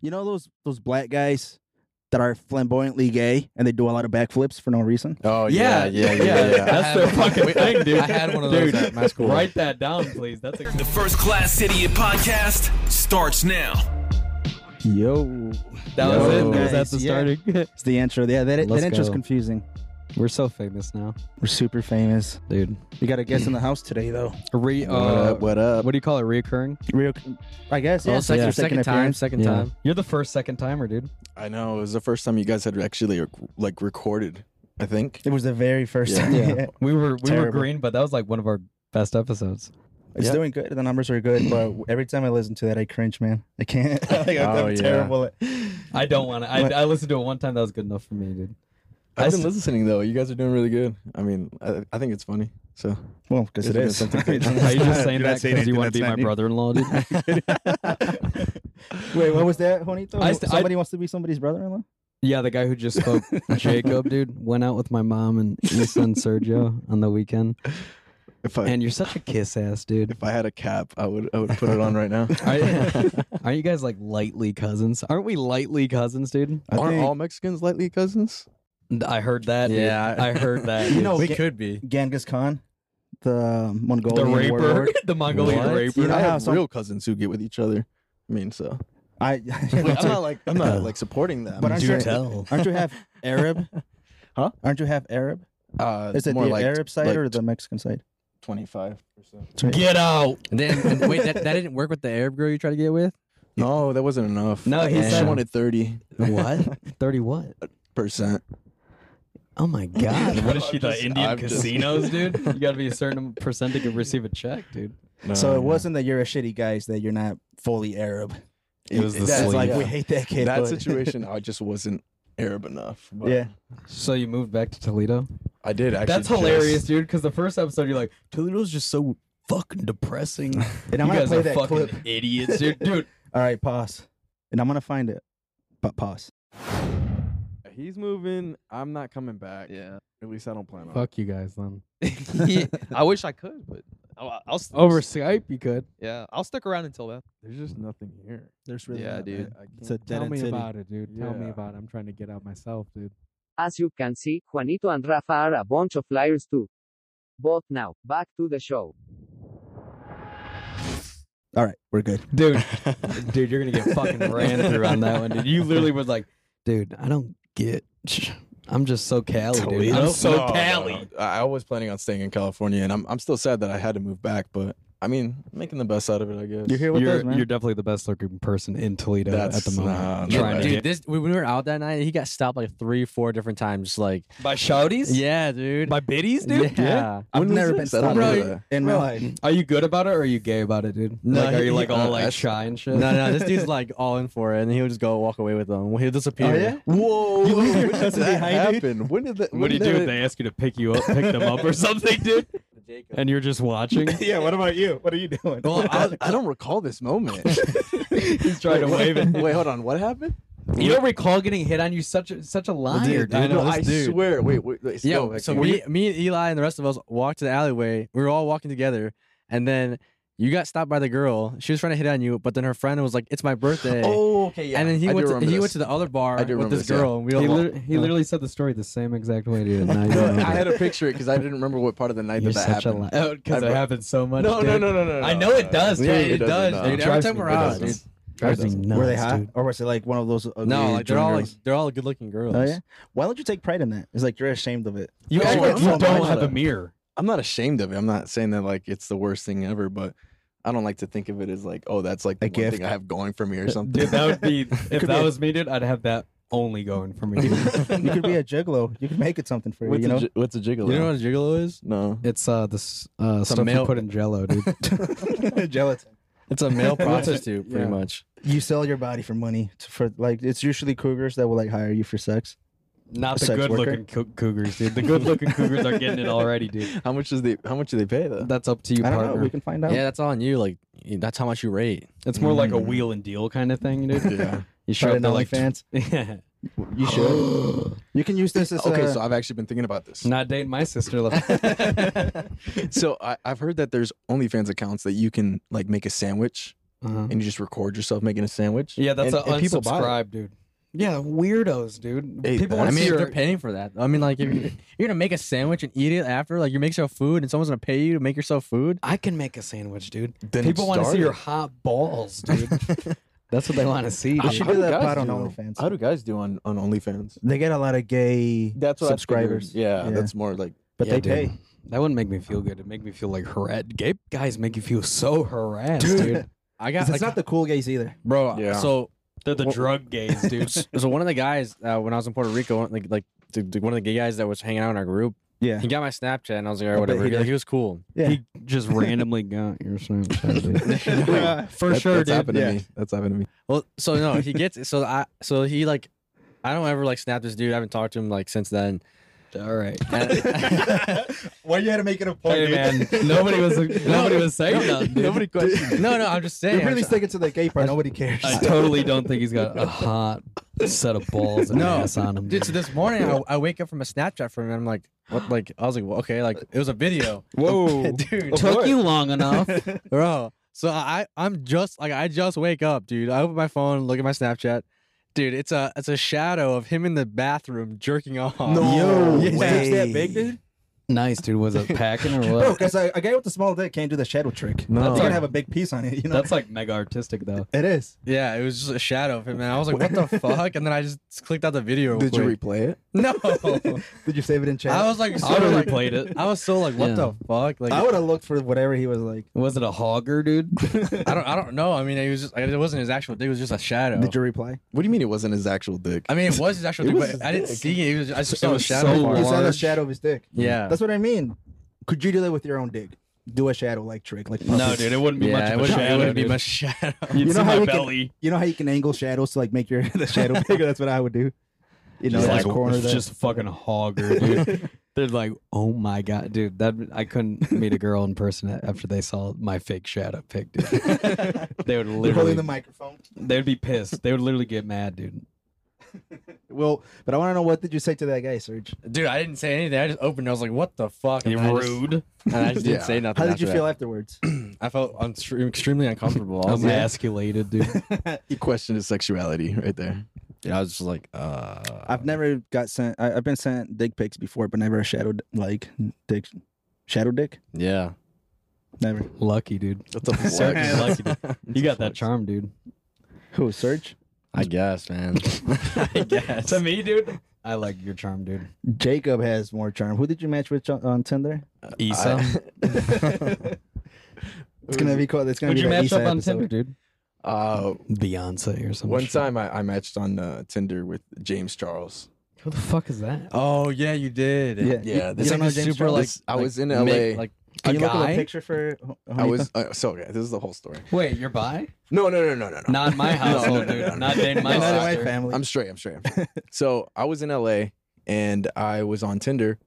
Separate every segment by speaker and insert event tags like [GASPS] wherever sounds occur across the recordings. Speaker 1: You know those those black guys that are flamboyantly gay and they do a lot of backflips for no reason.
Speaker 2: Oh yeah, yeah, yeah, yeah.
Speaker 3: That's their fucking
Speaker 2: We-
Speaker 3: thing, dude.
Speaker 4: I had one of those
Speaker 3: Dude,
Speaker 4: at my school.
Speaker 3: Write that down, please. That's a
Speaker 5: The First Class Idiot Podcast starts now.
Speaker 4: Yo,
Speaker 3: that was it. That was at
Speaker 1: guys,
Speaker 3: the
Speaker 1: yeah.
Speaker 4: [LAUGHS]
Speaker 3: starting.
Speaker 1: It's the intro. Yeah, that, that
Speaker 4: Let's
Speaker 1: intro's
Speaker 4: go.
Speaker 1: confusing.
Speaker 4: we're so famous now,
Speaker 1: We're super famous.
Speaker 4: dude.
Speaker 1: We got a guest in the house today, though.
Speaker 4: Re,
Speaker 2: What
Speaker 4: uh,
Speaker 2: up? What up?
Speaker 4: what do you call it? Reoccurring.
Speaker 1: Real, I guess. Yeah,
Speaker 6: Oh, second,
Speaker 1: yeah.
Speaker 6: second, time, second
Speaker 4: Yeah.
Speaker 6: time.
Speaker 4: You're the first second timer, dude.
Speaker 2: I know it was the first time you guys had actually rec- like recorded. I think.
Speaker 1: It was the very first
Speaker 2: Yeah.
Speaker 1: time. [LAUGHS]
Speaker 4: Yeah. we were we were
Speaker 1: Terrible.
Speaker 4: green, but that was like one of our best episodes.
Speaker 1: It's
Speaker 2: Yeah.
Speaker 1: doing good. The numbers are good, but every time I listen to that, I cringe, man. I can't. [LAUGHS] Like, I'm,
Speaker 2: Oh,
Speaker 1: I'm
Speaker 2: yeah.
Speaker 1: terrible. At,
Speaker 3: I don't want to. I, I listened to it one time. That was good enough for me, dude. I
Speaker 2: I've been
Speaker 3: st-
Speaker 2: listening though. You guys are doing really good. I mean, I, I think it's funny. So
Speaker 1: well, because it
Speaker 2: Isn't it
Speaker 1: is. [LAUGHS]
Speaker 2: something-
Speaker 4: Are you just saying
Speaker 1: You're not
Speaker 4: that because you
Speaker 1: anything
Speaker 4: want
Speaker 1: that's
Speaker 4: to be my
Speaker 1: not new.
Speaker 4: brother-in-law, dude?
Speaker 1: Wait, what was that, Juanito?
Speaker 3: I st- I-
Speaker 1: Somebody wants to be somebody's brother-in-law.
Speaker 4: yeah, the guy who just spoke, Jacob, dude, went out with my mom and his son Sergio on the weekend.
Speaker 2: if I
Speaker 4: And you're such a kiss ass, dude.
Speaker 2: if I had a cap, I would I would put it on right [LAUGHS] now.
Speaker 3: [LAUGHS]
Speaker 4: Aren't, aren't you guys like lightly cousins? Aren't we lightly cousins, dude?
Speaker 1: I
Speaker 2: Aren't
Speaker 1: think-
Speaker 2: all Mexicans lightly cousins?
Speaker 4: I heard that. dude.
Speaker 6: Yeah.
Speaker 4: I
Speaker 2: [LAUGHS]
Speaker 4: heard [LAUGHS] that.
Speaker 1: You
Speaker 4: dude.
Speaker 1: know,
Speaker 6: We
Speaker 1: Ga-
Speaker 6: could be.
Speaker 1: Genghis Khan, the um,
Speaker 3: The
Speaker 1: Mongolian
Speaker 3: raper,
Speaker 1: warlord.
Speaker 3: the Mongolian
Speaker 6: What?
Speaker 3: raper.
Speaker 1: You know
Speaker 2: I
Speaker 1: how
Speaker 2: have
Speaker 1: some-
Speaker 2: real cousins who get with each other. I mean, so
Speaker 1: I. [LAUGHS]
Speaker 2: [LAUGHS] I'm not like I'm not like supporting that.
Speaker 1: But aren't
Speaker 4: do
Speaker 1: you,
Speaker 4: tell.
Speaker 1: aren't you half [LAUGHS] Arab?
Speaker 2: Huh?
Speaker 1: Aren't you half Arab?
Speaker 2: uh,
Speaker 1: Is it
Speaker 2: more
Speaker 1: the
Speaker 2: like
Speaker 1: Arab side
Speaker 2: like
Speaker 1: or the Mexican side?
Speaker 2: 25 percent.
Speaker 3: Get out.
Speaker 6: And then and wait, that, that didn't work with the Arab girl you tried to get with.
Speaker 2: No, that wasn't enough.
Speaker 4: No, he
Speaker 2: she
Speaker 4: said-
Speaker 2: wanted 30
Speaker 4: what? Thirty what?
Speaker 2: percent.
Speaker 4: Oh my god!
Speaker 3: [LAUGHS] What is she? The
Speaker 2: just-
Speaker 3: Indian
Speaker 2: I'm just- [LAUGHS]
Speaker 3: casinos, dude. You got to be a certain percent to get- receive a check, dude.
Speaker 2: Uh,
Speaker 1: so it wasn't that you're a shitty guy; it's that you're not fully Arab.
Speaker 2: It was
Speaker 1: That's like we
Speaker 2: Yeah.
Speaker 1: hate that kid.
Speaker 2: that
Speaker 1: but- [LAUGHS]
Speaker 2: situation. I just wasn't Arab enough. But
Speaker 1: yeah.
Speaker 4: So you moved back to Toledo?
Speaker 2: I did actually.
Speaker 3: That's
Speaker 2: just-
Speaker 3: hilarious, dude. Because the first episode, you're like, Toledo's just so fucking depressing.
Speaker 2: [LAUGHS]
Speaker 1: And I'm
Speaker 3: you
Speaker 1: gonna
Speaker 3: guys
Speaker 1: play
Speaker 3: are
Speaker 1: that
Speaker 4: [LAUGHS]
Speaker 3: fucking
Speaker 1: clip.
Speaker 3: idiots, dude. Dude,
Speaker 1: All right, pause. And I'm gonna find it. But pause.
Speaker 2: He's moving. I'm not coming back. Yeah. At least I don't plan on.
Speaker 4: you guys then.
Speaker 7: I wish I could, but I'll, I'll st-
Speaker 4: Over Skype, you could.
Speaker 7: yeah, I'll stick around until then.
Speaker 2: There's just nothing here.
Speaker 1: There's
Speaker 7: Yeah, dude.
Speaker 2: I can't- [LAUGHS]
Speaker 4: Tell me about it, dude. Tell me
Speaker 2: Yeah.
Speaker 4: about it. I'm trying to get out myself, dude.
Speaker 8: As you can see, Juanito and Rafa are a bunch of liars too. But now, back to the show.
Speaker 1: All right, we're good.
Speaker 4: Dude, [LAUGHS] dude, you're gonna get fucking ran through on that one, dude. You literally was like, dude, I don't get. I'm just so Cali, dude. I'm
Speaker 2: Nope.
Speaker 4: so
Speaker 2: No, no,
Speaker 4: Cali.
Speaker 2: no. I I was planning on staying in California, and I'm I'm still sad that I had to move back. But I mean, making the best out of it, I guess.
Speaker 1: You're here with
Speaker 4: You're,
Speaker 1: us, man.
Speaker 4: you're definitely the best looking person in Toledo at
Speaker 2: That's-
Speaker 4: the moment.
Speaker 2: nah,
Speaker 6: Yeah,
Speaker 4: trying to
Speaker 6: dude, [LAUGHS]
Speaker 4: get-
Speaker 6: this when we were out that night, he got stopped like three, four different times. Just like,
Speaker 3: by shouties,
Speaker 6: yeah, dude.
Speaker 3: by biddies, dude.
Speaker 6: Yeah.
Speaker 1: I've
Speaker 2: When was
Speaker 1: never been
Speaker 2: this? I don't
Speaker 1: stopped
Speaker 2: know
Speaker 1: in-
Speaker 2: that.
Speaker 1: in my life.
Speaker 4: [LAUGHS] Are you good about it or are you gay about it, dude?
Speaker 6: No,
Speaker 4: like, are
Speaker 6: he-
Speaker 4: you like
Speaker 6: he-
Speaker 4: all
Speaker 6: uh,
Speaker 4: like
Speaker 6: that's-
Speaker 4: shy and shit?
Speaker 6: No,
Speaker 4: [LAUGHS]
Speaker 6: no, this dude's like all in for it, and he'll just go walk away with them. He'll disappear.
Speaker 1: Oh, yeah?
Speaker 2: Whoa!
Speaker 1: You leave your
Speaker 2: when did
Speaker 1: cousin
Speaker 2: that
Speaker 1: behind, dude?
Speaker 2: happen? When did that?
Speaker 3: What do
Speaker 2: when
Speaker 3: you do?
Speaker 2: did
Speaker 3: if
Speaker 2: that-
Speaker 3: They ask you to pick you up, pick them up, or something, dude.
Speaker 4: And you're just watching.
Speaker 1: [LAUGHS] yeah, what about you? What are you doing?
Speaker 2: Well, I, I don't recall this moment.
Speaker 3: He's trying to
Speaker 2: [LAUGHS]
Speaker 3: wave it.
Speaker 2: Wait, hold on. What happened?
Speaker 3: You don't recall getting hit on you such a, such a liar,
Speaker 6: I
Speaker 3: dude.
Speaker 6: know,
Speaker 4: Oh,
Speaker 2: No,
Speaker 6: this
Speaker 2: I
Speaker 6: dude.
Speaker 2: swear. Wait, wait. wait
Speaker 6: Yeah,
Speaker 2: slow, like,
Speaker 6: so
Speaker 2: were
Speaker 6: me,
Speaker 2: you-
Speaker 6: me and Eli and the rest of us walked to the alleyway. We were all walking together, and then you got stopped by the girl. She was trying to hit on you, but then her friend was like, "It's my birthday."
Speaker 2: Oh, okay. Yeah.
Speaker 6: And then he
Speaker 2: I do
Speaker 6: went. To, he
Speaker 2: remember
Speaker 6: went
Speaker 2: this.
Speaker 6: to the other bar
Speaker 2: I do
Speaker 6: with
Speaker 2: remember
Speaker 6: this
Speaker 2: this, yeah.
Speaker 6: girl, and we all.
Speaker 4: He,
Speaker 6: walked-
Speaker 4: lit- he literally said the story the same exact way, dude. and Now you [LAUGHS]
Speaker 2: No,
Speaker 4: remember.
Speaker 2: I had to picture it because I didn't remember what part of the night
Speaker 4: You're
Speaker 2: that, that
Speaker 4: such a
Speaker 2: happened.
Speaker 4: liar. Oh, 'cause
Speaker 2: I
Speaker 4: it
Speaker 2: bro-
Speaker 4: happens so much.
Speaker 2: No,
Speaker 4: dude.
Speaker 2: no, no, no, no, no.
Speaker 3: I know it does,
Speaker 2: Yeah,
Speaker 3: dude.
Speaker 2: it, does, no.
Speaker 6: Dude, every
Speaker 4: drives
Speaker 6: time
Speaker 4: me
Speaker 6: we're out,
Speaker 4: bananas.
Speaker 6: dude.
Speaker 4: Drives me nuts,
Speaker 1: Were they hot,
Speaker 4: dude.
Speaker 1: or was it like one of those? Ugly
Speaker 6: No, like, they're all like
Speaker 1: girls?
Speaker 6: they're all good looking girls.
Speaker 1: Oh yeah. Why don't you take pride in that? It's like you're ashamed of it.
Speaker 4: You,
Speaker 2: Oh,
Speaker 4: act like
Speaker 2: I'm
Speaker 4: you
Speaker 2: not
Speaker 4: don't
Speaker 2: much
Speaker 4: have a
Speaker 2: of-
Speaker 4: mirror.
Speaker 2: I'm not ashamed of it. I'm not saying that like it's the worst thing ever, but I don't like to think of it as like, oh, that's like the
Speaker 1: A
Speaker 2: one
Speaker 1: gift.
Speaker 2: thing I have going for me or something. [LAUGHS]
Speaker 4: Dude, that would be if
Speaker 1: could
Speaker 4: that
Speaker 1: be a-
Speaker 4: was me, dude, I'd have that only going for me. dude.
Speaker 1: [LAUGHS] You could be a juggalo. You could make it something for you.
Speaker 2: what's,
Speaker 1: You know.
Speaker 2: a, gi- what's a gigolo?
Speaker 6: You know what a gigolo is?
Speaker 2: no.
Speaker 4: it's uh this uh
Speaker 6: Some
Speaker 4: stuff you
Speaker 6: male-
Speaker 4: put in jello,
Speaker 1: [LAUGHS]
Speaker 4: dude.
Speaker 1: Gelatin.
Speaker 6: It's a [LAUGHS] male prostitute, pretty much.
Speaker 1: You sell your body for money to, for like it's usually cougars that will like hire you for sex.
Speaker 4: Not the
Speaker 1: Sex
Speaker 4: good
Speaker 1: worker.
Speaker 4: looking coo- cougars, dude. The good looking cougars are getting it already, dude.
Speaker 2: How much is they? How much do they pay though?
Speaker 4: [LAUGHS] That's up to you,
Speaker 1: I don't
Speaker 4: partner.
Speaker 1: know. We can find out.
Speaker 6: Yeah, that's all on you. Like that's how much you rate.
Speaker 4: It's more like a wheel and deal kind of thing, dude.
Speaker 2: yeah.
Speaker 4: You
Speaker 1: Try it
Speaker 4: show up
Speaker 1: in
Speaker 4: there like
Speaker 1: OnlyFans.
Speaker 4: [LAUGHS] yeah.
Speaker 1: You should.
Speaker 4: [LAUGHS]
Speaker 1: you can use
Speaker 2: [GASPS]
Speaker 1: this as
Speaker 2: Okay,
Speaker 1: a-
Speaker 2: so I've actually been thinking about this.
Speaker 4: Not dating my sister. Left. [LAUGHS]
Speaker 2: so I, I've heard that there's OnlyFans accounts that you can like make a sandwich
Speaker 4: Uh-huh.
Speaker 2: and you just record yourself making a sandwich.
Speaker 4: Yeah, that's
Speaker 2: and,
Speaker 4: a
Speaker 2: and people buy it.
Speaker 4: unsubscribe, dude. Yeah, weirdos, dude.
Speaker 2: Hey,
Speaker 4: people
Speaker 2: I
Speaker 4: want
Speaker 6: I
Speaker 4: to
Speaker 6: mean,
Speaker 4: see
Speaker 6: if
Speaker 4: your,
Speaker 6: they're paying for that. I mean, like, if you're, you're gonna make a sandwich and eat it after, like, you make yourself food, and someone's gonna pay you to make yourself food.
Speaker 4: I can make a sandwich, dude.
Speaker 2: Then
Speaker 4: people want to see
Speaker 2: start
Speaker 4: your
Speaker 2: it.
Speaker 4: hot balls, dude. that's what they want to see.
Speaker 1: We
Speaker 4: dude.
Speaker 1: should
Speaker 2: How
Speaker 1: do
Speaker 2: do
Speaker 1: that
Speaker 2: guys
Speaker 1: pot on
Speaker 2: do?
Speaker 1: OnlyFans.
Speaker 2: How do guys do on on OnlyFans?
Speaker 1: they get a lot of gay,
Speaker 2: That's what I figured.
Speaker 1: Subscribers.
Speaker 2: Yeah,
Speaker 1: Yeah.
Speaker 2: that's more like
Speaker 1: but
Speaker 4: Yeah,
Speaker 1: they
Speaker 4: dude.
Speaker 1: pay.
Speaker 4: That wouldn't make me feel good. It'd make me feel like harassed. Gay guys make you feel so harassed, dude.
Speaker 6: I
Speaker 1: 'Cause
Speaker 6: got
Speaker 1: it's
Speaker 6: like,
Speaker 1: not the cool gays either.
Speaker 6: bro.
Speaker 2: Yeah.
Speaker 6: So
Speaker 4: [LAUGHS] They're the
Speaker 6: Well-
Speaker 4: drug gays, dude.
Speaker 6: so one of the guys uh, when I was in Puerto Rico, one- like like the, the- one of the gay guys that was hanging out in our group,
Speaker 1: Yeah.
Speaker 6: he got my Snapchat, and I was like, all
Speaker 1: I
Speaker 6: right,
Speaker 1: bet
Speaker 6: whatever.
Speaker 1: he
Speaker 6: He, like,
Speaker 1: did.
Speaker 6: he was cool.
Speaker 1: Yeah.
Speaker 4: He just randomly got
Speaker 1: [LAUGHS]
Speaker 4: your Snapchat, dude. For
Speaker 2: that-
Speaker 4: sure,
Speaker 2: That's
Speaker 4: dude.
Speaker 2: happened
Speaker 1: Yeah.
Speaker 2: to me. That's happened to me.
Speaker 6: Well, so no, he gets so I so he like I don't ever like snap this dude. I haven't talked to him like since then.
Speaker 4: All right.
Speaker 1: [LAUGHS]
Speaker 6: [LAUGHS]
Speaker 1: Why you had to make it a point? [LAUGHS]
Speaker 4: Hey man, nobody was nobody was saying nothing. Dude. Nobody questioned.
Speaker 6: no, no, I'm just saying.
Speaker 1: You're
Speaker 6: I'm
Speaker 1: really
Speaker 6: just-
Speaker 1: sticking to the gay part. Nobody cares. [LAUGHS]
Speaker 4: I totally don't think he's got a hot set of balls and
Speaker 6: No.
Speaker 4: ass on him.
Speaker 6: [LAUGHS] Dude, so this morning I, I wake up from a Snapchat from him. And I'm like, what? Like, I was like, well, okay, like it was a [LAUGHS] video,
Speaker 4: Whoa,
Speaker 6: dude,
Speaker 4: took you long enough.
Speaker 6: bro. So I, I'm just like, I just wake up, dude. I open my phone, look at my Snapchat, dude. It's a, it's a shadow of him in the bathroom jerking off.
Speaker 1: Yo,
Speaker 6: [LAUGHS] Yeah.
Speaker 1: way.
Speaker 2: that big, dude?
Speaker 4: nice, dude. Was it packing or
Speaker 1: Bro,
Speaker 4: what?
Speaker 1: because a, a guy with a small dick can't do the shadow trick.
Speaker 2: No.
Speaker 1: That's gonna have a big piece on it. You know,
Speaker 4: That's like mega artistic though.
Speaker 1: it
Speaker 4: [LAUGHS]
Speaker 1: is.
Speaker 6: yeah, it was just a shadow of him, and I was like, what [LAUGHS] the fuck? And then I just clicked out the video.
Speaker 2: Did you
Speaker 6: quick.
Speaker 2: replay it?
Speaker 6: [LAUGHS] No,
Speaker 1: Did you save it in chat?
Speaker 6: I was like, so
Speaker 4: Oh, I would
Speaker 6: like,
Speaker 4: have replayed
Speaker 6: [LAUGHS]
Speaker 4: it.
Speaker 6: I was so like, what
Speaker 4: Yeah.
Speaker 6: the fuck? Like,
Speaker 1: I would have looked for whatever he was like.
Speaker 4: Was it a hogger, dude?
Speaker 6: I don't, I don't know. I mean, it was just, like, it wasn't his actual dick. It was just a shadow.
Speaker 1: Did you reply?
Speaker 2: What do you mean it wasn't his actual dick?
Speaker 6: I mean, it was his actual
Speaker 2: It
Speaker 6: dick,
Speaker 2: was
Speaker 6: but
Speaker 2: his
Speaker 6: I didn't
Speaker 2: dick.
Speaker 6: see it. It was I
Speaker 4: So-
Speaker 6: just saw
Speaker 4: it
Speaker 6: the
Speaker 4: was
Speaker 6: shadow.
Speaker 4: so
Speaker 6: part.
Speaker 1: You
Speaker 4: large.
Speaker 1: saw the shadow of his dick.
Speaker 6: Yeah.
Speaker 1: That's what I mean. Could you do that with your own dick? Do a shadow like trick, like
Speaker 4: [LAUGHS] no,
Speaker 1: puppets.
Speaker 4: dude. It wouldn't be
Speaker 6: yeah,
Speaker 4: much of
Speaker 6: it
Speaker 4: a
Speaker 6: wouldn't, it
Speaker 4: shadow.
Speaker 6: wouldn't be
Speaker 4: dude.
Speaker 6: much shadow.
Speaker 4: You'd
Speaker 1: You know
Speaker 4: see
Speaker 1: how
Speaker 4: my
Speaker 1: you can-
Speaker 4: belly.
Speaker 1: You know how you can angle shadows to like make your [LAUGHS] the shadow
Speaker 4: [LAUGHS]
Speaker 1: bigger. That's what I would do. You know,
Speaker 4: Just
Speaker 1: like,
Speaker 4: like
Speaker 1: corner
Speaker 4: it's
Speaker 1: that.
Speaker 4: just fucking hogger, dude. They're like, oh my god, dude. That I couldn't meet a girl in person a- after they saw my fake shadow pic, dude. they
Speaker 1: You're
Speaker 4: would
Speaker 1: holding the
Speaker 4: literally,
Speaker 1: microphone.
Speaker 4: they would be pissed. They would literally get mad, dude.
Speaker 1: Well, but I want to know what did you say to that guy, Serge?
Speaker 6: [LAUGHS] Dude, I didn't say anything. I just opened. it. I was like, "What the fuck?" And I just- and I just didn't
Speaker 2: Yeah.
Speaker 6: say nothing.
Speaker 1: How did
Speaker 6: after
Speaker 1: you feel afterwards?
Speaker 6: that. I felt unstre- extremely uncomfortable.
Speaker 4: Oh,
Speaker 6: I was, like,
Speaker 4: Emasculated, [LAUGHS] dude.
Speaker 2: He questioned his sexuality right there.
Speaker 6: yeah, I was just like, uh,
Speaker 1: I've never got sent. I, I've been sent dick pics before, but never a shadow d- like dick, shadow dick.
Speaker 6: yeah.
Speaker 1: Never.
Speaker 4: Lucky, dude.
Speaker 2: That's a
Speaker 4: Serge is
Speaker 2: [LAUGHS] flex.
Speaker 4: lucky. Dude. [LAUGHS] You got that charm, [LAUGHS] dude.
Speaker 1: Who? Serge?
Speaker 6: I guess, man. I guess.
Speaker 4: To me, dude. I like your charm, dude.
Speaker 1: Jacob has more charm. Who did you match with uh, on, on Tinder?
Speaker 4: Issa.
Speaker 1: It's gonna be called. It's gonna
Speaker 4: [LAUGHS] Would
Speaker 1: be
Speaker 4: you
Speaker 1: the
Speaker 4: match
Speaker 1: Issa
Speaker 4: up on
Speaker 1: episode.
Speaker 4: Tinder, dude?
Speaker 2: uh,
Speaker 4: Beyonce or something.
Speaker 2: one time I, I matched on uh, Tinder with James Charles.
Speaker 4: Who the fuck is that? Oh,
Speaker 6: oh yeah, you did.
Speaker 1: Yeah.
Speaker 2: Yeah,
Speaker 1: you
Speaker 2: this
Speaker 1: don't know
Speaker 2: like
Speaker 1: James
Speaker 2: super
Speaker 1: Charles?
Speaker 2: like I was in LA.
Speaker 6: make- like
Speaker 1: Can
Speaker 4: a
Speaker 1: you look at
Speaker 4: guy?
Speaker 1: a picture for? Ho-
Speaker 2: I
Speaker 1: Honeycomb? [LAUGHS]
Speaker 2: was uh, so okay. This is the whole story.
Speaker 4: Wait, you're bi?
Speaker 2: No, no, no, no, no, no.
Speaker 4: Not
Speaker 1: [LAUGHS]
Speaker 4: in my
Speaker 2: no,
Speaker 4: household,
Speaker 2: no,
Speaker 4: dude.
Speaker 2: no, no.
Speaker 4: Not in my
Speaker 1: Not in my
Speaker 4: sister.
Speaker 1: family.
Speaker 2: I'm straight. I'm straight.
Speaker 4: [LAUGHS]
Speaker 2: I'm straight. so I was in LA and I was on Tinder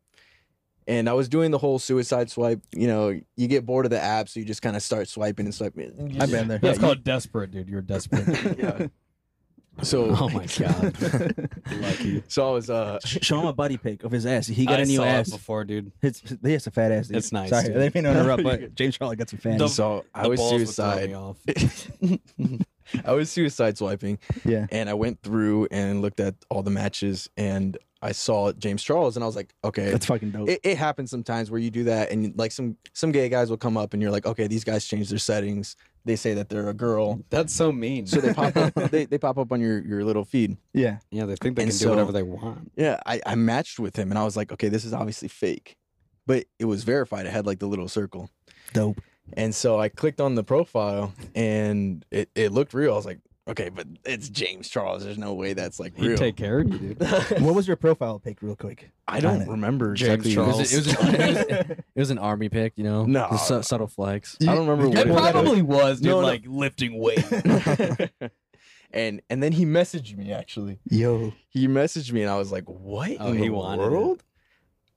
Speaker 2: and I was doing the whole suicide swipe. You know, you get bored of the app, so you just kind of start swiping and swiping.
Speaker 1: I've been there.
Speaker 2: [LAUGHS]
Speaker 4: That's called desperate, dude. You're desperate. [LAUGHS]
Speaker 2: Yeah. So,
Speaker 4: oh
Speaker 1: [LAUGHS]
Speaker 4: my god. Lucky.
Speaker 2: so I was, uh,
Speaker 1: Sh- Show him a buddy pic of his ass. He got
Speaker 4: I
Speaker 1: a new
Speaker 4: saw it
Speaker 1: ass.
Speaker 4: before, dude.
Speaker 1: It's he has a fat ass. Dude.
Speaker 4: It's nice,
Speaker 1: Sorry,
Speaker 4: dude.
Speaker 1: I didn't mean to interrupt, but James Charles got some fat.
Speaker 4: The-
Speaker 1: ass.
Speaker 2: so I
Speaker 4: The
Speaker 2: was
Speaker 4: balls would throw me
Speaker 2: suicide.
Speaker 4: off.
Speaker 2: I was suicide swiping
Speaker 1: yeah.
Speaker 2: and I went through and looked at all the matches and I saw James Charles and I was like, okay,
Speaker 1: That's fucking dope.
Speaker 2: it, it happens sometimes where you do that and like some some gay guys will come up and you're like okay these guys change their settings they say that they're a girl
Speaker 4: That's so mean.
Speaker 2: so they pop up they, they pop up on your your little feed
Speaker 1: yeah.
Speaker 4: yeah, they think they
Speaker 2: And
Speaker 4: can
Speaker 2: so-
Speaker 4: do whatever they want.
Speaker 2: yeah I, I matched with him and i was like okay this is obviously fake but it was verified it had like the little circle
Speaker 1: [LAUGHS] Dope.
Speaker 2: and so i clicked on the profile and it, it looked real i was like okay but it's james charles there's no way that's like
Speaker 4: He'd
Speaker 2: real
Speaker 4: take care of you, dude.
Speaker 1: what was your profile pic, real [LAUGHS] quick?
Speaker 2: i
Speaker 1: on
Speaker 2: don't
Speaker 1: it.
Speaker 2: remember
Speaker 4: James
Speaker 2: exactly
Speaker 6: it was,
Speaker 4: Charles.
Speaker 6: it, was an, it, was, it was an army pick, you know.
Speaker 2: No.
Speaker 6: The su- subtle flex.
Speaker 2: i don't remember what
Speaker 4: It
Speaker 2: it was.
Speaker 4: probably was, dude,
Speaker 2: No, no.
Speaker 4: like lifting weight.
Speaker 2: [LAUGHS] and and then he messaged me actually.
Speaker 1: Yo.
Speaker 2: He messaged me and I was like, "What
Speaker 4: Oh,
Speaker 2: in
Speaker 4: he
Speaker 2: the
Speaker 4: wanted it.
Speaker 2: world?"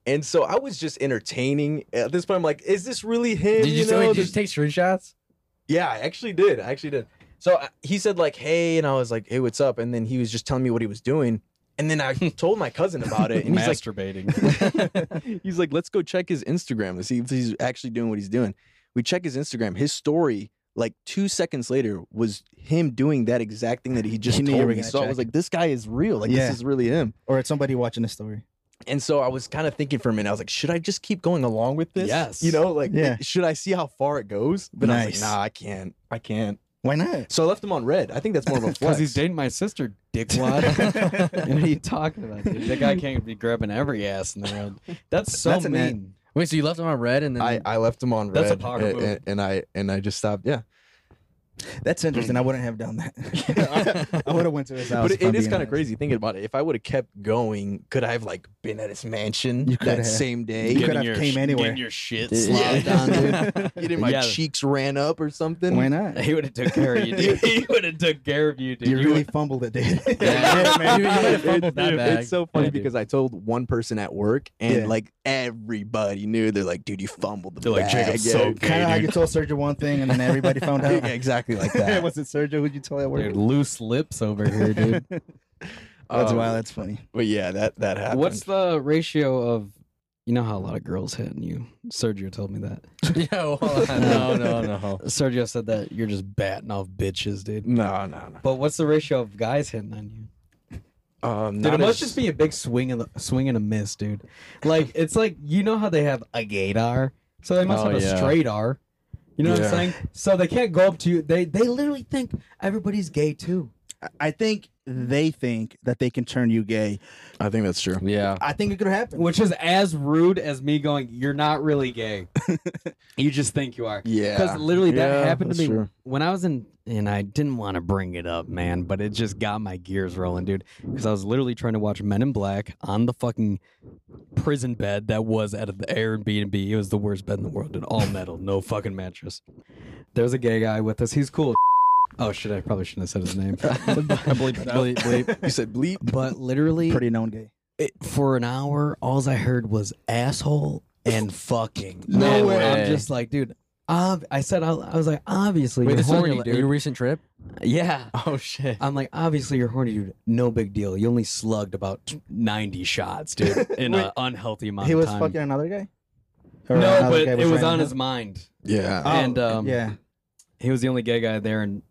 Speaker 2: And so I was just entertaining. At this point, I'm like, "Is this really him?"
Speaker 6: Did you,
Speaker 2: know,
Speaker 6: say, did you
Speaker 2: there's-
Speaker 6: take screenshots?
Speaker 2: yeah, I actually did. I actually did. So I, he said like, "Hey," and I was like, "Hey, what's up?" And then he was just telling me what he was doing. And then I told my cousin about it, and he's like,
Speaker 4: Masturbating.
Speaker 2: [LAUGHS] he's like, let's go check his Instagram to see if he's actually doing what he's doing. We check his Instagram. His story like two seconds later was him doing that exact thing that he just
Speaker 1: He knew you
Speaker 2: told
Speaker 1: were
Speaker 2: me.
Speaker 1: gonna
Speaker 2: So I was
Speaker 1: check.
Speaker 2: like, this guy is real. Like
Speaker 1: Yeah.
Speaker 2: this is really him.
Speaker 1: Or it's somebody watching the story.
Speaker 2: And so I was kind of thinking for a minute. I was like, should I just keep going along with this?
Speaker 4: Yes.
Speaker 2: You know, like
Speaker 1: Yeah.
Speaker 2: should I see how far it goes? But I was
Speaker 1: Nice.
Speaker 2: like, nah, I can't. I can't.
Speaker 1: Why not?
Speaker 2: So I left him on red. I think that's more [LAUGHS] of a
Speaker 4: Because
Speaker 2: flex.
Speaker 4: [LAUGHS] he's dating my sister, dickwad. what are [LAUGHS] you talking about, dude? That guy can't be grabbing every ass in the world. That's so
Speaker 1: That's a net.
Speaker 4: mean.
Speaker 6: Wait, so you left him on red and then
Speaker 2: I, I left him on
Speaker 4: That's a
Speaker 2: red.
Speaker 4: power
Speaker 2: and,
Speaker 4: move.
Speaker 2: and- and I and I just stopped. Yeah.
Speaker 1: That's interesting. I wouldn't have done that. [LAUGHS] I would have went to his house.
Speaker 2: But
Speaker 1: if
Speaker 2: it,
Speaker 1: I'm
Speaker 2: it is
Speaker 1: being
Speaker 2: kind of
Speaker 1: honest.
Speaker 2: crazy thinking about it. If I would have kept going, could I have like been at his mansion
Speaker 1: You could
Speaker 2: that
Speaker 1: have.
Speaker 2: same day?
Speaker 1: You could have came anywhere. [LAUGHS]
Speaker 4: your shit
Speaker 2: Yeah.
Speaker 4: [LAUGHS] slid down, dude.
Speaker 2: Getting my
Speaker 4: Yeah.
Speaker 2: cheeks ran up or something.
Speaker 1: Why not?
Speaker 4: [LAUGHS] He would have took care of you, dude. He would have took care of you, dude.
Speaker 1: You
Speaker 4: You
Speaker 1: really fumbled it, dude. [LAUGHS]
Speaker 4: [LAUGHS] Yeah.
Speaker 6: You- you might have fumbled that
Speaker 2: Dude,
Speaker 6: bag.
Speaker 2: It's so funny
Speaker 6: Yeah, dude.
Speaker 2: because I told one person at work, and
Speaker 1: Yeah.
Speaker 2: like everybody knew. They're like, "Dude, you fumbled the bag." Yeah. [LAUGHS]
Speaker 1: Kind of how you told Sergio one thing and then everybody found
Speaker 4: [LAUGHS]
Speaker 2: Yeah,
Speaker 1: out.
Speaker 2: exactly
Speaker 1: [LAUGHS]
Speaker 2: like that.
Speaker 1: was it Sergio? Who'd you tell that
Speaker 4: would-
Speaker 1: word?
Speaker 4: Dude, loose lips over here, [LAUGHS] dude.
Speaker 1: That's
Speaker 2: Um,
Speaker 1: wow. That's funny.
Speaker 2: But yeah, that that happened.
Speaker 4: What's the ratio of? You know how a lot of girls hit on you. Sergio told me that.
Speaker 6: [LAUGHS] yeah, well, no, no, no.
Speaker 4: Sergio said that you're just batting off bitches, dude.
Speaker 2: no, no,
Speaker 4: But what's the ratio of guys hitting on you?
Speaker 2: no. Um,
Speaker 4: Dude,
Speaker 2: not
Speaker 4: it must
Speaker 2: as- [LAUGHS]
Speaker 4: just be a big swing and swing and a miss, dude. Like it's like you know how they have a gaydar, so they must
Speaker 6: Oh,
Speaker 4: have a
Speaker 6: yeah.
Speaker 4: straight R. You know what
Speaker 2: Yeah.
Speaker 4: I'm saying? So they can't go up to you. They they literally think everybody's gay too.
Speaker 1: I- I think they think that they can turn you gay.
Speaker 2: I think that's true.
Speaker 6: Yeah.
Speaker 1: I think it could happen.
Speaker 4: which is as rude as me going, "You're not really gay.
Speaker 2: [LAUGHS]
Speaker 4: you just think you are."
Speaker 2: Yeah,
Speaker 4: Because literally, that
Speaker 2: Yeah,
Speaker 4: happened to
Speaker 2: that's
Speaker 4: me
Speaker 2: true.
Speaker 4: when I was in, and I didn't want to bring it up, man, but it just got my gears rolling, dude. Because I was literally trying to watch Men in Black on the fucking prison bed that was at the Airbnb. It was the worst bed in the world, dude. All metal, no fucking mattress. There's a gay guy with us. He's cool. as Oh shit! I probably shouldn't have said
Speaker 2: [LAUGHS]
Speaker 4: his name. bleep, [LAUGHS] bleep, bleep.
Speaker 2: You said bleep.
Speaker 4: But literally,
Speaker 1: Pretty known gay.
Speaker 4: it, for an hour, all I heard was asshole and fucking.
Speaker 6: No
Speaker 4: And
Speaker 6: way.
Speaker 4: I'm just like, dude. Ob- I said, I, I was like, obviously,
Speaker 6: Wait,
Speaker 4: you're
Speaker 6: this is
Speaker 4: horny,
Speaker 6: your,
Speaker 4: dude.
Speaker 6: your recent trip? [LAUGHS]
Speaker 4: yeah.
Speaker 6: Oh shit.
Speaker 4: I'm like, obviously, you're horny, dude. No big deal. You only slugged about 90 shots,
Speaker 1: [LAUGHS]
Speaker 4: dude, in an unhealthy amount
Speaker 1: He
Speaker 4: of
Speaker 1: was
Speaker 4: time.
Speaker 1: fucking another guy. Or
Speaker 4: no,
Speaker 1: another
Speaker 4: but
Speaker 1: guy
Speaker 4: it was
Speaker 1: random?
Speaker 4: on his mind.
Speaker 2: Yeah.
Speaker 1: Oh,
Speaker 4: and, um,
Speaker 1: yeah,
Speaker 4: He was the only gay guy there, and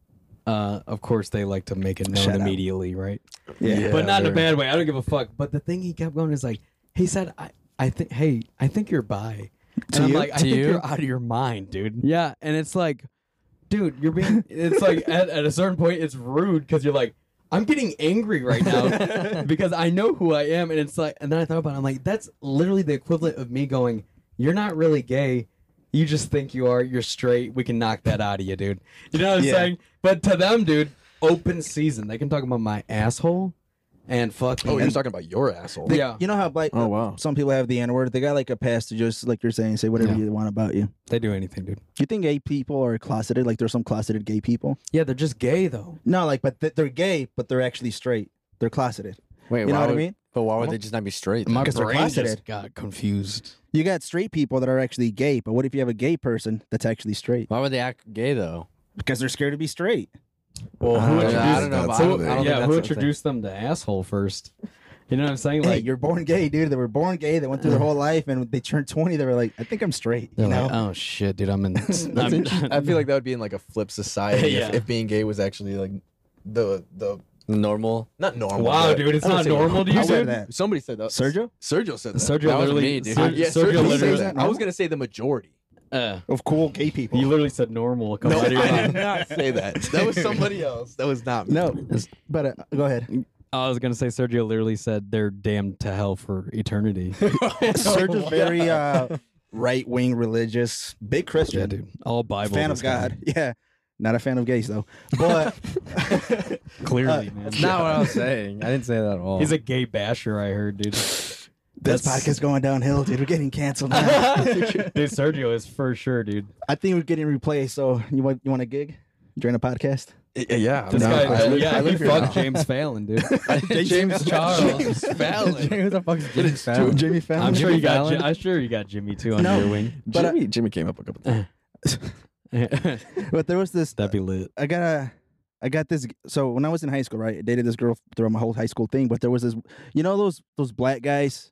Speaker 4: uh, of course, they like to make it known
Speaker 1: Shout out.
Speaker 4: immediately, right?
Speaker 1: yeah.
Speaker 4: but not in a
Speaker 2: very-
Speaker 4: bad way. I don't give a fuck. But the thing he kept going is like, he said, I, I think, hey, I think you're bi. And
Speaker 1: To
Speaker 4: I'm
Speaker 1: you?
Speaker 4: like, I
Speaker 6: To
Speaker 4: think
Speaker 6: you?
Speaker 4: you're out of your mind, dude. Yeah. And it's like, dude, you're being, it's like at, at a certain point, it's rude because you're like, I'm getting angry right [LAUGHS] now because I know who I am. And it's like, and then I thought about it. I'm like, that's literally the equivalent of me going, you're not really gay. You just think you are. You're straight. We can knock that out of you, dude. You know what I'm
Speaker 1: Yeah.
Speaker 4: saying? But to them, dude, open season. They can talk about my asshole and fucking.
Speaker 2: Oh, you're talking about your asshole.
Speaker 4: yeah.
Speaker 1: You know how like
Speaker 6: Oh wow.
Speaker 1: some people have the N word. They got like a pass to just like you're saying, say whatever
Speaker 4: Yeah.
Speaker 1: you want about you. Do
Speaker 4: They do anything, dude.
Speaker 1: you think gay people are closeted? Like there's some closeted gay people.
Speaker 4: Yeah, they're just gay though.
Speaker 1: No, like but th- they're gay, but they're actually straight. They're closeted.
Speaker 6: Wait,
Speaker 1: You
Speaker 6: why
Speaker 1: know what I
Speaker 6: would-
Speaker 1: mean?
Speaker 6: But why would they just not be straight? then?
Speaker 4: My
Speaker 1: Because they're
Speaker 4: brain just
Speaker 1: closeted.
Speaker 4: got confused.
Speaker 1: You got straight people that are actually gay, but what if you have a gay person that's actually straight?
Speaker 6: Why would they act gay though?
Speaker 1: Because they're scared to be straight.
Speaker 4: Well,
Speaker 2: I don't
Speaker 4: who introduced
Speaker 2: know. I don't know
Speaker 4: them?
Speaker 2: about
Speaker 4: Who-
Speaker 2: that. I don't
Speaker 6: think
Speaker 4: yeah,
Speaker 6: that's
Speaker 4: who
Speaker 6: a
Speaker 4: introduced them to asshole first? You know what I'm saying?
Speaker 1: hey,
Speaker 4: Like,
Speaker 1: you're born gay, dude. They were born gay. They went through their whole life, and when they turned 20, they were like, I think I'm straight.
Speaker 4: they're
Speaker 1: you know?
Speaker 4: like, oh shit, dude, [LAUGHS] I'm in.
Speaker 2: That's
Speaker 4: I'm,
Speaker 2: interesting. I feel like that would be in like a flip
Speaker 4: [LAUGHS]
Speaker 2: society
Speaker 4: Yeah.
Speaker 2: if, if being gay was actually like the the
Speaker 6: Normal.
Speaker 2: not normal.
Speaker 4: wow,
Speaker 2: but-
Speaker 4: dude, it's
Speaker 2: I wouldn't
Speaker 4: not
Speaker 2: say
Speaker 4: normal to you,
Speaker 1: I said
Speaker 4: dude.
Speaker 1: that.
Speaker 2: Somebody said that.
Speaker 1: Sergio?
Speaker 2: Sergio said that.
Speaker 4: Sergio
Speaker 6: That was
Speaker 4: literally,
Speaker 6: me, dude.
Speaker 4: Ser-
Speaker 2: I, yeah,
Speaker 4: Sergio
Speaker 2: Sergio
Speaker 1: said
Speaker 4: literally,
Speaker 1: that.
Speaker 2: I was gonna say the majority.
Speaker 4: [LAUGHS] uh,
Speaker 1: Of cool gay people.
Speaker 4: you literally said normal. Come
Speaker 2: No,
Speaker 4: out
Speaker 2: I
Speaker 4: of your mouth.
Speaker 2: did not say that. That was somebody else. That was not me.
Speaker 1: no, but uh, go
Speaker 4: [LAUGHS]
Speaker 1: ahead.
Speaker 4: I was gonna say Sergio literally said they're damned to hell for [LAUGHS] eternity.
Speaker 1: Sergio's very uh, right wing, religious, big Christian,
Speaker 4: yeah, dude. All Bible.
Speaker 1: fan of
Speaker 4: this guy.
Speaker 1: God. Yeah. Not a fan of gays, [LAUGHS] though. But
Speaker 4: Clearly, man.
Speaker 6: [LAUGHS] That's [LAUGHS] not what I was saying. I didn't say that at all.
Speaker 4: He's a gay basher, I heard, dude. That's
Speaker 1: this
Speaker 4: [LAUGHS]
Speaker 1: podcast's going downhill, dude. We're getting canceled [LAUGHS] now.
Speaker 4: dude, Sergio is for sure, dude.
Speaker 1: I think we're getting replaced. So, you want, you want a gig during a podcast?
Speaker 2: Yeah, yeah.
Speaker 4: This
Speaker 2: no,
Speaker 4: guy,
Speaker 2: I [LAUGHS] live-
Speaker 4: yeah,
Speaker 2: I
Speaker 4: he
Speaker 2: live here
Speaker 4: fucked
Speaker 2: now.
Speaker 4: James Fallon, dude.
Speaker 6: [LAUGHS] James
Speaker 2: [LAUGHS]
Speaker 6: Charles. James Fallon. Who the fuck is James Fallon?
Speaker 1: Jamie Fallon.
Speaker 4: I'm sure
Speaker 6: Jimmy
Speaker 4: you got.
Speaker 6: Fallon?
Speaker 4: Jim, I'm sure you got Jimmy too under
Speaker 1: No.
Speaker 2: [LAUGHS]
Speaker 4: your wing.
Speaker 1: But, uh,
Speaker 2: Jimmy, Jimmy came up a couple times.
Speaker 4: That'd
Speaker 1: But there was this.
Speaker 4: be lit.
Speaker 1: I got a. I got this. So when I was in high school, right, I dated this girl throughout my whole high school thing. But there was this. You know those those black guys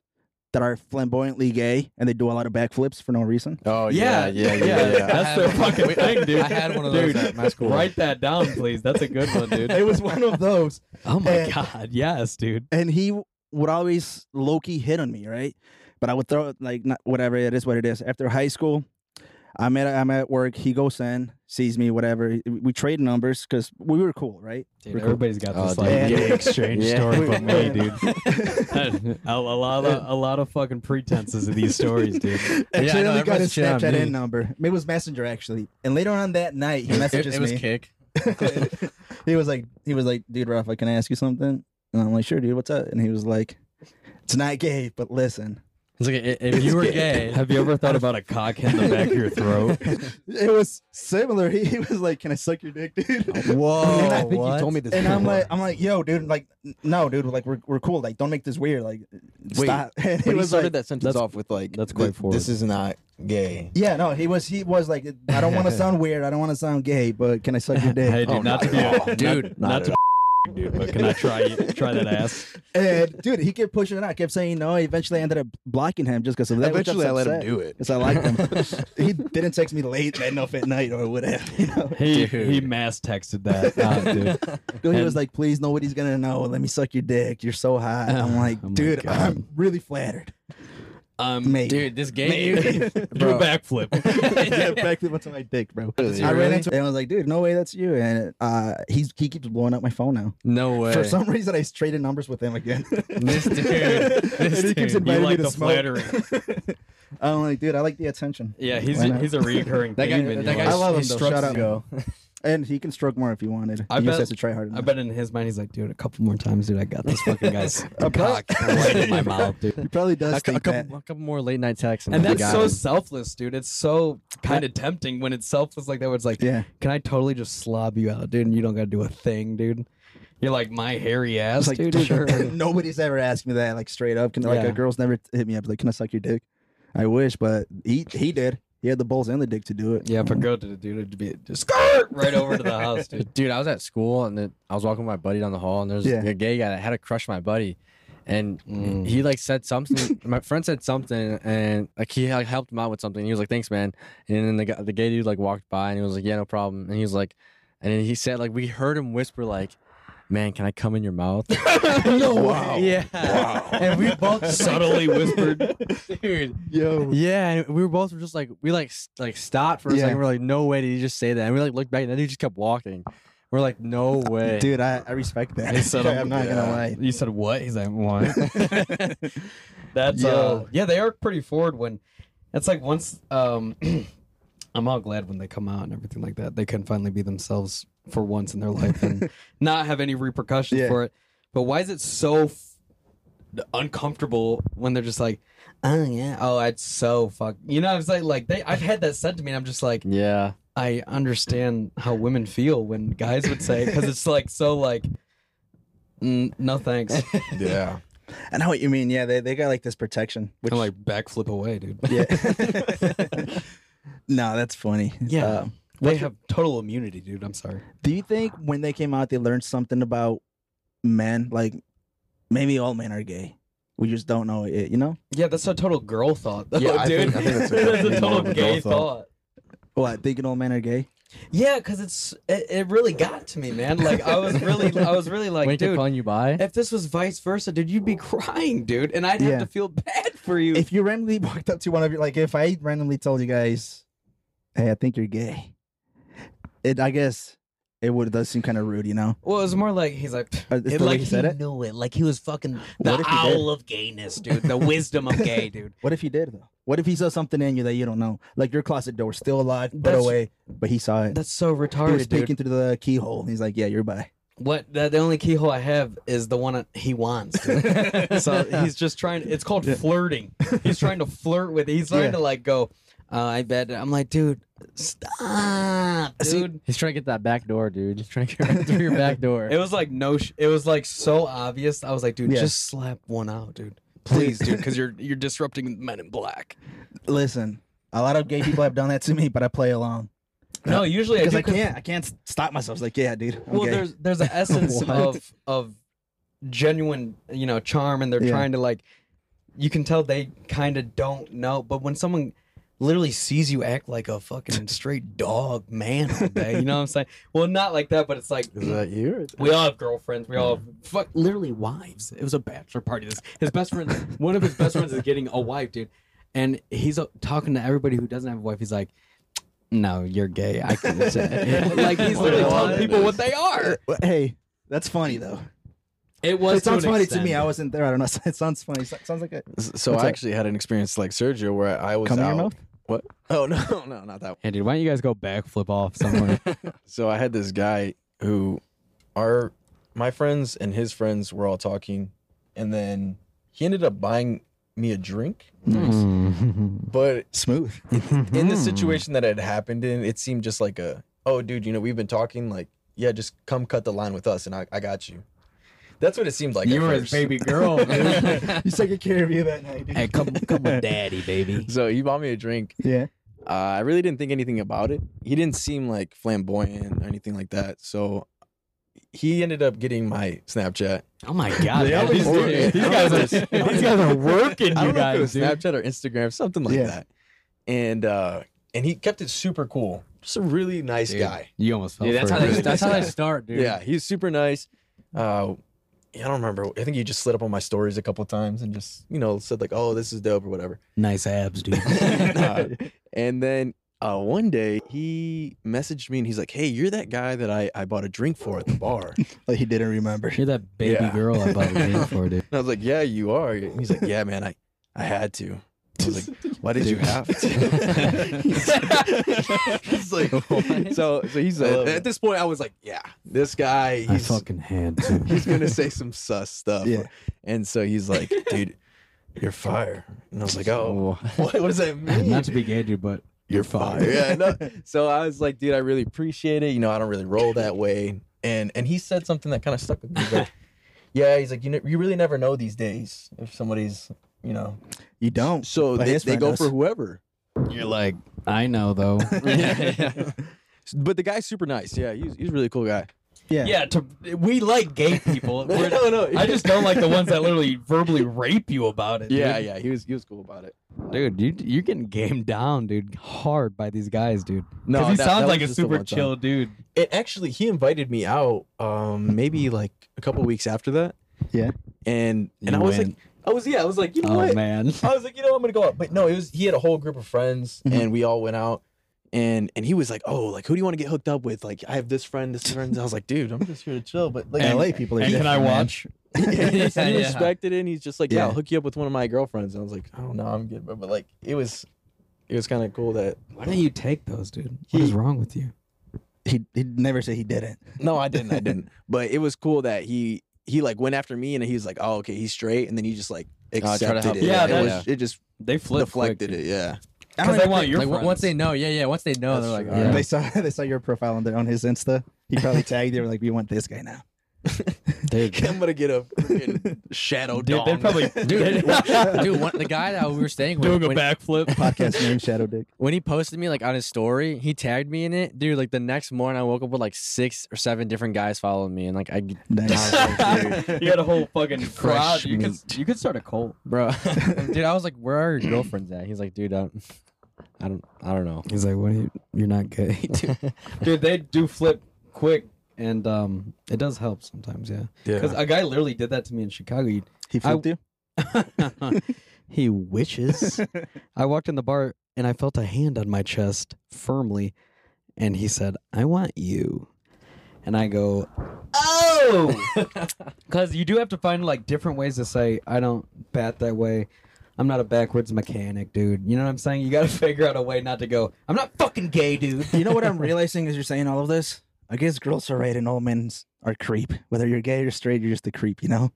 Speaker 1: that are flamboyantly gay and they do a lot of backflips for no reason.
Speaker 2: Oh yeah, yeah, yeah, yeah.
Speaker 3: I
Speaker 4: That's
Speaker 3: had
Speaker 4: their
Speaker 3: one.
Speaker 4: fucking
Speaker 3: Wait,
Speaker 4: thing, dude.
Speaker 3: I had one of those
Speaker 4: dude,
Speaker 3: at my school.
Speaker 4: Write that down, please. That's a good one, dude.
Speaker 1: [LAUGHS] it was one of those.
Speaker 4: Oh my
Speaker 1: And-
Speaker 4: god, yes, dude.
Speaker 1: and he w- would always low key hit on me, right? But I would throw it like not, whatever it is, what it is. After high school, I'm at I'm at work. He goes in, sees me, whatever. He- We trade numbers because we were cool, right?
Speaker 4: Dude, everybody's got
Speaker 2: Oh,
Speaker 4: this
Speaker 2: dude.
Speaker 4: like
Speaker 1: Yeah.
Speaker 4: [LAUGHS] gay exchange
Speaker 2: Yeah.
Speaker 4: story but me, dude. [LAUGHS] a, a lot of a lot of fucking pretenses in these
Speaker 1: [LAUGHS]
Speaker 4: stories, dude.
Speaker 1: Actually,
Speaker 6: no,
Speaker 1: then we got
Speaker 6: everyone's
Speaker 1: his
Speaker 6: shit on
Speaker 1: Snapchat
Speaker 6: me.
Speaker 1: in number. It was Messenger actually. And later on that night,
Speaker 4: [LAUGHS]
Speaker 1: he messages
Speaker 6: it, it was
Speaker 1: me.
Speaker 6: kick.
Speaker 1: [LAUGHS] he was like, he was like, dude, Rafa, can I ask you something? And I'm like, sure, dude, what's up? And he was like, it's not gay, but listen,
Speaker 6: It's like i- if you were gay,
Speaker 4: Have you [LAUGHS] ever thought about a cock in the back of your throat?
Speaker 1: it was similar. He, he was like, can I suck your dick, dude? [LAUGHS]
Speaker 2: [LAUGHS]
Speaker 6: Whoa!
Speaker 1: And I
Speaker 2: I think you told me this.
Speaker 1: and I'm like, I'm like, yo, dude, like, n- no, dude, like, we're, we're cool. Like, don't make this weird. Like, stop. [LAUGHS] And he
Speaker 2: but he
Speaker 1: was
Speaker 2: started
Speaker 1: like,
Speaker 2: that sentence
Speaker 4: that's-
Speaker 2: off with like,
Speaker 4: that's quite
Speaker 2: "Th-
Speaker 4: forward.
Speaker 2: This is not gay.
Speaker 1: yeah, no, he was, he was like, I don't
Speaker 2: [LAUGHS]
Speaker 1: want to sound weird. I don't want to sound gay, but can I suck your dick?
Speaker 4: [LAUGHS] Hey, dude,
Speaker 2: Oh,
Speaker 4: not to
Speaker 2: not
Speaker 4: be,
Speaker 2: at
Speaker 4: a,
Speaker 2: all.
Speaker 4: dude,
Speaker 2: Dude,
Speaker 4: not,
Speaker 2: not
Speaker 4: to be a [LAUGHS] dude, but can I try try that ass?
Speaker 1: and dude, he kept pushing it out, kept saying no. I eventually ended up blocking him just because of that.
Speaker 2: Eventually, I let him do it.
Speaker 1: Because I liked
Speaker 2: [LAUGHS]
Speaker 1: him. he didn't text me late enough at night or whatever. [LAUGHS] You know?
Speaker 4: He
Speaker 2: Dude.
Speaker 4: he mass texted [LAUGHS] that, out, dude.
Speaker 1: Dude, he
Speaker 4: And-
Speaker 1: was like, please, nobody's going to know. Let me suck your dick. You're so hot. I'm
Speaker 4: [SIGHS]
Speaker 1: like,
Speaker 4: Oh my
Speaker 1: dude,
Speaker 4: God.
Speaker 1: I'm really flattered.
Speaker 4: Um,
Speaker 1: Mate.
Speaker 6: dude,
Speaker 4: [LAUGHS]
Speaker 6: this gay
Speaker 1: [LAUGHS]
Speaker 6: dude.
Speaker 4: do a [LAUGHS] backflip.
Speaker 1: yeah, back to my dick, bro. I ran into him and I was like, dude, no way, that's you. And uh, he's he keeps blowing up my phone now.
Speaker 6: no way.
Speaker 1: For some reason, I traded numbers with him
Speaker 4: [LAUGHS]
Speaker 1: again.
Speaker 6: this
Speaker 1: [LAUGHS]
Speaker 6: dude, this
Speaker 1: And he
Speaker 6: dude.
Speaker 1: keeps
Speaker 4: You
Speaker 1: inviting me
Speaker 4: like
Speaker 1: to
Speaker 4: the
Speaker 1: smoke. [LAUGHS]
Speaker 4: flattering.
Speaker 1: I'm like, dude, I like the attention.
Speaker 4: Yeah, he's
Speaker 1: Why not?
Speaker 4: he's a [LAUGHS] recurring
Speaker 6: That guy-
Speaker 4: theme. in
Speaker 6: that
Speaker 4: your
Speaker 6: guy-
Speaker 1: I
Speaker 4: life.
Speaker 1: love him
Speaker 6: he
Speaker 1: though.
Speaker 6: struck
Speaker 1: Shout out,
Speaker 6: you.
Speaker 1: [LAUGHS] and he can stroke more if he wanted. he
Speaker 4: I bet-
Speaker 1: just has to try harder.
Speaker 4: I bet in his mind he's like, dude, a couple more times, dude, I got this fucking [LAUGHS] guy's cock
Speaker 1: bet-
Speaker 4: right in [LAUGHS] my mouth, dude.
Speaker 1: he probably does
Speaker 6: a, cou- a
Speaker 1: think that.
Speaker 6: couple, a couple more late night texts,
Speaker 4: And
Speaker 6: I
Speaker 4: that's
Speaker 6: got
Speaker 4: so
Speaker 6: him.
Speaker 4: selfless, dude. It's so kind of tempting when it's selfless like that. Where it's like,
Speaker 1: Yeah.
Speaker 4: can I totally just slob you out, dude? And you don't got to do a thing, dude. You're like my hairy
Speaker 1: It's
Speaker 4: ass,
Speaker 1: like, [LAUGHS]
Speaker 4: dude.
Speaker 1: dude,
Speaker 4: sure.
Speaker 1: nobody's ever asked me that, like straight up. Can like
Speaker 4: Yeah.
Speaker 1: a girl's never hit me up like, can I suck your dick? I wish, but he he did. He had the balls and the dick to do it.
Speaker 4: yeah, if a [LAUGHS] girl did it, dude, it'd be just skirt right over to the house, dude.
Speaker 6: dude, I was at school and then I was walking with my buddy down the hall, and there's
Speaker 1: Yeah.
Speaker 6: a gay guy that had a crush on my buddy, and
Speaker 4: Mm.
Speaker 6: he like said something. [LAUGHS] my friend said something, and like he like helped him out with something. He was like, "Thanks, man." And then the guy, the gay dude like walked by and he was like, "Yeah, no problem." And he was like, and then he said like we heard him whisper like. Man, can I come in your mouth? [LAUGHS] no
Speaker 2: Wow.
Speaker 6: Yeah.
Speaker 2: Wow.
Speaker 6: [LAUGHS] And we both subtly whispered, [LAUGHS] dude.
Speaker 1: Yo,
Speaker 6: Yeah, and we were both just like we like s- like stopped for a
Speaker 1: Yeah.
Speaker 6: second. We're like, no way did he just say that? And we like looked back, and then he just kept walking. We're like, no way,
Speaker 1: dude, I, I respect that.
Speaker 4: He
Speaker 1: [LAUGHS]
Speaker 4: said,
Speaker 1: I'm not gonna lie.
Speaker 4: You said what? He's like, what? [LAUGHS] That's uh, yeah, they are pretty forward when it's like once um [CLEARS THROAT] I'm all glad when they come out and everything like that. They can finally be themselves for once in their life
Speaker 1: [LAUGHS]
Speaker 4: and not have any repercussions
Speaker 1: Yeah.
Speaker 4: for it. But why is it so f- uncomfortable when they're just like, oh yeah, oh it's so fuck. You know, I was like, like they, I've had that said to me, and I'm just like,
Speaker 6: yeah,
Speaker 4: I understand how women feel when guys would say because it's like so like, mm,
Speaker 1: [LAUGHS]
Speaker 4: no thanks.
Speaker 2: Yeah.
Speaker 1: [LAUGHS] I know what you mean. Yeah, they, they got like this protection. Which,
Speaker 4: I'm like backflip away, dude.
Speaker 1: [LAUGHS]
Speaker 4: [LAUGHS]
Speaker 1: yeah. [LAUGHS] no, that's funny.
Speaker 4: Yeah.
Speaker 1: Um,
Speaker 4: they have total immunity, dude. I'm sorry.
Speaker 1: do you think when they came out, they learned something about men? Like maybe all men are gay. We just don't know it, you know?
Speaker 4: Yeah, that's a total girl thought, though,
Speaker 2: Yeah, I
Speaker 4: dude.
Speaker 2: think- I
Speaker 4: [LAUGHS]
Speaker 2: think that's a
Speaker 4: a
Speaker 2: definitely more
Speaker 4: total
Speaker 2: of a
Speaker 4: gay
Speaker 2: girl
Speaker 4: thought.
Speaker 2: thought.
Speaker 1: What, thinking all men are gay?
Speaker 4: Yeah, because it's it, it really got to me, man. Like I was [LAUGHS] really, I was really like,
Speaker 6: Wink
Speaker 4: dude,
Speaker 6: calling you by.
Speaker 4: if this was vice versa, dude, you'd be crying, dude, and I'd have
Speaker 1: Yeah.
Speaker 4: to feel bad for you.
Speaker 1: If you randomly [LAUGHS] walked up to one of your, like if I randomly told you guys, hey, I think you're gay, it, I guess it would, does seem kind of rude, you know?
Speaker 4: Well, it was more like he's like,
Speaker 1: Uh, it's
Speaker 4: it-
Speaker 1: the way
Speaker 4: like
Speaker 1: he said it?
Speaker 4: knew it, like he was fucking
Speaker 1: What
Speaker 4: the
Speaker 1: if he did?
Speaker 4: owl of gayness, dude, the wisdom of gay, dude.
Speaker 1: What if he did though? What if he saw something in you that you don't know? Like your closet door still alive, put
Speaker 4: That's-
Speaker 1: away, but he saw it.
Speaker 4: [LAUGHS] That's so
Speaker 1: he was
Speaker 4: retarded, dude.
Speaker 1: peeking through the keyhole. And he's like, "Yeah, you're
Speaker 4: [LAUGHS]
Speaker 1: bi."
Speaker 4: What the, the only keyhole I have is the one that he wants. dude. so he's just trying. It's called flirting. He's trying to flirt with. He's trying
Speaker 1: Yeah.
Speaker 4: to like go. Uh, I bet. I'm like, dude, stop, dude.
Speaker 6: He's trying to get that back door, dude. He's trying to get right through your back door.
Speaker 4: It was like no. Sh- it was like so obvious. I was like, dude,
Speaker 1: Yeah.
Speaker 4: just slap one out, dude. Please, dude, because you're you're disrupting Men in Black.
Speaker 1: Listen, a lot of gay people have done that to me, but I play along
Speaker 4: No, usually
Speaker 1: because
Speaker 4: do,
Speaker 1: I can't. I can't s- stop myself. It's like, yeah, dude. I'm
Speaker 4: well,
Speaker 1: gay.
Speaker 4: there's there's an essence of of genuine, you know, charm, and they're
Speaker 1: Yeah.
Speaker 4: trying to like you can tell they kind of don't know. But when someone literally sees you act like a fucking straight dog man all day, you know what I'm saying? Well, not like that, but it's like
Speaker 2: Is that you?
Speaker 4: we all have girlfriends. We all have fuck literally wives. It was a bachelor party. This his best friend, one of his best friends is getting a wife, dude. And he's uh, talking to everybody who doesn't have a wife. He's like, "No, you're gay." I couldn't say. like he's literally telling people what they are.
Speaker 1: Well, Hey, that's funny though.
Speaker 4: It was
Speaker 1: it sounds
Speaker 4: an
Speaker 1: funny
Speaker 4: extent.
Speaker 1: to me. I wasn't there. I don't know. [LAUGHS] It sounds funny. It sounds like a
Speaker 2: So
Speaker 1: What's
Speaker 2: I
Speaker 1: that?
Speaker 2: actually had an experience like Sergio where I was
Speaker 1: Come in
Speaker 2: out.
Speaker 1: your mouth?
Speaker 2: What? Oh [LAUGHS] no, no, not that
Speaker 4: Hey, dude, why don't you guys go backflip off somewhere?
Speaker 2: so I had this guy who our my friends and his friends were all talking and then he ended up buying me a drink. But
Speaker 1: smooth.
Speaker 2: in the situation that had happened in, it seemed just like a oh dude, you know, we've been talking like, yeah, just come cut the line with us and I, I got you. That's what it seemed like. at first.
Speaker 4: [LAUGHS]
Speaker 2: [LAUGHS]
Speaker 4: [LAUGHS] girl.
Speaker 1: [LAUGHS] He's taking care of you that night. Dude.
Speaker 4: hey, come, come with daddy, baby.
Speaker 2: So he bought me a drink
Speaker 1: [LAUGHS] Yeah. [LAUGHS]
Speaker 2: Uh, I really didn't think anything about it. He didn't seem like flamboyant or anything like that. So he ended up getting my Snapchat.
Speaker 4: Oh my [LAUGHS] god,
Speaker 1: Yeah,
Speaker 4: man, these,
Speaker 1: before-
Speaker 4: dudes- these guys [LAUGHS] are these guys are working, you
Speaker 2: I don't know if it was
Speaker 4: guys. dude.
Speaker 2: Snapchat or Instagram, something like
Speaker 1: Yeah.
Speaker 2: that. And uh, and he kept it super cool. Just a really nice
Speaker 4: Dude,
Speaker 2: guy.
Speaker 4: You almost fell
Speaker 6: Yeah, that's
Speaker 4: for
Speaker 6: how
Speaker 4: it.
Speaker 6: they, that's how they start, dude.
Speaker 2: Yeah, he's super nice. Uh, yeah, I don't remember. I think he just slid up on my stories a couple times and just you know said like, "Oh, this is dope" or whatever.
Speaker 4: nice abs, dude.
Speaker 2: Uh, and then uh, one day he messaged me and he's like, "Hey, you're that guy that I, I bought a drink for at the bar." and
Speaker 1: [LAUGHS] Like he didn't remember.
Speaker 4: You're that [LAUGHS] baby
Speaker 2: Yeah.
Speaker 4: girl I bought a ring
Speaker 2: [LAUGHS]
Speaker 4: for, dude.
Speaker 2: I was like, "Yeah, you are." And he's like, "Yeah, man, I I had to." I was
Speaker 4: [LAUGHS]
Speaker 2: like, "Why did you have to?" [LAUGHS] he's
Speaker 4: [LAUGHS]
Speaker 2: like, so so he's uh,
Speaker 6: love
Speaker 2: at this point I was like, "Yeah, this guy
Speaker 4: I
Speaker 2: he's
Speaker 4: fucking had to.
Speaker 2: [LAUGHS] he's gonna say some sus stuff."
Speaker 1: Yeah.
Speaker 2: And so he's like, "Dude." You're fire. And I was like,
Speaker 4: [LAUGHS]
Speaker 2: oh, what, what does that mean?
Speaker 4: Not to be gay, dude, but
Speaker 2: you're fired. yeah, no. So I was like, dude, I really appreciate it. You know, I don't really roll that way. And and he said something that kind of stuck with me. He's [LAUGHS] like, yeah, he's like, you know, you really never know these days if somebody's, you know.
Speaker 1: You don't.
Speaker 2: So
Speaker 1: But
Speaker 2: they,
Speaker 1: his
Speaker 2: they
Speaker 1: friend
Speaker 2: go
Speaker 1: does.
Speaker 2: for whoever.
Speaker 4: you're like, I know though.
Speaker 2: But the guy's super nice. Yeah, he's he's a really cool guy.
Speaker 1: Yeah.
Speaker 4: [LAUGHS] yeah, to, we like gay people. We're-
Speaker 2: [LAUGHS] no.
Speaker 4: I just don't like the ones that literally verbally rape you about it.
Speaker 2: Yeah,
Speaker 4: dude.
Speaker 2: yeah. He was he was cool about it.
Speaker 4: [LAUGHS] dude, you you're getting gamed down, dude, hard by these guys, dude.
Speaker 2: No,
Speaker 4: Because he
Speaker 2: that-
Speaker 4: sounds
Speaker 2: that
Speaker 4: like a
Speaker 2: was just the
Speaker 4: super
Speaker 2: one time.
Speaker 4: chill dude. Mm.
Speaker 2: And actually, he invited me out. Um, maybe like a couple weeks after that.
Speaker 1: Yeah.
Speaker 2: And and
Speaker 4: You
Speaker 2: I was
Speaker 4: went.
Speaker 2: like, I was yeah, I was like, you know
Speaker 4: Oh
Speaker 2: what?
Speaker 4: man,
Speaker 2: I was like, you know, I'm gonna go out. But no, it was he had a whole group of friends, and we all went out. And and he was like, oh, like who do you want to get hooked up with? Like I have this friend, this friend. I was like, dude, I'm just here to chill. But
Speaker 1: [LAUGHS]
Speaker 2: like,
Speaker 1: LA people are.
Speaker 4: and can
Speaker 1: different,
Speaker 4: I
Speaker 1: man.
Speaker 4: watch?
Speaker 2: he, [LAUGHS] he
Speaker 4: [LAUGHS] Yeah, yeah.
Speaker 2: respected it. And he's just like, yeah, I'll
Speaker 1: Yeah.
Speaker 2: hook you up with one of my girlfriends. And I was like, oh no, I'm good. But, but like, it was, it was kind of cool that.
Speaker 4: Why don't you take those, dude? What is wrong with you?
Speaker 1: He he never said he didn't.
Speaker 2: No, I didn't, I didn't. [LAUGHS] But it was cool that he he like went after me, and he was like, oh okay, he's straight, and then he just like
Speaker 6: try to
Speaker 2: accepted
Speaker 6: help
Speaker 2: it.
Speaker 6: you. Yeah,
Speaker 2: it,
Speaker 6: that-
Speaker 2: was, it just
Speaker 4: They flip
Speaker 2: deflected it. Yeah.
Speaker 4: because they want your
Speaker 6: Like on-
Speaker 4: [LAUGHS]
Speaker 6: once they know, yeah, yeah. Once they know, they're like,
Speaker 2: true.
Speaker 6: all right.
Speaker 1: They saw [LAUGHS] they saw your profile on, the, on his Insta. He probably tagged you. Like we want this guy now.
Speaker 2: I'm gonna get a freaking [LAUGHS] shadow
Speaker 4: [LAUGHS] Dude, they
Speaker 2: dong.
Speaker 4: probably
Speaker 6: dude, [LAUGHS] dude, one, the guy that we were staying with,
Speaker 4: doing a
Speaker 6: when,
Speaker 4: backflip. [LAUGHS]
Speaker 1: Podcast [LAUGHS] name Shadow Dick.
Speaker 6: when he posted me like on his story, he tagged me in it, dude. Like the next morning, I woke up with like six or seven different guys following me, and like I,
Speaker 1: Nice.
Speaker 4: you had a whole fucking crowd.
Speaker 6: Fresh
Speaker 4: You could, you could start a cult.
Speaker 6: bro, [LAUGHS] dude, I was like, where are your girlfriends at? He's like, dude, I don't, I don't, I don't know.
Speaker 4: He's like, "What? Are you, you're not gay,
Speaker 6: [LAUGHS]
Speaker 4: [LAUGHS] dude. dude, they do flip quick, and um, it does help sometimes, yeah. Because a guy literally did that to me in Chicago. He-
Speaker 1: He flipped you.
Speaker 4: [LAUGHS] he [LAUGHS] wishes. I walked in the bar and I felt a hand on my chest firmly, and he said, "I want you," and I go, [LAUGHS] "Oh," because you do have to find like different ways to say, "I don't bat that way." I'm not a backwards mechanic, dude. You know what I'm saying? You gotta [LAUGHS] figure out a way not to go. I'm not fucking gay, dude.
Speaker 1: [LAUGHS] You know what I'm realizing as you're saying all of this? I guess girls are right and all men are creep. Whether you're gay or straight, you're just a creep. You know?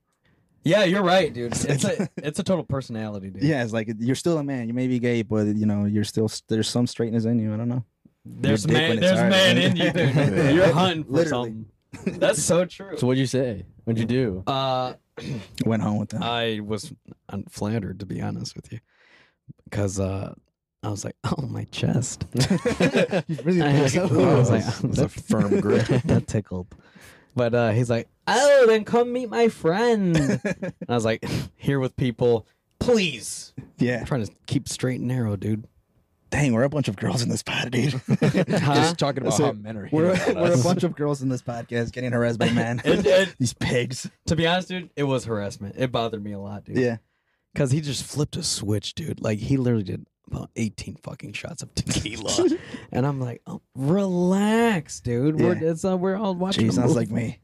Speaker 4: Yeah, you're right, [LAUGHS] dude. It's a it's a total personality, dude.
Speaker 1: Yeah. It's like you're still a man. You may be gay, but you know you're still there's some straightness in you. I don't know.
Speaker 4: there's
Speaker 1: Your dick
Speaker 4: man,
Speaker 1: when it's
Speaker 4: there's
Speaker 1: hard,
Speaker 4: man
Speaker 1: man.
Speaker 4: in
Speaker 1: [LAUGHS]
Speaker 4: you, dude. You're hunting for
Speaker 1: Literally.
Speaker 4: something. That's so true.
Speaker 6: So what'd you say? What'd you do?
Speaker 4: Uh,
Speaker 1: Went home with them.
Speaker 4: I was unflattered to be honest with you, because uh, I was like, oh my chest. [LAUGHS] I was like, oh,
Speaker 2: It's a firm grip.
Speaker 4: [LAUGHS] that tickled. But [LAUGHS] uh, he's like, oh, then come meet my friend. and I was like, here with people
Speaker 7: Please.
Speaker 1: Yeah.
Speaker 4: trying to keep straight and narrow, dude.
Speaker 1: Dang, we're a bunch of girls in this pod, [LAUGHS] dude.
Speaker 4: Huh?
Speaker 3: Just talking about
Speaker 1: So,
Speaker 3: how men are
Speaker 1: we're, [LAUGHS]
Speaker 3: hated on
Speaker 1: we're a
Speaker 3: us.
Speaker 1: bunch of girls in this podcast getting harassed by
Speaker 6: [LAUGHS]
Speaker 1: men. [LAUGHS] These pigs.
Speaker 4: to be honest, dude, it was harassment. It bothered me a lot,
Speaker 1: [LAUGHS]
Speaker 4: dude.
Speaker 1: Yeah.
Speaker 4: Because he just flipped a switch, dude. Like, he literally did about 18 fucking shots
Speaker 1: [LAUGHS]
Speaker 4: of tequila. and I'm like, oh, relax, dude. We're,
Speaker 1: Yeah.
Speaker 4: it's, uh, we're all watching.
Speaker 1: Gee,
Speaker 4: a
Speaker 1: sounds
Speaker 4: movie.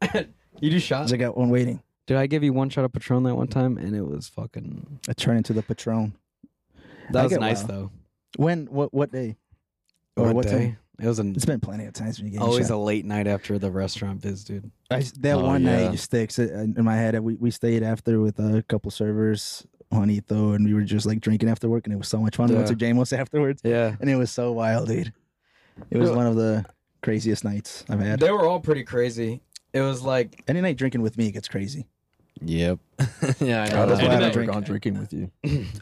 Speaker 1: like me.
Speaker 4: You do shots?
Speaker 1: I got one waiting.
Speaker 4: Dude, I gave you one shot of Patron that one time, and it was fucking.
Speaker 1: I turn into the patron.
Speaker 4: That
Speaker 1: I
Speaker 4: was
Speaker 1: get
Speaker 4: nice,
Speaker 1: wild.
Speaker 4: though.
Speaker 1: When? What? What day? Or
Speaker 4: One
Speaker 1: what
Speaker 4: day.
Speaker 1: time?
Speaker 4: It was an,
Speaker 1: It's been plenty of times when you get
Speaker 4: always
Speaker 1: shot.
Speaker 4: a late night after the restaurant biz, dude.
Speaker 1: I s- that
Speaker 6: Oh,
Speaker 1: one
Speaker 6: yeah.
Speaker 1: night just sticks i- in my head. We we stayed after with a couple servers on Etho, and we were just like drinking after work, and it was so much fun. We went to
Speaker 6: Yeah.
Speaker 1: Jamos afterwards,
Speaker 6: Yeah.
Speaker 1: and it was so wild, dude. It was
Speaker 4: Dude.
Speaker 1: one of the craziest nights I've had.
Speaker 4: They were all pretty crazy. It was like
Speaker 1: Any night drinking with me gets crazy. [LAUGHS]
Speaker 6: Yep. yeah, I know.
Speaker 1: Oh, that's
Speaker 4: uh,
Speaker 6: that.
Speaker 1: why I
Speaker 6: I
Speaker 1: don't
Speaker 6: never
Speaker 1: drink.
Speaker 6: gone drinking with you.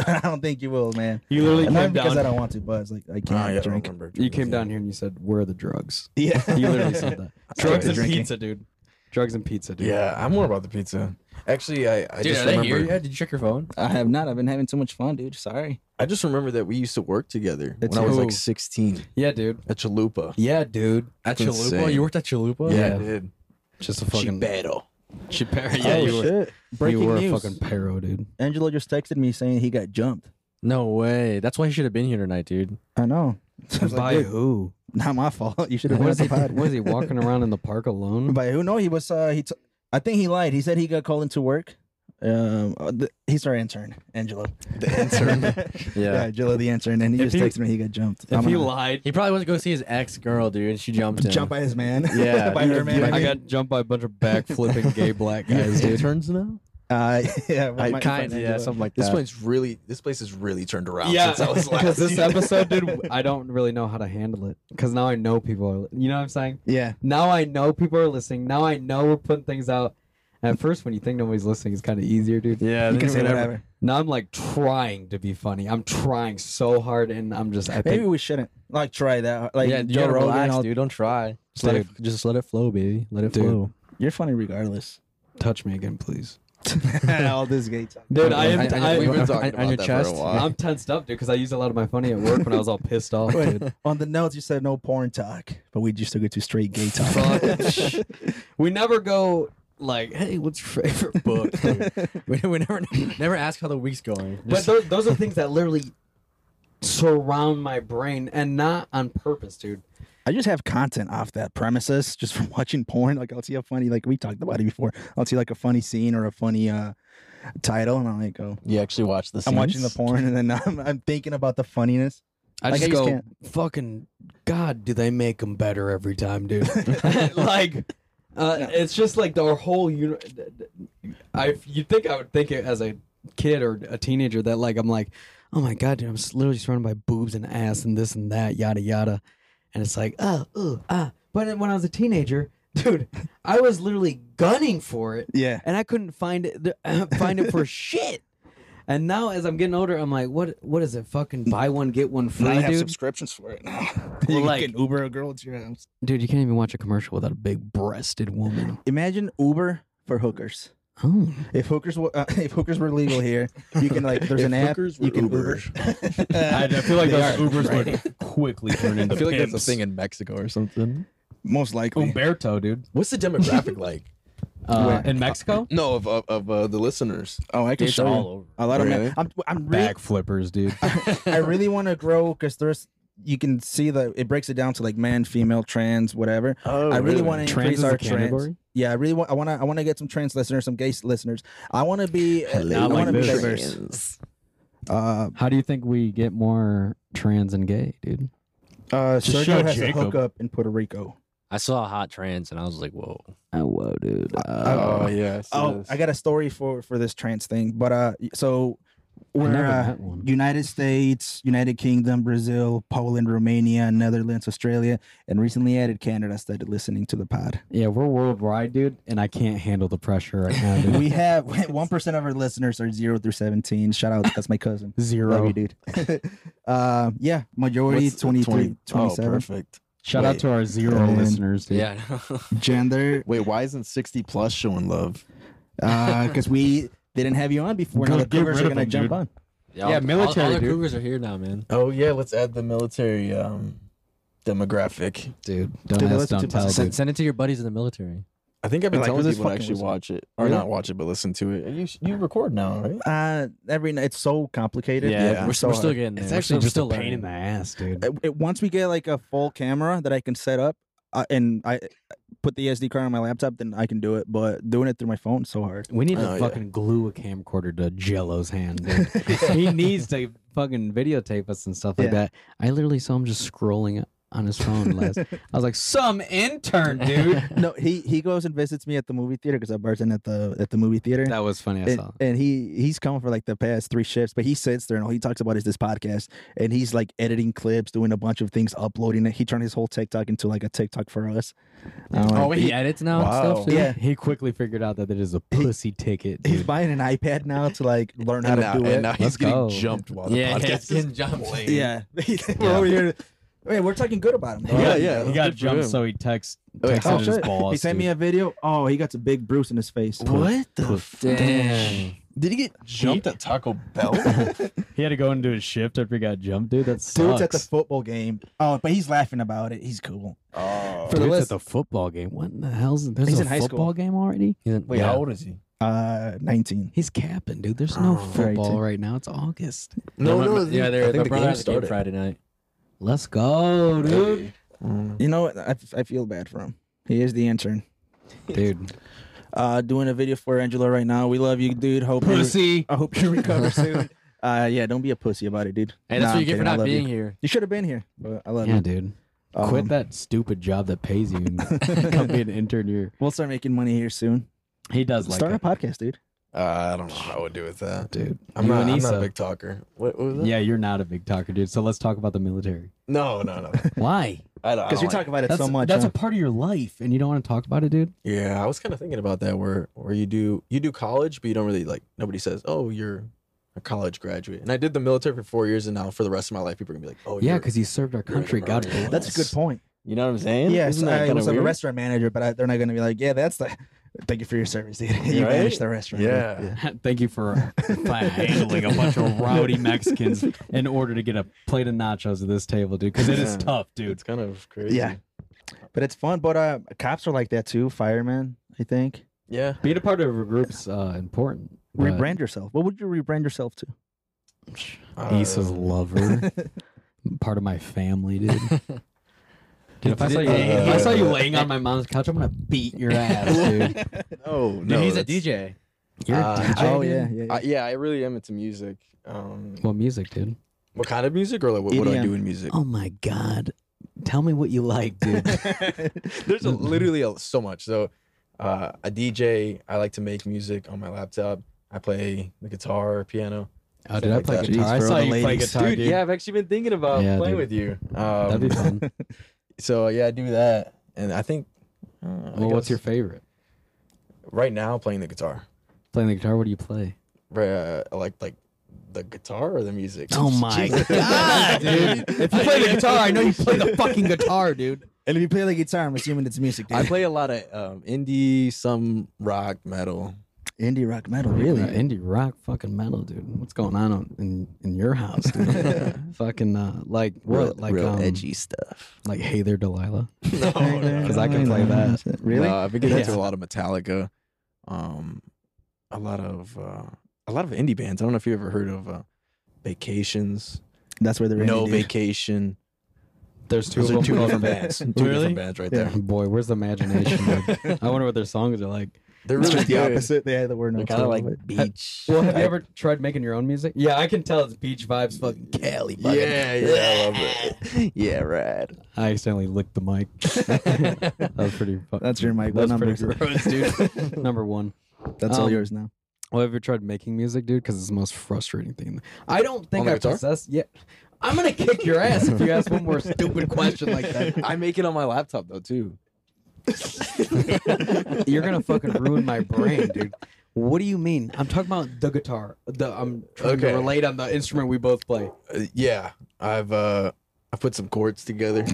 Speaker 1: I don't think you will, man.
Speaker 4: you literally
Speaker 1: And Not because I don't want to, but it's like I can't drink.
Speaker 4: You came down here and you said, "Where are the [LAUGHS] drugs?"
Speaker 1: [LAUGHS] Yeah,
Speaker 4: You literally said that.
Speaker 1: Drugs
Speaker 4: [LAUGHS] drugs
Speaker 1: and
Speaker 4: and
Speaker 1: drinking.
Speaker 4: pizza, dude. Drugs and pizza, dude.
Speaker 2: Yeah, I'm more about the pizza. Actually, I, I just remember.
Speaker 6: Yeah, did you check your phone?
Speaker 1: [LAUGHS] I have not. I've been having so much fun, dude. Sorry.
Speaker 2: I just remember that we used to work together
Speaker 1: It's
Speaker 2: when I was
Speaker 4: who?
Speaker 2: like 16
Speaker 4: yeah, dude.
Speaker 2: at Chalupa.
Speaker 4: Yeah, dude.
Speaker 6: At
Speaker 2: That's
Speaker 6: Chalupa?
Speaker 2: insane.
Speaker 6: You worked at Chalupa?
Speaker 2: Yeah,
Speaker 4: yeah.
Speaker 2: I did.
Speaker 4: Just a fucking
Speaker 2: Chibero.
Speaker 1: [LAUGHS]
Speaker 4: Chipero. Yeah,
Speaker 1: oh
Speaker 4: you were.
Speaker 1: shit! Breaking
Speaker 4: you were
Speaker 1: news.
Speaker 4: a fucking pero, dude.
Speaker 1: Angelo just texted me saying he got jumped.
Speaker 6: No way. That's why you should have been here tonight, dude.
Speaker 1: I know. [LAUGHS] I was like,
Speaker 4: By
Speaker 1: dude,
Speaker 4: who?
Speaker 1: not my fault. [LAUGHS] You should have been at
Speaker 4: Was
Speaker 1: the
Speaker 4: he,
Speaker 1: pod.
Speaker 4: was he
Speaker 1: [LAUGHS]
Speaker 4: walking around in the park alone?
Speaker 1: By who? No, he was. Uh, he. T- I think he lied. He said he got called into work. Um, uh, th- he's our intern, Angelo. The intern. [LAUGHS] yeah.
Speaker 6: Yeah.
Speaker 1: Angelo, the intern, and he
Speaker 4: If
Speaker 1: just
Speaker 4: he-
Speaker 1: texted me he got jumped.
Speaker 4: if he
Speaker 1: gonna
Speaker 4: lied,
Speaker 6: He probably went to go see his ex girl, dude, and she jumped him.
Speaker 1: jump by his man.
Speaker 6: Yeah.
Speaker 1: [LAUGHS] by her man.
Speaker 4: I,
Speaker 1: I mean.
Speaker 4: got jumped by a bunch of back flipping gay black guys, dude.
Speaker 6: interns now?
Speaker 1: Uh, yeah, one of
Speaker 6: I
Speaker 1: my
Speaker 6: kind of,
Speaker 1: friends,
Speaker 6: yeah,
Speaker 1: Angelo.
Speaker 6: something like
Speaker 2: This
Speaker 6: that.
Speaker 2: place really, this place has really turned around
Speaker 4: Yeah,
Speaker 2: since I
Speaker 4: [LAUGHS]
Speaker 2: was
Speaker 4: because
Speaker 2: last.
Speaker 4: this episode, dude, I don't really know how to handle it. Because now I know people are, you know what I'm saying?
Speaker 1: Yeah.
Speaker 4: Now I know people are listening. Now I know we're putting things out. At first, when you think nobody's listening, it's kind of easier, dude.
Speaker 6: yeah, I
Speaker 1: You
Speaker 6: think
Speaker 1: can
Speaker 6: it's
Speaker 1: say
Speaker 6: whatever.
Speaker 1: whatever.
Speaker 4: Now I'm like trying to be funny. I'm trying so hard, and I'm just, I
Speaker 1: Maybe
Speaker 4: think,
Speaker 1: we shouldn't like try that. Like
Speaker 6: yeah, you
Speaker 1: Joe
Speaker 6: gotta
Speaker 1: Rogan,
Speaker 6: relax,
Speaker 1: I'll-
Speaker 6: dude. Don't try. Just let, it, just let it flow, baby. Let it
Speaker 4: Dude.
Speaker 6: flow.
Speaker 1: you're funny regardless.
Speaker 6: [LAUGHS]
Speaker 1: [LAUGHS]
Speaker 4: touch me again, pleys.
Speaker 1: All this gay talk.
Speaker 4: Dude, I am,
Speaker 6: I- I-
Speaker 4: I,
Speaker 2: we've been
Speaker 6: on-
Speaker 2: talking
Speaker 6: on
Speaker 2: about
Speaker 6: your
Speaker 2: that
Speaker 6: chest?
Speaker 2: for a
Speaker 4: [LAUGHS]
Speaker 2: while.
Speaker 4: I'm tensed up, dude, because I used a lot of my funny at work when I was all pissed off, dude.
Speaker 1: On the notes, you said no porn talk, but we just took it to straight gay talk.
Speaker 4: Fuck. we never go like, hey, what's your favorite book? dude?"
Speaker 6: [LAUGHS] we, we never never ask how the week's going.
Speaker 4: but those, those are things that literally surround my brain and not on purpose, dude.
Speaker 1: [LAUGHS] I just have content off that premises just from watching porn. Like I'll see a funny, like we talked about it before. I'll see like a funny scene or a funny uh title, and I'm like, oh,
Speaker 6: you actually watch the
Speaker 1: I'm watching the porn, and then [LAUGHS] I'm, I'm thinking about the funniness.
Speaker 4: I
Speaker 1: Like,
Speaker 4: just
Speaker 1: I just
Speaker 4: go,
Speaker 1: can't.
Speaker 4: fucking God, do they make them better every time, dude? [LAUGHS] like, uh, it's just like the whole. uni- I you think I would think it as a kid or a teenager that like I'm like, oh my god, dude, I'm s- literally surrounded by boobs and ass and this and that, yada yada, and it's like, oh, ooh, ah. But then when I was a teenager, [LAUGHS] dude, I was literally gunning for it
Speaker 1: Yeah,
Speaker 4: and I couldn't find it th- [LAUGHS] find it for shit. And now as I'm getting older, I'm like, what what is it? Fucking buy one get one
Speaker 1: And I
Speaker 4: free,
Speaker 1: have
Speaker 4: dude.
Speaker 1: subscriptions for it [LAUGHS] now.
Speaker 4: Well,
Speaker 1: you
Speaker 4: like-
Speaker 1: can Uber a girl to your house.
Speaker 4: dude, you can't even watch a commercial without a big breasted woman.
Speaker 1: Imagine Uber for hookers.
Speaker 4: Oh,
Speaker 1: If hookers were uh, [LAUGHS] if hookers were legal here, you can like there's an app you can Uber. [LAUGHS]
Speaker 4: [LAUGHS]
Speaker 3: I, I feel like
Speaker 1: They
Speaker 3: those
Speaker 1: are,
Speaker 3: Ubers would quickly turn into
Speaker 6: I feel like that's a
Speaker 3: pimps.
Speaker 6: thing in Mexico or something.
Speaker 1: Most likely,
Speaker 3: Umberto, dude.
Speaker 2: What's the demographic like?
Speaker 4: uh,
Speaker 3: in Mexico?
Speaker 2: [LAUGHS] No, of of, of uh, the listeners.
Speaker 1: Oh, I can
Speaker 6: It's
Speaker 1: show you.
Speaker 6: all over.
Speaker 1: A lot of
Speaker 2: Really?
Speaker 1: men. I'm, I'm really,
Speaker 4: back flippers, [LAUGHS] dude.
Speaker 1: [LAUGHS] I really want to grow because there's. You can see that it breaks it down to like man, female, trans, whatever.
Speaker 2: Oh,
Speaker 1: I really want to
Speaker 4: Trans
Speaker 1: increase
Speaker 4: is
Speaker 1: our
Speaker 4: a category?
Speaker 1: trans. Yeah, I really want. I want to. I want to get some trans listeners, some gay listeners. I want to be. I
Speaker 3: Not
Speaker 1: want
Speaker 3: like
Speaker 1: to be
Speaker 3: this.
Speaker 1: diverse. Uh,
Speaker 4: How do you think we get more trans and gay, dude?
Speaker 1: uh,
Speaker 3: Just
Speaker 1: Sergio
Speaker 3: show
Speaker 1: has a
Speaker 3: Jacob.
Speaker 1: hookup in Puerto Rico.
Speaker 6: I saw a hot trans and I was like, whoa.
Speaker 4: Oh, whoa, dude.
Speaker 1: Oh,
Speaker 2: yeah.
Speaker 1: Oh, I got a story for for this trans thing. But uh, so we're
Speaker 4: never
Speaker 1: uh,
Speaker 4: met one.
Speaker 1: United States, United Kingdom, Brazil, Poland, Romania, Netherlands, Australia, and recently added Canada. Started listening to the pod.
Speaker 4: yeah, we're worldwide, dude, and I can't handle the pressure right now, dude.
Speaker 1: [LAUGHS] we have one percent of our listeners are zero through seventeen. Shout out, that's
Speaker 9: [LAUGHS]
Speaker 1: my cousin.
Speaker 9: Oh.
Speaker 1: Love you,
Speaker 4: Zero.
Speaker 1: dude. [LAUGHS] uh, yeah, majority
Speaker 9: Oh,
Speaker 1: 23, 27.
Speaker 2: oh, perfect.
Speaker 4: Shout out
Speaker 2: Wait.
Speaker 4: to our zero
Speaker 1: And-
Speaker 4: listeners, dude.
Speaker 6: [LAUGHS] Yeah.
Speaker 1: Gender,
Speaker 2: Wait, why isn't 60 plus showing love?
Speaker 1: because uh, we They didn't have you on before. Now
Speaker 9: Go
Speaker 1: the
Speaker 9: get
Speaker 1: Cougars
Speaker 9: rid
Speaker 1: are
Speaker 9: of
Speaker 1: gonna
Speaker 9: him,
Speaker 1: jump
Speaker 9: dude.
Speaker 1: on.
Speaker 6: Yeah,
Speaker 9: Yeah,
Speaker 6: all- all-
Speaker 9: military,
Speaker 6: All, the
Speaker 9: dude.
Speaker 6: Cougars are here now, man.
Speaker 2: Oh yeah, let's add the military um, demographic.
Speaker 6: Dude,
Speaker 4: Don't
Speaker 1: Dude,
Speaker 4: ask,
Speaker 1: listen to
Speaker 4: don't tell.
Speaker 1: Pasadena.
Speaker 4: Dude.
Speaker 6: send, send it to your buddies in the military.
Speaker 2: I think I've been
Speaker 1: Like,
Speaker 2: telling
Speaker 1: who's this
Speaker 2: people to
Speaker 1: fucking
Speaker 2: actually
Speaker 1: wizard?
Speaker 2: watch it or
Speaker 1: Really?
Speaker 2: not watch it, but listen to it. You you record now, right?
Speaker 1: Uh, every night it's so complicated.
Speaker 2: Yeah,
Speaker 6: we're,
Speaker 1: so
Speaker 6: we're still
Speaker 1: hard.
Speaker 6: getting there.
Speaker 4: It's
Speaker 6: We're
Speaker 4: actually
Speaker 6: still-
Speaker 4: just
Speaker 6: we're
Speaker 4: a
Speaker 6: still
Speaker 4: pain in
Speaker 6: learning.
Speaker 4: the ass, dude.
Speaker 1: it, it- once we get like a full camera that I can set up uh, and I put the SD card on my laptop, then I can do it. But doing it through my phone is so
Speaker 6: [LAUGHS]
Speaker 1: hard.
Speaker 4: We need
Speaker 2: Oh,
Speaker 4: to
Speaker 2: yeah.
Speaker 4: fucking glue a camcorder to Jello's hand. Dude.
Speaker 1: [LAUGHS]
Speaker 4: he needs to fucking videotape us and stuff like
Speaker 1: Yeah.
Speaker 4: that. I literally saw him just scrolling on his phone last. I was like, some intern, dude.
Speaker 1: [LAUGHS] No, he he goes and visits me at the movie theater because I bartend at the at the movie theater.
Speaker 4: that was funny. I
Speaker 1: and,
Speaker 4: saw.
Speaker 1: and he he's coming for like the past three shifts, but he sits there and all he talks about is this podcast, and he's like editing clips, doing a bunch of things, uploading it. He turned his whole TikTok into like a TikTok for us. I'm like,
Speaker 6: Oh, wait, he edits now and
Speaker 2: Wow.
Speaker 6: stuff. Too?
Speaker 1: yeah.
Speaker 4: He quickly figured out that it is a pussy ticket.
Speaker 1: He's
Speaker 4: dude.
Speaker 1: buying an iPad now to like learn how
Speaker 2: and
Speaker 1: to
Speaker 2: now,
Speaker 1: do it.
Speaker 2: and now he's
Speaker 4: Let's
Speaker 2: getting
Speaker 4: go.
Speaker 2: jumped while the
Speaker 6: Yeah, yeah,
Speaker 2: podcast
Speaker 6: it's
Speaker 2: is
Speaker 6: getting jumped.
Speaker 1: Yeah. [LAUGHS] we're over here. Wait, we're talking good about him. though.
Speaker 2: Yeah, yeah.
Speaker 4: He got jumped, so he text
Speaker 2: Wait,
Speaker 4: texted
Speaker 1: Oh,
Speaker 4: his
Speaker 1: shit.
Speaker 4: boss.
Speaker 1: he sent me
Speaker 4: dude.
Speaker 1: a video. Oh, he got some big bruise in his face.
Speaker 2: What the f-
Speaker 6: Damn.
Speaker 2: Did he get jumped at Taco [LAUGHS] Bell?
Speaker 4: He had to go into his shift after he got jumped, dude. That's
Speaker 1: Dude's at the football game. Oh, but he's laughing about it. He's cool.
Speaker 2: oh.
Speaker 1: For the
Speaker 4: Dude's
Speaker 1: list,
Speaker 4: at the football game. What in the hell's there's
Speaker 1: He's
Speaker 4: a
Speaker 1: in high school.
Speaker 4: football game already?
Speaker 6: He's in-
Speaker 2: Wait,
Speaker 6: yeah.
Speaker 2: how old is he?
Speaker 1: uh, 19.
Speaker 4: He's capping, dude. There's
Speaker 2: Uh-huh.
Speaker 4: no
Speaker 1: Oh, right,
Speaker 4: football
Speaker 1: dude.
Speaker 4: right now. It's August.
Speaker 6: yeah, my- yeah,
Speaker 2: I
Speaker 6: they're
Speaker 2: think
Speaker 6: my
Speaker 2: the
Speaker 6: brother
Speaker 2: game
Speaker 6: has a game
Speaker 2: started.
Speaker 6: Friday night.
Speaker 4: Let's go, dude.
Speaker 1: You know what? I, I feel bad for him. He is the intern.
Speaker 4: Dude,
Speaker 1: Uh, doing a video for Angela right now. We love you, dude. Hope pussy. I hope you recover [LAUGHS] soon. uh, yeah, don't be a pussy about it, dude.
Speaker 6: Hey, that's
Speaker 1: Nah,
Speaker 6: what
Speaker 1: I'm
Speaker 6: you get
Speaker 1: kidding.
Speaker 6: for
Speaker 1: I
Speaker 6: not
Speaker 1: love You,
Speaker 6: being here.
Speaker 1: you should have been here, but I love
Speaker 4: yeah,
Speaker 1: you.
Speaker 4: dude.
Speaker 1: Um,
Speaker 4: Quit that stupid job that pays you [LAUGHS] and come be an intern here.
Speaker 1: We'll start making money here soon.
Speaker 4: He does like
Speaker 1: start
Speaker 4: it.
Speaker 1: a podcast, dude.
Speaker 2: Uh, I don't know how I would do with that.
Speaker 4: dude.
Speaker 2: I'm
Speaker 4: You
Speaker 2: not.
Speaker 4: and
Speaker 2: I'm not
Speaker 4: Issa.
Speaker 2: a big talker. What, what was that?
Speaker 4: Yeah, you're not a big talker, dude. So let's talk about the [LAUGHS] military.
Speaker 2: No, no, no.
Speaker 4: Why?
Speaker 2: I don't.
Speaker 1: Because
Speaker 2: Because
Speaker 1: you talk about it
Speaker 4: Oh, That's,
Speaker 1: so much.
Speaker 4: that's
Speaker 1: huh?
Speaker 4: a part of your life, and you don't want to talk about it, dude.
Speaker 2: Yeah, I was kind of thinking about that. Where where you do you do college, but you don't really like. Nobody says, "Oh, you're a college graduate." And I did the military for four years, and now for the rest of my life, people are gonna be like, "Oh,
Speaker 4: Yeah,
Speaker 2: you're-
Speaker 4: because you served our
Speaker 2: you're a
Speaker 4: country. God
Speaker 2: Marine."
Speaker 4: bless.
Speaker 1: that's a
Speaker 4: [LAUGHS]
Speaker 1: good point.
Speaker 6: You know what I'm saying?
Speaker 1: Yes, I was a restaurant manager, but I, they're not going to be like, yeah, that's the. [LAUGHS] Thank you for your service. [LAUGHS] you managed the restaurant.
Speaker 2: Yeah.
Speaker 4: Thank you [LAUGHS] for handling a bunch of rowdy Mexicans in order to get a plate of nachos at this table, dude. Because it is
Speaker 2: Yeah.
Speaker 4: tough, dude.
Speaker 2: It's kind of crazy.
Speaker 1: yeah, but it's fun. But uh, cops are like that too. Firemen, I think.
Speaker 2: yeah.
Speaker 4: Being a part of a group's uh, important. but-
Speaker 1: Rebrand yourself. What would you rebrand yourself to?
Speaker 2: I don't
Speaker 4: Issa's
Speaker 2: know. [LAUGHS]
Speaker 4: lover, part of my family, dude. Dude, if I saw you,
Speaker 2: Uh,
Speaker 4: if I saw you laying on my mom's couch, I'm gonna beat [LAUGHS] your ass, dude.
Speaker 2: No, no.
Speaker 6: Dude, he's a
Speaker 2: that's-
Speaker 6: DJ.
Speaker 4: You're a
Speaker 2: Uh,
Speaker 4: DJ,
Speaker 1: oh
Speaker 4: dude?
Speaker 1: yeah, yeah. yeah.
Speaker 2: I, yeah, I really am into music. Um,
Speaker 4: What music, dude?
Speaker 2: what kind of music, or like what, what do I
Speaker 1: EDM.
Speaker 2: do in music?
Speaker 4: Oh my god, tell me what you like, dude.
Speaker 2: [LAUGHS] There's a, literally a, so much. So, uh, a DJ. I like to make music on my laptop. I play the guitar, piano.
Speaker 4: [LAUGHS] oh, did I
Speaker 2: Like
Speaker 4: play
Speaker 2: that.
Speaker 4: guitar? I
Speaker 1: Jeez, for
Speaker 4: saw
Speaker 1: all
Speaker 4: you
Speaker 1: the
Speaker 4: play
Speaker 1: ladies.
Speaker 4: guitar, dude.
Speaker 2: yeah, I've actually been thinking about
Speaker 4: Yeah,
Speaker 2: playing
Speaker 4: dude.
Speaker 2: with you. Um,
Speaker 4: that'd be [LAUGHS] fun.
Speaker 2: So yeah, I do that, and I think. uh, I
Speaker 4: well, what's
Speaker 2: guess
Speaker 4: your favorite?
Speaker 2: right now playing the guitar?
Speaker 4: Playing the guitar. What do you play?
Speaker 2: Right, uh, I like like the guitar or the music?
Speaker 4: Oh god, dude! If you play the guitar, I know you play the fucking guitar, dude.
Speaker 1: And if you play the guitar, I'm assuming it's music.
Speaker 2: I play a lot of um, indie, some rock, metal.
Speaker 1: indie rock metal, really.
Speaker 4: [LAUGHS] Uh, indie rock, fucking metal, dude. What's going on on- in in your house, dude? [LAUGHS] fucking uh, like what, like um,
Speaker 2: stuff.
Speaker 4: like Hey There, Delilah.
Speaker 2: No, no,
Speaker 4: Because I can play that.
Speaker 1: Really?
Speaker 2: No, I've been getting into
Speaker 4: Yeah.
Speaker 2: a lot of Metallica, um, a lot of uh, a lot of indie bands. I don't know if you ever heard of uh, Vacations,
Speaker 1: That's where they're
Speaker 2: No
Speaker 1: indie, [LAUGHS] dude.
Speaker 2: Vacation.
Speaker 4: There's two
Speaker 2: Those
Speaker 4: of
Speaker 2: are
Speaker 4: them.
Speaker 2: two
Speaker 4: [LAUGHS] called
Speaker 2: different
Speaker 4: Ba-
Speaker 2: bands. Two
Speaker 4: Really?
Speaker 2: different bands right
Speaker 4: Yeah.
Speaker 2: there.
Speaker 4: Boy, where's the imagination? [LAUGHS] dude? I wonder what their songs are like.
Speaker 2: They're
Speaker 1: It's
Speaker 2: really
Speaker 1: just
Speaker 4: [LAUGHS]
Speaker 1: the
Speaker 2: good.
Speaker 1: opposite. Yeah, the word no.
Speaker 2: They're kind of [LAUGHS] like beach.
Speaker 4: Well, have you ever tried making your own music? Yeah, I can tell it's beach vibes, fucking Cali.
Speaker 2: yeah, yeah,
Speaker 6: [LAUGHS]
Speaker 2: I love it. Yeah, rad.
Speaker 4: I accidentally licked the mic. [LAUGHS] that was pretty. Fu- [LAUGHS]
Speaker 1: That's your mic. What
Speaker 4: That's pretty
Speaker 1: number
Speaker 4: gross, dude. number one.
Speaker 1: That's all
Speaker 4: Um,
Speaker 1: yours now.
Speaker 4: Well, have you tried making music, dude? Because it's the most frustrating thing. I don't think
Speaker 2: On the
Speaker 4: I
Speaker 2: guitar?
Speaker 4: possess. Yeah, I'm gonna kick your ass if you ask one more stupid question like that.
Speaker 2: [LAUGHS] I make it on my laptop though too.
Speaker 4: [LAUGHS] You're gonna fucking ruin my brain, dude. What do you mean? I'm talking about the guitar. The I'm trying
Speaker 2: Okay.
Speaker 4: to relate on the instrument we both play.
Speaker 2: Uh, yeah, I've uh, I put some chords
Speaker 4: [LAUGHS]
Speaker 2: together.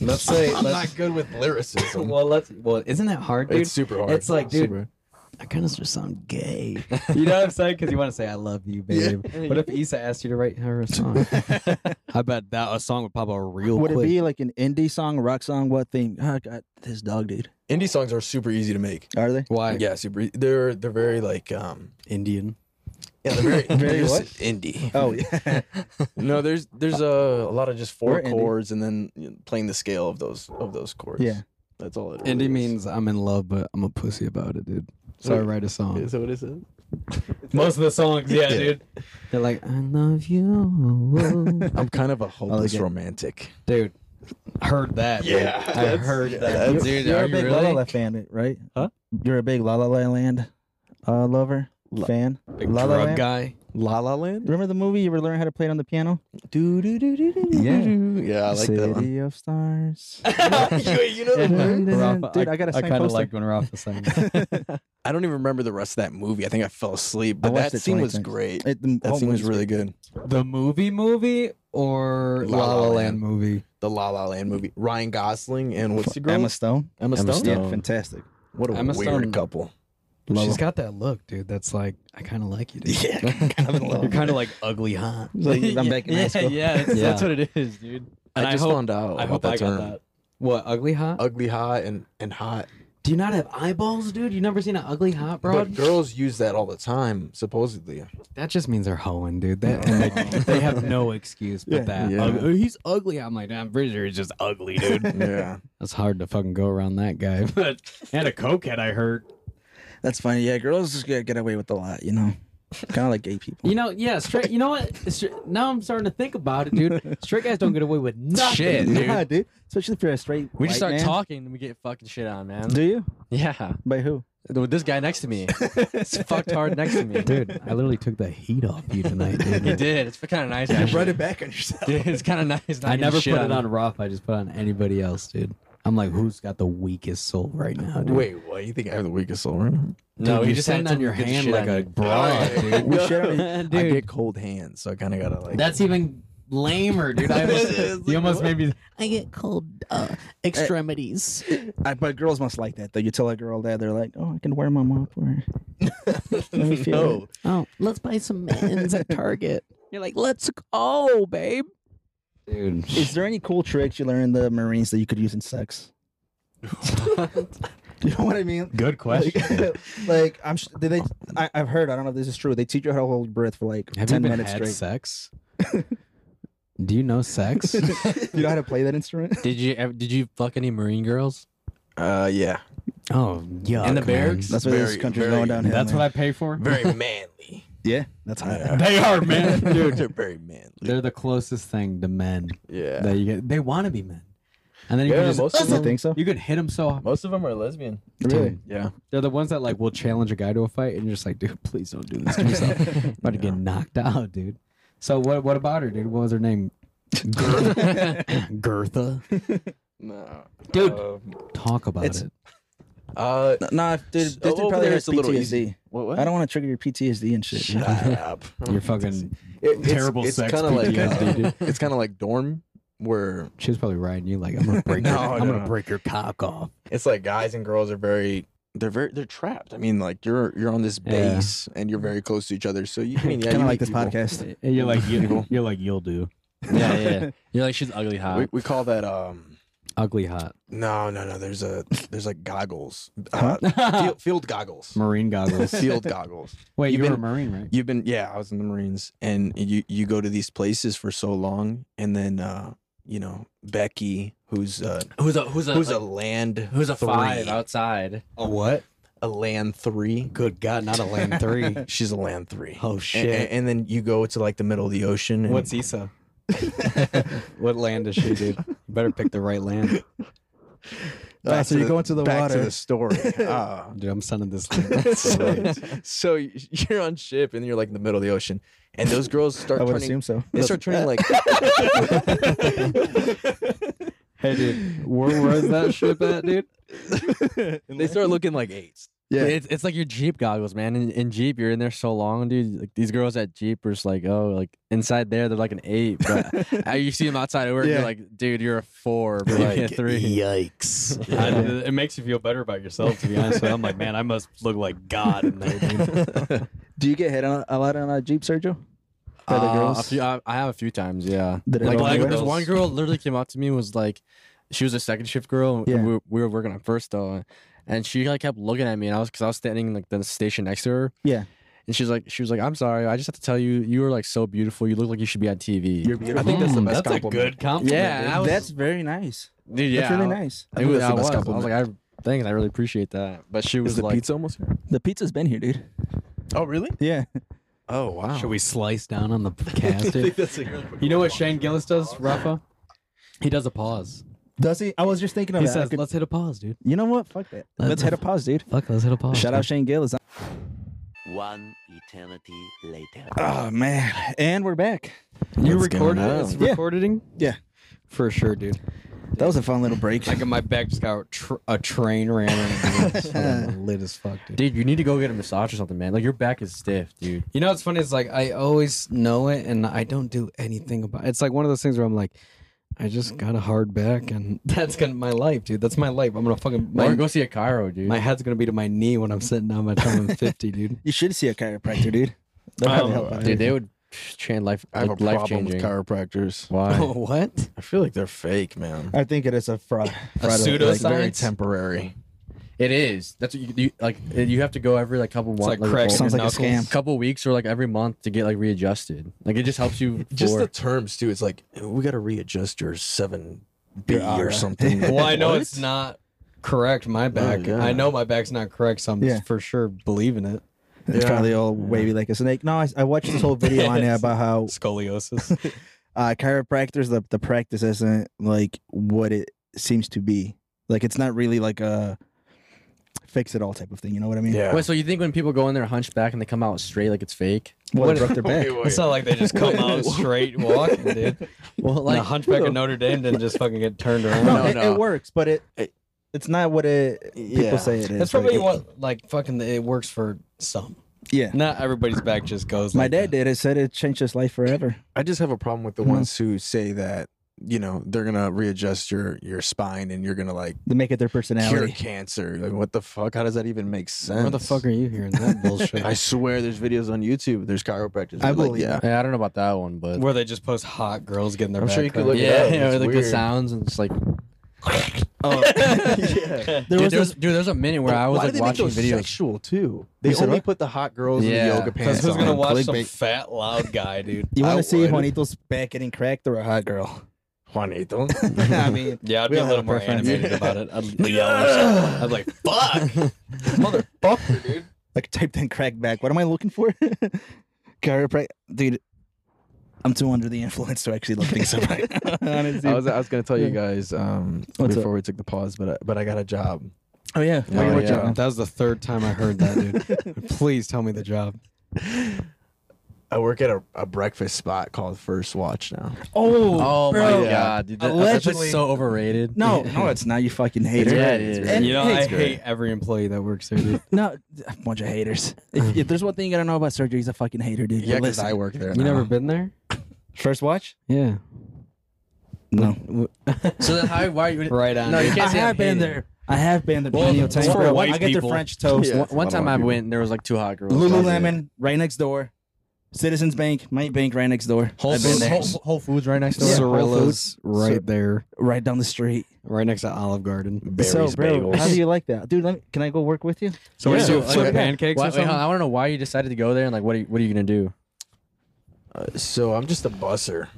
Speaker 4: Let's say.
Speaker 2: I'm not good with lyricism.
Speaker 4: well, let's. Well, isn't that hard, dude?
Speaker 2: it's super hard.
Speaker 4: it's like, dude,
Speaker 2: Super.
Speaker 4: I kind of just sound gay. [LAUGHS] You know what I'm saying? Because you want to say I love you, babe. What if Issa asked you to write her
Speaker 2: [LAUGHS]
Speaker 4: a song? I bet that a song would pop out real
Speaker 1: Would it
Speaker 4: quick.
Speaker 1: be like an indie song, rock song, what theme? Oh, God, this dog, dude.
Speaker 2: Indie songs are super easy to make.
Speaker 1: Are they?
Speaker 4: Why
Speaker 2: Yeah, super. e- They're they're very like um.
Speaker 4: Indian?
Speaker 2: Yeah, they're
Speaker 4: [LAUGHS]
Speaker 2: very
Speaker 1: Very
Speaker 2: they're
Speaker 1: what?
Speaker 2: just indie.
Speaker 1: [LAUGHS] Oh, yeah.
Speaker 2: No, there's there's a, a lot of just 4
Speaker 1: We're indie.
Speaker 2: chords and then you know, playing the scale of those of those chords.
Speaker 1: Yeah.
Speaker 2: that's all it. Really
Speaker 4: Indie
Speaker 2: is.
Speaker 4: means I'm in love, but I'm a pussy about it, dude. So I
Speaker 2: Wait.
Speaker 4: write a song.
Speaker 2: Is that what it says?
Speaker 7: Most of the songs, yeah, dude.
Speaker 4: They're like, I
Speaker 1: [LAUGHS]
Speaker 4: love you,
Speaker 2: I'm kind of a hopeless
Speaker 1: it.
Speaker 2: romantic.
Speaker 4: dude. Heard that? dude.
Speaker 2: Yeah,
Speaker 4: I heard that. [LAUGHS]
Speaker 2: that's-
Speaker 6: Dude,
Speaker 1: You're
Speaker 6: are
Speaker 1: a
Speaker 6: you
Speaker 1: big La La
Speaker 6: really?
Speaker 1: La fan, right?
Speaker 4: Huh?
Speaker 1: You're a big La La La Land uh, lover, fan.
Speaker 4: Big
Speaker 1: La La
Speaker 4: drug
Speaker 1: Land? [LAUGHS]
Speaker 4: guy.
Speaker 2: La La Land.
Speaker 1: Remember the movie you were learning how to play it on the piano?
Speaker 2: Do do do do do.
Speaker 1: Yeah.
Speaker 2: [LAUGHS] yeah, I like
Speaker 1: City
Speaker 2: that one.
Speaker 1: of Stars.
Speaker 2: you, you know the word?
Speaker 1: Rafa, Dude, I- I got a I signed kinda
Speaker 4: I kind of
Speaker 1: poster.
Speaker 4: liked
Speaker 1: liked
Speaker 4: when Rafa sang.
Speaker 2: I don't even remember the rest of that movie. I think I fell asleep,
Speaker 1: I
Speaker 2: but
Speaker 1: watched
Speaker 2: that
Speaker 1: it
Speaker 2: scene
Speaker 1: 20
Speaker 2: was
Speaker 1: times.
Speaker 2: great.
Speaker 1: It- the
Speaker 2: That
Speaker 1: whole
Speaker 2: scene was
Speaker 1: movie's
Speaker 2: really good.
Speaker 4: [LAUGHS] the movie movie or La La, Land movie?
Speaker 2: The La La Land movie. Ryan Gosling and what's the
Speaker 1: great.
Speaker 2: girl?
Speaker 1: Emma Stone.
Speaker 2: Emma
Speaker 6: Emma
Speaker 2: Stone.
Speaker 6: Stone.
Speaker 1: Yeah, fantastic.
Speaker 2: What a
Speaker 4: Emma
Speaker 2: weird
Speaker 4: Stone.
Speaker 2: couple.
Speaker 4: She's got that look, dude. That's like I kind of like
Speaker 2: [LAUGHS]
Speaker 4: you. Dude.
Speaker 1: [LAUGHS] Yeah, kind of in [LAUGHS] love.
Speaker 4: You're kind [LAUGHS] of like ugly hot.
Speaker 1: It's like I'm back in
Speaker 7: yeah,
Speaker 1: high school.
Speaker 4: [LAUGHS]
Speaker 7: Yeah, it's-
Speaker 4: Yeah.
Speaker 7: that's what it is, dude. And
Speaker 2: I
Speaker 7: I
Speaker 2: just
Speaker 7: hope-
Speaker 2: found out
Speaker 7: I
Speaker 2: about
Speaker 7: hope
Speaker 2: that
Speaker 7: I got
Speaker 2: term.
Speaker 7: that.
Speaker 4: What ugly hot?
Speaker 2: Ugly hot and and hot.
Speaker 4: Do you not have eyeballs, dude? You never seen an ugly hot broad?
Speaker 2: But girls use that all the time,
Speaker 1: [LAUGHS]
Speaker 2: supposedly.
Speaker 4: that just means they're hoeing, dude. That and they, [LAUGHS] they have no excuse but that.
Speaker 2: yeah.
Speaker 4: Ug- oh, he's ugly. I'm like, I'm pretty sure he's just ugly, dude.
Speaker 2: Yeah.
Speaker 4: That's hard to fucking go around that [LAUGHS] guy. But and a cokehead, I heard.
Speaker 1: That's funny. Yeah, girls just get, get away with a lot, you know. kind of like gay people.
Speaker 4: You know, yeah, straight. You know what? Stra- now I'm starting to think about it, [LAUGHS] dude. Straight guys don't get away with nothing.
Speaker 6: Shit, dude.
Speaker 1: Nah, dude. Especially if you're a straight.
Speaker 6: We
Speaker 1: white
Speaker 6: just start
Speaker 1: man.
Speaker 6: talking and we get fucking shit on, man.
Speaker 1: Do you?
Speaker 6: Yeah.
Speaker 1: By who?
Speaker 6: With this guy next
Speaker 2: [LAUGHS]
Speaker 6: to me. it's fucked hard next to me.
Speaker 4: dude. I literally took the heat off you tonight, [LAUGHS] dude.
Speaker 6: You did. It's kind of nice. actually.
Speaker 2: Write it back on yourself.
Speaker 6: Dude, it's kind of nice. not
Speaker 4: I
Speaker 6: getting
Speaker 4: never
Speaker 6: shit
Speaker 4: put it on Roth. I just put it on anybody else, dude. I'm like, who's got the weakest soul right now, dude?
Speaker 2: Wait, what? You think I have the weakest soul? Right? [LAUGHS]
Speaker 6: No,
Speaker 4: Dude,
Speaker 6: you
Speaker 4: you
Speaker 6: just
Speaker 4: stand
Speaker 6: had
Speaker 4: on your
Speaker 6: someone get
Speaker 4: hand
Speaker 6: shit
Speaker 4: like
Speaker 6: on
Speaker 4: a
Speaker 6: you.
Speaker 4: broad, dude.
Speaker 1: We should-
Speaker 2: I
Speaker 4: Dude,
Speaker 2: get cold hands, so I kind of gotta like.
Speaker 4: that's even lamer, dude. I [LAUGHS] almost, you almost made me. I get cold uh, extremities.
Speaker 1: I, but girls must like that though. You tell a girl that they're like, "Oh, I can wear my mop for [LAUGHS] her." Let me feel
Speaker 2: no.
Speaker 1: it.
Speaker 4: oh, let's buy some mittens at Target. [LAUGHS] You're like, let's go, babe. Dude,
Speaker 1: Is there any cool tricks you learned in the Marines that you could use in [LAUGHS] sex? you know what I mean?
Speaker 4: good
Speaker 1: Like,
Speaker 4: [LAUGHS]
Speaker 1: [LAUGHS] like, I'm. sh- Did they? I, I've heard. I don't know if this is true. They teach you how to hold your breath for like
Speaker 4: Have you
Speaker 1: ten
Speaker 4: been
Speaker 1: minutes
Speaker 4: had
Speaker 1: straight.
Speaker 4: sex? Do you know [LAUGHS] sex?
Speaker 1: you know how to play that instrument?
Speaker 6: Did you ever, did you fuck any Marine girls?
Speaker 2: Uh, yeah.
Speaker 4: oh, yeah.
Speaker 6: In the barracks?
Speaker 1: That's where this
Speaker 2: Very-
Speaker 1: country's
Speaker 2: very-
Speaker 1: going downhill.
Speaker 7: That's
Speaker 1: man.
Speaker 7: what I pay for.
Speaker 2: Very manly.
Speaker 1: Yeah, that's hot.
Speaker 2: They
Speaker 7: are, man.
Speaker 2: Dude, they're very manly.
Speaker 4: They're the closest thing to men
Speaker 2: yeah.
Speaker 4: that you get. They want to be men, and then you
Speaker 2: Yeah,
Speaker 4: can just
Speaker 2: most of
Speaker 1: You think so?
Speaker 4: you can hit them so hard.
Speaker 2: Most of them are lesbian.
Speaker 1: Really?
Speaker 4: Dude,
Speaker 2: Yeah.
Speaker 4: They're the ones that like will challenge a guy to a fight, and you're just like, dude, please don't do this to yourself. I'm about to get knocked out, dude. So what? What about her, dude? What was her name? [LAUGHS] Gertha.
Speaker 2: No.
Speaker 4: Dude.
Speaker 2: Uh,
Speaker 4: Talk about
Speaker 1: It's-
Speaker 4: it.
Speaker 2: uh
Speaker 1: Nah, dude. This dude
Speaker 2: over
Speaker 1: probably
Speaker 2: there
Speaker 1: has
Speaker 2: it's a little
Speaker 1: PTSD.
Speaker 2: what? [LAUGHS]
Speaker 1: I don't want to trigger your PTSD and shit.
Speaker 2: Shut up.
Speaker 4: You're fucking.
Speaker 2: It- it's,
Speaker 7: Terrible
Speaker 2: it's
Speaker 7: sex
Speaker 2: kinda like,
Speaker 7: PTSD,
Speaker 2: uh,
Speaker 7: dude.
Speaker 2: It's kind of like dorm where
Speaker 4: She was probably riding you like I'm gonna break. your,
Speaker 2: No,
Speaker 4: I'm
Speaker 2: no,
Speaker 4: gonna
Speaker 2: no.
Speaker 4: break your cock off.
Speaker 2: it's like guys and girls are very they're very they're trapped. I mean, like you're you're on this
Speaker 4: Yeah.
Speaker 2: base and you're very close to each other. So you I [LAUGHS] mean yeah,
Speaker 1: kind
Speaker 2: you
Speaker 1: of like this
Speaker 2: meet people.
Speaker 1: podcast.
Speaker 7: And you're like, you, you're like, you'll do.
Speaker 6: [LAUGHS] Yeah, yeah. You're like she's ugly
Speaker 2: [LAUGHS]
Speaker 6: hot.
Speaker 2: We, we call that um
Speaker 4: Ugly hot
Speaker 2: no no no. There's a there's like goggles,
Speaker 1: Huh?
Speaker 2: uh, field, field goggles,
Speaker 4: marine goggles.
Speaker 2: field goggles.
Speaker 4: Wait, you
Speaker 2: You've
Speaker 4: were a
Speaker 2: been-
Speaker 4: marine, right?
Speaker 2: You've been yeah, I was in the Marines, and you you go to these places for so long, and then uh you know Becky, who's uh
Speaker 6: who's a who's a
Speaker 2: who's a land
Speaker 6: who's a
Speaker 2: three,
Speaker 6: five outside?
Speaker 4: A what?
Speaker 2: a land three.
Speaker 4: Good God, not a land [LAUGHS] three.
Speaker 2: She's a land three.
Speaker 4: Oh
Speaker 2: A- a- And,
Speaker 4: shit!
Speaker 2: then you go to like the middle of the ocean. And
Speaker 4: What's Issa? [LAUGHS] what land is she, dude? You better pick the right land,
Speaker 1: Ah, so
Speaker 2: to
Speaker 1: you go into the
Speaker 2: back
Speaker 1: water.
Speaker 2: to the story. Uh,
Speaker 4: dude. I'm sending this. [LAUGHS]
Speaker 2: so, so you're on ship and you're like in the middle of the ocean, and those girls start
Speaker 1: I would
Speaker 2: turning.
Speaker 1: assume so.
Speaker 2: They start turning like
Speaker 4: hey, dude, where was that ship at, dude?
Speaker 2: they start looking like eights.
Speaker 1: Yeah.
Speaker 6: It's, it's like your Jeep goggles, man. In, in Jeep, you're in there so long, dude. Like these girls at Jeep are just like, oh, like inside there, they're like an eight.
Speaker 1: [LAUGHS]
Speaker 6: But uh, you see them outside of work,
Speaker 1: Yeah.
Speaker 6: you're like, dude, you're a four, but like a three.
Speaker 4: Yikes! it makes you feel better about yourself, to be honest. With you. I'm like, man, I must look like God in there. Dude.
Speaker 1: Do you get hit on, a lot on a Jeep, Sergio? By the
Speaker 6: Uh, a
Speaker 1: girls?
Speaker 6: few- I, I have a few times, yeah.
Speaker 1: Did it
Speaker 6: Like,
Speaker 1: go
Speaker 6: like
Speaker 1: anywhere?
Speaker 6: this one girl literally came up to me and was like, she was a second shift girl. and
Speaker 1: Yeah.
Speaker 6: we, were, we were working on first though, and she like kept looking at me, and I was because I was standing in, like the station next to her.
Speaker 1: Yeah.
Speaker 6: And she's like, she was like, I'm sorry, I just have to tell you, you are like so beautiful. You look like you should be on TV.
Speaker 2: You're beautiful. I think that's the best
Speaker 4: that's a
Speaker 2: compliment.
Speaker 4: good compliment.
Speaker 6: Yeah,
Speaker 4: dude.
Speaker 6: I was-
Speaker 1: That's very nice.
Speaker 6: Dude, yeah,
Speaker 1: That's really
Speaker 6: I-
Speaker 1: nice.
Speaker 6: It was,
Speaker 2: that's
Speaker 6: I,
Speaker 2: the
Speaker 6: was.
Speaker 2: best
Speaker 6: I was like, I thanks, I really appreciate that. But she was
Speaker 2: Is the
Speaker 6: like,
Speaker 2: pizza almost here?
Speaker 1: The pizza's been here, dude.
Speaker 2: Oh, really?
Speaker 1: Yeah.
Speaker 2: Oh, wow.
Speaker 4: Should we slice down on the [LAUGHS] cast? dude?
Speaker 2: that's a really
Speaker 7: You know what Shane Gillis does, Rafa? He does a pause.
Speaker 1: Does he? I was just thinking of
Speaker 4: He
Speaker 1: that. I
Speaker 4: says,
Speaker 1: could-
Speaker 4: "Let's hit a pause, dude.
Speaker 1: you know what? Fuck that. Let's hit a pause, [LAUGHS] dude.
Speaker 4: Fuck, let's hit a pause."
Speaker 1: Shout out Shane Gillis.
Speaker 9: One eternity later.
Speaker 1: Oh man. And we're back.
Speaker 4: You
Speaker 2: What's going
Speaker 4: recorded
Speaker 2: on?
Speaker 4: it? It's
Speaker 1: Yeah.
Speaker 4: recording?
Speaker 1: Yeah.
Speaker 4: For sure, dude.
Speaker 1: That was a fun little break.
Speaker 4: Like my back just got tr- a train ran on it. Fucking lit as fuck, dude.
Speaker 6: dude, you need to go get a massage or something, man. Like your back is stiff, dude.
Speaker 4: You know what's funny? It's like I always know it and I don't do anything about it. It's like one of those things where I'm like, I just got a hard back and [LAUGHS] that's gonna my life, dude. That's my life. I'm gonna fucking
Speaker 6: or
Speaker 4: my,
Speaker 6: go see a Cairo, dude.
Speaker 4: my head's gonna be to my knee when I'm sitting down by the time I'm fifty, dude.
Speaker 1: You should see a chiropractor, dude. They'll probably help out.
Speaker 6: Oh, dude, they would change life.
Speaker 2: I have a
Speaker 6: life
Speaker 2: problem with
Speaker 6: changing.
Speaker 2: chiropractors.
Speaker 6: Why?
Speaker 4: [LAUGHS] Oh, what?
Speaker 2: I feel like they're fake, man.
Speaker 1: I think it is a fraud. fraud of-
Speaker 2: It's
Speaker 1: like,
Speaker 2: very temporary.
Speaker 6: It is. That's what you, you like. You have to go every like couple months,
Speaker 4: like cracks
Speaker 1: Sounds
Speaker 4: your
Speaker 1: like a
Speaker 4: knuckles.
Speaker 1: scam.
Speaker 6: couple weeks, or like every month to get like readjusted. Like it just helps you.
Speaker 2: Just
Speaker 6: for,
Speaker 2: the terms too. It's like we got to readjust your seven B or something.
Speaker 4: [LAUGHS] Well, I know
Speaker 2: What?
Speaker 4: it's not correct. My back.
Speaker 2: yeah.
Speaker 4: I know my back's not correct, so I'm
Speaker 1: Yeah.
Speaker 4: for sure believing it.
Speaker 1: It's probably all wavy like a snake. No, I, I watched this whole video on it about how
Speaker 4: Scoliosis.
Speaker 1: uh, chiropractors the, the practice isn't like what it seems to be like it's not really like a fix it all type of thing you know what i mean
Speaker 2: Yeah.
Speaker 6: Wait, so you think when people go in there hunchback and they come out straight, like it's fake?
Speaker 1: well, it [LAUGHS] broke their back
Speaker 4: it's not like they just come out straight walking, dude.
Speaker 6: Well,
Speaker 4: Like
Speaker 6: like
Speaker 4: the hunchback of Notre Dame didn't just fucking get turned around.
Speaker 1: no,
Speaker 6: No,
Speaker 1: it,
Speaker 6: no.
Speaker 1: it works but it,
Speaker 2: It-
Speaker 1: it's not what it people
Speaker 2: Yeah.
Speaker 1: say it is
Speaker 4: That's probably
Speaker 1: Like,
Speaker 4: what like fucking it works for some.
Speaker 1: yeah
Speaker 4: Not everybody's back just goes.
Speaker 1: my
Speaker 4: like
Speaker 1: dad
Speaker 4: that.
Speaker 1: did it said it changed his life forever
Speaker 2: I just have a problem with the
Speaker 4: Mm-hmm.
Speaker 1: No.
Speaker 2: ones who say that you know they're gonna readjust your your spine and you're gonna like
Speaker 1: to make it their
Speaker 2: cure
Speaker 1: personality
Speaker 2: cancer. Like what the fuck? How does that even make sense?
Speaker 4: Where the fuck are you
Speaker 2: [LAUGHS]
Speaker 4: hearing that bullshit?
Speaker 2: I swear, there's videos on YouTube. There's chiropractors.
Speaker 1: I
Speaker 2: They're like,
Speaker 1: believe
Speaker 2: yeah.
Speaker 6: Yeah, I don't know about that one, but
Speaker 4: Where they just post hot girls getting their.
Speaker 2: I'm
Speaker 4: back
Speaker 2: sure you could
Speaker 4: cracked.
Speaker 2: look it up.
Speaker 6: [LAUGHS] yeah,
Speaker 2: It's
Speaker 6: or like the
Speaker 2: weird.
Speaker 6: sounds and it's like, [LAUGHS]
Speaker 1: there
Speaker 6: dude,
Speaker 1: was
Speaker 6: there's,
Speaker 1: this,
Speaker 6: dude, there's a minute where I was
Speaker 2: Why do
Speaker 6: like
Speaker 2: they
Speaker 6: watching
Speaker 2: make those
Speaker 6: videos.
Speaker 2: sexual too? They
Speaker 1: You said
Speaker 2: only
Speaker 1: what?
Speaker 2: put the hot girls in
Speaker 6: Yeah.
Speaker 2: the yoga
Speaker 4: 'Cause
Speaker 2: pants.
Speaker 4: who's gonna
Speaker 2: on.
Speaker 4: watch some
Speaker 2: Clickbait.
Speaker 4: fat loud guy, dude?
Speaker 1: you want to
Speaker 2: I
Speaker 1: see
Speaker 2: would.
Speaker 1: juanito's back getting cracked or a hot girl
Speaker 2: Juanito?
Speaker 1: i mean
Speaker 4: Yeah, I'd
Speaker 1: We
Speaker 4: be a
Speaker 1: all
Speaker 4: little
Speaker 1: have
Speaker 4: more
Speaker 1: preference.
Speaker 4: animated about it.
Speaker 1: [LAUGHS]
Speaker 4: I'd be yelling. or something. I'd be like, "Fuck, motherfucker, dude."
Speaker 1: like typed in crack back what am i looking for [LAUGHS] chiropractor dude i'm too under the influence to actually look things up right now [LAUGHS] honestly
Speaker 2: I was I was gonna tell you guys um,
Speaker 1: What's
Speaker 2: before we took the pause, but I, but I got a job.
Speaker 1: Oh yeah.
Speaker 2: Oh,
Speaker 1: Wait, what
Speaker 2: yeah.
Speaker 1: job?
Speaker 4: That was the third time I heard that, dude. Please tell me the job.
Speaker 2: I work at a, a breakfast spot called First Watch now.
Speaker 6: Oh
Speaker 1: Bro.
Speaker 6: my god, dude, that, that's
Speaker 1: Allegedly-
Speaker 6: just so overrated.
Speaker 1: No, no, it's not. You fucking hater.
Speaker 6: Yeah, it is.
Speaker 1: And-
Speaker 4: You know,
Speaker 1: hey,
Speaker 4: I hate every employee that works there, dude.
Speaker 1: no, a bunch of haters. If, if there's one thing you gotta know about Sergio, he's a fucking hater, dude.
Speaker 2: Yeah, because
Speaker 1: Listen.
Speaker 2: I work there.
Speaker 4: You
Speaker 2: now.
Speaker 1: Uh-huh.
Speaker 4: never been there?
Speaker 1: first watch?
Speaker 4: Yeah.
Speaker 1: No,
Speaker 6: So then, how?
Speaker 2: [LAUGHS]
Speaker 6: Why? You,
Speaker 4: Right on.
Speaker 6: No, you
Speaker 4: dude.
Speaker 6: can't
Speaker 1: I
Speaker 6: say
Speaker 1: have
Speaker 6: I'm
Speaker 1: been
Speaker 6: hating.
Speaker 1: there. I have been there.
Speaker 6: Well,
Speaker 1: plenty of
Speaker 6: it's
Speaker 1: times,
Speaker 6: for
Speaker 1: bro.
Speaker 6: white
Speaker 1: I get
Speaker 4: people.
Speaker 1: the French toast.
Speaker 2: Yeah.
Speaker 6: One time I went, and there was like two hot girls.
Speaker 1: Lululemon right next door. Citizens Bank, my bank right next door.
Speaker 6: Whole
Speaker 1: I've been
Speaker 6: Foods,
Speaker 1: there.
Speaker 6: Whole, Whole Foods right next door.
Speaker 1: Yeah.
Speaker 4: Cirillo's
Speaker 1: Cir-
Speaker 4: right there,
Speaker 1: right down the street.
Speaker 4: right next to Olive Garden.
Speaker 2: Barry's
Speaker 1: so, bro,
Speaker 2: bagels.
Speaker 1: how do you like that, dude? Let me, can I go work with you?
Speaker 4: So
Speaker 6: Yeah.
Speaker 4: we do
Speaker 6: So,
Speaker 4: flip [LAUGHS]
Speaker 6: like,
Speaker 4: pancakes or
Speaker 6: Why, wait, hold
Speaker 4: something.
Speaker 6: on, I want to know why you decided to go there and like what are you, what are you gonna do?
Speaker 2: Uh, so I'm just a busser.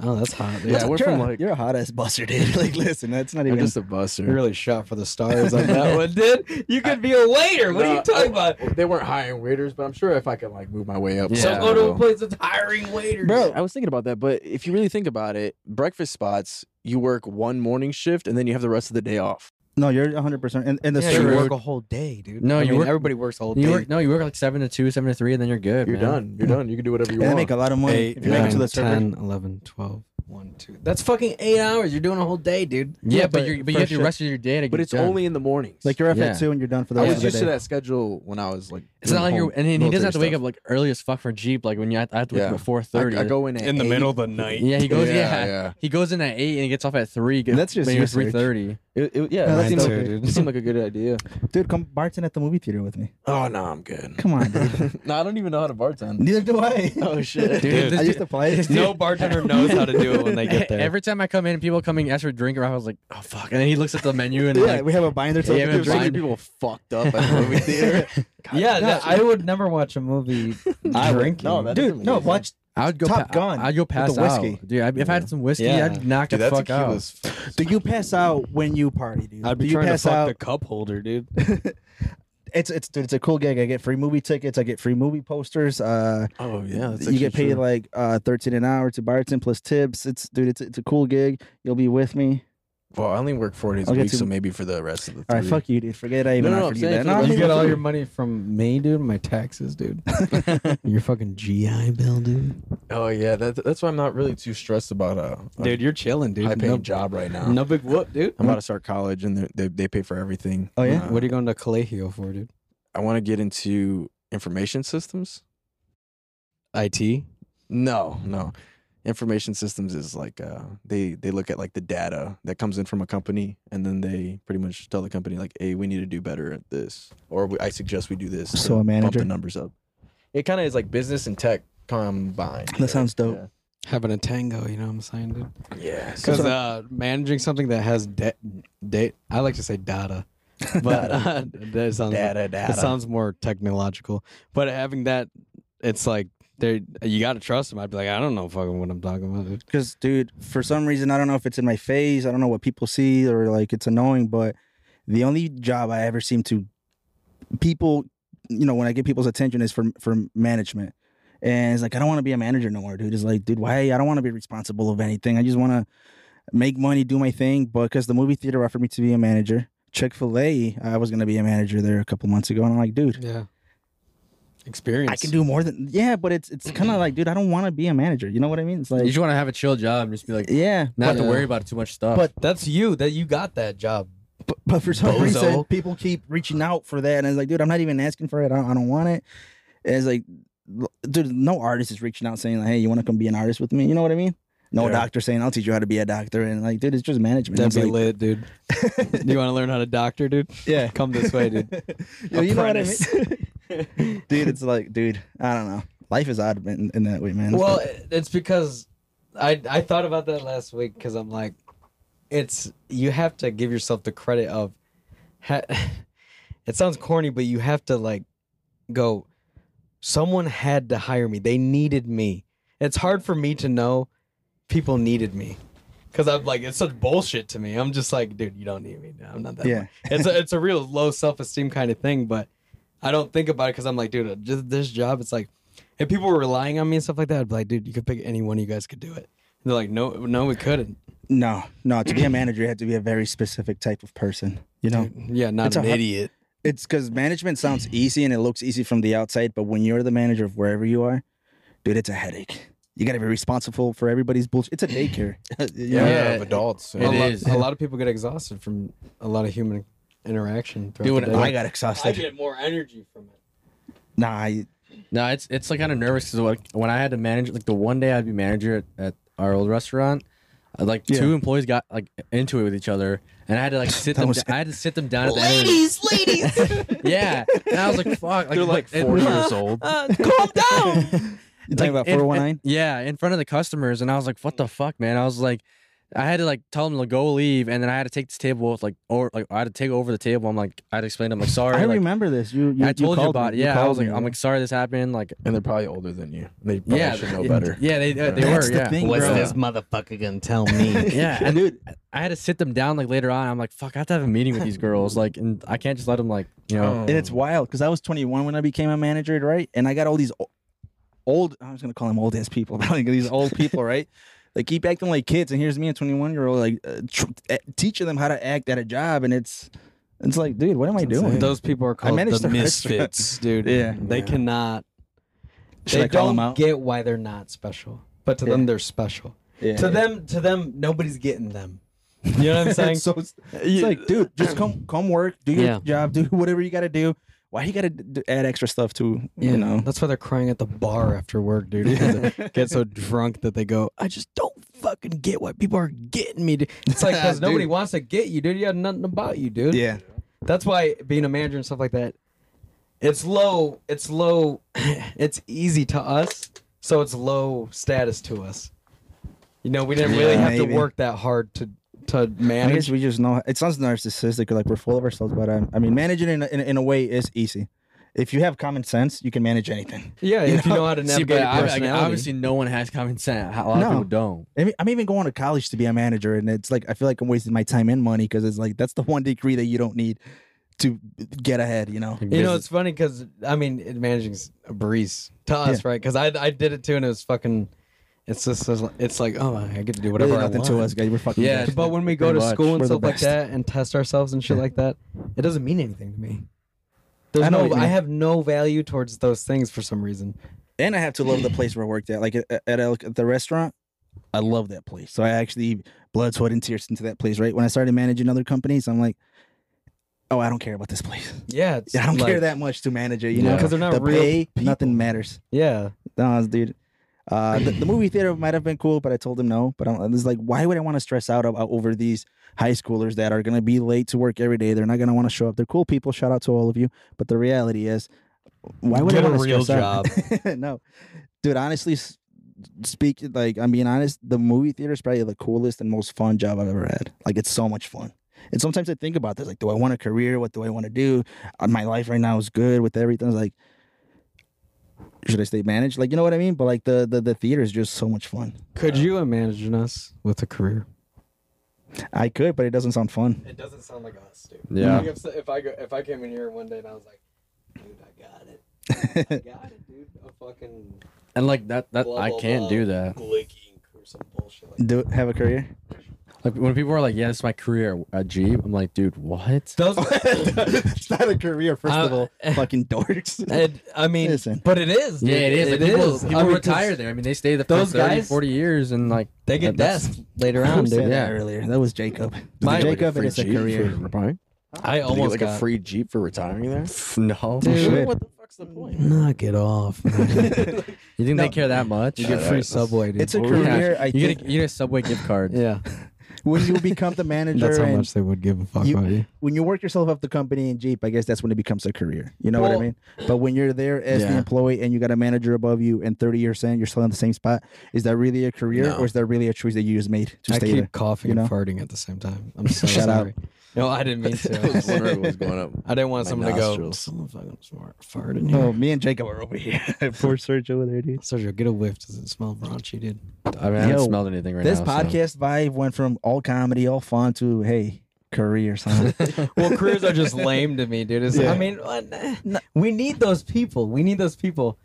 Speaker 4: Oh, that's hot. Dude.
Speaker 2: Yeah, we're
Speaker 1: you're,
Speaker 2: from
Speaker 1: a,
Speaker 2: like
Speaker 1: you're a hot ass buster, dude. [LAUGHS] Like, listen, that's not
Speaker 2: I'm
Speaker 1: even.
Speaker 2: just a
Speaker 4: [LAUGHS] You
Speaker 2: busser.
Speaker 4: really shot for the stars on that one, dude. You could be a waiter. What are [LAUGHS] you
Speaker 2: No,
Speaker 4: talking about?
Speaker 2: oh, They weren't hiring waiters, but I'm sure if I can like move my way up.
Speaker 6: Yeah.
Speaker 2: So
Speaker 6: So
Speaker 4: Go to a place that's hiring waiters.
Speaker 2: Bro, I was thinking about that, but if you really think about it, breakfast spots, you work one morning shift and then you have the rest of the day off.
Speaker 1: no, you're 100. percent And, and the
Speaker 4: yeah,
Speaker 1: server-
Speaker 4: you work a whole day, dude.
Speaker 6: No,
Speaker 4: I
Speaker 6: you
Speaker 4: mean,
Speaker 6: work-
Speaker 4: Everybody works a whole
Speaker 6: You
Speaker 4: day.
Speaker 6: work no, you work like seven to two, seven to three, and then you're good.
Speaker 2: You're
Speaker 6: man.
Speaker 2: done. You're done. You can do whatever you
Speaker 1: and they
Speaker 2: want.
Speaker 1: make a lot of money
Speaker 4: Eight,
Speaker 1: if you make it
Speaker 4: nine,
Speaker 1: to the server.
Speaker 4: 10, 11, 12. One, two. That's fucking eight hours. You're doing a whole day, dude.
Speaker 6: Yeah, but,
Speaker 1: but
Speaker 6: you're, but
Speaker 1: for
Speaker 6: you have the
Speaker 1: shit.
Speaker 6: rest of your day to get
Speaker 2: But it's
Speaker 6: done.
Speaker 2: only in the mornings.
Speaker 1: Like you're up
Speaker 6: Yeah.
Speaker 1: at two and you're done for the
Speaker 2: I
Speaker 1: rest
Speaker 2: was
Speaker 1: of the
Speaker 2: used
Speaker 1: day.
Speaker 2: to that schedule when I was like.
Speaker 6: It's not like you're, and, and he doesn't have to wake up
Speaker 2: Like,
Speaker 6: like early as fuck for Jeep. Like when you, I I have to wake
Speaker 2: Yeah.
Speaker 6: up at four thirty.
Speaker 2: I, I go in at eight. [LAUGHS]
Speaker 4: of the night.
Speaker 6: Yeah, he goes. Yeah,
Speaker 2: Yeah, yeah.
Speaker 6: he goes in at eight and he gets off at three. Get,
Speaker 1: And that's just
Speaker 6: maybe
Speaker 1: research.
Speaker 6: three thirty.
Speaker 2: It, it- yeah,
Speaker 1: No,
Speaker 2: that
Speaker 1: that's
Speaker 2: seemed,
Speaker 1: okay,
Speaker 2: like,
Speaker 1: dude.
Speaker 2: it seemed like a good
Speaker 6: [LAUGHS]
Speaker 2: idea.
Speaker 1: Dude, come bartend at the movie theater with me.
Speaker 2: Oh no, I'm good.
Speaker 1: Come on, dude.
Speaker 2: [LAUGHS] no, I don't even know how to bartend.
Speaker 1: Neither do I. [LAUGHS]
Speaker 2: Oh shit,
Speaker 6: Dude,
Speaker 1: I
Speaker 6: this
Speaker 1: used
Speaker 6: dude,
Speaker 1: to play [LAUGHS] it.
Speaker 4: No [LAUGHS] bartender knows how to do it when they get there.
Speaker 6: every time I come in, people coming ask for a drink, or I was like, oh fuck. And then he looks at the
Speaker 2: [LAUGHS]
Speaker 6: menu and
Speaker 1: yeah,
Speaker 6: like,
Speaker 1: we have a binder. To
Speaker 6: Yeah, we have a
Speaker 2: So many
Speaker 6: Blind.
Speaker 2: people
Speaker 1: [LAUGHS]
Speaker 2: fucked up at the movie [LAUGHS] theater.
Speaker 7: yeah, that, I would never watch a movie drinking.
Speaker 2: no, that
Speaker 1: Dude,
Speaker 2: doesn't
Speaker 1: no,
Speaker 2: make
Speaker 1: watch.
Speaker 6: I would go.
Speaker 1: Top Gun
Speaker 6: I'd go
Speaker 1: with the
Speaker 6: pass
Speaker 1: whiskey.
Speaker 6: out, dude. I, if I had some whiskey,
Speaker 4: Yeah.
Speaker 6: I'd knock the fuck out.
Speaker 1: Do you pass out when you party, dude?
Speaker 4: I'd
Speaker 1: Do
Speaker 4: be
Speaker 1: you
Speaker 4: trying to
Speaker 1: pass
Speaker 4: fuck
Speaker 1: out?
Speaker 4: the cup holder, dude.
Speaker 1: It's it's dude, it's a cool gig. I get free movie tickets. I get free movie posters. Uh,
Speaker 2: Oh yeah, that's
Speaker 1: you get
Speaker 2: actually
Speaker 1: paid
Speaker 2: true.
Speaker 1: like uh thirteen an hour to bartend plus tips. It's dude, it's it's a cool gig. You'll be with me.
Speaker 2: Well, I only work four days a
Speaker 1: I'll get
Speaker 2: week,
Speaker 1: to-
Speaker 2: so maybe for the rest of the.
Speaker 1: All
Speaker 2: Three.
Speaker 1: right, fuck you, dude. Forget I even
Speaker 2: No, no,
Speaker 1: offered
Speaker 2: I'm
Speaker 1: you
Speaker 2: saying
Speaker 1: that.
Speaker 2: for the rest
Speaker 7: You
Speaker 1: No,
Speaker 7: get all your money from me, dude. My taxes, dude.
Speaker 4: [LAUGHS] Your fucking GI Bill, dude.
Speaker 2: Oh yeah, that, that's why I'm not really too stressed about uh, a
Speaker 4: Dude, you're chilling, dude.
Speaker 2: high paying
Speaker 4: no,
Speaker 2: job right now.
Speaker 4: no big whoop, dude.
Speaker 2: I'm about to start college, and they- they they pay for everything.
Speaker 1: Oh, yeah?
Speaker 2: Uh,
Speaker 4: What are you going to Colegio for, dude?
Speaker 2: I want to get into information [LAUGHS] systems.
Speaker 4: IT.
Speaker 2: No, no. Information systems is like uh, they they look at like the data that comes in from a company, and then they pretty much tell the company like, "Hey, we need to do better at this," or we, "I suggest we do this."
Speaker 1: So
Speaker 2: to
Speaker 1: a
Speaker 2: bump
Speaker 1: manager?
Speaker 2: the numbers up. It kind of is like business and tech
Speaker 4: [LAUGHS]
Speaker 2: combined.
Speaker 1: [LAUGHS] That sounds dope.
Speaker 4: Having a tango, you know what I'm saying, dude?
Speaker 2: Yeah. yeah. So
Speaker 4: Because uh, managing something that has date, date, I like to say
Speaker 6: [LAUGHS]
Speaker 4: data, but uh, that sounds
Speaker 2: data, data.
Speaker 4: it sounds more technological. But having that, it's like there you got to trust them. I'd be like, I don't know fucking what I'm talking about. Dude.
Speaker 1: Because, dude, for some reason, I don't know if it's in my face. I don't know what people see or like it's annoying, but the only job I ever seem to people, you know, when I get people's attention is for for management. And it's like, I don't want to be a manager no more, dude. It's like, dude, why? I don't want to be responsible of anything. I just want to make money, do my thing. But because the movie theater offered me to be a manager, Chick fil A, I was going to be a manager there a couple months ago. And I'm like, dude,
Speaker 4: Yeah, experience.
Speaker 1: I can do more than, yeah, but it's it's kind of like, dude, I don't want to be a manager. You know what I mean? It's
Speaker 6: You
Speaker 1: like,
Speaker 6: just want to have a chill job and just be like,
Speaker 1: yeah.
Speaker 6: not
Speaker 4: but-
Speaker 6: to worry about too much stuff.
Speaker 1: But-
Speaker 4: That's you. That you got that job.
Speaker 1: But, but [LAUGHS] for some
Speaker 4: Bozo.
Speaker 1: reason, people keep reaching out for that, and it's like, dude, I'm not even asking for it. I don't, I don't want it. And it's like, l- dude, no artist is reaching out saying like, hey, you want to come be an artist with me? You know what I mean? No
Speaker 2: Yeah.
Speaker 1: doctor saying I'll teach you how to be a doctor, and like, dude, it's just management.
Speaker 4: That'd
Speaker 1: It's
Speaker 4: be
Speaker 1: like,
Speaker 4: lit, dude. you want to learn how to doctor, dude?
Speaker 1: Yeah.
Speaker 4: Come this way, [LAUGHS] dude.
Speaker 1: Yo, you know what I mean? dude, [LAUGHS] it's like, dude, I don't know. Life is odd in, in that way, man. It's
Speaker 4: Well,
Speaker 1: like-
Speaker 4: it's because I I thought about that last week because I'm like, it's you have to give yourself the credit of. Ha- [LAUGHS] it sounds corny, but you have to like go. Someone had to hire me. They needed me. It's hard for me to know people needed me because I'm like it's such bullshit to me. I'm just like, dude, you don't need me. I'm not that.
Speaker 1: yeah.
Speaker 4: it's a, it's a real low self esteem kind of thing, but I don't think about it because I'm like, dude, uh, ju- this job, it's like, if people were relying on me and stuff like that, I'd be like, dude, you could pick any one of you guys could do it. And they're like, no, no, we couldn't.
Speaker 1: No, no. To be a manager, you have to be a very specific type of person. You know,
Speaker 4: Yeah, not
Speaker 1: It's a
Speaker 4: an
Speaker 1: hu-
Speaker 4: idiot.
Speaker 1: It's because management sounds easy and it looks easy from the outside, but when you're the manager of wherever you are, dude, it's a headache. You gotta be responsible for everybody's bullshit. It's a daycare.
Speaker 2: yeah,
Speaker 6: Yeah.
Speaker 2: of adults.
Speaker 6: It
Speaker 4: a, lot,
Speaker 6: is.
Speaker 4: a lot of people get exhausted from a lot of human interaction. throughout
Speaker 6: Dude, when
Speaker 4: the
Speaker 1: [SIGHS]
Speaker 4: day.
Speaker 1: I got exhausted.
Speaker 4: more energy from it.
Speaker 1: nah, [LAUGHS] I,
Speaker 6: No, it's it's like kind of nervous because like when I had to manage, like the one day I'd be manager at, at our old restaurant, uh, like two employees got like into it with each other, and I had
Speaker 1: [LAUGHS]
Speaker 6: to like sit them.
Speaker 1: was
Speaker 6: d- I had to sit them down at the ladies, ladies. yeah, and I was like, fuck, like,
Speaker 2: They're like
Speaker 6: it-
Speaker 2: four years old.
Speaker 1: you talking about oh
Speaker 6: in- in-
Speaker 1: 419?
Speaker 6: Yeah, in front of the customers, and I was like, what the fuck, man? I was like. I had to like tell them to go leave, and then I had to take this table with like, or like I had to take over the table. I'm like, I had to explain to them like, sorry,
Speaker 1: I
Speaker 6: like,
Speaker 1: remember this. You, you
Speaker 6: I told you,
Speaker 1: called
Speaker 6: about
Speaker 1: me.
Speaker 6: it. Yeah, I
Speaker 1: called
Speaker 6: was like,
Speaker 1: me.
Speaker 6: I'm like, sorry this happened. Like, oh,
Speaker 2: and they're probably older than you. They probably
Speaker 6: yeah,
Speaker 2: should know
Speaker 6: yeah,
Speaker 2: better.
Speaker 6: Yeah, they they
Speaker 1: That's
Speaker 6: were.
Speaker 1: the
Speaker 6: yeah,
Speaker 1: thing, What's bro. this
Speaker 4: motherfucker gonna tell me?
Speaker 6: yeah, [LAUGHS] and I had to sit them down like later on. I'm like, fuck, I have to have a meeting with these girls, like, and I can't just let them like, you know.
Speaker 1: And
Speaker 4: Oh.
Speaker 1: it's wild because I was 21 when I became a manager, right? And I got all these o- old, I was going to call them old ass people, [LAUGHS] but like these old
Speaker 4: [LAUGHS]
Speaker 1: people, right? They keep acting like kids. And here's me, a 21 year old, like uh, tr- eh, teaching them how to act at a job. And it's, it's like, dude, what am I doing?
Speaker 4: Those people are called
Speaker 1: managed
Speaker 4: the
Speaker 1: the restaurant.
Speaker 4: misfits, dude.
Speaker 1: Yeah.
Speaker 4: They cannot
Speaker 1: Should
Speaker 4: they
Speaker 1: I call
Speaker 4: don't
Speaker 1: them out?
Speaker 4: get why they're not special, but to
Speaker 1: Yeah.
Speaker 4: them they're special.
Speaker 1: Yeah.
Speaker 4: to them, to them, nobody's getting them. You [LAUGHS] know what I'm saying?
Speaker 1: so it's, it's like, dude,
Speaker 4: [CLEARS THROAT]
Speaker 1: just come, come work, do your
Speaker 4: Yeah.
Speaker 1: job, do whatever you got to do. Why you got to d- add extra stuff to, you know?
Speaker 4: that's why they're crying at the bar after work, dude. because
Speaker 1: [LAUGHS]
Speaker 4: they get so drunk that they go, "I just don't fucking get why people are getting me." Dude.
Speaker 1: [LAUGHS]
Speaker 4: It's like because nobody wants to get you, dude. You have nothing about you, dude.
Speaker 1: Yeah.
Speaker 4: That's why being a manager and stuff like that, it's low. It's low. [CLEARS THROAT] It's easy to us, so it's low status to us. You know, we didn't really
Speaker 1: Yeah,
Speaker 4: have
Speaker 1: maybe.
Speaker 4: to work that hard to to
Speaker 1: I guess
Speaker 4: manage.
Speaker 1: we just know it sounds narcissistic, like we're full of ourselves, but um, I mean, managing in a, in, a- in a way is easy. If you have common sense, you can manage anything.
Speaker 4: Yeah, if you
Speaker 1: [LAUGHS]
Speaker 4: know how to
Speaker 6: See,
Speaker 4: navigate
Speaker 6: but
Speaker 4: your
Speaker 6: I- like,
Speaker 4: personality.
Speaker 6: obviously, no one has common sense. A lot
Speaker 1: No.
Speaker 6: of people don't.
Speaker 1: I mean, I'm even going to college to be a manager, and it's like I feel like I'm wasting my time and money because it's like that's the one degree that you don't need to get ahead. You know?
Speaker 4: You know, it's funny because I mean, it- managing's a breeze to us, right? Because I I did it too, and it was fucking. It's just it's like oh, I get to do whatever
Speaker 1: Really
Speaker 4: I
Speaker 1: nothing
Speaker 4: want.
Speaker 1: to us, guys. We're fucking
Speaker 6: Yeah.
Speaker 1: good.
Speaker 4: But when we go to
Speaker 6: Pretty much.
Speaker 4: school
Speaker 1: We're
Speaker 4: and
Speaker 1: the
Speaker 4: stuff like
Speaker 1: best.
Speaker 4: that and test ourselves and shit like that, it doesn't mean anything to me. There's
Speaker 1: I know what
Speaker 4: no,
Speaker 1: you
Speaker 4: I
Speaker 1: mean.
Speaker 4: have no value towards those things for some reason.
Speaker 1: and I have to love the place where I worked at, like at, at, El- at the restaurant. I love that place, so I actually blood, sweat, and tears into that place. Right when I started managing other companies, I'm like, oh, I don't care about this place.
Speaker 4: Yeah, it's
Speaker 1: Yeah, I don't care
Speaker 4: like-
Speaker 1: that much to manage it. You know,
Speaker 4: Yeah. 'Cause they're not
Speaker 1: the
Speaker 4: real
Speaker 1: pay, nothing matters.
Speaker 4: Yeah,
Speaker 1: No, dude. Uh, the, the movie theater might have been cool, but I told him no. But I'm it's like, why would I want to stress out about over these high schoolers that are gonna be late to work every day? They're not gonna want to show up. They're cool people. Shout out to all of you. But the reality is, why would
Speaker 7: Get
Speaker 1: I
Speaker 7: a
Speaker 1: want to
Speaker 7: real
Speaker 1: stress out? [LAUGHS] no, dude. Honestly, s- speak like I'm being honest. The movie theater is probably the coolest and most fun job I've ever had. Like it's so much fun. And sometimes I think about this, like, do I want a career? What do I want to do? Uh, My life right now is good with everything. It's like, should I stay managed? Like, you know what I mean? But like the the, the theater is just so much fun.
Speaker 4: [LAUGHS] could you have managed us with a career?
Speaker 1: I could, but it doesn't sound fun.
Speaker 4: It doesn't sound like us, dude.
Speaker 6: Yeah.
Speaker 4: Like if, if I go, if I came in here one day and I was like, dude, I got it, I
Speaker 6: [LAUGHS]
Speaker 4: got it, dude, a fucking
Speaker 6: And like that, that
Speaker 4: Blah,
Speaker 6: I
Speaker 4: blah,
Speaker 6: can't
Speaker 4: blah.
Speaker 6: do that.
Speaker 4: Glick ink or some bullshit.
Speaker 6: [LAUGHS]
Speaker 4: Like
Speaker 1: Do have a career?
Speaker 6: Like when people are like, "Yeah, it's my career at Jeep," I'm like, "Dude, what?"
Speaker 1: [LAUGHS] it's not a career, first of
Speaker 4: Uh,
Speaker 1: all. Fucking dorks.
Speaker 4: It, I mean,
Speaker 1: Listen.
Speaker 4: but it is.
Speaker 6: Yeah, it is. Like, people, people
Speaker 4: I mean, 'cause
Speaker 6: retire there. I mean, they stay there for
Speaker 4: those
Speaker 6: 30,
Speaker 4: guys-
Speaker 6: 40 years, and like
Speaker 4: They get
Speaker 6: that- that's-
Speaker 4: desk later
Speaker 1: Who
Speaker 4: on,
Speaker 1: said
Speaker 4: dude.
Speaker 1: that earlier? That was Jacob.
Speaker 4: My-
Speaker 1: Jacob, it is a career.
Speaker 4: I almost got
Speaker 2: free Jeep for retiring there.
Speaker 6: No,
Speaker 4: Dude,
Speaker 1: shit.
Speaker 4: what the fuck's the point? Knock it off. man.
Speaker 6: you think they care that much?
Speaker 4: you get [LAUGHS] free subway, dude.
Speaker 1: It's a career. I
Speaker 6: You
Speaker 1: think
Speaker 6: get a, you get a subway gift card.
Speaker 4: yeah.
Speaker 1: when you become the [LAUGHS] manager
Speaker 4: That's how
Speaker 1: and
Speaker 4: much they would give a fuck
Speaker 1: you-
Speaker 4: about you.
Speaker 1: when you work yourself up the company in Jeep, I guess that's when it becomes a career. You know what I
Speaker 4: Well-
Speaker 1: mean? But when you're there as the
Speaker 6: Yeah.
Speaker 1: employee and you got a manager above you and 30 years in, you're still in the same spot, is that really a career or is that really a choice that you just made to
Speaker 4: I
Speaker 1: stay
Speaker 4: keep
Speaker 6: [LAUGHS]
Speaker 1: there?
Speaker 4: coughing
Speaker 1: you know?
Speaker 4: and farting at the same time. [LAUGHS] I'm so
Speaker 1: Shut up.
Speaker 4: sorry. No, I [LAUGHS] didn't mean to. I, was-
Speaker 2: wondering what's going on.
Speaker 4: I didn't want someone
Speaker 2: nostrils.
Speaker 4: to go. Someone fucking smart farted in here.
Speaker 1: Oh, me and Jacob are over here. [LAUGHS] Poor Serge over there, dude.
Speaker 4: Sergio, get a whiff. Does it smell raunchy, dude?
Speaker 6: I mean, I
Speaker 1: Yo,
Speaker 6: haven't smelled anything right
Speaker 1: this
Speaker 6: now. so-
Speaker 1: podcast vibe went from all comedy, all fun to, hey, career,
Speaker 6: [LAUGHS]
Speaker 1: son.
Speaker 4: [LAUGHS] Well, careers are just lame to me, dude. It's
Speaker 1: Yeah.
Speaker 4: I mean, what- nah, nah, we need those people. We need those people.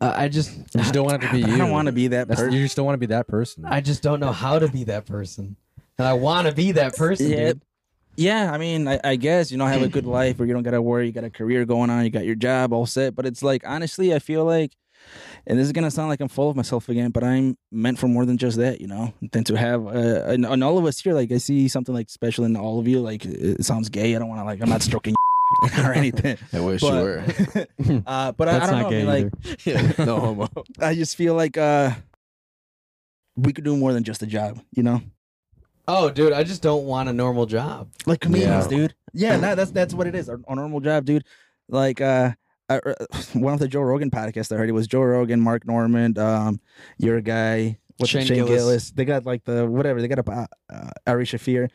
Speaker 4: Uh, I just,
Speaker 6: You just don't want it to be you.
Speaker 1: I don't want to be that
Speaker 6: That's,
Speaker 1: person.
Speaker 6: you just don't want to be that person.
Speaker 4: I just don't know how to be that person, and I want to be that person,
Speaker 1: Yeah.
Speaker 4: dude.
Speaker 1: Yeah, I mean, I, I guess you know have a
Speaker 4: [CLEARS THROAT]
Speaker 1: good life, or you don't gotta worry. You got a career going on, you got your job all set. But it's like honestly, I feel like, and this is gonna sound like I'm full of myself again, but I'm meant for more than just that, you know. Than to have, uh, and, and all of us here, like I see something like special in all of you. Like it it sounds gay. I don't want to like I'm not stroking [LAUGHS] or
Speaker 4: [LAUGHS]
Speaker 1: anything.
Speaker 2: I wish
Speaker 1: But-
Speaker 2: you were.
Speaker 1: Uh, but I, I
Speaker 4: That's
Speaker 1: don't
Speaker 4: not
Speaker 1: know. I
Speaker 4: gay
Speaker 1: mean, like
Speaker 2: [LAUGHS]
Speaker 4: either.
Speaker 2: yeah, no homo.
Speaker 1: I just feel like uh, we could do more than just a job, you know.
Speaker 4: Oh, dude, I just don't want a normal job.
Speaker 1: like comedians, dude. Yeah, no, that's that's what it is. Our, our normal job, dude. Like uh, I, uh, [LAUGHS] one of the Joe Rogan podcasts I heard it was Joe Rogan, Mark Norman, um, your guy, what's
Speaker 4: Shane
Speaker 1: Shane Gillis.
Speaker 4: Gillis.
Speaker 1: They got like the whatever. They got a uh, uh, Ari Shafir,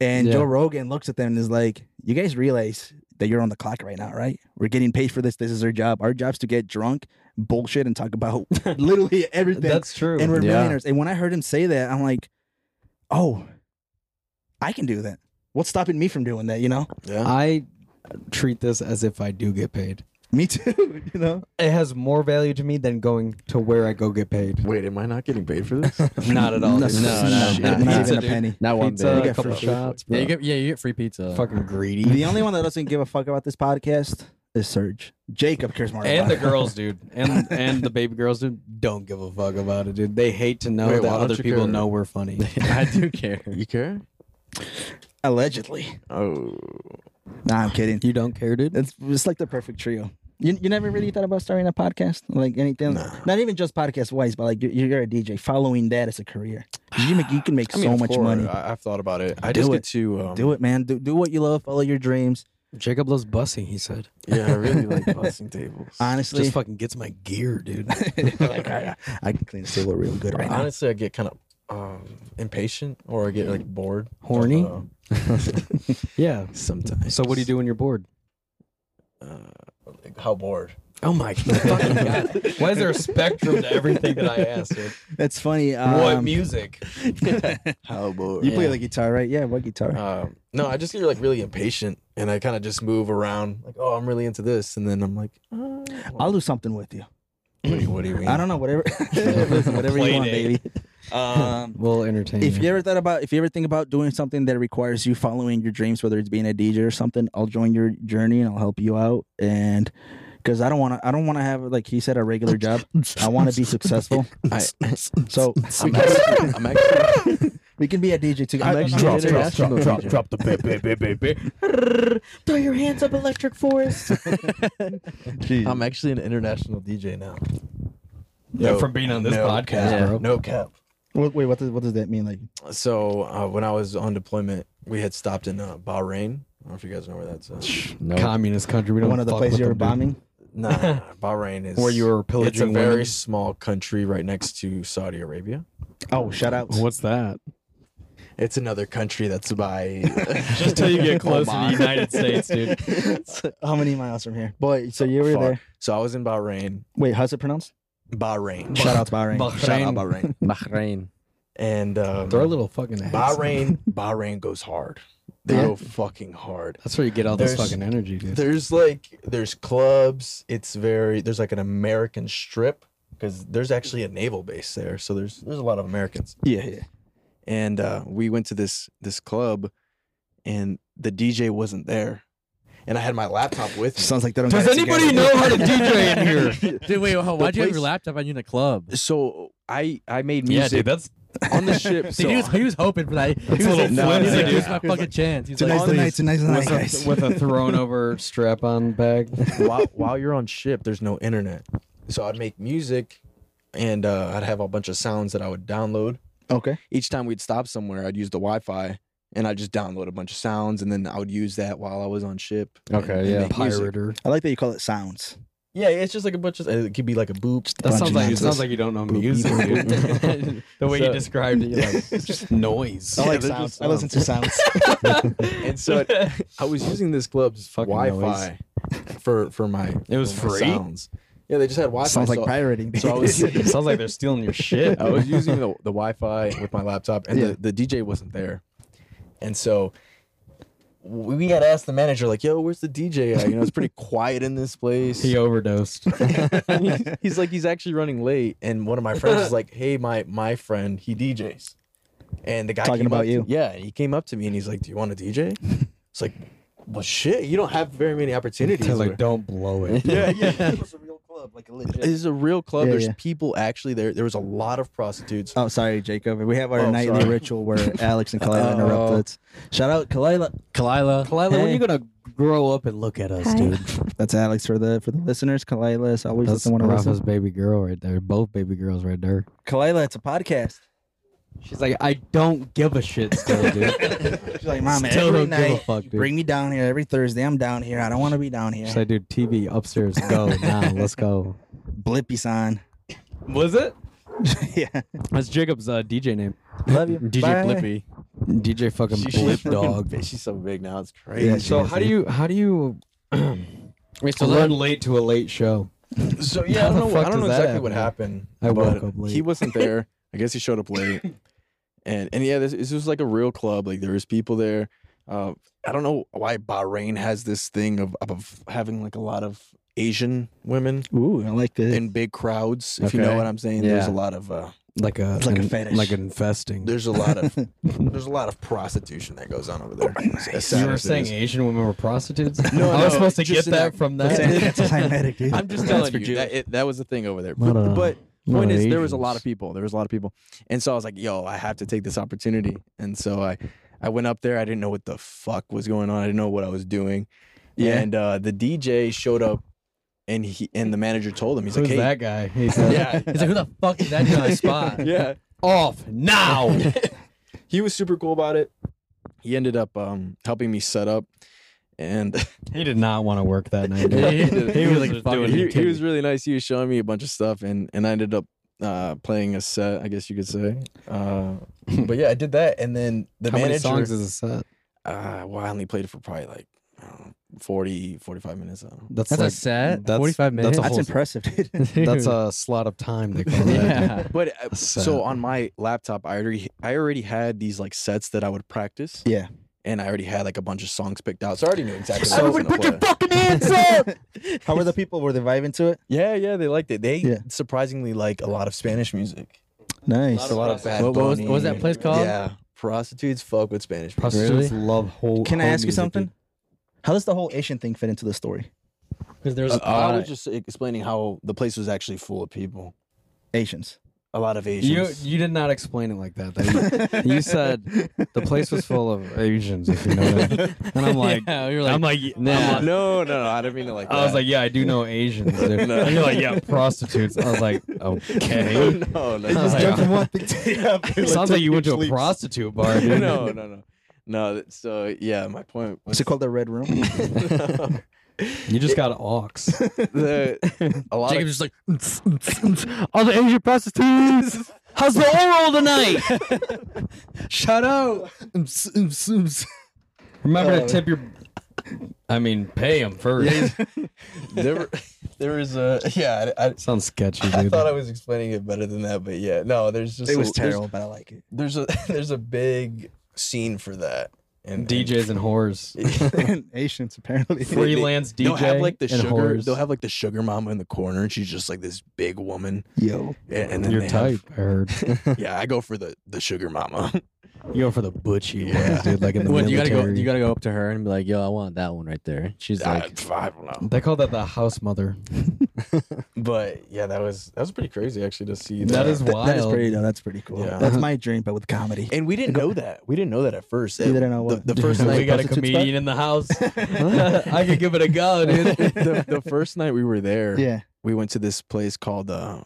Speaker 1: and
Speaker 4: Yeah.
Speaker 1: Joe Rogan looks at them and is like, "You guys realize that you're on the clock right now, right? We're getting paid for this. This is our job. Our job's to get drunk." Bullshit and talk about
Speaker 4: [LAUGHS]
Speaker 1: literally everything.
Speaker 4: That's true.
Speaker 1: And we're
Speaker 6: Yeah.
Speaker 1: millionaires. And when I heard him say that, I'm like, oh, I can do that. What's stopping me from doing that? You know, [LAUGHS]
Speaker 4: I treat this as if I do get paid.
Speaker 1: me too. [LAUGHS] You know,
Speaker 4: It has more value to me than going to where I go get paid.
Speaker 2: Wait, am I not getting paid for this?
Speaker 4: [LAUGHS] Not at all.
Speaker 1: No,
Speaker 4: dude.
Speaker 6: no, no,
Speaker 1: Shit, not
Speaker 6: no. Pizza,
Speaker 1: even a
Speaker 4: dude.
Speaker 1: penny.
Speaker 6: Not one
Speaker 4: Pizza,
Speaker 1: You
Speaker 6: bit.
Speaker 1: get
Speaker 4: a couple
Speaker 1: free-
Speaker 4: shots, bro.
Speaker 6: Yeah, you get yeah, you get free pizza.
Speaker 4: fucking greedy.
Speaker 1: The only one that doesn't give a fuck about this podcast is Serge. Jacob cares more.
Speaker 4: and
Speaker 1: about
Speaker 2: [LAUGHS]
Speaker 4: the
Speaker 1: it.
Speaker 4: girls, dude, and and the baby girls, dude, don't give a fuck about it, dude. They hate to know
Speaker 2: Wait,
Speaker 4: that
Speaker 2: why don't
Speaker 4: other
Speaker 2: you
Speaker 4: people
Speaker 2: care?
Speaker 4: know
Speaker 2: [LAUGHS]
Speaker 4: we're funny.
Speaker 6: I do care.
Speaker 2: You care?
Speaker 1: [LAUGHS] Allegedly.
Speaker 2: [LAUGHS] Oh,
Speaker 1: Nah, I'm kidding.
Speaker 4: [LAUGHS] you don't care, dude.
Speaker 1: It's it's like the perfect trio. You, you never really thought about starting a podcast, like anything, not even just podcast wise, but like you're, you're a DJ. Following that as a career, you make you can make so much money.
Speaker 2: I, I've thought about it. I
Speaker 1: Do
Speaker 2: just
Speaker 1: it.
Speaker 2: get to um,
Speaker 1: Do it, man. Do, do what you love. Follow your dreams.
Speaker 4: Jacob loves bussing. He said,
Speaker 2: Yeah, I really
Speaker 4: [LAUGHS]
Speaker 2: like busting tables.
Speaker 1: Honestly,
Speaker 4: "Just fucking gets my
Speaker 2: [LAUGHS]
Speaker 4: gear, dude."
Speaker 1: like, [LAUGHS] I, I- I can clean the table real good right now.
Speaker 2: Honestly, I get kind of um, impatient or I get like bored,
Speaker 4: Horny?
Speaker 2: Uh,
Speaker 4: [LAUGHS]
Speaker 2: [LAUGHS]
Speaker 4: yeah.
Speaker 2: sometimes.
Speaker 4: So what do you do when you're bored?
Speaker 2: Like, Uh, how bored?
Speaker 4: Oh
Speaker 2: [LAUGHS]
Speaker 4: my fucking god! Why is there a spectrum to everything that I asked? Dude?
Speaker 1: That's funny.
Speaker 4: what
Speaker 1: Um, [LAUGHS]
Speaker 4: music? [LAUGHS]
Speaker 2: How bored?
Speaker 1: you play the guitar, right? Yeah, what guitar?
Speaker 2: Um, no, I just get like really impatient, and I kind of just move around. Like, oh, I'm really into this, and then I'm like, oh,
Speaker 1: I'll do something with you.
Speaker 2: what, do you, what do you mean?
Speaker 1: I don't know. Whatever, [LAUGHS] Listen, whatever you
Speaker 4: Play
Speaker 1: want,
Speaker 4: date.
Speaker 1: baby. Um,
Speaker 4: We'll entertain.
Speaker 1: If you ever thought about, if you ever think about doing something that requires you following your dreams, whether it's being a DJ or something, I'll join your journey and I'll help you out. And because I don't want to, I don't want to have like he said a regular job. I want to be successful.
Speaker 2: I,
Speaker 1: So [LAUGHS]
Speaker 2: I'm
Speaker 6: [LAUGHS]
Speaker 2: actually, I'm actually
Speaker 1: we can be a DJ too.
Speaker 2: I'm
Speaker 1: I-
Speaker 2: actually
Speaker 1: I'm
Speaker 2: drop, drop, drop, drop, drop the bit,
Speaker 3: Throw your hands up, Electric Forest.
Speaker 2: I'm actually an international DJ now.
Speaker 4: Yeah, [LAUGHS] from being on this podcast,
Speaker 2: cap,
Speaker 4: bro.
Speaker 2: No cap.
Speaker 1: Wait, wait, what does what does that mean? Like,
Speaker 2: So uh, when I was on deployment, we had stopped in uh, Bahrain. I don't know if you guys know where that's
Speaker 4: [LAUGHS]
Speaker 2: at.
Speaker 4: communist country, we don't
Speaker 1: one of the
Speaker 4: fuck
Speaker 1: places
Speaker 4: with
Speaker 1: you were
Speaker 4: them, dude.
Speaker 1: bombing.
Speaker 2: Nah, Bahrain is
Speaker 4: Where you were
Speaker 2: It's a
Speaker 4: pillaging
Speaker 2: very
Speaker 4: women?
Speaker 2: small country right next to Saudi Arabia.
Speaker 1: Oh, shout out!
Speaker 4: What's that?
Speaker 2: It's another country that's
Speaker 4: [LAUGHS]
Speaker 2: by.
Speaker 4: Just till you get close to the United States, dude.
Speaker 1: How many miles from here? Boy, so you were
Speaker 2: Far.
Speaker 1: there.
Speaker 2: so I was in Bahrain.
Speaker 1: Wait, how's it pronounced?
Speaker 2: Bahrain.
Speaker 1: Shout out to Bahrain.
Speaker 2: Shout out
Speaker 6: [LAUGHS]
Speaker 2: Bahrain.
Speaker 6: Bahrain.
Speaker 2: And um,
Speaker 4: [LAUGHS] Throw a little fucking. accent.
Speaker 2: Bahrain, Bahrain goes hard. They go fucking hard.
Speaker 4: That's where you get all this
Speaker 2: There's-
Speaker 4: fucking energy, dude.
Speaker 2: There's like there's clubs. It's very there's like an American strip because there's actually a naval base there. So there's there's a lot of Americans.
Speaker 1: Yeah, yeah.
Speaker 2: And uh, we went to this this club, and the DJ wasn't there, and I had my laptop with me.
Speaker 1: Sounds like they don't.
Speaker 4: Does
Speaker 1: got it
Speaker 4: anybody
Speaker 1: together.
Speaker 4: know
Speaker 1: [LAUGHS]
Speaker 4: how to DJ in here?
Speaker 6: Dude, wait, why'd you have
Speaker 2: place-
Speaker 6: your laptop on you in a club?
Speaker 2: so I I made
Speaker 4: Yeah,
Speaker 2: music
Speaker 4: dude, that's
Speaker 2: on the
Speaker 4: [LAUGHS]
Speaker 2: ship.
Speaker 6: Dude,
Speaker 2: so
Speaker 6: he, was, he was hoping for that. He was
Speaker 4: a little
Speaker 6: like, no,
Speaker 4: flimsy,
Speaker 6: he's like,
Speaker 4: dude.
Speaker 6: here's my fucking chance. He's
Speaker 1: Tonight's
Speaker 6: like,
Speaker 1: the night. Tonight's the night,
Speaker 4: with
Speaker 1: guys.
Speaker 4: a, with a thrown over strap on bag.
Speaker 2: [LAUGHS] while while you're on ship, there's no internet. So I'd make music, and uh, I'd have a bunch of sounds that I would download.
Speaker 1: Okay.
Speaker 2: each time we'd stop somewhere, I'd use the Wi-Fi and I'd just download a bunch of sounds and then I would use that while I was on ship. and-
Speaker 6: Okay,
Speaker 2: and
Speaker 6: yeah.
Speaker 2: make music.
Speaker 4: Pirater.
Speaker 1: I like that you call it sounds.
Speaker 2: Yeah, it's just like a bunch of it could be like a boop.
Speaker 4: That sounds like it
Speaker 1: Jesus.
Speaker 4: sounds like you don't know music, dude. [LAUGHS] the way you
Speaker 2: So-
Speaker 4: described it, you're
Speaker 1: [LAUGHS]
Speaker 4: like, it's [LAUGHS] just noise.
Speaker 1: I [LAUGHS] like sounds. I listen to sounds.
Speaker 2: and
Speaker 4: [LAUGHS]
Speaker 2: so I, I was using this club's
Speaker 4: Fucking
Speaker 2: Wi-Fi for for my
Speaker 4: It was
Speaker 2: for my
Speaker 4: free?
Speaker 2: sounds. Yeah, they just had Wi-Fi.
Speaker 1: sounds like
Speaker 2: so,
Speaker 1: pirating.
Speaker 2: so I was
Speaker 4: It [LAUGHS] sounds like they're stealing your shit.
Speaker 2: I was using the, the Wi-Fi with my laptop, and the, the DJ wasn't there, and so we we had asked the manager like, "Yo, where's the DJ? At? You know, it's pretty quiet in this place."
Speaker 4: [LAUGHS] [LAUGHS] He overdosed.
Speaker 2: he's, he's like he's actually running late and one of my friends [LAUGHS] is like hey my my friend he djs and the guy
Speaker 1: Talking
Speaker 2: came
Speaker 1: about
Speaker 2: up to-
Speaker 1: you.
Speaker 2: yeah and he came up to me and he's like do you want to dj it's like well shit you don't have very many opportunities
Speaker 4: They're like,
Speaker 2: where-
Speaker 4: don't blow it.
Speaker 2: [LAUGHS] yeah yeah
Speaker 1: was a real club, like a legit.
Speaker 2: this is a real club
Speaker 1: Yeah,
Speaker 2: there's
Speaker 1: yeah.
Speaker 2: people actually there there was a lot of prostitutes
Speaker 1: Oh, sorry, Jacob. We have our
Speaker 2: Oh,
Speaker 1: nightly
Speaker 2: sorry.
Speaker 1: ritual where Alex and Kalila interrupt
Speaker 6: Oh.
Speaker 1: us. Shout out Kalila.
Speaker 6: Kalila.
Speaker 4: Kalila, when are
Speaker 1: Hey.
Speaker 4: you gonna grow up and look at us, dude?
Speaker 1: That's Alex for the for the listeners. Kalila is always
Speaker 4: That's
Speaker 1: the one to
Speaker 4: Rafa's
Speaker 1: listen.
Speaker 4: baby girl right there. Both baby girls right there.
Speaker 1: Kalila, it's a podcast.
Speaker 4: She's like, I don't give a shit still, [LAUGHS] dude.
Speaker 1: She's like, Mom,
Speaker 4: Still
Speaker 1: every
Speaker 4: don't give a
Speaker 1: night,
Speaker 4: fuck,
Speaker 1: you
Speaker 4: dude."
Speaker 1: bring me down here every Thursday. I'm down here. I don't want to be down here.
Speaker 4: She's like, dude, TV upstairs, [LAUGHS] go now, let's go.
Speaker 1: Blippy sign. [LAUGHS]
Speaker 4: Was it?
Speaker 1: yeah.
Speaker 4: That's Jacob's uh, DJ name.
Speaker 1: Love you.
Speaker 6: DJ
Speaker 1: Bye.
Speaker 6: Blippi.
Speaker 4: DJ fucking Blip
Speaker 2: fucking
Speaker 4: Dog.
Speaker 2: big. she's so big now it's crazy
Speaker 1: Yeah,
Speaker 4: So how do you how do you [CLEARS THROAT]
Speaker 6: Wait, so
Speaker 4: run
Speaker 6: let,
Speaker 4: late to a late show?
Speaker 2: so yeah i
Speaker 4: How
Speaker 2: don't
Speaker 4: the
Speaker 2: know, what- I
Speaker 4: fuck
Speaker 2: don't know
Speaker 4: does that
Speaker 2: exactly what happened
Speaker 4: I
Speaker 2: but
Speaker 4: woke up late.
Speaker 2: he
Speaker 4: [LAUGHS]
Speaker 2: wasn't there i guess he showed up late and and yeah this, this was like a real club like there was people there uh, i don't know why bahrain has this thing of, of having like a lot of asian women
Speaker 1: Ooh, I like this.
Speaker 2: in big crowds if you know
Speaker 6: Okay.
Speaker 2: what i'm saying there's a
Speaker 6: Yeah.
Speaker 2: lot of uh,
Speaker 4: like a
Speaker 1: It's like a
Speaker 4: an-
Speaker 1: fetish.
Speaker 4: like an infesting.
Speaker 2: There's a lot of
Speaker 4: [LAUGHS]
Speaker 2: there's a lot of prostitution that goes on over there. As sad
Speaker 7: You were
Speaker 2: as it
Speaker 7: saying
Speaker 2: is.
Speaker 7: Asian women were prostitutes?
Speaker 4: [LAUGHS]
Speaker 2: No,
Speaker 7: I was
Speaker 2: no,
Speaker 7: supposed to
Speaker 2: just
Speaker 7: get
Speaker 2: in
Speaker 7: that
Speaker 2: that-
Speaker 7: from
Speaker 1: [LAUGHS] That's
Speaker 7: that.
Speaker 1: an- that's anti-Semitic, dude.
Speaker 2: I'm just
Speaker 6: That's
Speaker 2: telling
Speaker 6: for
Speaker 2: you that, it, that was the thing over there. But,
Speaker 7: Not a-
Speaker 2: but
Speaker 7: not
Speaker 2: point
Speaker 7: an
Speaker 2: is, there was a lot
Speaker 7: Asians.
Speaker 2: of people. There was a lot of people, and so I was like, "Yo, I have to take this opportunity." And so I, I went up there. I didn't know what the fuck was going on. I didn't know what I was doing.
Speaker 1: Yeah.
Speaker 2: And uh, the DJ showed up, and he and the manager told him, "He's
Speaker 7: Who's
Speaker 2: like, hey,
Speaker 7: that guy? He said,
Speaker 4: [LAUGHS]
Speaker 2: Yeah.
Speaker 7: He's like, who the fuck is that guy on the spot?
Speaker 2: yeah."
Speaker 7: Off now.
Speaker 2: He was super cool about it. He ended up um, helping me set up, and [LAUGHS]
Speaker 4: he did not want to work that night.
Speaker 2: Yeah, he
Speaker 4: dude.
Speaker 2: did.
Speaker 4: [LAUGHS] he,
Speaker 2: He
Speaker 4: was
Speaker 2: was
Speaker 4: just
Speaker 2: But
Speaker 4: doing
Speaker 2: he,
Speaker 4: it.
Speaker 2: he was really nice. He was showing me a bunch of stuff, and and I ended up uh, playing a set, I guess you could say. Uh, but yeah, I did that, and then the
Speaker 4: [LAUGHS] How
Speaker 2: manager.
Speaker 4: many songs is a set?
Speaker 2: uh, well, I only played it for probably like I don't know, 40, 45 minutes. I don't know.
Speaker 4: That's,
Speaker 6: That's
Speaker 4: like,
Speaker 6: a set.
Speaker 4: that's-
Speaker 6: Forty-five
Speaker 4: that's
Speaker 6: minutes.
Speaker 4: a
Speaker 1: That's
Speaker 4: whole-
Speaker 1: impressive, dude.
Speaker 4: [LAUGHS] that's a slot of time they [LAUGHS] call that.
Speaker 6: yeah.
Speaker 2: But uh,
Speaker 4: set.
Speaker 2: so on my laptop, I already I already had these like sets that I would practice.
Speaker 1: Yeah.
Speaker 2: And I already had like a bunch of songs picked out, so I already knew
Speaker 4: [LAUGHS]
Speaker 2: exactly. what I was
Speaker 1: Everybody
Speaker 2: gonna
Speaker 1: put your
Speaker 2: play.
Speaker 1: fucking hands up! [LAUGHS] How were the people? Were they vibing to it?
Speaker 2: Yeah, yeah, they liked it. They
Speaker 1: Yeah.
Speaker 2: surprisingly like a lot of Spanish music.
Speaker 1: Nice.
Speaker 2: a lot of bad.
Speaker 6: What- what was- what was that
Speaker 2: Bunny.
Speaker 6: place called?
Speaker 2: Yeah, prostitutes fuck with Spanish. music.
Speaker 4: Prostitutes love whole.
Speaker 1: Can I
Speaker 4: whole
Speaker 1: ask you
Speaker 4: music,
Speaker 1: something? How does the whole Asian thing fit into the story?
Speaker 7: Because there's
Speaker 2: Uh, I was just explaining how the place was actually full of people,
Speaker 1: Asians.
Speaker 2: a lot of
Speaker 4: dude. You
Speaker 2: Asians.
Speaker 4: you did not explain it like that. though. You, you said the place was full of Asians, if you know that. And I'm like,
Speaker 6: you're
Speaker 4: I'm like,
Speaker 6: nah.
Speaker 4: nah.
Speaker 2: no, no, no, I didn't mean it like that.
Speaker 4: I was like,
Speaker 6: [LAUGHS]
Speaker 4: yeah, I do [LAUGHS] know Asians. dude."
Speaker 2: No.
Speaker 4: And you're like, yeah, prostitutes. I was like, okay.
Speaker 2: [LAUGHS]
Speaker 4: [LAUGHS]
Speaker 2: [LAUGHS] no, no,
Speaker 4: just
Speaker 2: no,
Speaker 4: jumped
Speaker 2: no.
Speaker 4: from
Speaker 1: one thing to the other.
Speaker 2: [LAUGHS]
Speaker 4: It sounds like you went to a prostitute bar, dude.
Speaker 2: no, no, no, no. that- So yeah, my point was [LAUGHS]
Speaker 1: Is it called the
Speaker 4: [LAUGHS]
Speaker 1: Red Room?
Speaker 4: You just got ox.
Speaker 2: the, a lot
Speaker 6: Jacob's
Speaker 2: of
Speaker 6: just like,
Speaker 4: All the Asian prostitutes. [LAUGHS] How's the oral tonight? [LAUGHS] Shut up. Remember
Speaker 2: Uh,
Speaker 4: to tip your. I mean, pay them first.
Speaker 2: there, were- [LAUGHS] there was a yeah. I, I,
Speaker 4: Sounds
Speaker 2: [LAUGHS]
Speaker 4: sketchy,
Speaker 2: I
Speaker 4: dude.
Speaker 2: thought I was explaining it better than that, but yeah, no, there's just
Speaker 1: It
Speaker 2: a-
Speaker 1: was
Speaker 2: there's-
Speaker 1: terrible, but I like it.
Speaker 2: There's, a [LAUGHS] there's a big scene for that. And and-
Speaker 4: DJs and whores.
Speaker 2: [LAUGHS]
Speaker 1: [LAUGHS] Asians, apparently.
Speaker 4: Freelance DJ.
Speaker 2: They'll have like the
Speaker 4: and
Speaker 2: sugar.
Speaker 4: Whores.
Speaker 2: They'll have like the sugar mama in the corner, and she's just like this big woman.
Speaker 1: Yo.
Speaker 2: And, and then
Speaker 4: your
Speaker 2: they
Speaker 4: type.
Speaker 2: have-
Speaker 4: I heard.
Speaker 2: [LAUGHS] yeah, I go for the the sugar mama.
Speaker 4: You go for the butchy
Speaker 2: Yeah.
Speaker 4: ones, dude. Like in the
Speaker 6: What, you gotta go.
Speaker 4: military.
Speaker 6: You gotta go up to her and be like, "Yo, I want that one right there." She's like,
Speaker 2: [LAUGHS] I, I don't know,
Speaker 4: They call that the house mother.
Speaker 2: but yeah, that was that was pretty crazy actually to see
Speaker 4: That is
Speaker 1: Th-
Speaker 4: wild.
Speaker 1: that is pretty, though. That's pretty cool.
Speaker 2: Yeah.
Speaker 1: That's my dream, but with comedy.
Speaker 2: And we didn't
Speaker 4: [LAUGHS]
Speaker 2: know that. We didn't know that at first.
Speaker 1: You didn't know what?
Speaker 2: the, the first night
Speaker 7: we got a
Speaker 2: prostitutes
Speaker 7: comedian in the
Speaker 6: [LAUGHS]
Speaker 7: house.
Speaker 1: [LAUGHS]
Speaker 7: I could give it a go, dude.
Speaker 2: back- the, the first night we were there,
Speaker 1: Yeah.
Speaker 2: we went to this place called uh,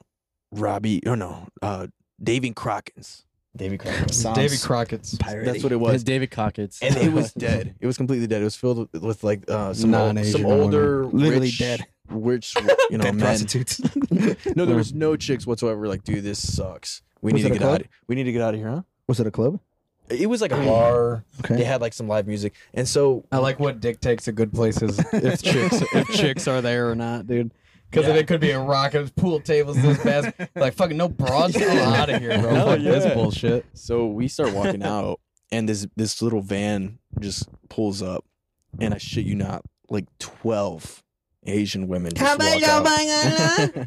Speaker 2: Robbie. Oh no, uh, Davy Crockett's. Davy Crockett's.
Speaker 1: Sounds
Speaker 4: David Crockett's.
Speaker 1: pirate-y.
Speaker 2: That's what it
Speaker 6: "It's
Speaker 2: was.
Speaker 6: David Cockett's."
Speaker 2: and it was [LAUGHS] dead. It was completely dead. It was filled with, with like uh, some old,
Speaker 4: Non-Asian
Speaker 2: some
Speaker 4: women.
Speaker 2: older,
Speaker 1: Literally
Speaker 2: rich,
Speaker 1: dead. [LAUGHS]
Speaker 2: rich, you know,
Speaker 1: Dead
Speaker 2: men.
Speaker 1: prostitutes.
Speaker 2: [LAUGHS] No,
Speaker 1: [LAUGHS]
Speaker 2: there was no chicks whatsoever. Like, dude, this sucks. We
Speaker 1: Was
Speaker 2: need to
Speaker 1: it a
Speaker 2: get
Speaker 1: club?
Speaker 2: out. We need to get out of here, huh?
Speaker 1: was it a club?
Speaker 2: It was like a bar.
Speaker 1: Okay.
Speaker 2: They had like some live music, and so
Speaker 4: I like what dictates a good place is if chicks if chicks are there or not, dude.
Speaker 7: Because if it could be a rock, it was pool tables this fast. like, fucking no broads. I'm out of here, bro.
Speaker 2: No,
Speaker 7: Fuck
Speaker 2: Oh, yeah.
Speaker 7: this bullshit.
Speaker 2: [LAUGHS] So we start walking out, and this this little van just pulls up, and I shit you not, like twelve Asian women. Just walk out.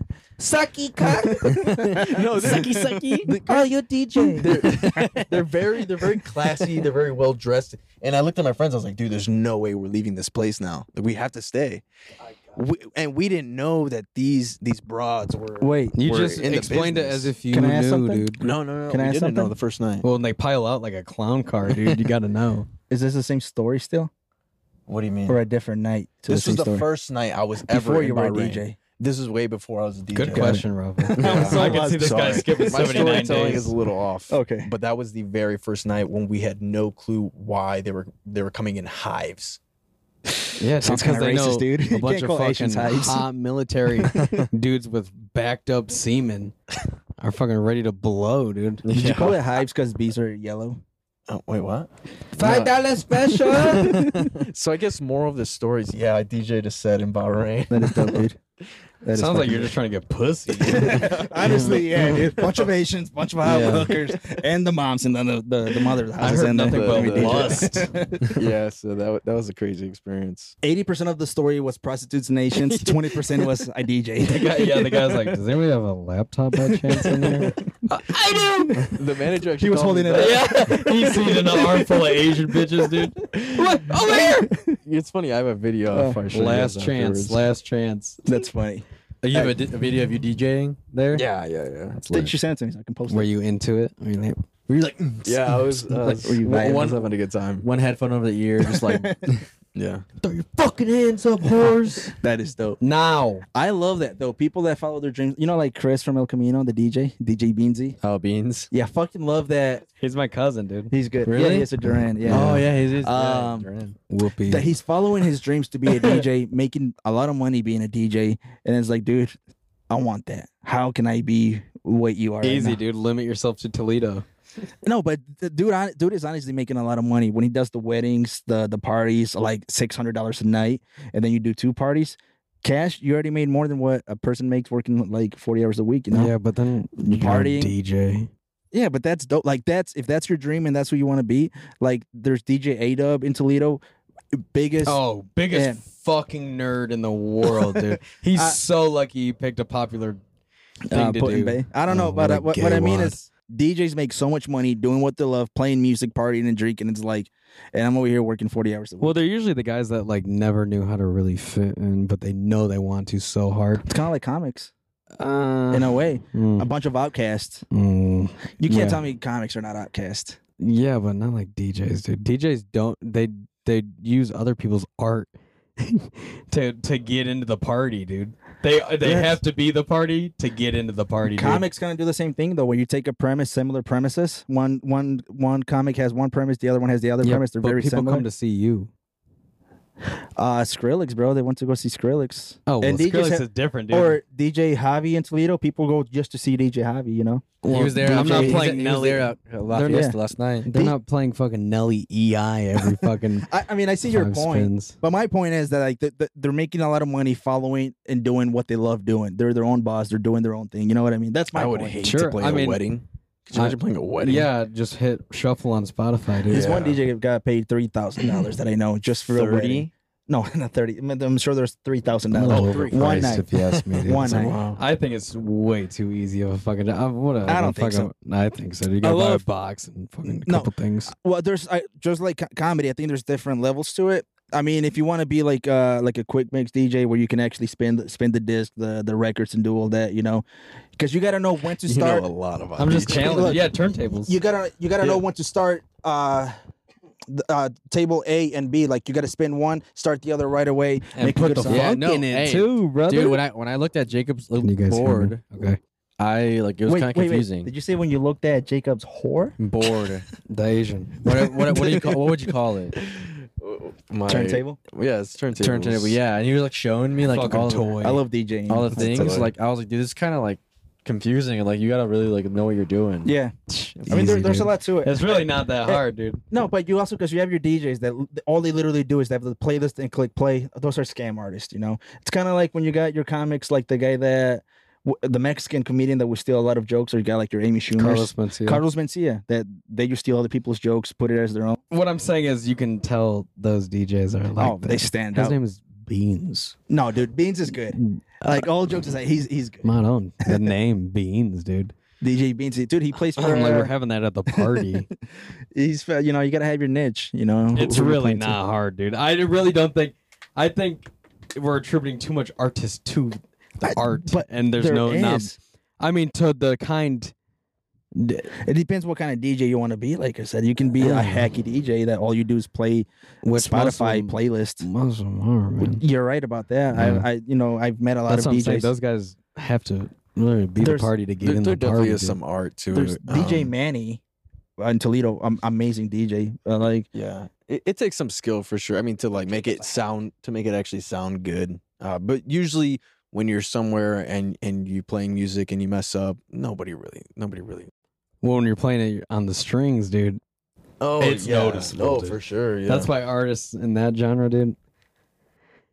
Speaker 2: no, they're, sucky, sucky. Oh, you DJ. They're, they're very they're very classy. They're very well dressed. And I looked at my friends. I was like, dude, there's no way we're leaving this place now. Like, We have to stay. We, and we didn't know that these these broads were.
Speaker 1: Wait.
Speaker 4: You
Speaker 2: We're
Speaker 4: just
Speaker 2: in the
Speaker 4: explained it
Speaker 2: business.
Speaker 4: as if you
Speaker 1: Can I
Speaker 4: knew,
Speaker 1: ask something?
Speaker 4: dude.
Speaker 2: No, no, no.
Speaker 1: Can
Speaker 2: we
Speaker 1: I ask
Speaker 2: didn't know
Speaker 1: something?
Speaker 2: the first night.
Speaker 4: Well, when they pile out like a clown car, dude, you got to know.
Speaker 1: Is this the same story still?
Speaker 2: What do you mean?
Speaker 1: Or a different night? to
Speaker 2: This
Speaker 1: same
Speaker 2: was the
Speaker 1: story?
Speaker 2: first night I was ever
Speaker 1: Before
Speaker 2: in
Speaker 1: you were a
Speaker 2: Bahrain.
Speaker 1: DJ.
Speaker 2: This is way before I was a DJ.
Speaker 4: Good
Speaker 2: [LAUGHS]
Speaker 4: question, [LAUGHS] Rob.
Speaker 2: Yeah.
Speaker 7: I could see this guy
Speaker 2: Sorry.
Speaker 7: skipping
Speaker 2: My
Speaker 7: 79
Speaker 2: storytelling
Speaker 7: days.
Speaker 2: is a little off.
Speaker 1: Okay.
Speaker 2: But that was the very first night when we had no clue why they were they were coming in hives.
Speaker 4: Yeah,
Speaker 1: Sounds
Speaker 4: because
Speaker 1: kinda
Speaker 4: they
Speaker 1: racist,
Speaker 4: know
Speaker 1: dude.
Speaker 4: a
Speaker 1: You
Speaker 4: bunch
Speaker 1: can't
Speaker 4: of
Speaker 1: call
Speaker 4: fucking
Speaker 1: Asians hides.
Speaker 4: hot military dudes with backed up semen are fucking ready to blow,
Speaker 1: [LAUGHS]
Speaker 4: dude.
Speaker 1: Did you call it hives because bees are yellow?
Speaker 2: Oh, wait,
Speaker 1: [LAUGHS]
Speaker 2: what?
Speaker 4: Five dollar special.
Speaker 2: So I guess moral of the story is yeah, I DJ'd a set in [LAUGHS] Bahrain.
Speaker 1: That is dope, dude. That is
Speaker 4: Sounds like
Speaker 1: fucking
Speaker 4: you're just trying to get pussy.
Speaker 1: dope. [LAUGHS] Honestly, yeah, [LAUGHS] dude. Bunch of Asians, bunch of hot
Speaker 4: Yeah.
Speaker 1: hookers, and the moms and then the the, the mother.
Speaker 4: I heard nothing
Speaker 2: but
Speaker 1: [LAUGHS]
Speaker 4: but lust.
Speaker 2: [LAUGHS] yeah, so that wa- that was a crazy experience.
Speaker 1: Eighty percent of the story was prostitutes and [LAUGHS] Asians. Twenty percent was I DJ. [LAUGHS]
Speaker 4: yeah, the guy's like, "Does anybody have a laptop by chance in there?" I do.
Speaker 2: The manager actually
Speaker 1: He was
Speaker 2: called me
Speaker 1: holding it
Speaker 2: back.
Speaker 1: up.
Speaker 2: [LAUGHS]
Speaker 4: yeah.
Speaker 3: He's seen an armful of Asian bitches, dude.
Speaker 4: What? Over
Speaker 2: Oh,
Speaker 4: here.
Speaker 2: [LAUGHS] It's funny. I have a video.
Speaker 1: Oh,
Speaker 2: if I show you
Speaker 4: Last
Speaker 2: guys
Speaker 4: chance.
Speaker 2: afterwards.
Speaker 4: Last chance.
Speaker 1: That's funny.
Speaker 6: You have a, di- a video of you DJing there?
Speaker 2: Yeah, yeah, yeah.
Speaker 6: That's
Speaker 1: Did
Speaker 6: lit.
Speaker 1: she sent it to me so I can post
Speaker 4: Were
Speaker 1: it?
Speaker 4: you into it? Were you like,
Speaker 6: Were you like,
Speaker 2: [LAUGHS] Yeah, I
Speaker 1: [LAUGHS]
Speaker 2: was. uh, I was,
Speaker 1: Were you
Speaker 2: I
Speaker 1: vibing?
Speaker 2: was having a good time.
Speaker 6: one headphone over the ear, just like
Speaker 2: Yeah.
Speaker 4: throw your fucking hands up, whores?
Speaker 1: That is dope.
Speaker 4: now.
Speaker 1: I love that though. People that follow their dreams, you know, like Chris from El Camino, the DJ, DJ Beansy.
Speaker 6: oh beans.
Speaker 1: Yeah, fucking love that.
Speaker 4: He's my cousin, dude.
Speaker 1: He's good. Yeah,
Speaker 6: Really?
Speaker 1: he's a Duran. Yeah.
Speaker 6: Oh yeah, he's, he's
Speaker 1: Um,
Speaker 6: yeah, Duran.
Speaker 4: Whoopee.
Speaker 1: That he's following his dreams to be a [LAUGHS] DJ, making a lot of money being a DJ, and it's like, dude, I want that. How can I be what you are? right
Speaker 4: Easy,
Speaker 1: now?
Speaker 4: dude. Limit yourself to Toledo.
Speaker 1: No, but the dude, hon- dude is honestly making a lot of money when he does the weddings, the the parties, like six hundred dollars a night, and then you do two parties. Cash, you already made more than what a person makes working like forty hours a week. You know, yeah,
Speaker 4: but then
Speaker 1: Partying.
Speaker 4: DJ.
Speaker 1: but that's dope. Like that's if that's your dream and that's what you want to be. Like there's DJ A Dub in Toledo, biggest.
Speaker 3: Oh, biggest
Speaker 1: Yeah.
Speaker 3: fucking nerd in the world,
Speaker 1: [LAUGHS]
Speaker 3: dude. He's
Speaker 1: I-
Speaker 3: so lucky he picked a popular thing
Speaker 1: uh,
Speaker 3: to
Speaker 1: Put in
Speaker 3: do.
Speaker 1: Bay. I don't know,
Speaker 4: Oh,
Speaker 1: but
Speaker 4: what a
Speaker 1: uh, what, what I
Speaker 4: gay
Speaker 1: mean
Speaker 4: wad.
Speaker 1: is DJs make so much money doing what they love, playing music, partying, and drinking. It's like, and I'm over here working forty hours a week.
Speaker 4: Well, they're usually the guys that like never knew how to really fit in, but they know they want to so hard.
Speaker 1: it's kind of like comics
Speaker 4: Uh,
Speaker 1: in a way.
Speaker 4: mm,
Speaker 1: A bunch of outcasts.
Speaker 4: mm.
Speaker 1: You can't
Speaker 4: Yeah.
Speaker 1: tell me comics are not outcast.
Speaker 4: yeah, but not like DJs, dude. DJs don't they they use other people's art [LAUGHS]
Speaker 3: to to get into the party, dude. They they
Speaker 1: Yes.
Speaker 3: have to be the party to get into the party. dude.
Speaker 1: Comics gonna do the same thing though, where you take a premise, similar premises. One one one comic has one premise, the other one has the other
Speaker 4: Yeah,
Speaker 1: premise. They're
Speaker 4: but
Speaker 1: very
Speaker 4: people
Speaker 1: similar.
Speaker 4: come to see you.
Speaker 1: uh, Skrillex, bro, they went to go see Skrillex.
Speaker 4: Oh, well,
Speaker 1: and DJs
Speaker 3: Skrillex
Speaker 1: have-
Speaker 3: is different, dude.
Speaker 1: or DJ Javi in Toledo. People go just to see DJ Javi. You know,
Speaker 6: he was there. I'm
Speaker 4: DJ
Speaker 6: not
Speaker 4: he's
Speaker 6: playing.
Speaker 4: at-
Speaker 6: He
Speaker 4: he's
Speaker 6: was there at uh, La
Speaker 4: They're-
Speaker 6: Fiesta
Speaker 1: yeah.
Speaker 6: last night.
Speaker 4: They're not playing fucking Nelly EI [LAUGHS] every fucking.
Speaker 1: I, I mean, I see your
Speaker 4: five
Speaker 1: point.
Speaker 4: spins.
Speaker 1: But my point is that like th- th- they're making a lot of money following and doing what they love doing. They're their own boss. They're doing their own thing. You know what I mean? That's my
Speaker 2: I would
Speaker 1: point.
Speaker 2: hate
Speaker 4: Sure,
Speaker 2: to play
Speaker 4: I
Speaker 2: a
Speaker 4: mean,
Speaker 2: wedding. Could you
Speaker 4: I-
Speaker 2: imagine playing a wedding?
Speaker 4: Yeah, just hit shuffle on Spotify, dude.
Speaker 1: This
Speaker 2: Yeah.
Speaker 1: one DJ got paid three thousand dollars that I know just for a wedding. No, [LAUGHS] not thirty. I mean, I'm sure there's three thousand
Speaker 4: I'm a
Speaker 1: dollars.
Speaker 4: little
Speaker 2: three.
Speaker 4: overpriced
Speaker 1: One night.
Speaker 4: if you ask [LAUGHS] me. dude.
Speaker 1: One
Speaker 4: It's like,
Speaker 1: night.
Speaker 4: I think it's way too easy of a fucking job. What a,
Speaker 1: I don't
Speaker 4: a
Speaker 1: think
Speaker 4: fucking, I think so. You
Speaker 1: I
Speaker 4: gotta buy a
Speaker 1: love-
Speaker 4: box and fucking a
Speaker 1: No.
Speaker 4: couple things.
Speaker 1: Well, there's I, just like co- comedy. I think there's different levels to it. I mean, if you want to be like uh like a quick mix DJ where you can actually spin the- spin the disc, the the records, and do all that, you know, because you gotta know when to
Speaker 2: You
Speaker 1: start.
Speaker 2: know a lot about
Speaker 4: [LAUGHS] I'm just
Speaker 2: DJs.
Speaker 4: challenging.
Speaker 1: Look,
Speaker 4: yeah, turntables.
Speaker 1: you gotta you gotta know when to start uh, th- uh table A and B. Like you gotta spin one, start the other right away,
Speaker 3: And
Speaker 1: make a
Speaker 3: put
Speaker 1: good
Speaker 3: the
Speaker 1: song.
Speaker 6: Yeah,
Speaker 4: fucking
Speaker 6: no,
Speaker 4: in
Speaker 6: hey,
Speaker 4: too, brother.
Speaker 6: Dude, when I when I looked at Jacob's
Speaker 4: Can you
Speaker 6: little
Speaker 4: guys hear me?
Speaker 6: board,
Speaker 4: Okay.
Speaker 6: I like it was
Speaker 1: Wait,
Speaker 6: kind of
Speaker 1: wait, wait.
Speaker 6: confusing.
Speaker 1: Did you say when you looked at Jacob's whore?
Speaker 6: Board.
Speaker 4: The Asian.
Speaker 6: What what
Speaker 4: [LAUGHS]
Speaker 6: what do you call? What would you call it?
Speaker 2: My,
Speaker 1: Turntable.
Speaker 2: Yeah, it's turntable.
Speaker 6: Turntable. Yeah, and he was like showing me like
Speaker 3: Fucking
Speaker 6: all
Speaker 3: toy.
Speaker 1: I love DJing.
Speaker 6: The, all the
Speaker 2: That's a
Speaker 6: things.
Speaker 2: toy.
Speaker 6: Like I was like, dude, this is kind of like confusing, and like you gotta really like know what you're doing.
Speaker 1: yeah, I mean there,
Speaker 4: Easy,
Speaker 1: there's a
Speaker 4: dude.
Speaker 1: lot to it.
Speaker 3: It's really not that
Speaker 1: Eh,
Speaker 3: hard, dude.
Speaker 1: No, but you also because you have your DJs that l- all they literally do is they have the playlist and click play. Those are scam artists, you know. It's kind of like when you got your comics, like the guy that w- the Mexican comedian that would steal a lot of jokes, or you got like your Amy Schumer,
Speaker 4: Carlos
Speaker 1: Carlos,
Speaker 4: Mencia.
Speaker 1: Mencia, that they just steal other people's jokes, put it as their own.
Speaker 4: what I'm saying is, you can tell those DJs are like.
Speaker 1: oh, they stand
Speaker 4: His
Speaker 1: out.
Speaker 4: name is Beans.
Speaker 1: no, dude, Beans is good. Like all jokes is like he's he's good.
Speaker 4: My own.
Speaker 6: [LAUGHS]
Speaker 4: The name Beans, dude.
Speaker 1: DJ Beans, dude, he plays for.
Speaker 4: I'm like, [LAUGHS]
Speaker 1: uh,
Speaker 4: we're having that at the party.
Speaker 1: he's uh, you know you gotta have your niche, you know. who-
Speaker 3: It's
Speaker 1: who you're
Speaker 3: really
Speaker 1: playing to.
Speaker 3: not hard, dude. I really don't think. I think we're attributing too much artist to the
Speaker 1: I-
Speaker 3: art,
Speaker 1: but
Speaker 3: and there's
Speaker 1: There
Speaker 3: no. not-
Speaker 1: is.
Speaker 3: I mean, to the kind.
Speaker 1: It depends what kind of DJ you want to be. Like I said, you can be a hacky DJ that all you do is play
Speaker 4: Which most of
Speaker 1: Spotify
Speaker 4: them-
Speaker 1: playlist.
Speaker 4: Most of them are, man.
Speaker 1: You're right about that.
Speaker 4: Yeah.
Speaker 1: I, I, you know, I've met a lot
Speaker 4: That's
Speaker 1: of
Speaker 4: what I'm saying.
Speaker 1: DJs.
Speaker 4: Those guys have to really be
Speaker 1: There's-
Speaker 4: the party to get
Speaker 2: There,
Speaker 4: in
Speaker 2: there
Speaker 4: the party.
Speaker 2: definitely is
Speaker 4: dude.
Speaker 2: some art to
Speaker 1: There's
Speaker 2: it.
Speaker 1: DJ
Speaker 2: Um,
Speaker 1: Manny in Toledo, um, amazing DJ. Uh, like
Speaker 2: Yeah, it, it takes some skill for sure. I mean, to like make it sound to make it actually sound good. Uh, but usually, when you're somewhere and and you playing music and you mess up, nobody really, nobody really.
Speaker 4: Well, when you're playing it on the strings, dude.
Speaker 2: Oh,
Speaker 3: It's yeah. noticeable,
Speaker 2: Oh,
Speaker 3: dude.
Speaker 2: for sure. Yeah,
Speaker 4: That's why artists in that genre, dude.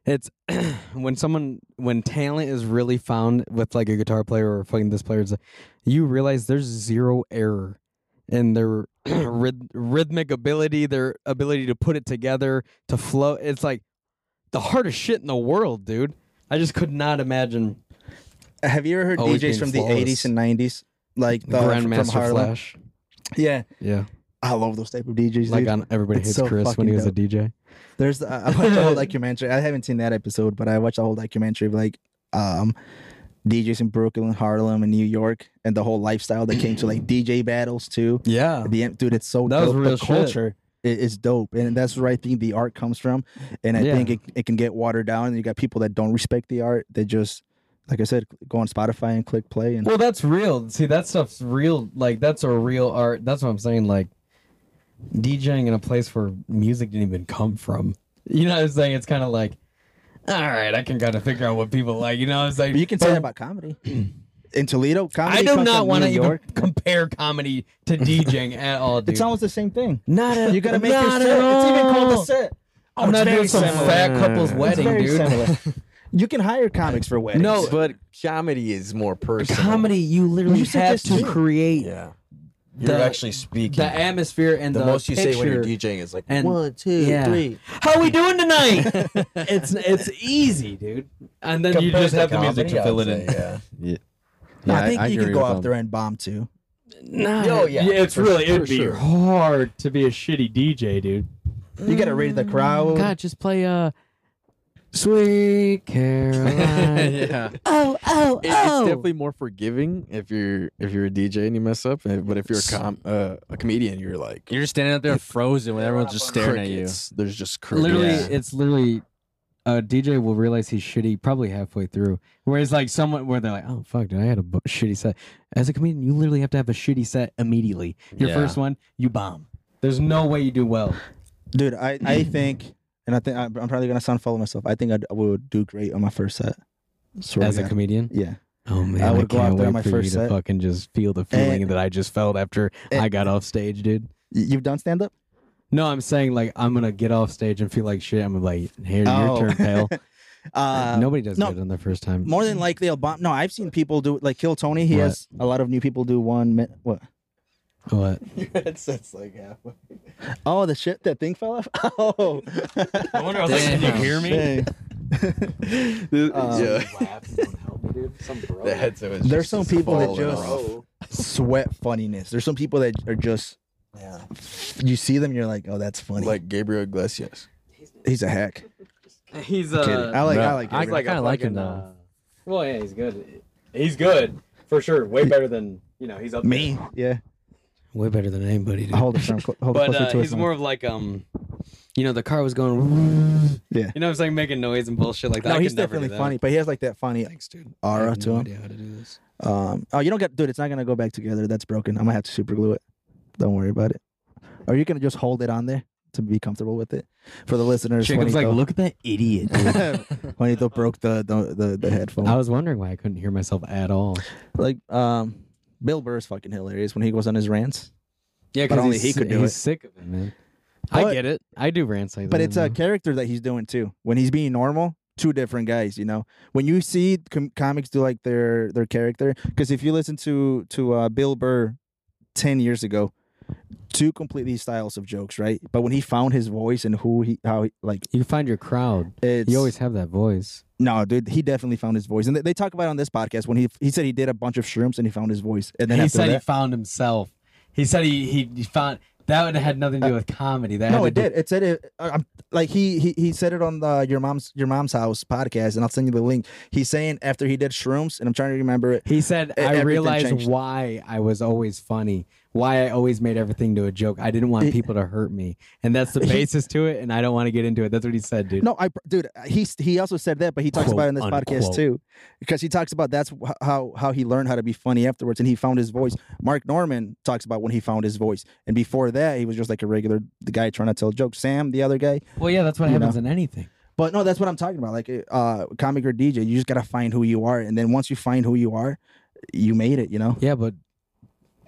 Speaker 4: It's [CLEARS THROAT] when someone when talent is really found with like a guitar player or fucking this player, it's like you realize there's zero error in their [CLEARS THROAT] ryth- rhythmic ability, their ability to put it together, to flow. It's like the hardest shit in the world, dude. I just could not imagine.
Speaker 1: Have you ever heard
Speaker 4: Always
Speaker 1: DJs
Speaker 4: being
Speaker 1: from
Speaker 4: flawless.
Speaker 1: the 80s and 90s? like the from
Speaker 4: Grandmaster
Speaker 1: Harlem.
Speaker 4: Flash.
Speaker 1: Yeah,
Speaker 4: Yeah,
Speaker 1: I love those type of DJs.
Speaker 4: like
Speaker 1: dude.
Speaker 4: on Everybody
Speaker 1: It's
Speaker 4: Hates
Speaker 1: so
Speaker 4: Chris when he
Speaker 1: fucking
Speaker 4: was
Speaker 1: dope.
Speaker 4: a DJ.
Speaker 1: There's the, I I watched the whole documentary. I haven't seen that episode, but I watched the whole documentary of like um DJs in Brooklyn, Harlem, and New York, and the whole lifestyle that came to like DJ battles too.
Speaker 3: Yeah.
Speaker 1: The dude, it's so
Speaker 3: Uh, That was
Speaker 1: dope.
Speaker 3: real
Speaker 1: the
Speaker 3: shit.
Speaker 1: culture i- is dope, and that's where I think the art comes from. And I
Speaker 4: Yeah.
Speaker 1: think it, it can get watered down. You got people that don't respect the art. They just, like I said, go on Spotify and click play. And
Speaker 3: Well, that's real. See, that stuff's real. Like that's a real art. That's what I'm saying. Like DJing in a place where music didn't even come from. You know what I'm saying? It's kind of like, all right, I can kind of figure out what people like. You know, what I'm saying
Speaker 1: But you can say that about comedy. In Toledo, comedy.
Speaker 3: I do
Speaker 1: comes
Speaker 3: not
Speaker 1: from
Speaker 3: want to
Speaker 1: New
Speaker 3: even
Speaker 1: York.
Speaker 3: compare comedy to DJing at all, dude.
Speaker 1: It's almost the same thing.
Speaker 3: not at,
Speaker 1: You gotta make your
Speaker 3: not
Speaker 1: set. It's even called a set.
Speaker 3: I'm not doing some
Speaker 1: similar.
Speaker 3: fat couple's
Speaker 1: It's
Speaker 3: wedding,
Speaker 1: very
Speaker 3: dude.
Speaker 1: similar. you can hire comics for weddings.
Speaker 3: No,
Speaker 2: Oh, but comedy is more personal.
Speaker 3: Comedy, you literally
Speaker 1: You should
Speaker 3: have
Speaker 1: just
Speaker 3: to
Speaker 1: do it.
Speaker 3: create
Speaker 2: yeah, you're
Speaker 3: The-
Speaker 2: actually speaking.
Speaker 3: the atmosphere and the,
Speaker 2: the, most you say when you're
Speaker 3: picture.
Speaker 2: DJing is like
Speaker 3: and-
Speaker 2: one, two,
Speaker 3: yeah.
Speaker 2: three.
Speaker 3: How we doing tonight?
Speaker 1: [LAUGHS]
Speaker 3: it's it's easy, dude. And then you
Speaker 2: Compared
Speaker 3: just have the music
Speaker 2: comedy,
Speaker 3: to
Speaker 2: I'd
Speaker 3: fill it in.
Speaker 2: say, Yeah.
Speaker 1: No,
Speaker 6: Yeah,
Speaker 1: I think you
Speaker 6: agree
Speaker 1: can go
Speaker 6: with
Speaker 1: out
Speaker 6: them.
Speaker 1: there and bomb too.
Speaker 3: Nah,
Speaker 2: Oh, yeah,
Speaker 3: it's
Speaker 2: for
Speaker 3: really
Speaker 2: sure,
Speaker 3: it'd
Speaker 2: for
Speaker 3: be
Speaker 2: sure.
Speaker 3: hard to be a shitty DJ, dude.
Speaker 1: You gotta read the crowd.
Speaker 4: God, just play uh, Sweet [LAUGHS] Caroline.
Speaker 6: yeah. It-
Speaker 4: oh, oh,
Speaker 6: It's definitely more forgiving if you're if you're a DJ and you mess up,
Speaker 2: eh,
Speaker 6: and- but if you're a com uh, a comedian, you're like You're just standing out there frozen when everyone's just staring at you.
Speaker 2: Crickets. There's just crickets.
Speaker 3: Literally,
Speaker 6: Yeah.
Speaker 3: it's literally a DJ will realize he's shitty probably halfway through. Whereas like someone where they're like, oh fuck, dude, I had a bu- shitty set. As a comedian, you literally have to have a shitty set immediately. Your
Speaker 6: Yeah.
Speaker 3: first one, you bomb. There's no way you do well.
Speaker 1: Dude, I, I think, and I think I'm, I'm probably gonna sound follow myself. I think I'd- I would do great on my first set. Swear
Speaker 4: As
Speaker 1: to
Speaker 4: a
Speaker 1: God.
Speaker 4: comedian,
Speaker 1: yeah,
Speaker 4: oh man,
Speaker 1: I
Speaker 4: I,
Speaker 1: would go out
Speaker 4: can't
Speaker 1: there
Speaker 4: wait
Speaker 1: on my
Speaker 4: for
Speaker 1: first
Speaker 4: you to
Speaker 1: set.
Speaker 4: fucking just feel the feeling that I just felt after
Speaker 1: and-
Speaker 4: I got off stage, dude.
Speaker 1: Y- you've done stand up.
Speaker 4: No, I'm saying like I'm gonna get off stage and feel like shit. I'm like, here,
Speaker 1: Oh.
Speaker 4: your
Speaker 1: [LAUGHS]
Speaker 4: turn, [LAUGHS] pal.
Speaker 1: Uh,
Speaker 4: Nobody does
Speaker 1: no.
Speaker 4: good on their first time.
Speaker 1: more than likely I'll bomb. No, I've seen people do like Kill Tony. He
Speaker 4: What?
Speaker 1: has a lot of new people do one. Mi- what? [LAUGHS]
Speaker 4: What?
Speaker 1: Oh, the shit! That thing fell off. [LAUGHS] Oh,
Speaker 3: I wonder if like, can you hear
Speaker 1: Dang. Um,
Speaker 2: yeah. The headset was
Speaker 1: There's
Speaker 2: just-
Speaker 1: some
Speaker 2: just
Speaker 1: people that
Speaker 2: falling
Speaker 1: just
Speaker 2: off.
Speaker 1: sweat funniness. There's some people that are just. You see them, you're like, oh, that's funny.
Speaker 2: [LAUGHS] like Gabriel [LAUGHS] Iglesias.
Speaker 1: he's a hack.
Speaker 3: He's uh,
Speaker 1: Kidding. I like, I like.
Speaker 6: I
Speaker 1: Gabriel.
Speaker 6: kind of like him though.
Speaker 3: well, yeah, he's good. He's good for sure. Way better than you know. He's up
Speaker 1: me. Yeah,
Speaker 4: Way better than anybody, dude.
Speaker 1: hold it, from, cl- hold it
Speaker 4: but
Speaker 1: closer
Speaker 4: uh,
Speaker 1: to us.
Speaker 4: he's more of like um, you know, the car was going. [LAUGHS]
Speaker 1: Yeah.
Speaker 4: You know, what I'm saying making noise and bullshit like that. I
Speaker 1: no,
Speaker 4: could
Speaker 1: he's
Speaker 4: never do
Speaker 1: definitely
Speaker 4: that.
Speaker 1: funny, but he has like that funny
Speaker 4: Thanks, dude. I
Speaker 1: aura
Speaker 4: have
Speaker 1: to
Speaker 4: no
Speaker 1: him.
Speaker 4: idea how to do this.
Speaker 1: Um, oh, you don't get, dude. It's not gonna go back together. That's broken. I'm gonna have to super glue it. Don't worry about it. Or you can just hold it on there to be comfortable with it. For the listeners,
Speaker 4: Jacob's like,
Speaker 1: Juanito-
Speaker 4: look at that idiot.
Speaker 1: [LAUGHS]
Speaker 4: [LAUGHS]
Speaker 1: Juanito broke the the the, the headphone.
Speaker 4: I was wondering why I couldn't hear myself at all.
Speaker 1: like, um, Bill Burr's fucking hilarious when he goes on his rants.
Speaker 4: Yeah,
Speaker 1: 'cause only he could do
Speaker 4: he's
Speaker 1: it.
Speaker 4: sick of it, man.
Speaker 1: But-
Speaker 4: I get it. I do rants like that.
Speaker 1: But it's a
Speaker 3: Mm-hmm.
Speaker 4: you know?
Speaker 1: character that he's doing too. When he's being normal, two different guys. You know, when you see com- comics do like their their character, because if you listen to to uh, Bill Burr ten years ago, two completely styles of jokes, right? But when he found his voice and who he how he, like
Speaker 4: you find your crowd.
Speaker 1: it's
Speaker 4: You always have that voice.
Speaker 1: no dude. He definitely found his voice, and they, they talk about it on this podcast when he he said he did a bunch of shrooms and he found his voice, and then
Speaker 3: he
Speaker 1: after
Speaker 3: said he
Speaker 1: that,
Speaker 3: found himself. He said he he, he found that would have had nothing to do with comedy. That
Speaker 1: Uh, no,
Speaker 3: had
Speaker 1: it
Speaker 3: to do-
Speaker 1: did. It said it. I- I'm like he he he said it on the your mom's your mom's house podcast, and I'll send you the link. He's saying after he did shrooms, and I'm trying to remember it.
Speaker 3: He said, "I
Speaker 1: E, everything
Speaker 4: realized
Speaker 1: changed.
Speaker 4: why I was always funny, why I always made everything to a joke. I didn't
Speaker 1: E,
Speaker 4: want people to hurt me, and that's the basis to it. And I don't want to get into it. That's what he said, dude.
Speaker 1: No, I dude, he he also said that, but he talks about it in this
Speaker 4: Quote,
Speaker 1: podcast
Speaker 4: unquote.
Speaker 1: too, because he talks about that's wh- how how he learned how to be funny afterwards, and he found his voice. Mark Norman talks about when he found his voice, and before that, he was just like a regular the guy trying to tell jokes. Sam, the other guy,
Speaker 4: Well, yeah, that's what
Speaker 1: You
Speaker 4: happens in anything.
Speaker 1: but no, that's what I'm talking about. Like, uh, comic or DJ, you just gotta find who you are, and then once you find who you are, you made it. You know.
Speaker 4: Yeah, but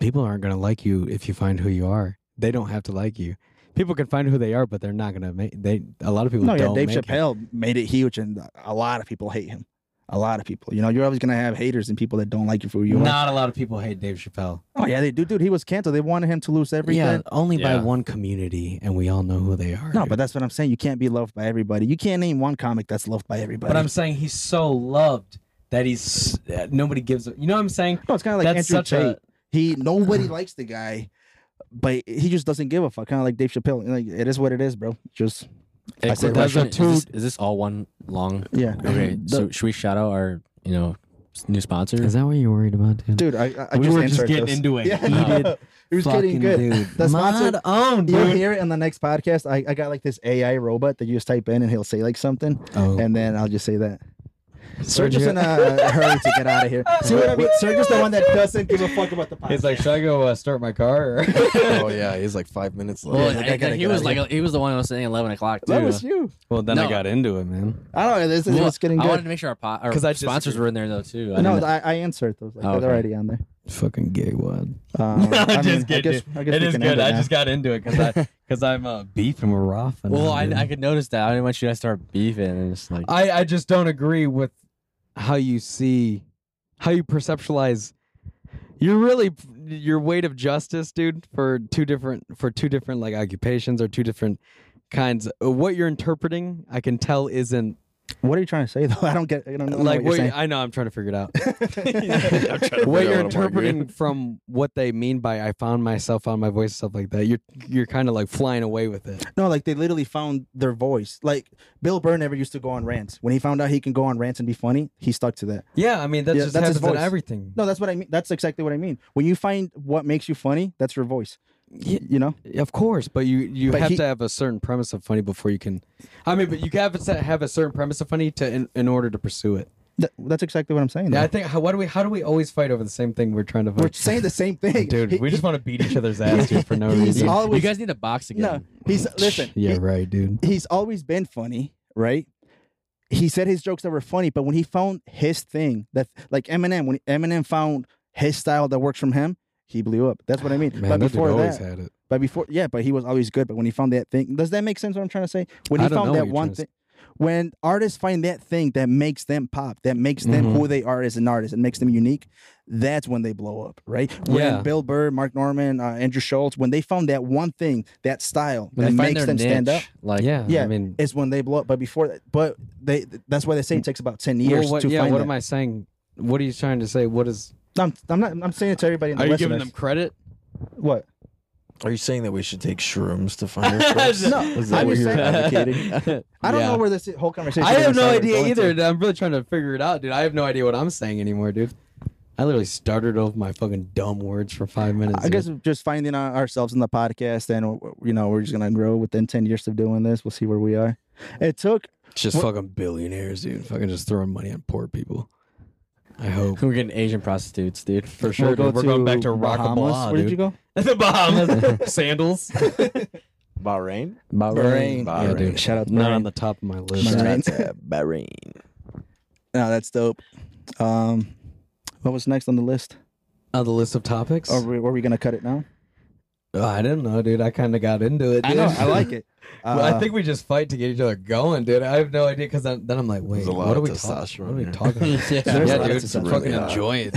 Speaker 4: people aren't gonna like you if you find who you are. They don't have to like you. People can find who they are, but they're not gonna make. They a lot of people
Speaker 1: No, yeah,
Speaker 4: don't.
Speaker 1: Dave
Speaker 4: make it.
Speaker 1: Chappelle made it huge, and a lot of people hate him. A lot of people. You know, you're always gonna have haters and people that don't like you for who you are.
Speaker 3: Not a lot of people hate Dave Chappelle.
Speaker 1: Oh yeah, they do, dude. He was canceled. They wanted him to lose everything.
Speaker 4: Yeah, only
Speaker 6: Yeah.
Speaker 4: by one community, and we all know who they are.
Speaker 1: No,
Speaker 4: dude.
Speaker 1: but that's what I'm saying. You can't be loved by everybody. You can't name one comic that's loved by everybody.
Speaker 3: But I'm saying he's so loved that he's that nobody gives. a You know what I'm saying?
Speaker 1: no, it's kind of like
Speaker 3: That's
Speaker 1: Andrew
Speaker 3: such a-
Speaker 1: Tate. He nobody likes the guy, but he just doesn't give a fuck. Kind of like Dave Chappelle. Like it is what it is, bro. Just I
Speaker 6: Hey,
Speaker 1: said
Speaker 6: quick
Speaker 1: Russian.
Speaker 6: question, Is, this, is this all one long?
Speaker 1: yeah.
Speaker 6: [CLEARS THROAT] Okay,
Speaker 1: The-
Speaker 6: so should we shout out our you know s- new sponsor?
Speaker 4: Is that what you're worried about, dude?
Speaker 1: dude, I, I- I
Speaker 3: we
Speaker 1: just
Speaker 3: were just
Speaker 1: answered
Speaker 3: getting
Speaker 1: this.
Speaker 3: into
Speaker 1: [LAUGHS]
Speaker 3: it.
Speaker 1: Yeah.
Speaker 3: heated
Speaker 1: It was
Speaker 3: fucking
Speaker 1: getting good.
Speaker 3: dude.
Speaker 1: The sponsor-
Speaker 4: Mod on,
Speaker 1: You'll
Speaker 4: dude.
Speaker 1: hear it in the next podcast. I, I got like this AI robot that you just type in and he'll say like something,
Speaker 3: Oh.
Speaker 1: and then I'll just say that. Sergio's in a hurry to get out of
Speaker 3: [LAUGHS]
Speaker 1: here. See what I mean? Sergio's the one that doesn't give a fuck about the podcast.
Speaker 3: It's like, should I go uh, start my car?
Speaker 1: [LAUGHS]
Speaker 3: Or?
Speaker 2: oh yeah, he's like five minutes left.
Speaker 6: Well,
Speaker 1: Yeah,
Speaker 6: I-
Speaker 1: I gotta
Speaker 6: I- he
Speaker 1: get
Speaker 6: was
Speaker 1: out
Speaker 6: like he was the one who was saying eleven o'clock too.
Speaker 1: that was you.
Speaker 4: Well, then
Speaker 6: No.
Speaker 4: I got into it, man.
Speaker 1: I don't know. This is
Speaker 6: Well,
Speaker 1: it's getting
Speaker 6: I wanted
Speaker 1: good.
Speaker 6: to make sure our, po- our
Speaker 4: 'Cause I
Speaker 6: sponsors
Speaker 4: disagree.
Speaker 6: were in there though too. I
Speaker 1: no,
Speaker 6: didn't-
Speaker 1: I, I answered those. Like,
Speaker 6: Oh,
Speaker 1: They're
Speaker 6: okay.
Speaker 1: already on there.
Speaker 4: Fucking gay one.
Speaker 1: [LAUGHS] Um, I mean,
Speaker 3: just
Speaker 1: I
Speaker 3: kidding,
Speaker 1: guess, I guess
Speaker 3: it
Speaker 1: we
Speaker 3: is
Speaker 1: can end
Speaker 3: good. I
Speaker 1: now.
Speaker 3: just got into it because I because I'm uh,
Speaker 4: Beefing with Rafa.
Speaker 6: well,
Speaker 4: now,
Speaker 6: I,
Speaker 4: dude.
Speaker 6: I could notice that. I didn't want you to start beefing and it's
Speaker 1: Uh,
Speaker 6: like
Speaker 3: I I just don't agree with
Speaker 4: how you see, how you perceptualize. You're really your weight of justice, dude. For two different for two different like occupations or two different kinds. What you're interpreting, I can tell isn't
Speaker 1: What are you trying to say though? [LAUGHS] I don't get. I don't know what
Speaker 4: like
Speaker 1: you're
Speaker 4: what
Speaker 1: saying.
Speaker 4: I know. I'm trying to figure
Speaker 1: [LAUGHS]
Speaker 4: it out. [LAUGHS]
Speaker 2: figure
Speaker 4: what
Speaker 2: out
Speaker 4: you're
Speaker 2: what I'm arguing.
Speaker 4: interpreting from what they mean by "I found myself, found my voice," stuff like that. You're you're kind of like flying away with it.
Speaker 1: No, like they literally found their voice. Like Bill Burr never used to go on rants. When he found out he can go on rants and be funny, he stuck to that.
Speaker 4: Yeah, I mean that
Speaker 1: Yeah,
Speaker 4: just
Speaker 1: that's his
Speaker 4: happens in
Speaker 1: voice.
Speaker 4: everything.
Speaker 1: No, that's what I mean. That's exactly what I mean. When you find what makes you funny, that's your voice. You know.
Speaker 4: Of course, but you you
Speaker 1: But
Speaker 4: have
Speaker 1: he-
Speaker 4: to have a certain premise of funny before you can. I mean, but you have to have a certain premise of funny to in, in order to pursue it.
Speaker 1: That, that's exactly what I'm saying.
Speaker 4: Yeah, I
Speaker 1: though.
Speaker 4: think how why do we how do we always fight over the same thing we're trying to
Speaker 1: We're
Speaker 4: fight?
Speaker 1: saying the same thing,
Speaker 3: dude.
Speaker 1: He-
Speaker 3: we just
Speaker 1: he-
Speaker 3: want to beat each other's ass dude,
Speaker 4: [LAUGHS]
Speaker 3: for no
Speaker 1: he's
Speaker 3: reason.
Speaker 1: always
Speaker 6: you guys need to box again.
Speaker 1: no. He's listen.
Speaker 4: yeah,
Speaker 1: he-
Speaker 4: right, dude.
Speaker 1: he's always been funny, right? He said his jokes that were funny, but when he found his thing, that like Eminem, when Eminem found his style that works from him, he blew up. That's what I mean.
Speaker 4: [SIGHS] Man,
Speaker 1: but
Speaker 4: that
Speaker 1: before
Speaker 4: dude always
Speaker 1: that,
Speaker 4: had it.
Speaker 1: but before, yeah, but he was always good. But when he found that thing, does that make sense? What I'm trying to say? When
Speaker 4: I
Speaker 1: he
Speaker 4: don't know
Speaker 1: found
Speaker 4: what
Speaker 1: that
Speaker 4: you're
Speaker 1: one
Speaker 4: trying to
Speaker 1: thing, when artists find that thing that makes them pop, that makes them
Speaker 4: Mm-hmm.
Speaker 1: who they are as an artist, and makes them unique, that's when they blow up, right? When
Speaker 4: Yeah.
Speaker 1: Bill Burr, Mark Norman, uh, Andrew Schultz, when they found that one thing, that style
Speaker 6: When
Speaker 1: that
Speaker 6: they find
Speaker 1: makes
Speaker 6: their
Speaker 1: them
Speaker 6: niche,
Speaker 1: stand up,
Speaker 6: like
Speaker 4: yeah,
Speaker 1: yeah,
Speaker 4: I mean,
Speaker 1: it's when they blow up. But before that, but they that's why they say it takes about ten years
Speaker 4: well, what,
Speaker 1: to
Speaker 4: yeah.
Speaker 1: find
Speaker 4: What
Speaker 1: that.
Speaker 4: am I saying? What are you trying to say? What is?
Speaker 1: I'm, I'm not. I'm saying it to everybody. In the
Speaker 4: Are you giving them
Speaker 1: listeners.
Speaker 4: credit? [LAUGHS]
Speaker 1: what?
Speaker 2: Are you saying that we should take shrooms to [LAUGHS] find ourselves?
Speaker 1: No,
Speaker 2: Is that
Speaker 1: I'm
Speaker 2: what
Speaker 1: just
Speaker 2: you're
Speaker 4: [LAUGHS]
Speaker 1: saying.
Speaker 2: advocating?
Speaker 1: [LAUGHS] I don't
Speaker 4: Yeah.
Speaker 1: know where this whole conversation.
Speaker 4: I
Speaker 1: is
Speaker 4: have
Speaker 1: gonna
Speaker 4: no
Speaker 1: start
Speaker 4: idea
Speaker 1: going
Speaker 4: either.
Speaker 1: to.
Speaker 4: and I'm really trying to figure it out, dude. I have no idea what I'm saying anymore, dude. I literally started off my fucking dumb words for five minutes.
Speaker 1: I
Speaker 4: dude.
Speaker 1: guess just finding our- ourselves in the podcast, and you know, we're just gonna grow within ten years of doing this. We'll see where we are. It took.
Speaker 4: Just fucking billionaires, dude. Fucking just thrhrowing money on poor people. I hope.
Speaker 6: we're getting Asian prostitutes, dude. For
Speaker 1: We'll
Speaker 4: Sure,
Speaker 1: go
Speaker 4: dude, we're going back to Rock
Speaker 1: Bahamas.
Speaker 4: and Blah,
Speaker 1: Where did
Speaker 4: dude.
Speaker 1: you go?
Speaker 4: the Bahamas. [LAUGHS] Sandals.
Speaker 2: Bahrain?
Speaker 1: Bahrain.
Speaker 4: Yeah, dude.
Speaker 1: Shout out to
Speaker 4: Not on
Speaker 1: Bahrain.
Speaker 4: the top of my
Speaker 1: Shout
Speaker 4: list.
Speaker 1: out.
Speaker 2: That's uh, Bahrain.
Speaker 1: No, that's dope. Um, what was next on the list?
Speaker 4: On the list of topics?
Speaker 1: Are we, were we gonna cut it now?
Speaker 4: Oh, I didn't know, dude. I kind of got into it. dude.
Speaker 1: it.
Speaker 3: Well,
Speaker 2: Uh,
Speaker 3: I think we just fight to get each other going, dude. I have no idea because then, then I'm like, wait,
Speaker 2: There's a lot
Speaker 3: what are
Speaker 2: of
Speaker 3: we talking?
Speaker 2: testosterone
Speaker 3: What are we
Speaker 2: here.
Speaker 3: talking?
Speaker 6: [LAUGHS]
Speaker 3: about?
Speaker 6: yeah,
Speaker 1: There's a
Speaker 4: yeah,
Speaker 1: lot of
Speaker 4: dude.
Speaker 1: testosterone.
Speaker 4: fucking
Speaker 2: Really
Speaker 4: enjoy
Speaker 2: [LAUGHS]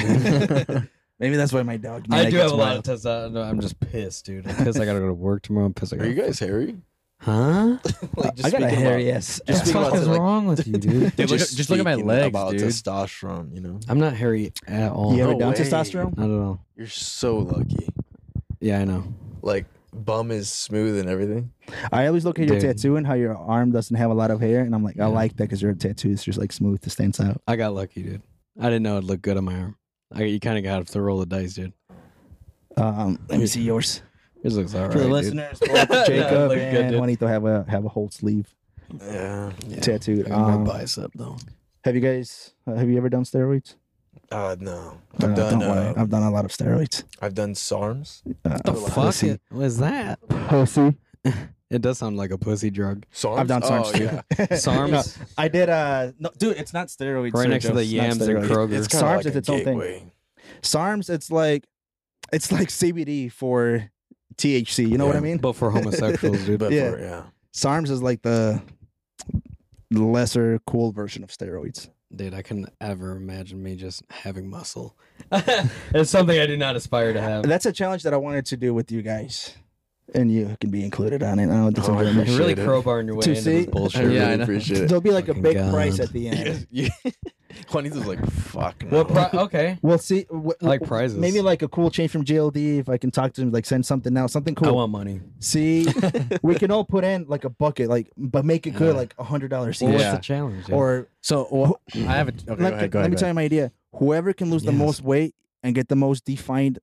Speaker 4: it, dude.
Speaker 1: [LAUGHS]
Speaker 4: [LAUGHS]
Speaker 1: Maybe that's why my dog.
Speaker 3: I
Speaker 1: Manic
Speaker 3: do have
Speaker 1: gets
Speaker 3: a lot
Speaker 1: wild.
Speaker 3: of testosterone. I'm just pissed, dude.
Speaker 4: I'm pissed I gotta go to work tomorrow. I'm pissed I
Speaker 2: Are [LAUGHS]
Speaker 4: gotta.
Speaker 2: you guys hairy?
Speaker 4: huh?
Speaker 2: Like, just
Speaker 1: I got a
Speaker 2: speaking about-
Speaker 1: hairy ass.
Speaker 2: Just
Speaker 4: the
Speaker 2: speaking
Speaker 4: fuck
Speaker 2: about
Speaker 4: is
Speaker 2: the, like-
Speaker 4: wrong
Speaker 2: [LAUGHS]
Speaker 4: with you, dude?
Speaker 6: Dude, look at- just look at my
Speaker 2: speaking
Speaker 6: legs,
Speaker 2: about
Speaker 6: dude.
Speaker 2: testosterone, you know?
Speaker 4: I'm not hairy at all.
Speaker 1: You ever
Speaker 2: No
Speaker 1: down
Speaker 2: way.
Speaker 1: testosterone?
Speaker 4: I don't know.
Speaker 2: You're so lucky.
Speaker 4: Yeah, I know.
Speaker 2: Like, bum is smooth and everything.
Speaker 1: I always look at your
Speaker 4: Dude.
Speaker 1: tattoo and how your arm doesn't have a lot of hair, and I'm like, I like that because your tattoo is just like smooth, it stands out.
Speaker 4: I got lucky, dude. I didn't know it looked good on my arm. I, you kind of got to roll the dice, dude.
Speaker 1: Um, let me see yours
Speaker 4: This looks alright.
Speaker 1: for the
Speaker 4: dude.
Speaker 6: [LAUGHS]
Speaker 1: listeners.
Speaker 4: [LAUGHS]
Speaker 1: both Jacob and Juanito have a have a whole sleeve
Speaker 2: Yeah. yeah.
Speaker 1: tattooed.
Speaker 4: I got
Speaker 1: Um,
Speaker 4: my bicep though.
Speaker 1: have you guys? uh, have you ever done steroids?
Speaker 2: Uh, no.
Speaker 1: Uh,
Speaker 2: I've done,
Speaker 1: don't worry,
Speaker 2: uh,
Speaker 1: I've done a lot of steroids.
Speaker 2: I've done SARMs.
Speaker 1: Uh,
Speaker 4: The fuck
Speaker 1: pussy.
Speaker 4: it- was that?
Speaker 1: Pussy.
Speaker 4: [LAUGHS] It does sound like a pussy drug.
Speaker 2: SARMs?
Speaker 1: I've done
Speaker 2: oh,
Speaker 1: SARMs too.
Speaker 2: yeah.
Speaker 1: [LAUGHS]
Speaker 4: SARMs
Speaker 1: I did. Uh, no, dude, it's not steroids.
Speaker 4: right
Speaker 1: Sergio,
Speaker 4: next to the
Speaker 1: it's not
Speaker 4: yams and
Speaker 1: steroids.
Speaker 4: Kroger.
Speaker 2: It's
Speaker 1: SARMs
Speaker 2: kind of like
Speaker 1: is
Speaker 2: a
Speaker 1: its own thing.
Speaker 2: gateway.
Speaker 1: SARMs, it's like it's like CBD for THC. You know what I
Speaker 2: Yeah.
Speaker 1: mean?
Speaker 4: but
Speaker 3: [LAUGHS]
Speaker 4: for homosexuals, dude.
Speaker 2: But
Speaker 1: Yeah.
Speaker 2: for- yeah.
Speaker 1: SARMs is like the lesser cool version of steroids.
Speaker 4: Dude, I couldn't ever imagine me just having muscle.
Speaker 3: [LAUGHS] it's something I do not aspire
Speaker 4: [LAUGHS]
Speaker 3: to have.
Speaker 1: That's a challenge that I wanted to do with you guys, and you can be included on it. I know it's
Speaker 2: Oh, I
Speaker 1: really
Speaker 3: You're really
Speaker 2: Shit, dude.
Speaker 3: crowbarring your way
Speaker 1: To
Speaker 3: into
Speaker 1: see-
Speaker 3: this
Speaker 1: [LAUGHS]
Speaker 6: I
Speaker 3: bullshit.
Speaker 6: really
Speaker 2: appreciate
Speaker 1: There'll be like a
Speaker 2: [LAUGHS]
Speaker 4: Fucking
Speaker 1: big price
Speaker 4: God.
Speaker 1: at the end.
Speaker 2: You, Juanito's like, fuck no. [LAUGHS]
Speaker 3: Well, pro- okay.
Speaker 1: We'll see. W-
Speaker 4: like
Speaker 1: w-
Speaker 4: prizes.
Speaker 1: Maybe like a cool chain from JLD. If I can talk to him, like send something out, something cool.
Speaker 4: I want money.
Speaker 1: See, we can all put in like a bucket, like but make it good, like a hundred dollars
Speaker 4: Well,
Speaker 1: each.
Speaker 4: What's the challenge?
Speaker 1: Or
Speaker 6: So wh- I have a. Okay, go
Speaker 1: let,
Speaker 6: ahead, go
Speaker 1: let
Speaker 6: ahead,
Speaker 1: me
Speaker 6: go
Speaker 1: tell you my idea. Whoever can lose the
Speaker 4: Yes.
Speaker 1: most weight and get the most defined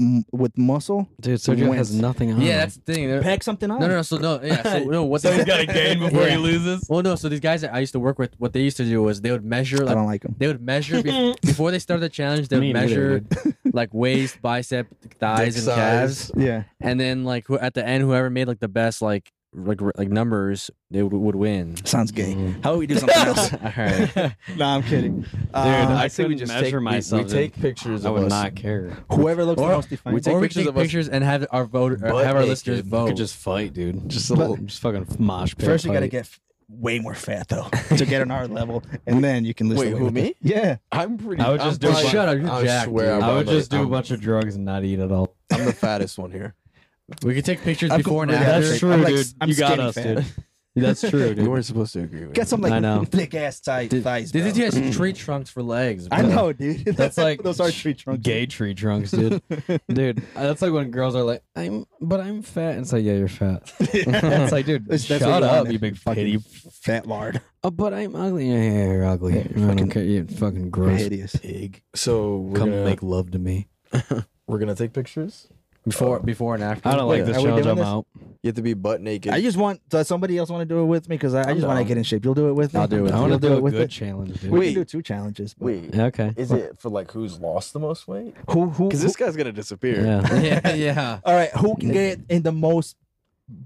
Speaker 1: m- with muscle,
Speaker 4: dude, Sergio has
Speaker 1: wins.
Speaker 4: nothing on.
Speaker 6: ahead. Yeah, that's the thing. They're-
Speaker 1: pack something on.
Speaker 6: No, no, no. So no, yeah. So
Speaker 1: [LAUGHS]
Speaker 6: no, what they
Speaker 4: got to gain
Speaker 6: before he
Speaker 4: loses.
Speaker 6: [LAUGHS] Well, no. So these guys that I used to work with, what they used to do was they would measure
Speaker 1: I
Speaker 6: like
Speaker 1: don't like him.
Speaker 6: they would
Speaker 1: [LAUGHS]
Speaker 6: measure be- before they started the challenge. They would
Speaker 4: Me neither,
Speaker 6: measure like waist, bicep, thighs,
Speaker 2: Dick
Speaker 6: and
Speaker 2: size.
Speaker 6: calves,
Speaker 1: Yeah,
Speaker 6: and then like who, at the end, whoever made like the best like like r- like numbers, they would, would [LAUGHS] win.
Speaker 1: sounds gay. How about we do [LAUGHS] something else?
Speaker 6: All right.
Speaker 1: nah, I'm kidding.
Speaker 3: Uh,
Speaker 4: Dude,
Speaker 2: I
Speaker 4: I
Speaker 2: say we
Speaker 4: couldn't
Speaker 2: just
Speaker 4: measure
Speaker 2: take, we-
Speaker 4: myself
Speaker 2: We,
Speaker 4: in-
Speaker 2: take pictures
Speaker 4: I
Speaker 2: of
Speaker 4: would
Speaker 2: us.
Speaker 4: not care.
Speaker 1: Whoever looks
Speaker 2: Or
Speaker 1: the most defined.
Speaker 2: we take
Speaker 6: or we
Speaker 2: pictures
Speaker 6: take
Speaker 2: of us-
Speaker 6: pictures and have our vote, or
Speaker 2: Butt
Speaker 6: have our
Speaker 2: naked.
Speaker 6: listeners
Speaker 2: We could
Speaker 6: vote.
Speaker 4: could just fight, dude. Just a
Speaker 1: But-
Speaker 4: little, just fucking mosh pit.
Speaker 1: First, you gotta
Speaker 4: fight.
Speaker 1: get f- way more fat though to get on our level, and then you can lose.
Speaker 2: Wait,
Speaker 1: the weight
Speaker 2: who,
Speaker 1: with it.
Speaker 2: me?
Speaker 1: Yeah,
Speaker 2: I'm pretty.
Speaker 3: I would
Speaker 2: I'm
Speaker 3: just do a
Speaker 2: probably-
Speaker 3: bunch- Shut
Speaker 6: up, you're
Speaker 2: I
Speaker 6: jacked,
Speaker 2: swear
Speaker 6: dude.
Speaker 2: I'm
Speaker 6: I
Speaker 3: I would
Speaker 2: probably-
Speaker 3: just do a
Speaker 2: I'm-
Speaker 3: bunch of drugs and not eat at all.
Speaker 2: I'm the fattest one here.
Speaker 6: we could take pictures
Speaker 1: I'm
Speaker 6: before and
Speaker 1: completely
Speaker 6: after.
Speaker 1: That's true, I'm like- dude. I'm You
Speaker 4: you
Speaker 1: got
Speaker 4: got
Speaker 1: skinny us,
Speaker 4: us,
Speaker 1: fat. dude.
Speaker 4: dude. That's true,
Speaker 2: You
Speaker 4: dude.
Speaker 2: weren't supposed to agree with
Speaker 1: get some
Speaker 4: I know.
Speaker 1: like thick ass tight thighs.
Speaker 6: This
Speaker 1: bro.
Speaker 6: is he has tree trunks for legs.
Speaker 1: I
Speaker 6: bro.
Speaker 1: know, dude.
Speaker 3: That's like
Speaker 1: those are tree trunks.
Speaker 4: Gay tree trunks, [LAUGHS] dude.
Speaker 3: Dude, that's like when girls are like, "I'm, but I'm fat," and it's like, "Yeah,
Speaker 4: [LAUGHS]
Speaker 3: you're fat." it's like, dude,
Speaker 1: That's- that's what
Speaker 3: shut
Speaker 1: you
Speaker 3: up,
Speaker 1: want,
Speaker 3: you big
Speaker 1: fucking
Speaker 3: fucking.
Speaker 1: fat lard.
Speaker 4: Oh, but I'm ugly. Yeah, yeah, you're ugly.
Speaker 1: Yeah, you're
Speaker 4: I
Speaker 1: fucking-
Speaker 4: don't care. You're fucking gross.
Speaker 1: Hideous.
Speaker 4: Pig.
Speaker 2: So we're
Speaker 4: Come
Speaker 2: gonna
Speaker 6: [LAUGHS]
Speaker 4: make love to me. [LAUGHS]
Speaker 2: we're gonna take pictures. Oh.
Speaker 6: Before, before and after.
Speaker 4: I don't like
Speaker 1: Wait,
Speaker 4: this
Speaker 1: are we
Speaker 4: challenge.
Speaker 1: doing
Speaker 4: I'm
Speaker 1: this?
Speaker 4: out.
Speaker 2: You have to be butt naked.
Speaker 1: I just want does somebody else want to do it with me because I, I just want to
Speaker 2: down.
Speaker 1: get in shape. You'll do it with me.
Speaker 6: I'll do it with
Speaker 4: I
Speaker 6: you.
Speaker 4: want
Speaker 1: You'll
Speaker 4: to do a
Speaker 1: with
Speaker 4: good
Speaker 1: it.
Speaker 4: challenge, dude.
Speaker 1: We
Speaker 2: Wait.
Speaker 1: can do two challenges. but-
Speaker 2: [LAUGHS] Wait,
Speaker 4: Okay.
Speaker 2: is it for like who's lost the most weight?
Speaker 1: Who who?
Speaker 2: Because this guy's gonna disappear.
Speaker 4: Yeah.
Speaker 6: yeah, yeah.
Speaker 1: [LAUGHS] who- all right, who can get in the most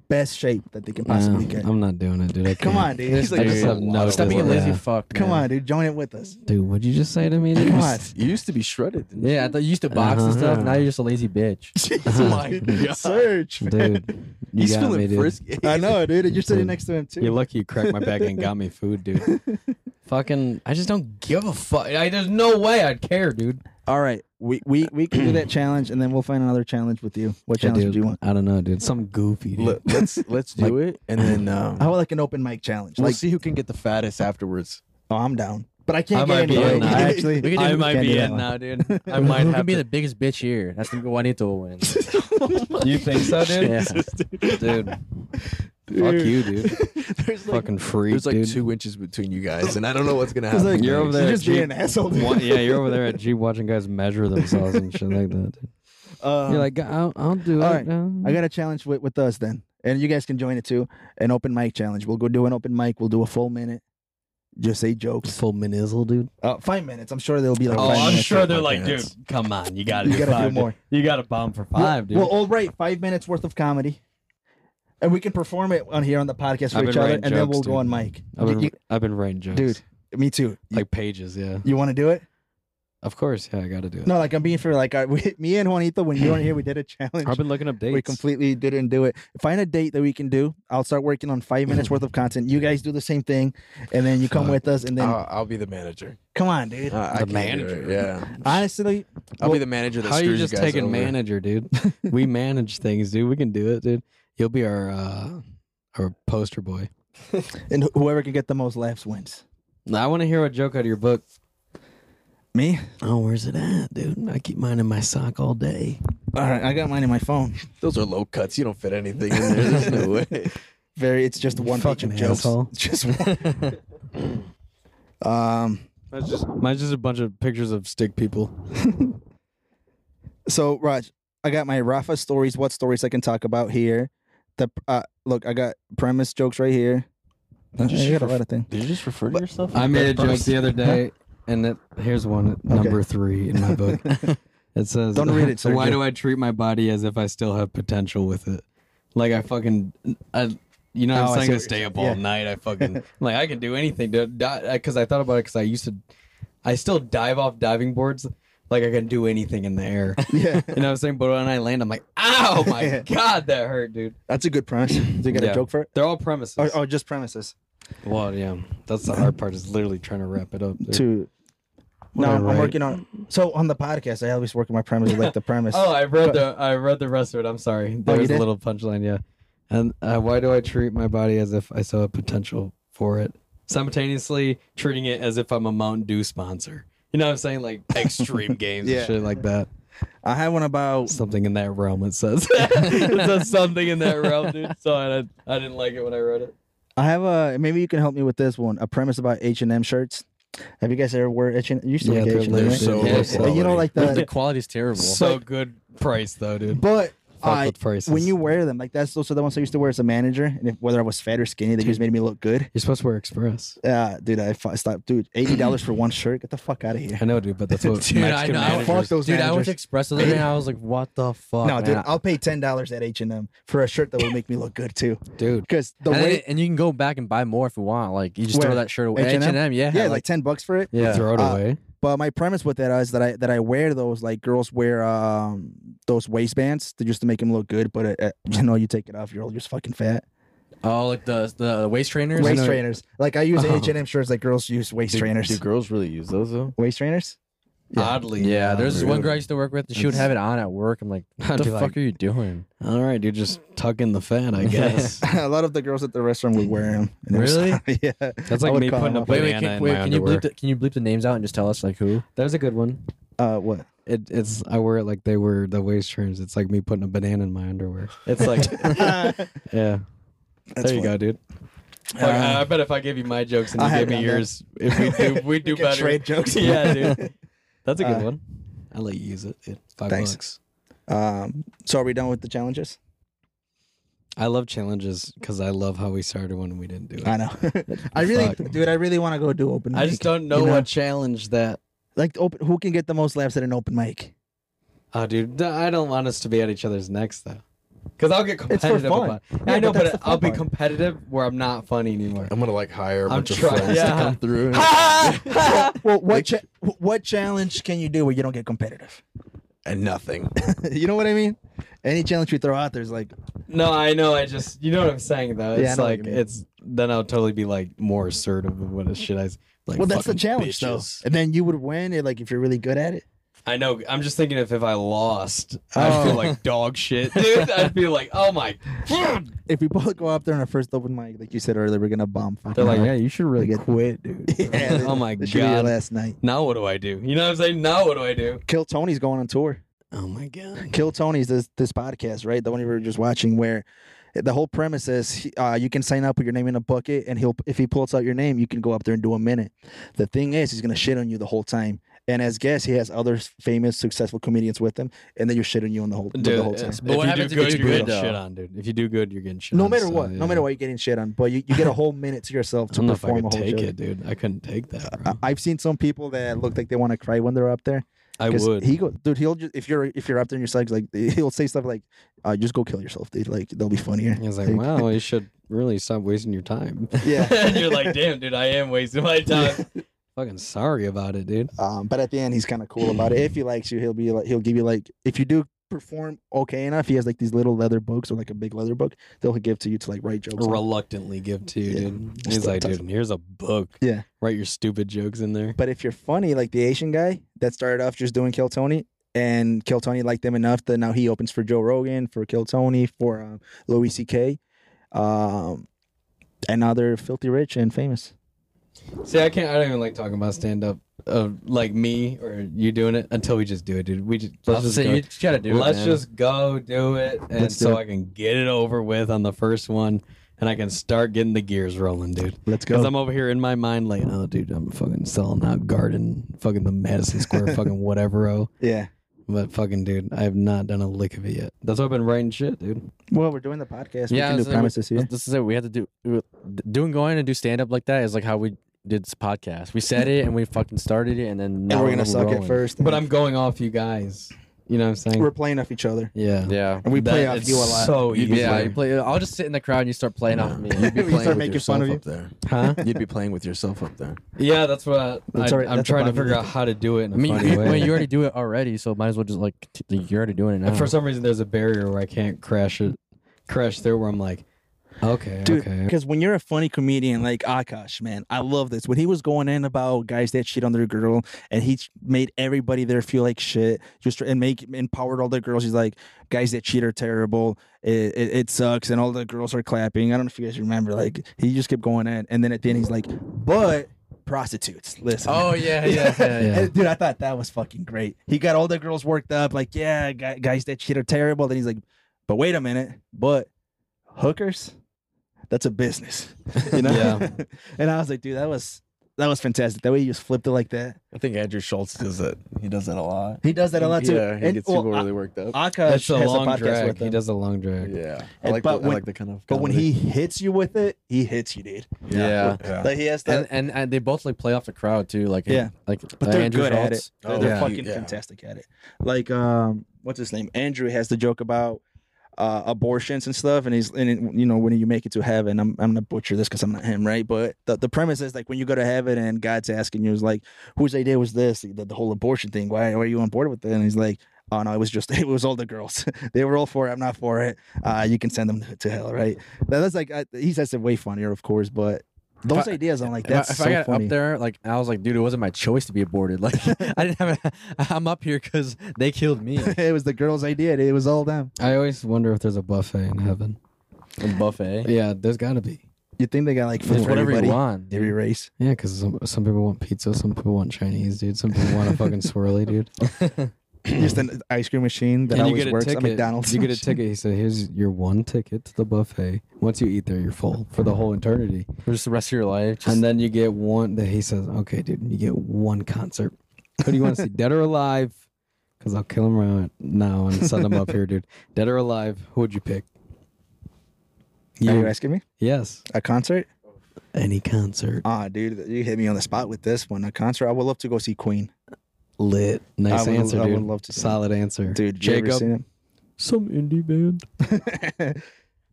Speaker 1: best shape that they can
Speaker 4: No,
Speaker 1: possibly get?
Speaker 4: I'm not doing it, dude. I
Speaker 1: Come
Speaker 4: can't.
Speaker 1: on, dude.
Speaker 2: He's like,
Speaker 4: I just
Speaker 2: "There's a
Speaker 4: have
Speaker 2: lot
Speaker 4: no.
Speaker 2: of
Speaker 6: Stop being a
Speaker 2: work."
Speaker 6: lazy
Speaker 4: Yeah.
Speaker 6: fuck.
Speaker 1: Come
Speaker 6: man.
Speaker 1: on, dude, join it with us.
Speaker 4: Dude, what'd you just say to me? dude?
Speaker 1: Come on.
Speaker 2: You used to be shredded. [LAUGHS] didn't you?
Speaker 6: Yeah, I thought you used to box and stuff. Now you're just a lazy bitch.
Speaker 2: Jesus, Oh [LAUGHS] my God.
Speaker 1: Search.
Speaker 4: Dude, you
Speaker 2: He's
Speaker 4: got
Speaker 2: feeling
Speaker 4: me, dude.
Speaker 2: frisky. [LAUGHS]
Speaker 1: I know, dude. You're sitting
Speaker 4: Dude.
Speaker 1: next to him too.
Speaker 4: You're lucky you cracked my back and got me food, dude. Fucking, I just don't give a fuck. I, there's no way I'd care, dude.
Speaker 1: All right, we we we can do that challenge, and then we'll find another challenge with you. What challenge
Speaker 4: dude,
Speaker 1: do you want?
Speaker 4: I don't know, dude. Some goofy, dude.
Speaker 2: Let, [LAUGHS] us let's do it, and then um,
Speaker 1: I want like an open mic challenge.
Speaker 2: we'll
Speaker 1: Like,
Speaker 2: see who can get the fattest afterwards.
Speaker 1: oh, I'm down, but I can't
Speaker 4: I
Speaker 1: get
Speaker 4: might be
Speaker 1: anybody.
Speaker 4: in now.
Speaker 1: I [LAUGHS] actually,
Speaker 6: We could do-
Speaker 4: I
Speaker 6: Dude,
Speaker 4: might
Speaker 1: can't do
Speaker 4: be
Speaker 1: that
Speaker 4: in
Speaker 1: one.
Speaker 4: now, dude. I
Speaker 6: Who
Speaker 4: might
Speaker 6: can [LAUGHS]
Speaker 4: have
Speaker 6: be the
Speaker 4: to.
Speaker 6: biggest bitch here? That's think Juanito will win.
Speaker 3: You think so, dude?
Speaker 6: Yeah.
Speaker 4: dude. Fuck you, dude.
Speaker 2: There's like
Speaker 4: Fucking freak,
Speaker 2: there's like
Speaker 4: dude.
Speaker 2: two inches between you [LAUGHS] guys, and I don't know what's gonna
Speaker 1: It's
Speaker 2: happen.
Speaker 1: like,
Speaker 4: You're over there
Speaker 1: You're just
Speaker 4: at Jeep.
Speaker 1: being an asshole. dude.
Speaker 4: One- yeah,
Speaker 1: [LAUGHS]
Speaker 4: you're over there at G watching guys measure themselves and shit like that. Dude.
Speaker 1: Uh,
Speaker 4: You're like, I'll, I'll do
Speaker 1: all
Speaker 4: it.
Speaker 1: right.
Speaker 4: um."
Speaker 1: I got a challenge with, with us then, and you guys can join it too. An open mic challenge. We'll go do an open mic. We'll do a full minute. Just say jokes.
Speaker 4: full minizzle, dude.
Speaker 1: Uh, five minutes. I'm sure there'll be like.
Speaker 3: Oh,
Speaker 1: Oh,
Speaker 3: I'm
Speaker 1: minutes.
Speaker 3: sure
Speaker 2: my
Speaker 3: they're like, dude,
Speaker 2: pants.
Speaker 3: come on, you gotta,
Speaker 1: You
Speaker 3: do
Speaker 1: gotta do
Speaker 3: five, dude.
Speaker 1: more.
Speaker 3: You gotta bomb for five, dude.
Speaker 1: Well, all right, five minutes worth of comedy, and we can perform it on here on the podcast
Speaker 4: I've
Speaker 1: for each
Speaker 4: been
Speaker 1: other, and
Speaker 4: writing
Speaker 1: then
Speaker 4: jokes,
Speaker 1: we'll go
Speaker 4: dude.
Speaker 1: on mic.
Speaker 4: I've
Speaker 1: You-
Speaker 4: been,
Speaker 1: you-
Speaker 4: I've been writing jokes,
Speaker 1: dude, me too. You-
Speaker 4: Like pages, yeah.
Speaker 1: you want to do it?
Speaker 4: Of course, yeah. I got to do it.
Speaker 1: No, like I'm being fair. Like I, [LAUGHS] we, me and Juanito, when you weren't here, we did a challenge.
Speaker 4: I've been looking up dates.
Speaker 1: We completely didn't do it. Find a date that we can do. I'll start working on five minutes worth of
Speaker 2: [LAUGHS]
Speaker 1: content. You guys do the same thing, and then you come with us. And then
Speaker 2: I'll, I'll be the manager.
Speaker 1: come on, dude.
Speaker 2: Uh, I
Speaker 4: The
Speaker 2: can't do it,
Speaker 4: manager.
Speaker 2: Yeah,
Speaker 1: Honestly,
Speaker 2: I'll
Speaker 1: Well,
Speaker 2: be the manager. That
Speaker 4: How are
Speaker 2: screws
Speaker 4: you just
Speaker 2: guys
Speaker 4: taking
Speaker 2: over.
Speaker 4: manager, dude? we manage things, dude. We can do it, dude. You'll be our uh, our poster boy.
Speaker 1: and wh- whoever can get the most laughs wins.
Speaker 4: Now, I want to hear a joke out of your book.
Speaker 1: Me?
Speaker 4: Oh, where's it at, dude? I keep mine in my sock all day.
Speaker 1: All right, I got mine in my phone.
Speaker 2: Those are low cuts. You don't fit anything in there. There's
Speaker 4: [LAUGHS]
Speaker 2: no way.
Speaker 1: Very, it's just one page of
Speaker 4: fucking
Speaker 1: jokes.
Speaker 4: asshole.
Speaker 1: [LAUGHS] Just one.
Speaker 4: [LAUGHS]
Speaker 1: um.
Speaker 4: Mine's just mine's just a bunch of pictures of stick people.
Speaker 1: So Raj, I got my Rafa stories. What stories I can talk about here? The uh, look, I got premise jokes right here. I got a lot of things.
Speaker 2: Did you just refer to yourself?
Speaker 3: I made a joke
Speaker 1: person.
Speaker 3: the other day, and it, here's one number three in
Speaker 1: [LAUGHS]
Speaker 3: my book. It says,
Speaker 1: Don't read it,
Speaker 4: So [LAUGHS] why
Speaker 1: Sergio.
Speaker 4: do I treat my body as if I still have potential with it? Like I fucking, I, you know,
Speaker 1: Oh, I see
Speaker 4: I'm saying
Speaker 1: what
Speaker 4: to
Speaker 1: you're
Speaker 4: stay
Speaker 1: saying.
Speaker 4: up all
Speaker 1: Yeah.
Speaker 4: night.
Speaker 1: [LAUGHS]
Speaker 4: I fucking like I can do anything, dude. Because I thought about it because I used to, I still dive off diving boards. Like I can do anything in the air.
Speaker 1: [LAUGHS] Yeah,
Speaker 4: [LAUGHS] You know what I'm saying? But when I land, I'm like, ow,
Speaker 1: [LAUGHS]
Speaker 4: my
Speaker 1: Yeah.
Speaker 4: god, that hurt, dude.
Speaker 1: that's a good premise. Do you got a
Speaker 4: Yeah.
Speaker 1: joke for it?
Speaker 4: They're all premises.
Speaker 1: Or, or just premises?
Speaker 4: Well, yeah, that's the hard part is literally trying to wrap it up. dude.
Speaker 1: Two. No,
Speaker 4: Right,
Speaker 1: I'm
Speaker 4: right.
Speaker 1: working on. So on the podcast, I always work on my premise, like the premise.
Speaker 4: [LAUGHS] Oh, I read the I read the rest of it. I'm sorry. There
Speaker 1: you
Speaker 4: was
Speaker 1: did?
Speaker 4: a little punchline, yeah. And uh, why do I treat my body as if I still have potential for it? simultaneously treating it as if I'm a Mountain Dew sponsor. You know what I'm saying? Like [LAUGHS] extreme games
Speaker 1: Yeah.
Speaker 4: and shit like that.
Speaker 1: I had one about
Speaker 4: Something in that realm, it says. [LAUGHS] it says something in that realm, dude. So I, I didn't like it when I read it.
Speaker 1: I have a maybe you can help me with this one. A premise about H and M shirts. Have you guys ever wear H and you used to
Speaker 4: Yeah,
Speaker 1: like
Speaker 4: they're
Speaker 1: H and M?
Speaker 4: literally-
Speaker 1: Right?
Speaker 2: so
Speaker 4: Yeah,
Speaker 2: low
Speaker 4: yeah.
Speaker 1: But you know,
Speaker 2: quality.
Speaker 1: like
Speaker 6: The
Speaker 1: the
Speaker 6: quality's
Speaker 4: [LAUGHS]
Speaker 6: terrible.
Speaker 4: So Oh, good price, though, dude.
Speaker 1: but
Speaker 4: Fuck
Speaker 1: I
Speaker 4: with prices.
Speaker 1: when you wear them like that's those are the ones I used to wear as a manager, and if, whether I was fat or skinny, they just made me look good.
Speaker 4: You're supposed to wear Express.
Speaker 1: Yeah, dude, I fu- stopped. Dude, eighty dollars for one shirt. Get the fuck out of here.
Speaker 4: I know, [LAUGHS] dude, but that's what
Speaker 6: Dude, I
Speaker 4: Mexican
Speaker 6: know.
Speaker 4: managers-
Speaker 1: Fuck those
Speaker 6: Dude, I
Speaker 1: managers.
Speaker 6: went to Express the other day and I was like, what the fuck?
Speaker 1: no, dude,
Speaker 6: man?
Speaker 1: I'll pay ten dollars at H and M for a shirt that will make me look good too.
Speaker 4: Dude.
Speaker 1: because the
Speaker 6: and, then-
Speaker 1: way
Speaker 6: and you can go back and buy more if you want. Like you just
Speaker 1: Where?
Speaker 6: throw that shirt away.
Speaker 1: H&M?
Speaker 6: H and M, yeah,
Speaker 1: yeah, like ten bucks for it.
Speaker 6: yeah.
Speaker 4: Throw it
Speaker 1: Uh,
Speaker 4: away.
Speaker 1: But my premise with that is that I that I wear those like girls wear um those waistbands to just to make them look good, but uh, [LAUGHS] uh, you know you take it off, you're all just fucking fat.
Speaker 6: Oh, like the the waist trainers. Oh.
Speaker 1: waist trainers, like I
Speaker 6: [LAUGHS]
Speaker 1: use H and M shirts, like girls use waist trainers.
Speaker 2: Do girls really use those though?
Speaker 1: waist trainers?
Speaker 4: Oddly.
Speaker 6: Yeah, there's this one girl I used to work with, and she would have it on at work. I'm like,
Speaker 4: [LAUGHS]
Speaker 6: what
Speaker 4: I'd
Speaker 6: the
Speaker 4: be
Speaker 6: fuck
Speaker 4: like-
Speaker 6: are you doing?
Speaker 4: All right, dude, just tuck in the fan, [LAUGHS] I guess.
Speaker 1: [LAUGHS] a lot of the girls at the restaurant would wear them.
Speaker 6: Really?
Speaker 1: [LAUGHS] yeah.
Speaker 4: That's
Speaker 1: I
Speaker 4: like
Speaker 1: would
Speaker 4: me
Speaker 1: call
Speaker 4: putting
Speaker 1: them
Speaker 4: a
Speaker 1: up.
Speaker 6: Wait, wait,
Speaker 4: banana
Speaker 6: can,
Speaker 4: in
Speaker 6: wait,
Speaker 4: my
Speaker 6: can you
Speaker 4: underwear.
Speaker 6: bleep the, can you bleep the names out and just tell us like who?
Speaker 4: There's a good one.
Speaker 1: Uh, what?
Speaker 4: It, it's I wear it like they were the waist trainers. It's like me putting a banana in my underwear. It's like, [LAUGHS]
Speaker 1: [LAUGHS]
Speaker 4: yeah. there you go, dude.
Speaker 1: Uh, [LAUGHS]
Speaker 4: I, I bet if Uh, I give you my jokes and
Speaker 1: I
Speaker 4: you
Speaker 1: have
Speaker 4: give me
Speaker 1: done that.
Speaker 4: yours, if we do, [LAUGHS] we do
Speaker 1: could
Speaker 4: better.
Speaker 1: trade jokes.
Speaker 4: [LAUGHS] yeah, dude. That's a good
Speaker 1: Uh,
Speaker 4: one. I'll let you use it. It five
Speaker 1: Thanks.
Speaker 4: bucks.
Speaker 1: Um, so are we done with the challenges?
Speaker 4: I love challenges because I love how we started one and we didn't do it.
Speaker 1: I know. I really,
Speaker 4: Fuck.
Speaker 1: dude, I really want to go do open.
Speaker 4: I just
Speaker 1: mic,
Speaker 4: don't know
Speaker 1: you
Speaker 4: what challenge that.
Speaker 1: Like open, who can get the most laughs at an open mic?
Speaker 4: Oh, dude, th- I don't want us to be at each other's necks though, because I'll get
Speaker 1: It's for
Speaker 4: competitive.
Speaker 1: fun.
Speaker 4: About,
Speaker 1: Yeah,
Speaker 4: I know,
Speaker 1: but that's
Speaker 4: but,
Speaker 1: the fun
Speaker 4: I'll be
Speaker 1: part.
Speaker 4: competitive where I'm not funny anymore.
Speaker 2: I'm gonna like hire a
Speaker 4: I'm
Speaker 2: bunch of
Speaker 4: trying-
Speaker 2: friends
Speaker 4: yeah.
Speaker 2: to come through. and-
Speaker 1: Well, what cha- wh- what challenge can you do where you don't get competitive?
Speaker 2: and nothing.
Speaker 1: [LAUGHS] you know what I mean? Any challenge you throw out there is like,
Speaker 4: [LAUGHS] No, I know. I just, you know what I'm saying though.
Speaker 1: Yeah, I
Speaker 4: It's
Speaker 1: know what you
Speaker 4: like
Speaker 1: mean.
Speaker 4: it's then I'll totally be like more assertive of what the shit I s- like.
Speaker 1: well, that's the
Speaker 4: fucking
Speaker 1: challenge
Speaker 4: bitches.
Speaker 1: though. And then you would win it, like if you're really good at it.
Speaker 4: I know. I'm just thinking if if I lost, I'd feel like dog shit, dude. [LAUGHS] I'd be like, oh my.
Speaker 1: If we [LAUGHS] both go up there on our first open mic, like you said earlier, we're gonna bomb.
Speaker 4: They're
Speaker 1: [LAUGHS]
Speaker 4: like,
Speaker 1: yeah,
Speaker 4: you should really
Speaker 1: get-
Speaker 4: quit, [LAUGHS] dude.
Speaker 1: [LAUGHS]
Speaker 4: oh my
Speaker 1: this should be your
Speaker 4: god.
Speaker 1: last night.
Speaker 4: Now what do I do? You know what I'm saying? Now what do I do?
Speaker 1: Kill Tony's going on tour.
Speaker 4: Oh my god.
Speaker 1: Kill Tony's this this podcast, right? The one you were just watching, where the whole premise is he- uh, you can sign up with your name in a bucket, and he'll if he pulls out your name, you can go up there and do a minute. The thing is, he's gonna shit on you the whole time. And as guests, he has other famous, successful comedians with him, and then you're shitting you on the whole the whole time.
Speaker 4: But
Speaker 6: what
Speaker 4: if you
Speaker 6: happens
Speaker 4: do
Speaker 6: if
Speaker 4: good,
Speaker 6: it's
Speaker 4: you're
Speaker 6: good,
Speaker 4: getting
Speaker 6: though?
Speaker 4: shit on, dude. If you do good, you're getting shit
Speaker 1: No
Speaker 4: on.
Speaker 1: matter
Speaker 4: so,
Speaker 1: what, no
Speaker 4: yeah.
Speaker 1: matter what, you're getting shit on, but you, you get a whole minute to yourself [LAUGHS]
Speaker 4: I
Speaker 1: to
Speaker 4: don't know if I
Speaker 1: perform
Speaker 4: could
Speaker 1: a whole Uh,
Speaker 4: take
Speaker 1: joke.
Speaker 4: it, dude. I couldn't take that. Bro.
Speaker 1: I- I've seen some people that look like they want to cry when they're up there.
Speaker 4: I
Speaker 1: 'Cause
Speaker 4: would.
Speaker 1: He go, dude. He'll just if you're if you're up there and you're psyched, like he'll say stuff like, uh, "Just go kill yourself, dude." Like they'll be funnier.
Speaker 4: He's like, wow, you should really stop wasting your time.
Speaker 1: [LAUGHS] Yeah.
Speaker 4: [LAUGHS] and you're like, damn, dude, I am wasting
Speaker 1: [LAUGHS]
Speaker 4: my time. Fucking sorry about it, dude.
Speaker 1: [LAUGHS] Um, but at the end, he's kind of cool about it. If he likes you, he'll be like, he'll give you like, if you do perform okay enough, he has like these little leather books or like a big leather book they'll give to you to like write jokes. on.
Speaker 4: Reluctantly give to you,
Speaker 1: Yeah.
Speaker 4: dude.
Speaker 1: Just
Speaker 4: He's
Speaker 1: a
Speaker 4: like,
Speaker 1: tough-
Speaker 4: dude, here's a book.
Speaker 1: Yeah.
Speaker 4: Write your stupid jokes in there.
Speaker 1: But if you're funny, like the Asian guy that started off just doing Kill Tony, and Kill Tony liked them enough that now he opens for Joe Rogan, for Kill Tony, for um, Louis C.K., um, and now they're filthy rich and famous.
Speaker 4: See, I can't. I don't even like talking about stand up of like me or you doing it until we just do it, dude. We just let's just
Speaker 6: So
Speaker 4: go.
Speaker 6: you just gotta do
Speaker 4: let's
Speaker 6: it. man.
Speaker 4: just go do it, and
Speaker 1: Let's do
Speaker 4: so
Speaker 1: it.
Speaker 4: I can get it over with on the first one, and I can start getting the gears rolling, dude.
Speaker 1: Let's
Speaker 4: Because
Speaker 1: go.
Speaker 4: I'm over here in my mind like, oh, dude, I'm fucking selling out Garden, fucking the
Speaker 1: [LAUGHS]
Speaker 4: Madison Square, fucking whatever. Oh,
Speaker 1: yeah.
Speaker 4: but fucking dude, I have not done a lick of it yet. That's why I've been writing shit, dude.
Speaker 1: Well, we're doing the podcast.
Speaker 6: Yeah,
Speaker 1: we
Speaker 6: I
Speaker 1: can
Speaker 6: was
Speaker 1: do
Speaker 6: like,
Speaker 1: premises here.
Speaker 6: This is it. We had to do doing going and do stand up like that is like how we did this podcast. We said it and we fucking started it and then now
Speaker 1: And we're gonna suck
Speaker 6: rolling.
Speaker 1: at first.
Speaker 4: But I'm going off you guys. You know what I'm saying?
Speaker 1: we're playing off each other,
Speaker 4: yeah.
Speaker 6: Yeah.
Speaker 1: and we play
Speaker 4: That-
Speaker 1: off
Speaker 4: it's
Speaker 1: you a lot.
Speaker 4: So easy.
Speaker 6: Yeah, you play. I'll just sit in the crowd and you start playing off me.
Speaker 2: You'd be
Speaker 1: We
Speaker 2: playing
Speaker 1: start
Speaker 2: with
Speaker 1: making
Speaker 2: yourself
Speaker 1: fun of [LAUGHS] [LAUGHS] you.
Speaker 2: up there.
Speaker 1: [LAUGHS]
Speaker 4: Huh?
Speaker 2: You'd be playing with yourself up there.
Speaker 4: Yeah, that's what I,
Speaker 1: That's all right.
Speaker 4: am
Speaker 1: That's a
Speaker 4: trying to
Speaker 1: bottom
Speaker 4: figure out
Speaker 1: line.
Speaker 4: how to do it in a
Speaker 6: I mean,
Speaker 4: funny
Speaker 6: you,
Speaker 4: way.
Speaker 6: well, you already do it already, so might as well just like
Speaker 4: Mm.
Speaker 6: t- like, you're already doing it now.
Speaker 4: And for some reason, there's a barrier where I can't crash it, crash through where I'm like, Okay.
Speaker 1: Dude,
Speaker 4: okay.
Speaker 1: because when you're a funny comedian like Akash, man, I love this. When he was going in about guys that cheat on their girl, and he ch- made everybody there feel like shit, just tr- and make empowered all the girls. He's like, guys that cheat are terrible. It, it, it sucks, and all the girls are clapping. I don't know if you guys remember. Like he just kept going in, and then at the end he's like, but prostitutes. Listen.
Speaker 2: Oh yeah, yeah, yeah. yeah.
Speaker 1: And, dude, I thought that was fucking great. He got all the girls worked up, like, yeah, gu- guys that shit are terrible. Then he's like, but wait a minute, but hookers, that's a business, [LAUGHS] you know.
Speaker 4: Yeah.
Speaker 1: [LAUGHS] and I was like, dude, that was that was fantastic. That way you just flipped it like that.
Speaker 2: I think Andrew Schultz does that. He does that a lot.
Speaker 1: He does that a lot too.
Speaker 2: Yeah, he
Speaker 1: And-
Speaker 2: gets
Speaker 1: well,
Speaker 2: people
Speaker 1: A-
Speaker 2: really worked up.
Speaker 1: Akash
Speaker 4: That's a
Speaker 1: has
Speaker 4: long
Speaker 1: a podcast
Speaker 4: drag.
Speaker 1: with him.
Speaker 4: He does a long drag.
Speaker 2: yeah, I
Speaker 1: And-
Speaker 2: like,
Speaker 1: but
Speaker 2: the,
Speaker 1: when-
Speaker 2: I like the kind of.
Speaker 1: But when
Speaker 2: comedy.
Speaker 1: he hits you with it, he hits you, dude.
Speaker 6: Yeah.
Speaker 1: Like he has
Speaker 6: And,
Speaker 1: that.
Speaker 6: and and they both like play off the crowd too. Like
Speaker 1: Yeah.
Speaker 6: like
Speaker 1: But
Speaker 6: uh,
Speaker 1: they're
Speaker 6: Andrew
Speaker 1: good at
Speaker 6: Schultz.
Speaker 1: it. They're,
Speaker 2: Oh,
Speaker 1: they're
Speaker 2: yeah.
Speaker 1: fucking
Speaker 2: Yeah.
Speaker 1: fantastic at it. Like, um, what's his name? Andrew has the joke about uh, abortions and stuff, and he's and it- you know when you make it to heaven, I'm I'm gonna butcher this because I'm not him, right? But the, the premise is like when you go to heaven and God's asking you is like, whose idea was this? The, the whole abortion thing. Why are you on board with it? And he's like. Oh no! It was just [LAUGHS] it was all the girls. they were all for it. I'm not for it. Uh, you can send them to hell, right? That- That's like I, he says it way funnier, of course, but those
Speaker 6: I-
Speaker 1: ideas I'm like
Speaker 6: If I-
Speaker 1: that's
Speaker 6: if
Speaker 1: so
Speaker 6: I got
Speaker 1: funny.
Speaker 6: up there, like I was like, dude, it wasn't my choice to be aborted. [LAUGHS] Like I didn't have. A, [LAUGHS] I'm up here because they killed me.
Speaker 1: [LAUGHS] it was the girls' idea. It was all them.
Speaker 4: I always wonder if there's a buffet in heaven.
Speaker 6: A buffet.
Speaker 4: Yeah, there's got to be.
Speaker 1: You think they got like food
Speaker 6: It's
Speaker 1: for
Speaker 6: whatever
Speaker 1: everybody?
Speaker 6: you want. dude.
Speaker 1: Every race. [CLEARS THROAT]
Speaker 4: Yeah, because some, some people want pizza, some people want Chinese, dude. Some people want a fucking swirly, dude.
Speaker 1: Just an ice cream machine that
Speaker 4: and you
Speaker 1: always
Speaker 4: get a
Speaker 1: works
Speaker 4: ticket.
Speaker 1: at McDonald's. [LAUGHS]
Speaker 4: You get a ticket. He said, "Here's your one ticket to the buffet. Once you eat there, you're full for the whole eternity."
Speaker 6: For just the rest of your life. Just,
Speaker 4: And then you get one. That he says, "Okay, dude, you get one concert. Who do you [LAUGHS] want to see, dead or alive? Because I'll kill him right now and send him up here, dude. Dead or alive? Who would you pick?
Speaker 1: Are
Speaker 4: You-
Speaker 1: you asking me?
Speaker 4: yes,
Speaker 1: A concert?
Speaker 4: any concert.
Speaker 1: Ah, dude, you hit me on the spot with this one. A concert. I would love to go see Queen.
Speaker 4: Lit. Nice
Speaker 1: I would-
Speaker 4: answer,
Speaker 1: I would
Speaker 4: dude.
Speaker 1: love to see
Speaker 4: Solid answer,
Speaker 1: Dude, you ever
Speaker 4: Jacob,
Speaker 1: seen him?
Speaker 4: [LAUGHS] some indie band,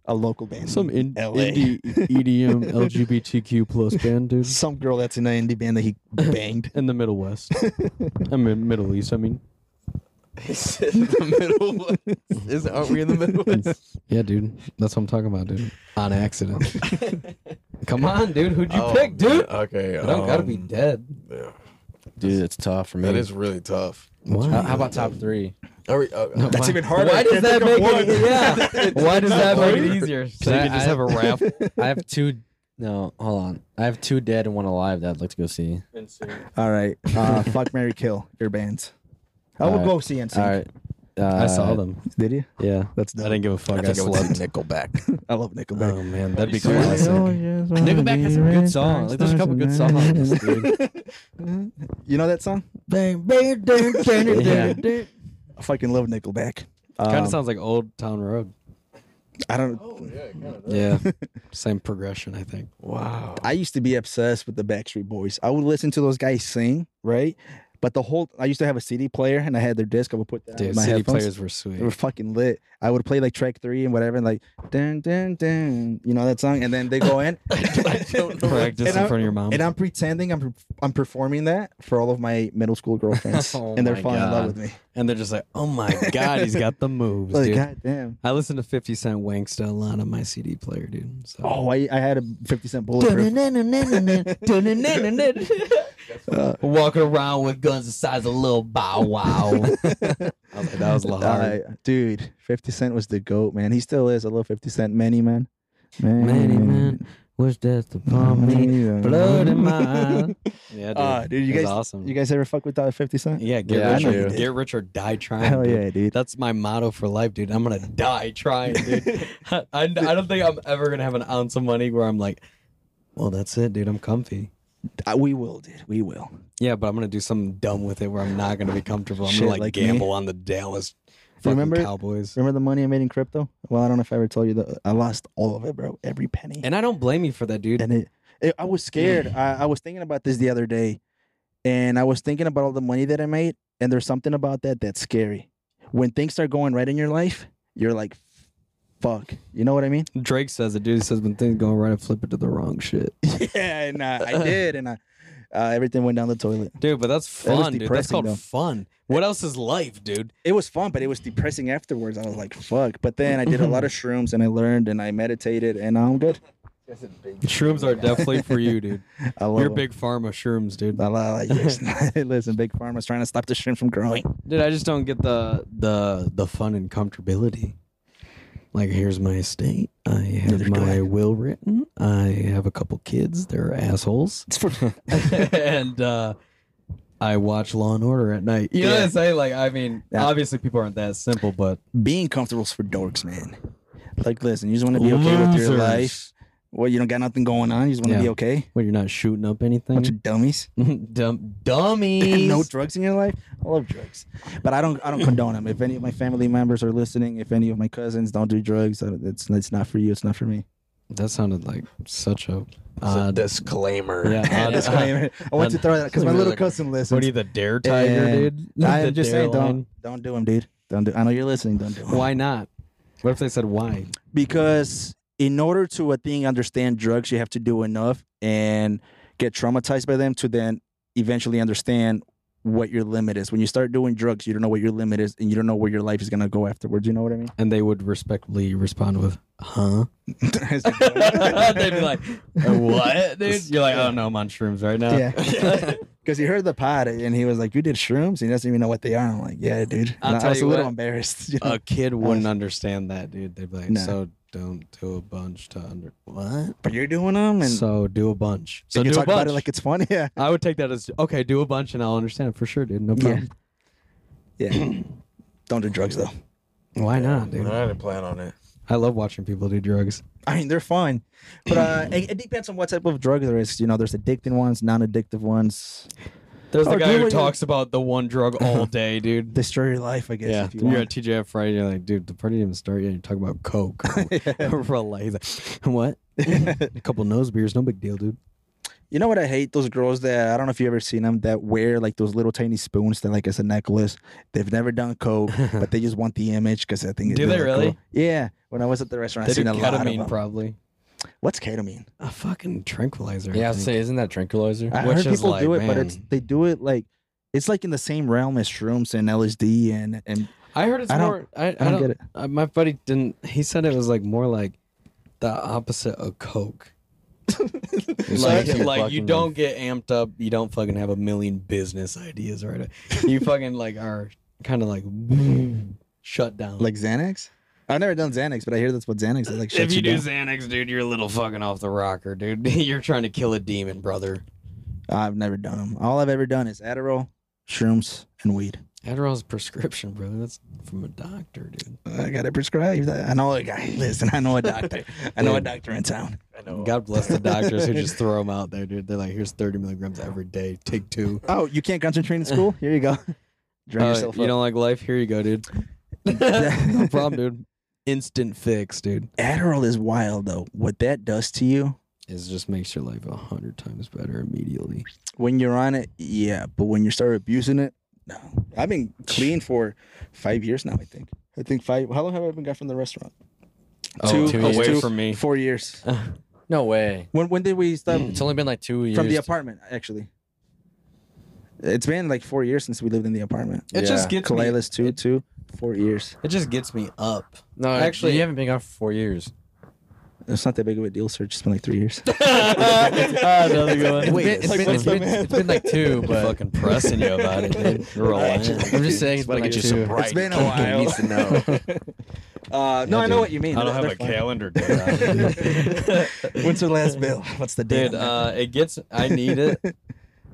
Speaker 1: A local band.
Speaker 4: some in-
Speaker 1: LA.
Speaker 4: indie EDM LGBTQ plus [LAUGHS] band,
Speaker 1: [LAUGHS]
Speaker 4: dude,
Speaker 1: Some girl that's in an indie band
Speaker 4: [LAUGHS]
Speaker 1: that he banged.
Speaker 4: in the Middle West. I mean, Middle East. I mean,
Speaker 2: in [LAUGHS] the middle, ones. is aren't we in the middle? ones?
Speaker 4: yeah, dude. That's what I'm talking about, dude. On accident. Come on, dude. Who'd you
Speaker 2: Oh,
Speaker 4: pick, dude?
Speaker 2: man, Okay,
Speaker 4: I don't gotta be
Speaker 2: um,
Speaker 4: dead.
Speaker 2: yeah.
Speaker 6: dude, it's tough for me.
Speaker 2: That is really tough.
Speaker 6: How,
Speaker 4: Why?
Speaker 6: how about top three?
Speaker 2: All right, uh,
Speaker 1: That's even harder.
Speaker 4: Why
Speaker 1: I
Speaker 4: does
Speaker 1: can't
Speaker 4: that
Speaker 1: think of
Speaker 4: make
Speaker 1: one.
Speaker 4: [LAUGHS] it? Yeah. Why does that make it
Speaker 2: Why?
Speaker 4: [LAUGHS] easier?
Speaker 6: So you
Speaker 4: I-
Speaker 6: can just
Speaker 4: I-
Speaker 6: have a raffle.
Speaker 4: [LAUGHS]
Speaker 6: I have two. No, hold on. I have two dead and one alive that I'd like to go see.
Speaker 1: All right.
Speaker 4: [LAUGHS]
Speaker 1: Uh, fuck Mary Kill, your bands. I
Speaker 6: All
Speaker 1: will
Speaker 6: right.
Speaker 1: go see NSYNC.
Speaker 6: All right. Uh,
Speaker 4: I saw
Speaker 6: [LAUGHS]
Speaker 4: them.
Speaker 1: Did you?
Speaker 6: Yeah.
Speaker 1: That's dope.
Speaker 4: give a fuck.
Speaker 2: I think I would say Nickelback.
Speaker 1: I love Nickelback.
Speaker 4: Oh man, that'd be
Speaker 2: Seriously?
Speaker 4: classic.
Speaker 6: Nickelback has some good songs. Like, there's a couple good songs,
Speaker 4: [LAUGHS]
Speaker 6: dude.
Speaker 1: You know that song?
Speaker 6: Yeah.
Speaker 1: I fucking love Nickelback.
Speaker 4: Kind
Speaker 1: Um,
Speaker 4: of sounds like Old Town Road.
Speaker 1: I don't.
Speaker 4: Yeah, [LAUGHS] same progression, I think.
Speaker 2: Wow.
Speaker 1: I used to be obsessed with the Backstreet Boys. I would listen to those guys sing, right? But the whole I used to have a CD player and I had their disc. I would put that
Speaker 4: Dude,
Speaker 1: on my
Speaker 4: city
Speaker 1: headphones.
Speaker 4: players were
Speaker 1: They were
Speaker 4: sweet.
Speaker 1: fucking lit. I would play like track three and whatever, and like dun dun dun, you know that song, and then they go
Speaker 4: [LAUGHS]
Speaker 1: in.
Speaker 4: Practice in
Speaker 1: And I-
Speaker 4: front of your mom.
Speaker 1: And I'm pretending I'm I'm performing that for all of my middle school
Speaker 4: [LAUGHS]
Speaker 1: girlfriends,
Speaker 6: Oh
Speaker 1: and they're
Speaker 6: my
Speaker 1: falling in love
Speaker 6: God.
Speaker 1: with me.
Speaker 4: And they're just like, oh my [LAUGHS] god,
Speaker 1: [LAUGHS]
Speaker 4: he's got the moves,
Speaker 1: Like, uh,
Speaker 4: dude.
Speaker 1: God damn.
Speaker 4: I listened to 50 Cent Wanksta a lot on my CD player, dude. So.
Speaker 1: Oh, I, I had a 50 cent bulletproof.
Speaker 7: Walking around with guns the size of little Bow Wow.
Speaker 4: that was La
Speaker 1: [LAUGHS] Uh, dude, 50 Cent was the GOAT, man. He still is. I love 50 Cent. Many man. Many,
Speaker 4: man. Wish death upon me. Blood
Speaker 1: [LAUGHS]
Speaker 4: in my eye. Mm-hmm. [LAUGHS] Yeah, dude.
Speaker 6: Ah,
Speaker 1: Uh, dude, you
Speaker 4: It was
Speaker 1: guys,
Speaker 4: awesome.
Speaker 1: you guys ever fuck with that 50 Cent?
Speaker 4: yeah, get
Speaker 6: Yeah, I
Speaker 4: rich
Speaker 6: know
Speaker 4: or,
Speaker 6: you
Speaker 1: did.
Speaker 4: get rich or die trying.
Speaker 1: Hell
Speaker 4: dude.
Speaker 1: yeah, dude.
Speaker 4: That's my motto for life, dude. I'm gonna die
Speaker 1: [LAUGHS]
Speaker 4: trying, dude. I, I don't think I'm ever gonna have an ounce of money where I'm like, well, that's it, dude. I'm comfy.
Speaker 1: Uh, we will, dude. We will.
Speaker 4: Yeah, but I'm gonna do something dumb with it where I'm not gonna be comfortable. I'm
Speaker 1: Shit,
Speaker 4: gonna like,
Speaker 1: like me.
Speaker 4: gamble on the Dallas fucking
Speaker 1: Remember-
Speaker 4: Cowboys.
Speaker 1: Remember the money I made in crypto? Well, I don't know if I ever told you that I lost all of it, bro. Every penny.
Speaker 4: And I don't blame you for that, dude.
Speaker 1: and it, it I was scared. I, I was thinking about this the other day, and I was thinking about all the money that I made. And there's something about that that's scary. When things start going right in your life, you're like, "Fuck," you know what [LAUGHS] I mean?
Speaker 4: Drake says it, dude. He says when things go right, I flip it to the wrong shit.
Speaker 1: yeah, and uh, I did, and I, [LAUGHS] Uh, everything went down the toilet.
Speaker 4: dude. But that's
Speaker 1: That was
Speaker 4: fun, dude. That's
Speaker 1: depressing,
Speaker 4: called
Speaker 1: though.
Speaker 4: fun. What else is life, dude?
Speaker 1: It was fun, but it was depressing afterwards. I was like, fuck. But then I did a lot [LAUGHS] of shrooms and I learned and I meditated and now I'm good.
Speaker 4: Shrooms are definitely for you,
Speaker 3: [LAUGHS]
Speaker 4: dude.
Speaker 1: I love
Speaker 4: You're
Speaker 1: 'em.
Speaker 4: big pharma shrooms, dude.
Speaker 1: I love- yes. [LAUGHS] Listen, big pharma's trying to stop the shrimp from growing.
Speaker 4: Dude, I just don't get the the the fun and comfortability. Like, here's my estate. I have
Speaker 1: Neither do
Speaker 4: my
Speaker 1: I.
Speaker 4: will written. I have a couple kids. They're
Speaker 3: [LAUGHS]
Speaker 4: assholes.
Speaker 1: It's for
Speaker 4: and uh, I watch Law and Order at night.
Speaker 3: You know what I'm saying? Like, I mean,
Speaker 1: Yeah.
Speaker 3: obviously people aren't that simple, but
Speaker 1: being comfortable is for dorks, man. Like, listen, you just want to be okay with your life. Well, you don't got nothing going on. You just want to
Speaker 4: Yeah.
Speaker 1: be okay.
Speaker 4: When you're not shooting up
Speaker 1: Bunch
Speaker 4: anything,
Speaker 1: of dummies.
Speaker 4: [LAUGHS]
Speaker 3: dumb [LAUGHS] dummies.
Speaker 1: no drugs in your life. I love drugs, but I don't. I don't condone them. If any of my family members are listening, if any of my cousins don't do drugs, uh, it's it's not for you. It's not for me.
Speaker 4: that sounded like such a
Speaker 2: a
Speaker 4: odd.
Speaker 2: disclaimer.
Speaker 1: [LAUGHS]
Speaker 4: yeah,
Speaker 3: [LAUGHS]
Speaker 4: odd-
Speaker 1: Disclaimer. I want to throw that
Speaker 4: [LAUGHS]
Speaker 1: because my little cousin listens.
Speaker 4: Uh, What are you, the Dare Tiger,
Speaker 1: And
Speaker 4: dude? [LAUGHS] The
Speaker 1: I'm just
Speaker 4: dare
Speaker 1: saying,
Speaker 4: line?
Speaker 1: don't don't do them, dude. Don't do. I know you're listening. Don't do them.
Speaker 4: [LAUGHS] Why not? What if they said why?
Speaker 1: Because in order to a thing understand drugs, you have to do enough and get traumatized by them to then eventually understand what your limit is. When you start doing drugs, you don't know what your limit is, and you don't know where your life is gonna go afterwards. You know what I mean?
Speaker 4: [LAUGHS] And they would respectfully respond with, "Huh?" [LAUGHS] They'd be like, "What, dude?" You're like, "Oh no, I'm on shrooms right now."
Speaker 1: [LAUGHS] yeah. Because he heard the pod and he was like, You did shrooms? He doesn't even know what they are. I'm like, Yeah, dude.
Speaker 4: I'll
Speaker 1: And I
Speaker 4: tell
Speaker 1: was a
Speaker 4: you
Speaker 1: little
Speaker 4: what. Uh,
Speaker 1: embarrassed. [LAUGHS] you know?
Speaker 4: A [LAUGHS] kid wouldn't understand that, dude. They'd be like,
Speaker 1: Nah.
Speaker 4: "So don't do a bunch to under what?
Speaker 1: but you're doing them and
Speaker 4: So do a bunch. So
Speaker 1: you
Speaker 4: do
Speaker 1: can
Speaker 4: a
Speaker 1: talk about
Speaker 4: bunch."
Speaker 1: it like it's funny. [LAUGHS] Yeah.
Speaker 4: I would take that as okay. Do a bunch, and I'll understand for sure, dude. No
Speaker 1: Yeah.
Speaker 4: problem.
Speaker 1: Yeah. Don't do drugs though.
Speaker 4: Why not, dude?
Speaker 2: I didn't plan on it.
Speaker 4: I love watching people do drugs.
Speaker 1: I mean, they're fun. But uh, it, it depends on what type of drug there is. You know, there's addicting ones, non addictive ones.
Speaker 4: There's the
Speaker 1: Oh,
Speaker 4: guy
Speaker 1: do
Speaker 4: who
Speaker 1: what you-
Speaker 4: talks about the one drug [LAUGHS] all day, dude.
Speaker 1: Destroy your life, I guess,
Speaker 4: Yeah,
Speaker 1: if you
Speaker 4: you're at
Speaker 1: want.
Speaker 4: TJF Friday. You're like, dude, the party didn't even start yet. You're talking about
Speaker 1: [LAUGHS]
Speaker 4: coke. [LAUGHS] Relax. He's like, what? a couple nose beers, no big deal, dude.
Speaker 1: You know what I hate? Those girls that I don't know if you ever seen them that wear like those little tiny spoons that like as a necklace. They've never done
Speaker 4: [LAUGHS]
Speaker 1: coke, but they just want the image because I think
Speaker 4: Do they really?
Speaker 1: Yeah. When I was at the restaurant,
Speaker 4: They
Speaker 1: I
Speaker 4: do
Speaker 1: seen a lot of
Speaker 4: ketamine,
Speaker 1: them.
Speaker 4: probably.
Speaker 1: What's ketamine?
Speaker 4: A fucking tranquilizer.
Speaker 6: Yeah,
Speaker 4: I
Speaker 6: I'd
Speaker 4: think.
Speaker 6: say isn't that tranquilizer?
Speaker 1: I
Speaker 4: Which
Speaker 1: heard
Speaker 4: is
Speaker 1: people do it,
Speaker 4: like,
Speaker 1: but it's
Speaker 4: man.
Speaker 1: they do it like it's like in the same realm as shrooms and LSD and and
Speaker 4: I heard it's
Speaker 1: I don't-
Speaker 4: more. I, I,
Speaker 1: I don't get it.
Speaker 4: Uh, my buddy didn't. He said it was like more like the opposite
Speaker 1: [LAUGHS]
Speaker 4: of coke. like,
Speaker 6: you
Speaker 4: like you
Speaker 6: fucking-
Speaker 4: don't get amped up. You don't fucking have a million business ideas right. You fucking like are kind of like [LAUGHS] shut down.
Speaker 1: like Xanax. I've never done Xanax, but I hear that's what Xanax is like.
Speaker 4: if
Speaker 1: shuts
Speaker 4: you do
Speaker 1: down.
Speaker 4: Xanax, dude, you're a little fucking off the rocker, dude. [LAUGHS] you're trying to kill a demon, brother.
Speaker 1: I've never done them. All I've ever done is Adderall, shrooms, and weed.
Speaker 4: Adderall's a prescription, brother. That's from a doctor, dude.
Speaker 1: I got it prescribed. I know a guy. [LAUGHS] Listen, I know a doctor. I know a doctor in town.
Speaker 4: God bless the doctors
Speaker 1: [LAUGHS]
Speaker 4: who just throw them out there, dude. They're like, here's 30 milligrams every day. Take two.
Speaker 1: Oh, you can't concentrate in [LAUGHS] school? Here
Speaker 4: [LAUGHS]
Speaker 1: you go. Drain
Speaker 4: Uh,
Speaker 1: yourself
Speaker 4: you
Speaker 1: up.
Speaker 4: don't like life? Here you
Speaker 1: [LAUGHS]
Speaker 4: go, dude. no problem, dude. Instant fix, dude.
Speaker 1: Adderall is wild though. What that does to you
Speaker 4: It just makes your life a hundred times better immediately.
Speaker 1: when you're on it, yeah. But when you start abusing it, no. I've been clean for five years now. I think. I think five. How long have I been gone from the restaurant?
Speaker 4: Oh,
Speaker 1: Two
Speaker 6: two away
Speaker 1: two-
Speaker 4: from me. Uh. Mm.
Speaker 1: Four years.
Speaker 6: No way.
Speaker 1: When when did we stop?
Speaker 6: It's only been like two years.
Speaker 1: from the apartment actually. It's been like four years since we lived in the apartment.
Speaker 4: It just gets me.
Speaker 1: Kalilas two two four years.
Speaker 4: It just gets me up.
Speaker 6: no,
Speaker 4: Actually-
Speaker 6: actually, you haven't been gone for four years.
Speaker 1: It's not that big of a deal, sir. It's just been like three [LAUGHS] years. Ah,
Speaker 6: Wait, it's been, it's been- it's been like
Speaker 4: [LAUGHS]
Speaker 6: two, but
Speaker 4: Fucking pressing you about it,
Speaker 1: [LAUGHS]
Speaker 4: dude. Relax.
Speaker 6: I'm just saying it's been like two.
Speaker 1: it's been a while.
Speaker 6: needs to know.
Speaker 1: Uh, no, I know what you mean. They're- they're fine.
Speaker 4: calendar, dude.
Speaker 1: [LAUGHS] When's your last bill? What's the date?
Speaker 4: dude, uh, it gets. I need [LAUGHS] it,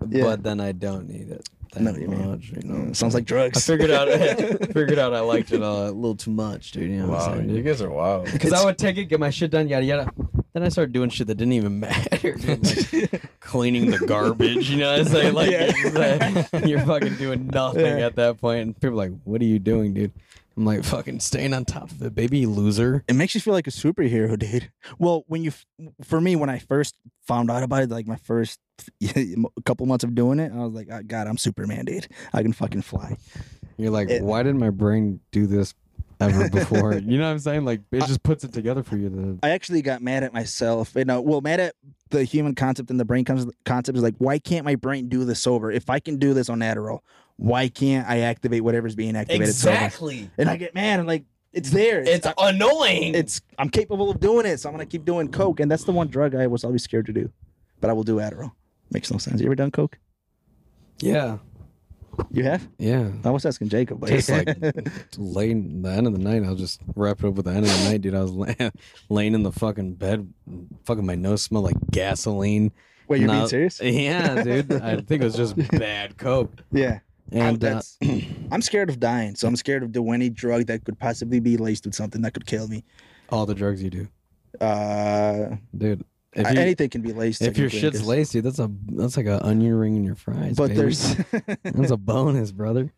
Speaker 1: Yeah.
Speaker 4: but then I don't need it. That
Speaker 1: know what you mean.
Speaker 4: much, you know.
Speaker 1: Mm, sounds like
Speaker 4: oh, I
Speaker 1: drugs.
Speaker 4: figured out. [LAUGHS] figured out. I liked it [LAUGHS] a little too much, dude. You know what I'm saying? dude?
Speaker 2: guys are
Speaker 1: [LAUGHS]
Speaker 2: wild.
Speaker 4: Because I would take it, get my shit done, yada yada. Then I started doing shit that didn't even matter, [LAUGHS] dude. Like cleaning the garbage, you know what I'm saying? Like, it's like, you're fucking doing nothing at that point. And people are like, what are you doing, dude? I'm like, fucking staying on top of it, baby, you loser.
Speaker 1: it makes you feel like a superhero, dude. Well, when you, f- for me, when I first found out about it, like my first [LAUGHS] couple months of doing it, I was like, oh, God, I'm Superman, dude. I can fucking fly.
Speaker 4: You're like,
Speaker 1: It-
Speaker 4: why did my brain do this
Speaker 3: ever before. you know what I'm saying? Like it just puts it together for you. To,
Speaker 1: I actually got mad at myself. You know, well, mad at the human concept and the brain comes concept is like, why can't my brain do this sober? If I can do this on Adderall, why can't I activate whatever's being activated sober?
Speaker 7: Exactly.
Speaker 1: And I get mad. I'm like, it's there.
Speaker 7: It's annoying.
Speaker 1: it's I'm capable of doing it, so I'm gonna keep doing coke, and that's the one drug I was always scared to do, but I will do Adderall. Makes no sense. You ever done coke?
Speaker 4: Yeah.
Speaker 1: You have?
Speaker 4: Yeah.
Speaker 1: I was asking Jacob. But [LAUGHS]
Speaker 4: Tastes [LAUGHS] like late in the end of the night. I was just wrapping up with the end of the night, dude. I was la- [LAUGHS] laying in the fucking bed, fucking my nose smelled like gasoline.
Speaker 1: Wait, you're
Speaker 4: And
Speaker 1: being
Speaker 4: I-
Speaker 1: serious?
Speaker 4: [LAUGHS] Yeah, dude. I think it was just bad coke.
Speaker 1: Yeah.
Speaker 4: And
Speaker 1: I'm,
Speaker 4: uh,
Speaker 1: that's- [CLEARS THROAT] I'm scared of dying, so I'm scared of doing any drug that could possibly be laced with something that could kill me.
Speaker 4: all the drugs you do,
Speaker 1: Uh,
Speaker 4: dude. If,
Speaker 1: I-
Speaker 4: you,
Speaker 1: anything can be laced.
Speaker 4: if your
Speaker 1: technically, I
Speaker 4: shit's
Speaker 1: guess.
Speaker 4: lacy, that's a that's like an onion ring in your fries.
Speaker 1: but
Speaker 4: baby.
Speaker 1: there's [LAUGHS]
Speaker 4: that's a bonus, brother.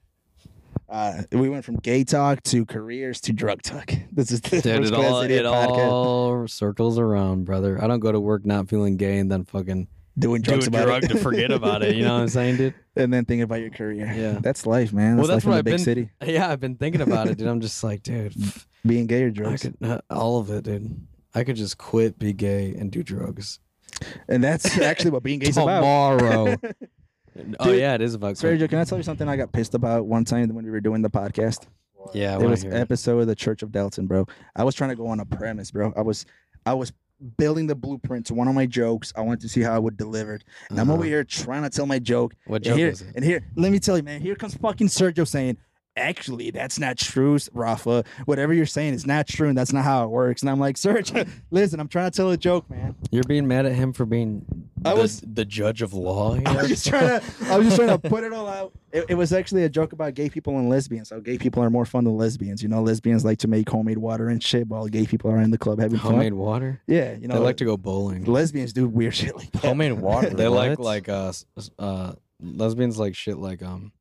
Speaker 1: uh, we went from gay talk to careers to drug talk. [LAUGHS] This is the
Speaker 4: [LAUGHS] Dude,
Speaker 1: first
Speaker 4: it
Speaker 1: class
Speaker 4: all,
Speaker 1: idiot
Speaker 4: it
Speaker 1: podcast
Speaker 4: all circles around, brother. I don't go to work not feeling gay and then fucking
Speaker 1: doing
Speaker 4: do a
Speaker 1: drugs about
Speaker 4: drug
Speaker 1: it.
Speaker 4: to [LAUGHS] forget about it.
Speaker 1: [LAUGHS]
Speaker 4: You know what I'm saying, dude?
Speaker 1: and then thinking about your career.
Speaker 4: Yeah.
Speaker 1: that's life, man. That's
Speaker 4: Well,
Speaker 1: life
Speaker 4: that's
Speaker 1: in
Speaker 4: what
Speaker 1: the
Speaker 4: I've
Speaker 1: big
Speaker 4: been-
Speaker 1: city.
Speaker 4: Yeah, I've been thinking about it, dude. I'm just like, [LAUGHS] dude, pff,
Speaker 1: Being gay or
Speaker 4: I
Speaker 1: drugs,
Speaker 4: could uh, all of it, dude. I could just quit, be gay, and do drugs
Speaker 1: and that's actually what being gay is about. [LAUGHS]
Speaker 4: [LAUGHS] tomorrow. oh
Speaker 1: Dude,
Speaker 4: yeah, it is about quit.
Speaker 1: Sergio, can I tell you something I got pissed about one time when we were doing the podcast?
Speaker 4: Yeah, I
Speaker 1: it
Speaker 4: wanna
Speaker 1: was
Speaker 4: hear
Speaker 1: episode of the Church of Dalton, bro. I was trying to go on a premise, bro. I was I was building the blueprint to one of my jokes. I wanted to see how I would deliver it. And I'm
Speaker 4: Uh-huh.
Speaker 1: over here trying to tell my joke.
Speaker 4: What
Speaker 1: and
Speaker 4: joke
Speaker 1: here,
Speaker 4: is it?
Speaker 1: and here, let me tell you, man, here comes fucking Sergio saying, actually, that's not true, Rafa. Whatever you're saying is not true, and that's not how it works. And I'm like, Sergio, [LAUGHS] listen, I'm trying to tell a joke, man.
Speaker 4: You're being mad at him for being
Speaker 1: I
Speaker 4: the,
Speaker 1: was-
Speaker 4: the judge of law. here?
Speaker 1: I [LAUGHS] was just trying to. I was just trying to put it all out. It, it was actually a joke about gay people and lesbians. How gay people are more fun than lesbians. You know, lesbians like to make homemade water and shit, while gay people are in the club having
Speaker 4: homemade
Speaker 1: fun.
Speaker 4: water.
Speaker 1: Yeah, you know,
Speaker 4: they like to go bowling.
Speaker 1: lesbians do weird [LAUGHS] shit like that.
Speaker 6: Homemade water.
Speaker 4: [LAUGHS] They like
Speaker 6: What?
Speaker 4: like uh s- s- uh lesbians like shit like um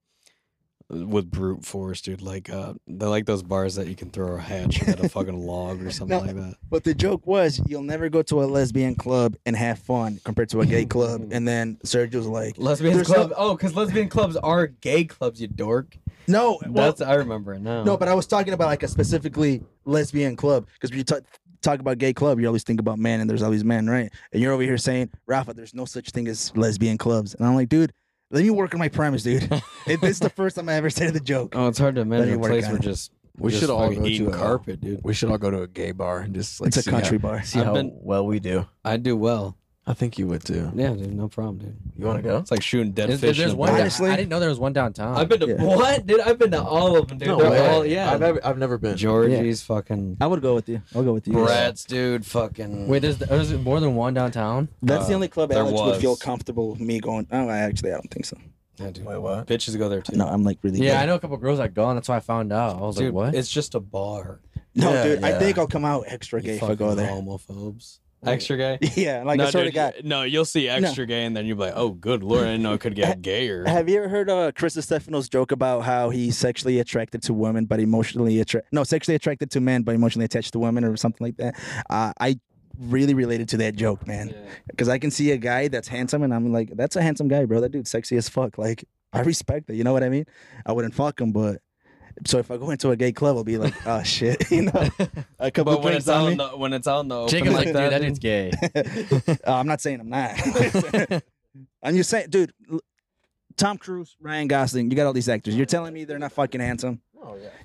Speaker 4: with brute force, dude. Like uh they like those bars that you can throw a hatch at a fucking log
Speaker 3: [LAUGHS]
Speaker 4: or something
Speaker 1: No.
Speaker 4: like that.
Speaker 1: But the joke was, you'll never go to a lesbian club and have fun compared to a
Speaker 4: [LAUGHS]
Speaker 1: gay club. And then Sergio's like,
Speaker 3: lesbian
Speaker 1: There's
Speaker 3: club. oh, because lesbian clubs are gay clubs. You dork.
Speaker 1: "No, well,
Speaker 3: That's I remember it now.
Speaker 1: no." But I was talking about like a specifically lesbian club because when you talk talk about gay club, you always think about men, and there's always men, right? And you're over here saying, "Rafa, there's no such thing as lesbian clubs," and I'm like, "Dude, let me work on my premise, [LAUGHS] dude. if this is the first time I ever said the joke."
Speaker 4: Oh, it's hard to
Speaker 1: Let me
Speaker 4: imagine a
Speaker 1: work
Speaker 4: place
Speaker 1: on
Speaker 4: where
Speaker 1: it.
Speaker 4: just
Speaker 2: We
Speaker 4: just
Speaker 2: should all
Speaker 4: fucking
Speaker 2: go
Speaker 4: eating
Speaker 2: to a-
Speaker 4: carpet, dude.
Speaker 2: [LAUGHS] We should all go to a gay bar and just like
Speaker 1: it's a
Speaker 2: see how-
Speaker 1: country bar.
Speaker 2: see
Speaker 4: I've
Speaker 2: how
Speaker 4: been-
Speaker 2: well we do.
Speaker 4: I do well.
Speaker 2: I think you would too.
Speaker 4: Yeah, dude, no problem, dude.
Speaker 2: You want to go?
Speaker 4: It's like shooting dead
Speaker 6: There's,
Speaker 4: fish.
Speaker 6: there's
Speaker 4: in a
Speaker 6: one.
Speaker 4: bar.
Speaker 6: down-
Speaker 1: Honestly-
Speaker 6: I didn't know there was one downtown.
Speaker 3: I've been to
Speaker 1: Yeah.
Speaker 3: what? Dude, I've been to all of them, dude. They're
Speaker 2: way.
Speaker 3: all yeah.
Speaker 2: I've never, I've never been.
Speaker 4: Georgie's fucking
Speaker 1: I would go with you. I'll go with you.
Speaker 3: Brats, dude. Fucking.
Speaker 6: Wait, there's, there's more than one downtown.
Speaker 1: That's the only club
Speaker 4: uh, there
Speaker 1: Alex would feel
Speaker 4: was.
Speaker 1: comfortable with me going. Oh, I actually, I don't think so.
Speaker 4: yeah, dude.
Speaker 2: Wait, what?
Speaker 4: Bitches go there too.
Speaker 1: No, I'm like really.
Speaker 6: Yeah,
Speaker 1: gay.
Speaker 6: I know a couple girls that gone. That's why I found out. I was
Speaker 4: dude,
Speaker 6: like, what?
Speaker 4: It's just a bar.
Speaker 1: No,
Speaker 2: Yeah,
Speaker 1: dude, I
Speaker 2: yeah.
Speaker 1: think I'll come out extra
Speaker 4: You
Speaker 1: gay if I go
Speaker 4: fucking
Speaker 1: there.
Speaker 4: Homophobes. Extra gay.
Speaker 1: [LAUGHS] Yeah, like I sort of
Speaker 4: dude,
Speaker 1: got.
Speaker 4: you- No, you'll see extra gay, and then you'll be like, "Oh, good lord, I didn't know it could get gayer."
Speaker 1: Have you ever heard uh, Chris Stefano's joke about how he's sexually attracted to women but emotionally attracted? No, sexually attracted to men but emotionally attached to women, or something like that. Uh, I really related to that joke, man, because I can see a guy that's handsome, and I'm like, that's a handsome guy, bro. That dude's sexy as fuck. Like, I respect it. You know what I mean? I wouldn't fuck him, but. So if I go into a gay club, I'll be like, oh shit, [LAUGHS] you know, a couple
Speaker 4: But
Speaker 1: of
Speaker 4: when
Speaker 1: drinks
Speaker 4: it's
Speaker 1: on
Speaker 4: out,
Speaker 1: me.
Speaker 4: in the, when it's out in the open
Speaker 6: Jacob's
Speaker 4: like that,
Speaker 6: dude, that dude's gay.
Speaker 1: Uh, [LAUGHS] I'm not saying I'm not. I'm just saying, dude. l- Tom Cruise, Ryan Gosling, you got all these actors. You're telling me they're not fucking handsome.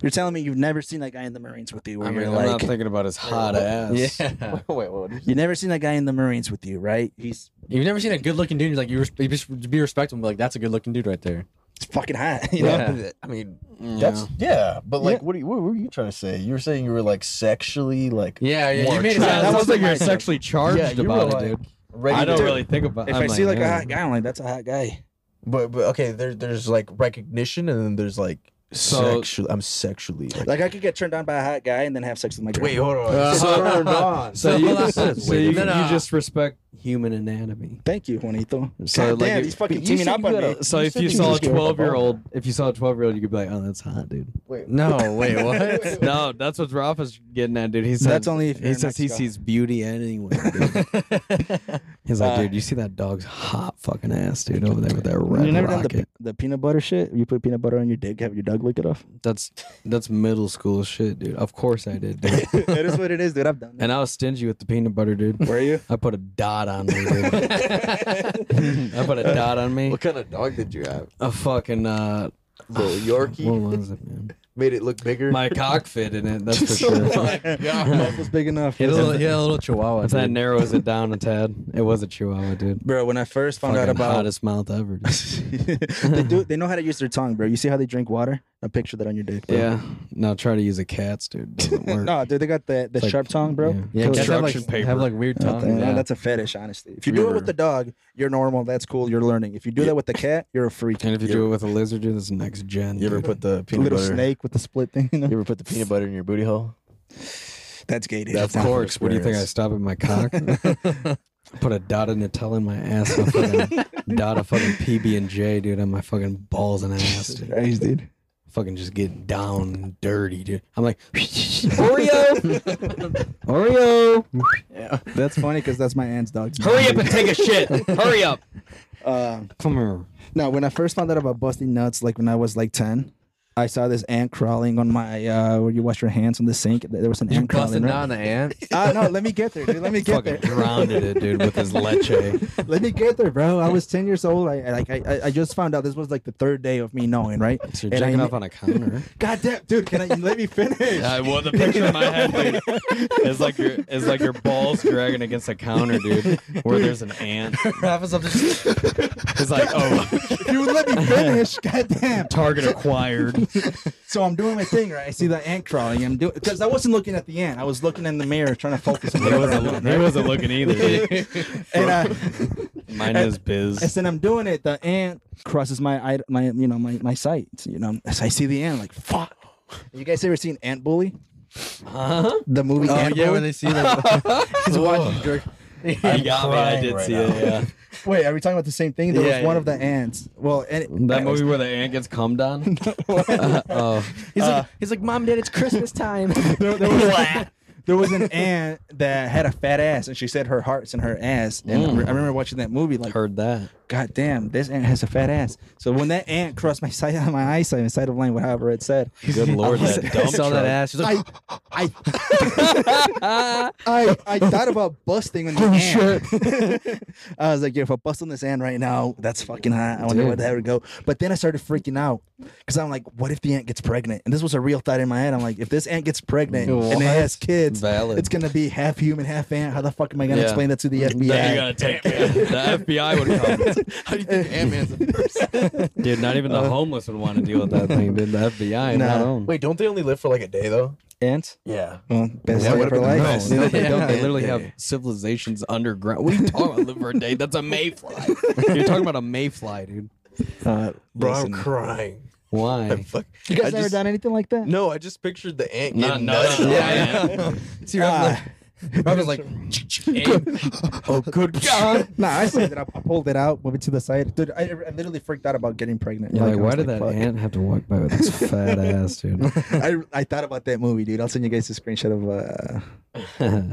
Speaker 1: You're telling me you've never seen that guy in the Marines with you. Where
Speaker 4: I mean,
Speaker 1: you're
Speaker 4: I'm
Speaker 1: like,
Speaker 4: not thinking about his hot [LAUGHS] ass.
Speaker 6: [LAUGHS] Yeah.
Speaker 1: you never seen that guy in the Marines with you, right? He's
Speaker 6: You've never seen a good looking dude. You're like, you, res- you just be respectful. and be Like, that's a good looking dude right there.
Speaker 1: fucking hot. [LAUGHS] You know?
Speaker 2: Yeah. I mean, that's Mm. yeah. But like, what, are you, what were you trying to say? You were saying you were like sexually like
Speaker 6: Yeah, yeah.
Speaker 2: More
Speaker 6: you made it
Speaker 2: attractive.
Speaker 6: sound
Speaker 1: That
Speaker 6: that
Speaker 1: was
Speaker 6: was
Speaker 1: like
Speaker 6: like
Speaker 1: my- [LAUGHS]
Speaker 6: you're sexually charged
Speaker 2: Yeah, you were
Speaker 6: about
Speaker 2: like-
Speaker 6: it, dude.
Speaker 2: ready.
Speaker 4: I
Speaker 2: to-
Speaker 4: don't really think about.
Speaker 1: If
Speaker 4: I'm
Speaker 1: I see like
Speaker 4: yeah.
Speaker 1: a hot guy, I'm like, that's a hot guy.
Speaker 2: But but okay, there there's like recognition, and then there's like
Speaker 4: So-
Speaker 2: sexual. I'm sexually [LAUGHS] like,
Speaker 1: Like I could get turned on by a hot guy and then have sex with my girl.
Speaker 2: [LAUGHS] hold on.
Speaker 1: [LAUGHS]
Speaker 6: So-
Speaker 2: on.
Speaker 4: So you, so you,
Speaker 6: No, no.
Speaker 4: you just respect human anatomy.
Speaker 1: thank you, Juanito.
Speaker 4: So,
Speaker 1: God
Speaker 4: like,
Speaker 1: damn,
Speaker 4: if-
Speaker 1: he's fucking
Speaker 2: you
Speaker 1: teaming
Speaker 2: said
Speaker 1: up
Speaker 2: you
Speaker 1: on
Speaker 2: got
Speaker 1: me.
Speaker 2: a-
Speaker 4: So
Speaker 2: You
Speaker 4: if
Speaker 2: said
Speaker 4: you
Speaker 2: you
Speaker 4: saw a
Speaker 2: just gave up a
Speaker 4: 12 year old, if you saw a 12 year old, you'd be like, "Oh, that's hot, dude."
Speaker 6: No, [LAUGHS] wait, what?
Speaker 4: No, out. That's what Rafa's getting at, dude. He says
Speaker 1: That's only if you're
Speaker 4: he
Speaker 1: in
Speaker 4: says he
Speaker 1: Mexico.
Speaker 4: sees beauty anywhere. [LAUGHS] Dude. He's like, dude, you see that dog's hot fucking ass, dude, over there with that red
Speaker 1: you never done the,
Speaker 4: rocket.
Speaker 1: pe- the peanut butter shit? You put peanut butter on your dick, have your dog lick it off.
Speaker 4: That's that's middle school shit, dude. Of course I did, [LAUGHS] dude.
Speaker 1: it is what it is, dude. I've [LAUGHS] done that.
Speaker 4: And I was stingy with the peanut butter, dude.
Speaker 1: Were [LAUGHS] you?
Speaker 4: I put a dot on me. Dude. [LAUGHS] I put a dot on me.
Speaker 2: What kind of dog did you have?
Speaker 4: A fucking uh,
Speaker 2: Little Yorkie
Speaker 4: what was it, man?
Speaker 2: made it look bigger.
Speaker 4: My cock fit in it. That's [LAUGHS] for sure.
Speaker 1: Mouth was big enough.
Speaker 6: He had a
Speaker 1: listen.
Speaker 6: little, he had a little chihuahua.
Speaker 4: If that
Speaker 6: dude.
Speaker 4: narrows it
Speaker 6: [LAUGHS]
Speaker 4: down a tad, it was a chihuahua, dude.
Speaker 1: Bro, when I first found out
Speaker 4: Fucking
Speaker 1: about
Speaker 4: hottest mouth ever.
Speaker 6: [LAUGHS]
Speaker 4: dude.
Speaker 1: [LAUGHS] they do they know how to use their tongue, bro. You see how they drink water? Now picture that on your dick. Bro.
Speaker 4: yeah. No, try to use a cat's, dude. Doesn't
Speaker 6: [LAUGHS]
Speaker 4: work.
Speaker 1: No, dude, they got the, the
Speaker 4: It's like-
Speaker 1: sharp tongue, bro.
Speaker 4: yeah.
Speaker 6: yeah,
Speaker 1: Kill it.
Speaker 6: cats have,
Speaker 4: construction
Speaker 6: like,
Speaker 4: paper.
Speaker 6: have like weird
Speaker 1: I
Speaker 6: tongue.
Speaker 1: think, man,
Speaker 6: Yeah.
Speaker 1: That's a fetish, honestly. If you do it with the dog, you're normal. That's cool. You're learning. If you do that with the cat, you're a freak.
Speaker 4: And if you do it with a lizard, dude, that's next gen.
Speaker 2: you ever
Speaker 4: dude.
Speaker 2: put the peanut
Speaker 1: little
Speaker 2: butter?
Speaker 1: snake with the split thing, you know?
Speaker 2: You ever put the peanut butter in your booty hole?
Speaker 1: That's gay, dude.
Speaker 2: That's
Speaker 1: Nah.
Speaker 4: Of course. What do you think? I
Speaker 2: experience.
Speaker 4: stop at my [LAUGHS] cock? Put a dot of Nutella in my ass. And a [LAUGHS] fucking dot of fucking PB and J, dude, on my fucking balls and
Speaker 1: [LAUGHS]
Speaker 4: ass. Dude.
Speaker 1: Christ, dude.
Speaker 4: Fucking just get down and dirty, dude. I'm like [LAUGHS]
Speaker 1: [LAUGHS]
Speaker 4: Oreo, Oreo.
Speaker 1: That's funny because that's my aunt's dog.
Speaker 4: Hurry up and take a shit. Hurry up.
Speaker 1: Um,
Speaker 4: Come here.
Speaker 1: No, when I first found out about busting nuts, like when I was like ten, I saw this ant crawling on my uh where you wash your hands on the sink. There was an ant crawling.
Speaker 6: Busted
Speaker 1: Right?
Speaker 6: down
Speaker 4: [LAUGHS]
Speaker 6: the ant.
Speaker 1: Ah, no, let me get there, dude. Let me get
Speaker 4: fucking
Speaker 1: there.
Speaker 4: drowned it, dude, with his
Speaker 6: [LAUGHS]
Speaker 4: leche.
Speaker 1: Let me get there, bro. I was ten years old. I I- like I I- I just found out this was like the third day of me knowing, right?
Speaker 4: So you're
Speaker 1: And I
Speaker 4: jacking
Speaker 1: kn-
Speaker 4: off on a counter.
Speaker 1: God damn, dude, can I let me finish?
Speaker 4: I well, the picture in my head,
Speaker 6: [LAUGHS]
Speaker 4: dude, is like your is like your balls dragging against a counter, dude, where there's an
Speaker 6: [LAUGHS]
Speaker 4: ant.
Speaker 3: Rafa's up to
Speaker 4: It's like, oh,
Speaker 1: you would let
Speaker 4: [LAUGHS]
Speaker 1: me finish. God damn.
Speaker 4: target
Speaker 6: [LAUGHS]
Speaker 4: acquired.
Speaker 1: So I'm doing my thing, right? I see the ant crawling. I'm doing because I wasn't looking at the ant. I was looking in the mirror, trying to focus on whatever I'm doing,
Speaker 4: He
Speaker 1: right?
Speaker 4: wasn't looking either. Dude.
Speaker 6: [LAUGHS]
Speaker 1: And I,
Speaker 4: Mine is biz.
Speaker 1: And since I'm doing it, the ant crosses my eye- my you know my my sight. You know, as I see the ant, like fuck. You guys ever seen Ant Bully?
Speaker 4: Uh-huh.
Speaker 1: Huh? The movie
Speaker 6: Oh
Speaker 1: Ant
Speaker 6: yeah,
Speaker 1: Bully.
Speaker 6: when they see that,
Speaker 1: He's watching you jerk.
Speaker 4: I got me. I did see it. Yeah.
Speaker 1: Wait, are we talking about the same thing? There
Speaker 6: Yeah,
Speaker 1: was one
Speaker 6: yeah.
Speaker 1: of the ants. Well, and it-
Speaker 4: That
Speaker 1: anyways,
Speaker 4: movie where the ant gets cummed on. oh,
Speaker 6: he's like, he's like, mom, dad, it's Christmas time.
Speaker 1: There, there was, there was an ant that had a fat ass, and she said her heart's in her ass. And I
Speaker 4: Mm.
Speaker 1: re- I remember watching that movie like,
Speaker 4: heard that.
Speaker 1: God damn, this ant has a fat ass. So when that ant crossed my sight, [LAUGHS] my eyesight, and sight of line, whatever it said,
Speaker 4: Good lord, [LAUGHS] that
Speaker 6: I
Speaker 4: dumb
Speaker 6: saw
Speaker 4: truck.
Speaker 6: that ass. He's like,
Speaker 1: I, I,
Speaker 4: [LAUGHS]
Speaker 1: I, I thought about busting on the hand. [LAUGHS] I was like, yeah, if I bust on this hand right now, that's fucking hot. I wonder what that would go. But then I started freaking out because I'm like, what if the ant gets pregnant? And this was a real thought in my head. I'm like, if this ant gets pregnant and it has kids,
Speaker 4: Valid.
Speaker 1: it's gonna be half human, half ant. How the fuck am I gonna
Speaker 4: Yeah.
Speaker 1: explain that to the
Speaker 4: Then
Speaker 1: FBI?
Speaker 4: you gotta take the FBI would come.
Speaker 2: How do you think Ant Man's a person?
Speaker 4: [LAUGHS] Dude, not even the homeless would want to deal with that thing, dude. The FBI,
Speaker 1: Nah.
Speaker 4: not on.
Speaker 2: Wait, don't they only live for like a day though?
Speaker 1: Ants?
Speaker 2: Yeah.
Speaker 1: Well, best
Speaker 2: That
Speaker 1: day
Speaker 2: would've
Speaker 1: of her
Speaker 2: been
Speaker 1: life.
Speaker 2: nice.
Speaker 1: No,
Speaker 4: They, don't,
Speaker 2: [LAUGHS]
Speaker 4: they
Speaker 2: Yeah.
Speaker 4: literally have civilizations underground. What are you talking about? Live for a day? That's a mayfly. You're talking about a mayfly, dude.
Speaker 1: [LAUGHS]
Speaker 4: [LAUGHS]
Speaker 1: uh,
Speaker 2: Bro,
Speaker 1: listen.
Speaker 2: I'm crying.
Speaker 4: Why?
Speaker 2: Fuck.
Speaker 1: you guys
Speaker 2: I
Speaker 1: never
Speaker 2: just-
Speaker 1: done anything like that?
Speaker 2: No, I just pictured the ant
Speaker 4: Not-
Speaker 2: getting [LAUGHS]
Speaker 4: not-
Speaker 2: nutty.
Speaker 4: not-
Speaker 3: See,
Speaker 1: uh,
Speaker 3: Rafa's like, Rafa's like,
Speaker 4: oh, good [LAUGHS] God.
Speaker 1: nah, I said that. I, I pulled it out, moved it to the side. Dude, I, I literally freaked out about getting pregnant.
Speaker 4: You're like,
Speaker 1: I was
Speaker 4: why did that
Speaker 1: fuck."
Speaker 4: ant have to walk by with its fat ass, [LAUGHS] dude?
Speaker 1: I, I thought about that movie, dude. I'll send you guys a screenshot of. Uh...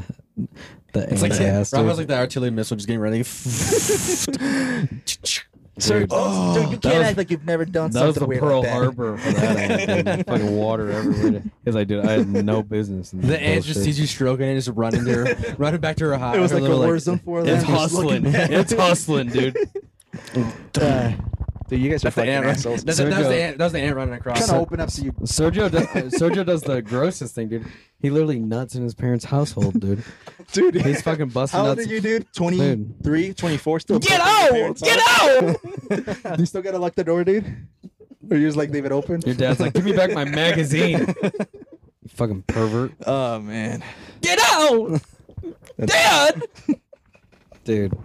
Speaker 4: The ant ass, dude.
Speaker 6: Rob was like the artillery missile just getting ready. [LAUGHS]
Speaker 4: Dude,
Speaker 1: Dude, you can't act like you've never done
Speaker 4: that was
Speaker 1: something weird
Speaker 4: the Pearl
Speaker 1: like that.
Speaker 4: Harbor for that ant, dude. Fucking water everywhere. He's like, dude, I had no business. In
Speaker 6: The ants just sees you stroking and just running there,
Speaker 4: [LAUGHS]
Speaker 6: running back to her house.
Speaker 1: It
Speaker 6: [LAUGHS]
Speaker 1: was like a war zone for them.
Speaker 4: It's
Speaker 1: Just
Speaker 4: hustling.
Speaker 1: looking back.
Speaker 4: It's hustling, dude.
Speaker 1: Uh, dude, you guys are fucking assholes.
Speaker 6: That's, that, was
Speaker 4: Sergio.
Speaker 6: the ant, that was the ant running across.
Speaker 1: Kind of open up so you.
Speaker 4: Sergio does, Sergio does the grossest thing, dude. He literally nuts in his parents' household, dude.
Speaker 1: Dude,
Speaker 4: He's fucking busting
Speaker 1: [LAUGHS] how old
Speaker 4: nuts.
Speaker 1: are you, dude? 23, 24, still. Get
Speaker 4: out! Get out!
Speaker 1: [LAUGHS] You still gotta lock the door, dude? Or you just like leave it open?
Speaker 4: Your dad's like, give me back my magazine.
Speaker 1: [LAUGHS]
Speaker 4: You fucking pervert.
Speaker 1: Oh, man.
Speaker 4: Get out! Dad! Dude,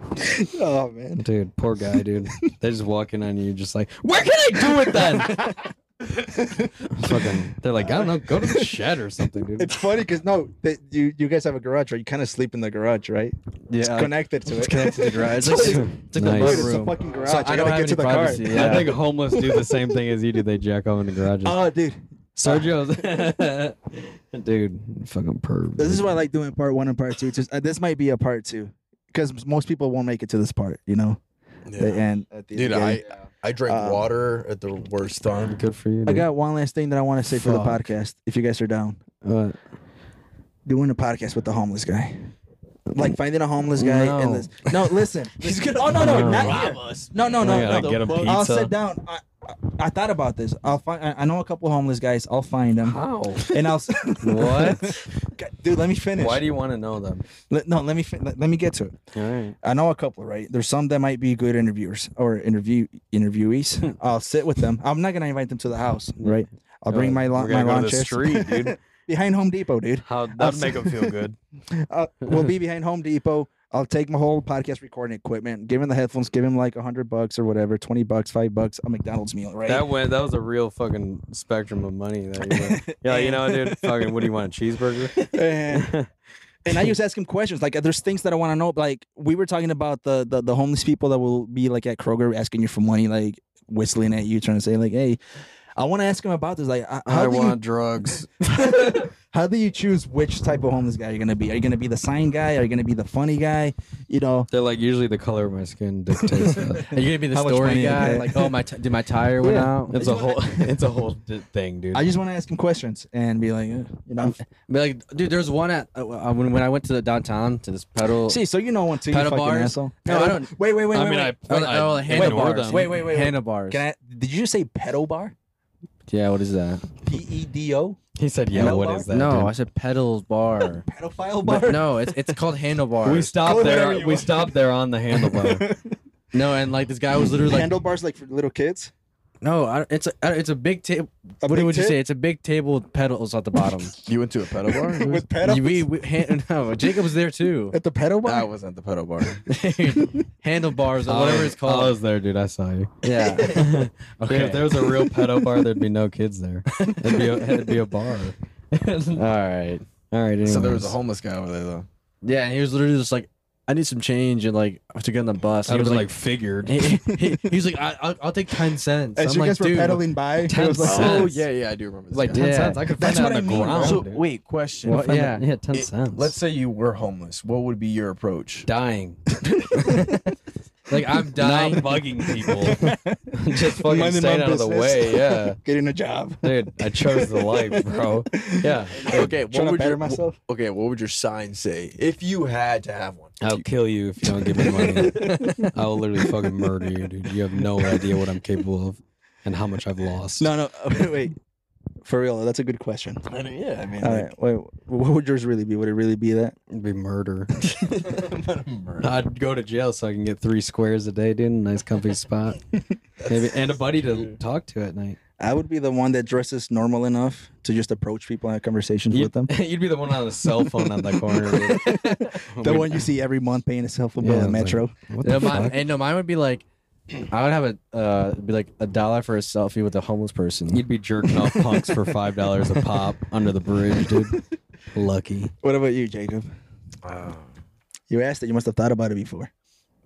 Speaker 1: Oh, man.
Speaker 4: dude, poor guy, dude. They just walk in on you, just like, where can I do it then?
Speaker 1: [LAUGHS]
Speaker 4: fucking, they're like, I don't know, go to the shed or something, dude.
Speaker 1: It's funny because no, that you you guys have a garage, right? You kind of sleep in the garage, right? It's
Speaker 6: Yeah.
Speaker 1: connected to it. It's
Speaker 6: connected to the
Speaker 1: [LAUGHS]
Speaker 6: garage.
Speaker 1: it's,
Speaker 6: It's like-
Speaker 1: the
Speaker 4: Nice.
Speaker 1: Wait, it's a
Speaker 6: room.
Speaker 1: fucking garage.
Speaker 6: So
Speaker 1: I,
Speaker 6: I don't
Speaker 1: gotta
Speaker 6: have
Speaker 1: get to
Speaker 6: any
Speaker 1: the
Speaker 6: privacy.
Speaker 1: car.
Speaker 6: Yeah.
Speaker 4: I think homeless do the same thing as you do. They jack off in the
Speaker 1: [LAUGHS]
Speaker 4: garages.
Speaker 1: Oh, dude,
Speaker 4: Sergio's [LAUGHS] dude, fucking perv.
Speaker 1: This is why I like doing part one and part two. Just uh, this might be a part two because most people won't make it to this part. You know, the end. At the
Speaker 2: Dude,
Speaker 1: yeah.
Speaker 2: I I drank
Speaker 1: Um,
Speaker 2: water at the worst time.
Speaker 6: Good for you.
Speaker 1: I got one last thing that I want to say for the
Speaker 6: Fuck.
Speaker 1: podcast. If you guys are down, doing a podcast with the homeless guy. Like finding a homeless guy
Speaker 6: No.
Speaker 1: and this. No, listen. He's gonna. Oh no, no,
Speaker 4: No.
Speaker 1: not here. No, no, no,
Speaker 4: I gotta
Speaker 1: no.
Speaker 4: get him
Speaker 1: I'll
Speaker 4: pizza.
Speaker 1: sit down. I, I, I thought about this. I'll find. I, I know a couple homeless guys. I'll find them,
Speaker 4: How?
Speaker 1: and [LAUGHS] I'll.
Speaker 4: What?
Speaker 1: God, dude, let me finish.
Speaker 4: [LAUGHS] Why do you want to know them?
Speaker 1: Let- no, let me fin- let, let me get to it.
Speaker 4: All right.
Speaker 1: I know a couple, right? There's some that might be good interviewers or interview
Speaker 4: Hmm.
Speaker 1: interviewees. I'll sit with them. I'm not gonna invite them to the house, right? I'll bring my lawn
Speaker 4: Uh, We're
Speaker 1: my
Speaker 4: gonna go
Speaker 1: lawn
Speaker 4: to the
Speaker 1: chairs
Speaker 4: street, dude.
Speaker 1: [LAUGHS] behind Home Depot, dude.
Speaker 4: How that'd make them
Speaker 1: [LAUGHS]
Speaker 4: feel good.
Speaker 1: Uh, we'll be behind Home Depot. I'll take my whole podcast recording equipment. Give him the headphones. Give him like hundred bucks or whatever, twenty bucks, five bucks, a McDonald's meal, right?
Speaker 6: That went. That was a real fucking spectrum of money. That you went. yeah, you know,
Speaker 1: [LAUGHS]
Speaker 6: dude. Fucking, what do you want? A cheeseburger? [LAUGHS]
Speaker 1: and, and I just ask him questions. Like, there's things that I want to know. Like, we were talking about the, the the homeless people that will be like at Kroger asking you for money, like whistling at you, trying to say like, "Hey." I want to ask him about this. Like, uh, how
Speaker 6: I
Speaker 1: do [LAUGHS]
Speaker 6: want drugs.
Speaker 1: you how do you choose which type of homeless guy you're gonna be? Are you gonna be the sign guy? Are you gonna be the funny guy? You know,
Speaker 4: They're like usually the color of my skin dictates that.
Speaker 6: Are you gonna be the
Speaker 1: How much money
Speaker 6: story
Speaker 1: you
Speaker 6: guy?
Speaker 1: pay?
Speaker 6: Like, oh my, t- did my tire went out?
Speaker 4: It's a whole [LAUGHS] it's a whole d- thing, dude.
Speaker 1: I just want to ask him questions and be like, uh, you know,
Speaker 6: But like, dude, there's one at uh, uh, when when I went to the downtown to this pedal.
Speaker 1: see, so you know one too, you
Speaker 6: Pedal
Speaker 1: fucking
Speaker 6: bars?
Speaker 1: asshole.
Speaker 6: No, I don't-
Speaker 1: Wait, wait, wait, wait. wait.
Speaker 6: Oh, oh, handlebars.
Speaker 4: them.
Speaker 1: Wait, wait, wait, wait.
Speaker 6: Handlebars.
Speaker 1: Can I? Did you just say pedal bar?
Speaker 6: Yeah, what is that?
Speaker 1: P E D O.
Speaker 4: he said, "Yeah,
Speaker 1: Hello,
Speaker 4: what
Speaker 1: Mark?
Speaker 4: is that?"
Speaker 6: no,
Speaker 4: dude?
Speaker 6: I said
Speaker 1: [LAUGHS]
Speaker 6: pedals bar.
Speaker 1: Pedophile bar.
Speaker 6: but no, it's it's called handlebars.
Speaker 4: We stopped
Speaker 1: wherever
Speaker 4: there.
Speaker 1: you
Speaker 4: We
Speaker 1: want.
Speaker 4: stopped there on
Speaker 1: [LAUGHS]
Speaker 4: the handlebar.
Speaker 6: no, and like this guy was literally like,
Speaker 1: handlebars like for little
Speaker 2: [LAUGHS]
Speaker 1: kids.
Speaker 6: no, I, it's a I- it's a big table.
Speaker 1: A
Speaker 6: What
Speaker 1: big
Speaker 6: would you
Speaker 1: tit?
Speaker 6: say? It's a big table with pedals at
Speaker 1: [LAUGHS]
Speaker 6: the bottom.
Speaker 2: You went to a pedal bar?
Speaker 1: With pedal
Speaker 6: We, we hand, [LAUGHS] no, Jacob was there too.
Speaker 1: [LAUGHS] at the pedal bar.
Speaker 2: I wasn't at the pedal bar.
Speaker 6: [LAUGHS] handlebars or whatever it's
Speaker 4: I
Speaker 6: called.
Speaker 4: was there, dude. I saw you.
Speaker 6: Oh, Yeah. [LAUGHS]
Speaker 4: If there was a real pedo bar, there'd be no kids there. It'd be a, it'd be a [LAUGHS] bar.
Speaker 6: All right.
Speaker 4: All right. Anyways.
Speaker 2: so there was a homeless guy over there though.
Speaker 6: Yeah, and he was literally just like, I need some change and like to get on the bus.
Speaker 4: I
Speaker 6: And he
Speaker 4: was
Speaker 6: was
Speaker 4: like figured.
Speaker 6: he, he, he was like, I, I'll, I'll take ten cents.
Speaker 1: As
Speaker 6: I'm
Speaker 1: you
Speaker 6: like,
Speaker 1: guys were
Speaker 6: dude,
Speaker 1: pedaling by, it
Speaker 4: ten
Speaker 1: was like,
Speaker 4: cents.
Speaker 1: [LAUGHS]
Speaker 2: Oh yeah, [LAUGHS] yeah, I do remember. This
Speaker 4: Like
Speaker 2: guy.
Speaker 4: ten
Speaker 6: Yeah.
Speaker 4: cents. I could find
Speaker 1: That's
Speaker 4: that
Speaker 1: what
Speaker 4: on
Speaker 1: I
Speaker 4: the
Speaker 1: mean, bro.
Speaker 4: ground.
Speaker 2: So
Speaker 4: dude.
Speaker 2: wait, question.
Speaker 4: Well,
Speaker 6: find
Speaker 4: yeah,
Speaker 6: that-
Speaker 4: yeah, ten
Speaker 2: It-
Speaker 4: cents.
Speaker 2: Let's say you were homeless. What would be your approach?
Speaker 4: [LAUGHS] dying,
Speaker 6: like I'm
Speaker 4: not
Speaker 6: dying.
Speaker 4: bugging [LAUGHS] people, just fucking
Speaker 1: Minding my
Speaker 4: staying out of the
Speaker 1: business.
Speaker 4: way. Yeah,
Speaker 1: [LAUGHS] getting a job.
Speaker 4: dude, I chose the life, bro. Yeah,
Speaker 2: Okay,
Speaker 1: Trying
Speaker 2: what
Speaker 1: to
Speaker 2: would
Speaker 1: better
Speaker 2: your,
Speaker 1: myself?
Speaker 2: Okay, what would your sign say if you had to have one?
Speaker 4: I'll kill you if you don't give me money. I will literally fucking murder you, dude. You have no idea what I'm capable of and how much I've lost.
Speaker 1: No, [LAUGHS] no, wait, wait. For real, though, that's a good question.
Speaker 2: I don't- yeah, I mean,
Speaker 1: All right, wait. What would yours really be? Would it really be that?
Speaker 4: It'd be [LAUGHS] murder.
Speaker 2: murder.
Speaker 4: I'd go to jail so I can get three squares a day, dude. in A nice comfy spot. Maybe and a buddy to talk to at night.
Speaker 1: I would be the one that dresses normal enough to just approach people and have conversations with [LAUGHS] them.
Speaker 4: [LAUGHS] You'd be the one on the cell phone on the corner.
Speaker 1: The one you see every month paying a cell phone bill
Speaker 4: Yeah,
Speaker 1: in
Speaker 4: it's like-
Speaker 1: Metro.
Speaker 4: What
Speaker 6: No,
Speaker 4: the
Speaker 6: my,
Speaker 4: fuck?
Speaker 6: and no, mine would be like, I would have a uh, be like a dollar for a selfie with a homeless person.
Speaker 4: You'd be jerking off punks for five dollars a pop under the bridge,
Speaker 6: [LAUGHS]
Speaker 4: dude. Lucky.
Speaker 1: what about you, Jacob? You asked it. You must have thought about it before.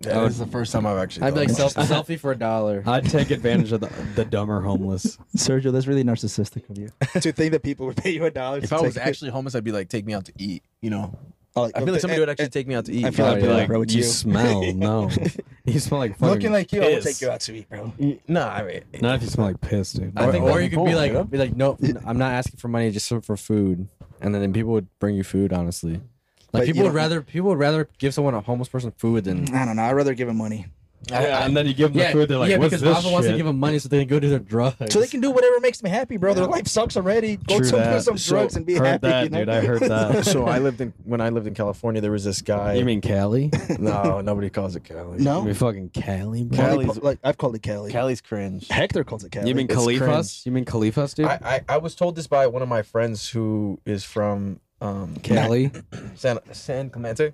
Speaker 2: That is the first time I've actually.
Speaker 6: I'd be like
Speaker 2: thought
Speaker 4: [LAUGHS]
Speaker 6: self,
Speaker 2: about
Speaker 6: selfie for a dollar.
Speaker 4: I'd take advantage of the, the dumber homeless.
Speaker 1: Sergio, that's really narcissistic of [LAUGHS] you to think that people would pay you a dollar.
Speaker 2: it. If I was actually homeless, I'd be like, take me out to eat. You know, I feel like somebody
Speaker 1: somebody
Speaker 2: would actually take me out to eat.
Speaker 1: I feel like people
Speaker 4: I'd
Speaker 6: Oh,
Speaker 4: be
Speaker 1: would
Speaker 4: like,
Speaker 1: approach
Speaker 4: you
Speaker 1: you.
Speaker 6: [LAUGHS]
Speaker 4: smell no. You smell like fucking.
Speaker 1: Looking like you, I would
Speaker 4: piss."
Speaker 1: take you out to eat, bro.
Speaker 2: no, I mean,
Speaker 4: Not if you smell like piss, dude.
Speaker 6: I think,
Speaker 2: or-
Speaker 6: or you could be
Speaker 2: cool,
Speaker 6: like,
Speaker 2: you know?
Speaker 6: be like, no, I'm not asking for money, just for food, and then people would bring you food. Honestly, like
Speaker 1: But you
Speaker 6: people would
Speaker 1: don't-
Speaker 6: rather people would rather give someone a homeless person food than
Speaker 1: I don't know. I'd rather give him money.
Speaker 4: yeah, and then you give them
Speaker 6: yeah,
Speaker 4: the food. They're like,
Speaker 6: yeah,
Speaker 4: "What's
Speaker 6: because
Speaker 4: this
Speaker 6: Lava wants to
Speaker 4: shit?"
Speaker 6: give them money so they can go do their drugs.
Speaker 1: So they can do whatever makes them happy, bro. Their life sucks already. Go
Speaker 4: True
Speaker 1: to do
Speaker 4: that.
Speaker 1: some
Speaker 2: So,
Speaker 1: drugs and be
Speaker 4: heard
Speaker 1: happy.
Speaker 4: that,
Speaker 1: you know?
Speaker 4: dude. I heard
Speaker 6: [LAUGHS]
Speaker 4: that.
Speaker 2: so I lived in when I lived in California. There was this guy.
Speaker 4: You mean Cali?
Speaker 2: no? Nobody calls it Cali.
Speaker 1: [LAUGHS]
Speaker 4: You
Speaker 1: no,
Speaker 4: mean fucking Cali, bro?
Speaker 1: Cali,
Speaker 2: Cali's-
Speaker 1: like I've called it Cali.
Speaker 2: Cali's cringe.
Speaker 1: Hector calls it Cali.
Speaker 4: You mean
Speaker 2: It's
Speaker 4: Khalifas?
Speaker 2: cringe.
Speaker 4: You mean Khalifas, dude?
Speaker 2: I, I I was told this by one of my friends who is from um
Speaker 4: Cali,
Speaker 2: San San Clemente,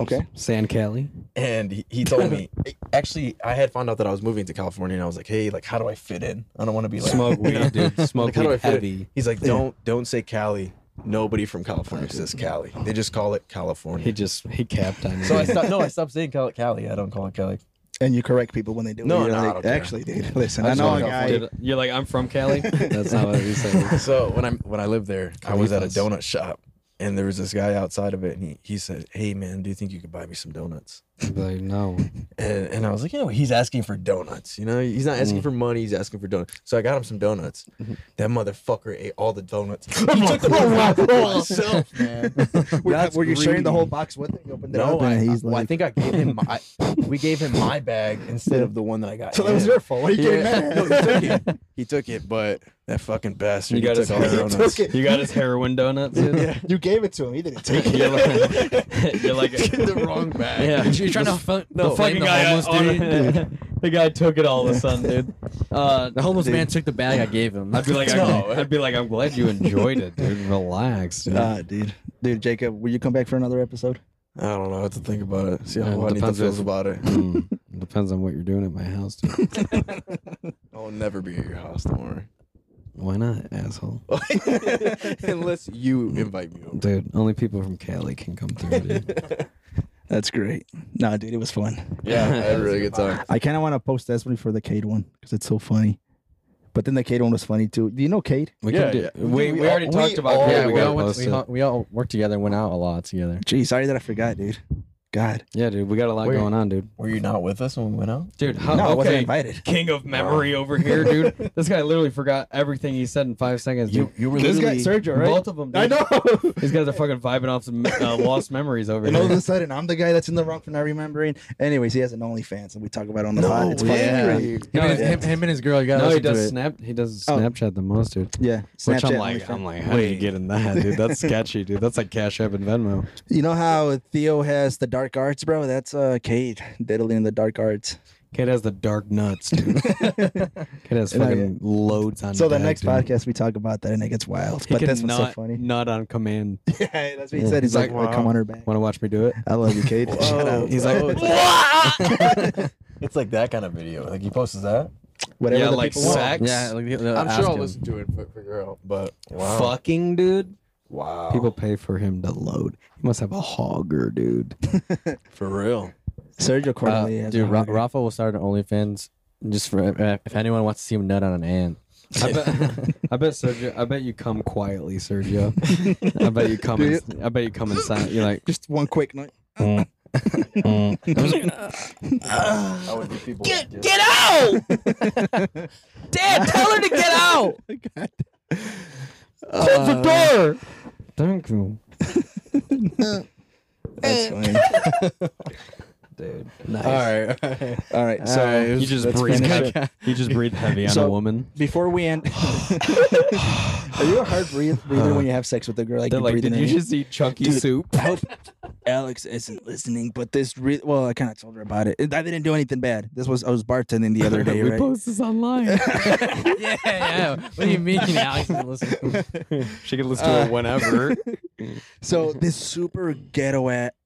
Speaker 1: okay?
Speaker 4: San Cali.
Speaker 2: and he, he told
Speaker 4: [LAUGHS]
Speaker 2: me actually I had found out that I was moving to California, and I was like, hey, like how do I fit in? I don't want to be like
Speaker 4: Smoke weed, dude. Smoke
Speaker 2: [LAUGHS] Like, how do I
Speaker 4: weed
Speaker 2: fit it?
Speaker 4: heavy.
Speaker 2: He's like, don't don't say Cali. Nobody from California says Cali. They just call it California.
Speaker 4: He just he capped on you. [LAUGHS]
Speaker 2: so I stopped. No, I stopped saying call it Cali. I don't call it Cali.
Speaker 1: And you correct people when they do it.
Speaker 2: No,
Speaker 1: You're
Speaker 2: no, I
Speaker 1: like,
Speaker 2: don't care.
Speaker 1: Actually, dude, listen,
Speaker 2: I
Speaker 1: I,
Speaker 2: just
Speaker 1: know a
Speaker 2: wanna go
Speaker 1: guy.
Speaker 2: for
Speaker 4: Did- you're like, I'm from Cali.
Speaker 6: [LAUGHS] That's not what he said.
Speaker 2: so when I when I lived there, I was at a
Speaker 6: Khalifa's.
Speaker 2: donut shop, and there was this guy outside of it, and he, he said, "Hey man, do you think you could buy me some donuts?"
Speaker 4: I'd be like, no.
Speaker 2: And, and I was like, you know, he's asking for donuts. You know, he's not
Speaker 1: Mm.
Speaker 2: asking for money. He's asking for donuts. So I got him some donuts.
Speaker 1: Mm-hmm.
Speaker 2: That motherfucker ate all
Speaker 1: [LAUGHS]
Speaker 2: the donuts. [LAUGHS] he took the whole box for himself, man.
Speaker 1: Were,
Speaker 2: That's
Speaker 1: were you sharing the
Speaker 2: greedy.
Speaker 1: whole box with him? You opened it
Speaker 2: No,
Speaker 1: up and
Speaker 2: I,
Speaker 1: he's
Speaker 2: well, I
Speaker 1: like,
Speaker 2: think I gave him. My, I- we gave him my bag instead of the one that I got.
Speaker 1: so that was
Speaker 2: him.
Speaker 1: your fault. What are you getting
Speaker 2: Yeah.
Speaker 1: mad
Speaker 2: No,
Speaker 6: [LAUGHS]
Speaker 1: at?
Speaker 2: he took it. He took it, but that fucking bastard.
Speaker 4: You got
Speaker 2: he
Speaker 4: his
Speaker 2: took all the
Speaker 4: hair.
Speaker 2: donuts.
Speaker 1: Took it.
Speaker 4: You got his heroin donuts.
Speaker 1: Yeah. You gave it to him. He didn't take it.
Speaker 4: You're like, you're like
Speaker 2: the wrong bag.
Speaker 4: yeah.
Speaker 6: You're trying to fu-
Speaker 4: the fucking guy on-
Speaker 6: [LAUGHS]
Speaker 4: the guy took it all of a sudden, dude. Uh,
Speaker 6: The homeless man took the bag I gave him.
Speaker 4: I'd be
Speaker 6: [LAUGHS]
Speaker 4: like, I'm, I'd be like, I'm glad you enjoyed it, dude. Relax, dude.
Speaker 1: Nah, dude. Dude, Jacob, will you come back for another episode?
Speaker 2: I don't know. I have to think about it. See
Speaker 6: Yeah,
Speaker 2: how
Speaker 6: it
Speaker 2: Juanita
Speaker 6: depends
Speaker 2: feels
Speaker 6: if-
Speaker 2: about it. [LAUGHS]
Speaker 6: Hmm. Depends on what you're doing at my house, dude.
Speaker 2: I'll never be at your house. Don't worry.
Speaker 6: Why not, asshole?
Speaker 2: [LAUGHS] Unless you invite me over.
Speaker 6: Dude, only people from Cali can come through, dude.
Speaker 1: That's great. Nah, dude, it was fun.
Speaker 2: Yeah, I had a [LAUGHS] really good time.
Speaker 1: I kind of want to post this one for the Cade one because it's so funny. But then the Cade one was funny too. Do you know Cade?
Speaker 6: We
Speaker 2: Yeah,
Speaker 6: can do
Speaker 2: yeah.
Speaker 6: We,
Speaker 2: We
Speaker 6: we already
Speaker 2: all-
Speaker 6: talked
Speaker 2: we
Speaker 6: about
Speaker 2: all
Speaker 6: yeah, we,
Speaker 2: were
Speaker 6: all went, we,
Speaker 4: posted.
Speaker 6: all, we all worked together and went out a lot together.
Speaker 1: Gee, sorry that I forgot, dude. God.
Speaker 6: Yeah, dude, we got a lot
Speaker 2: Where-
Speaker 6: going on, dude.
Speaker 2: Were you not with us when we went out?
Speaker 4: Dude, how,
Speaker 1: No, I wasn't
Speaker 4: Oh, okay,
Speaker 1: invited.
Speaker 4: king of memory over here,
Speaker 6: [LAUGHS]
Speaker 4: dude. This guy literally forgot everything he said in five seconds. Dude.
Speaker 2: You you were
Speaker 1: This guy,
Speaker 2: literally
Speaker 1: Sergio, right?
Speaker 4: Both of them. Dude.
Speaker 1: I
Speaker 4: [LAUGHS]
Speaker 1: know.
Speaker 4: These guys are fucking vibing off some uh, lost memories over
Speaker 1: and all of
Speaker 4: here.
Speaker 1: a sudden, I'm the guy that's in the wrong for not remembering. Anyways, he has an OnlyFans, and we talk about it on the pod. It's fucking
Speaker 2: yeah.
Speaker 1: crazy.
Speaker 6: Him,
Speaker 4: No,
Speaker 6: and,
Speaker 4: yeah.
Speaker 6: him, him and his girl, you gotta
Speaker 4: No, he
Speaker 6: listen to
Speaker 4: does
Speaker 6: it.
Speaker 4: snap. He does
Speaker 1: Oh.
Speaker 4: Snapchat the most, dude.
Speaker 1: Yeah,
Speaker 4: Which I'm
Speaker 1: Snapchat,
Speaker 4: like,
Speaker 1: OnlyFans.
Speaker 4: I'm like, how do you get in that, dude?
Speaker 6: [LAUGHS]
Speaker 4: That's sketchy, dude. That's like Cash App and Venmo.
Speaker 1: you know how Theo has the dark arts, bro? That's uh, Cade diddling in the dark arts.
Speaker 4: Kid has the dark nuts, [LAUGHS] dude. Kid [LAUGHS] has
Speaker 1: And I-
Speaker 4: fucking loads on.
Speaker 1: So the
Speaker 4: deck,
Speaker 1: next
Speaker 4: dude.
Speaker 1: podcast we talk about that, and it gets wild.
Speaker 4: He
Speaker 1: but
Speaker 4: can
Speaker 1: this one's so
Speaker 4: nut-
Speaker 1: funny.
Speaker 4: Nut on command.
Speaker 1: yeah, that's what he said. He's, like, "Well, come on her back.
Speaker 4: Want to watch me do it?
Speaker 1: I love you, Cade. Shut up.
Speaker 4: He's like,
Speaker 1: [LAUGHS]
Speaker 2: It's like that kind of video. Like he posts that.
Speaker 1: Whatever
Speaker 4: yeah,
Speaker 1: the
Speaker 4: like
Speaker 1: people want.
Speaker 4: sex.
Speaker 6: Yeah, like, the- the-
Speaker 2: I'm
Speaker 6: ask
Speaker 2: sure I'll
Speaker 6: him.
Speaker 2: listen to it for, for girl. But wow,
Speaker 4: Fucking, dude.
Speaker 2: wow,
Speaker 4: People pay for him to load. He must have a hogger, dude.
Speaker 2: for real.
Speaker 1: Sergio
Speaker 6: Uh,
Speaker 1: Cornelius.
Speaker 6: dude, Ra- Rafa will start an OnlyFans just for uh, if anyone wants to see him nut on
Speaker 2: [LAUGHS]
Speaker 6: an ant.
Speaker 4: I bet, I bet Sergio. I bet you come quietly, [LAUGHS] Sergio. I bet you come. In, I bet you come inside. You're like,
Speaker 1: just one quick night.
Speaker 2: I would be people. that do.
Speaker 4: get out, Dad. Tell her to get out. Close the door. Thank you,
Speaker 1: That's funny.
Speaker 4: [LAUGHS] dude. Nice.
Speaker 2: All right, all right.
Speaker 1: All right, so
Speaker 4: You just
Speaker 1: let's
Speaker 4: breathe.
Speaker 1: finish
Speaker 4: Heavy.
Speaker 1: it.
Speaker 4: You just breathe heavy on
Speaker 1: So-
Speaker 4: a woman.
Speaker 1: [LAUGHS] Before we
Speaker 4: [SIGHS]
Speaker 1: end, are you a hard breathe- breather when you have sex with a girl? Like,
Speaker 4: They're
Speaker 1: you
Speaker 4: like,
Speaker 1: breathing
Speaker 4: did you
Speaker 1: in and-
Speaker 4: just eat chunky
Speaker 1: Dude,
Speaker 4: soup?
Speaker 1: [LAUGHS] I hope Alex isn't listening, but this re- well, I kind of told her about it. I didn't do anything bad. This was I was bartending the
Speaker 4: [LAUGHS]
Speaker 1: other day,
Speaker 4: we
Speaker 1: right?
Speaker 4: post this [LAUGHS] online.
Speaker 6: yeah, yeah. What do you mean, Alex? Listen,
Speaker 4: [LAUGHS] she can
Speaker 1: Uh,
Speaker 4: listen to
Speaker 1: [LAUGHS]
Speaker 4: it whenever.
Speaker 1: So this super ghetto at [SIGHS]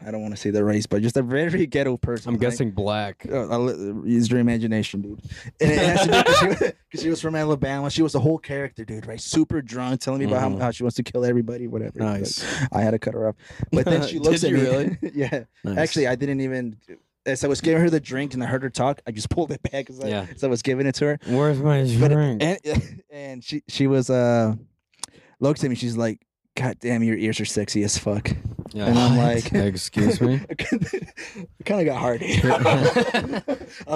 Speaker 1: I don't want to say the race, but just a very ghetto person.
Speaker 4: I'm
Speaker 1: right?
Speaker 4: guessing black.
Speaker 1: Uh, I'll let- use your imagination, dude. And it has to do
Speaker 4: [LAUGHS]
Speaker 1: because she, [LAUGHS] was from Alabama. She was a whole character, dude, right? Super drunk, telling me about how, how she wants to kill everybody, whatever.
Speaker 4: Mm-hmm. Nice.
Speaker 1: But I had to cut her off. But then she
Speaker 4: [LAUGHS] Did
Speaker 1: looks at
Speaker 4: you
Speaker 1: me.
Speaker 4: really?
Speaker 1: [LAUGHS] yeah.
Speaker 4: Nice.
Speaker 1: Actually, I didn't even. As I was giving her the drink and I heard her talk, I just [LAUGHS] pulled it back as I,
Speaker 4: Yeah.
Speaker 1: as I was giving it to her.
Speaker 4: Where's my
Speaker 1: But and [LAUGHS] and she she was uh looked at me. She's like, "God damn, your ears are sexy as fuck."
Speaker 4: Yeah.
Speaker 1: And I'm
Speaker 4: [LAUGHS]
Speaker 1: like, [LAUGHS]
Speaker 6: excuse me.
Speaker 1: I kind of got hard. [LAUGHS] I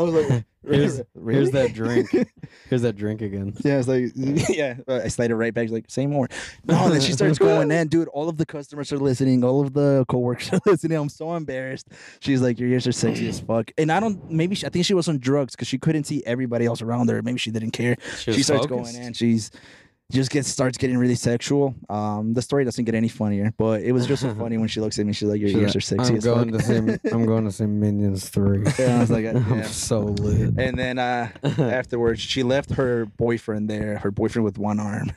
Speaker 1: was like,
Speaker 4: [LAUGHS] Here's,
Speaker 1: "Really?"
Speaker 4: here's that drink. Here's that drink again.
Speaker 1: [LAUGHS] Yeah, I was like, [LAUGHS] yeah. I slid it right back. She's like, say more. No, and then
Speaker 4: [LAUGHS]
Speaker 1: she starts going in, dude. All of the customers are listening. All of the coworkers [LAUGHS] are listening. I'm so embarrassed. She's like, your ears are sexy
Speaker 4: [CLEARS THROAT]
Speaker 1: as fuck. And I don't. Maybe she, I think she was on drugs because she couldn't see everybody else around her. Maybe she didn't care. She, starts going in. She's just gets starts getting really sexual. Um, the story doesn't get any funnier, but it was just so funny when she looks at me. She's like, your ears are sexy
Speaker 4: I'm
Speaker 1: as
Speaker 4: going
Speaker 1: fuck.
Speaker 4: to
Speaker 1: [LAUGHS]
Speaker 4: see. I'm going to see Minions Three.
Speaker 1: Yeah, I was like, uh, [LAUGHS]
Speaker 4: I'm
Speaker 1: yeah.
Speaker 4: so lit.
Speaker 1: And then [LAUGHS] uh, afterwards, she left her boyfriend there, her boyfriend with one arm.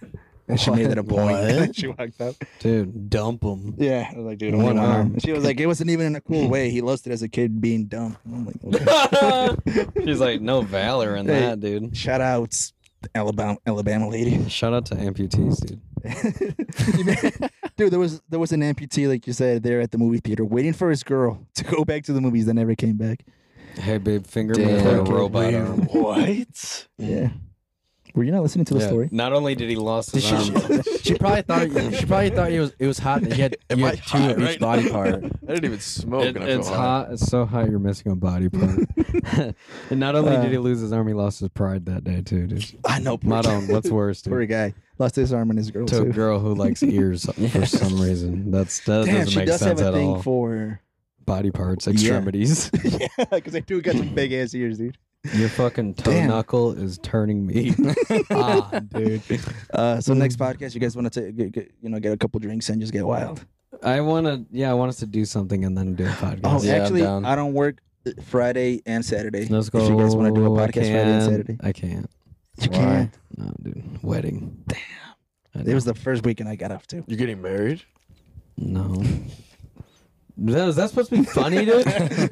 Speaker 1: And she made it a point. [LAUGHS] she walked up.
Speaker 4: Dude,
Speaker 1: [LAUGHS]
Speaker 4: dump them.
Speaker 1: Yeah. I was like, dude,
Speaker 4: One
Speaker 1: only one, arm.
Speaker 4: arm.
Speaker 1: And she was like, it wasn't even in a cool way. He lost it as a kid being dumb. And [LAUGHS] I'm like, okay.
Speaker 4: She's like, no valor in
Speaker 1: Hey.
Speaker 4: that, dude.
Speaker 1: shout outs, Alabama, Alabama [LAUGHS] lady.
Speaker 4: Shout out to amputees, dude.
Speaker 1: dude, there was there was an [LAUGHS] amputee, like you said, there at the movie theater waiting for his girl to go back to the movies that never came back.
Speaker 4: Hey, babe, finger
Speaker 2: me
Speaker 4: me
Speaker 2: with a
Speaker 4: a robot.
Speaker 2: what?
Speaker 1: Yeah. Were you not listening to the story?
Speaker 4: Not only did he lost
Speaker 6: Did
Speaker 1: [LAUGHS]
Speaker 4: his
Speaker 6: she,
Speaker 4: arm,
Speaker 6: she, she probably thought
Speaker 4: [LAUGHS]
Speaker 6: she probably thought it was it was hot. That you
Speaker 1: [LAUGHS]
Speaker 6: had, you had two of each body part.
Speaker 2: I didn't even smoke.
Speaker 4: it,
Speaker 2: and I
Speaker 4: it's
Speaker 2: feel
Speaker 4: hot. It's so hot you're missing a body part.
Speaker 6: [LAUGHS]
Speaker 4: [LAUGHS] and not only
Speaker 6: Uh.
Speaker 4: did he lose his arm, he lost his pride that day too, dude.
Speaker 1: I know. Poor,
Speaker 4: Not on what's worse, dude.
Speaker 1: poor guy lost his arm and his girl
Speaker 4: to a
Speaker 1: too.
Speaker 4: girl
Speaker 1: [LAUGHS]
Speaker 4: who likes ears for some reason. That's that
Speaker 1: Damn,
Speaker 4: doesn't
Speaker 1: she
Speaker 4: make
Speaker 1: does have
Speaker 4: sense
Speaker 1: a
Speaker 4: at
Speaker 1: thing
Speaker 4: all.
Speaker 1: for. [LAUGHS]
Speaker 4: Body parts, extremities.
Speaker 1: yeah, because they do got some big ass ears, dude.
Speaker 4: Your fucking toe
Speaker 1: Damn.
Speaker 4: knuckle is turning me
Speaker 1: [LAUGHS]
Speaker 4: on, dude.
Speaker 1: Uh,
Speaker 4: Hmm.
Speaker 1: so next podcast, you guys want to get, get you know get a couple drinks and just get wild.
Speaker 4: I want to, yeah, I want us to do something and then do a podcast.
Speaker 1: Oh,
Speaker 6: Yeah, I'm
Speaker 1: actually,
Speaker 6: down.
Speaker 1: I don't work Friday and Saturday.
Speaker 4: Let's go.
Speaker 1: If you guys want to do a
Speaker 4: I
Speaker 1: podcast Friday and
Speaker 4: can't.
Speaker 1: Saturday,
Speaker 4: I can't.
Speaker 1: you can.
Speaker 4: No, dude. Wedding. Damn. I
Speaker 1: It
Speaker 4: know.
Speaker 1: was the first weekend I got off too.
Speaker 2: You're getting married?
Speaker 4: No. That, is that supposed to be funny,
Speaker 6: [LAUGHS]
Speaker 4: dude?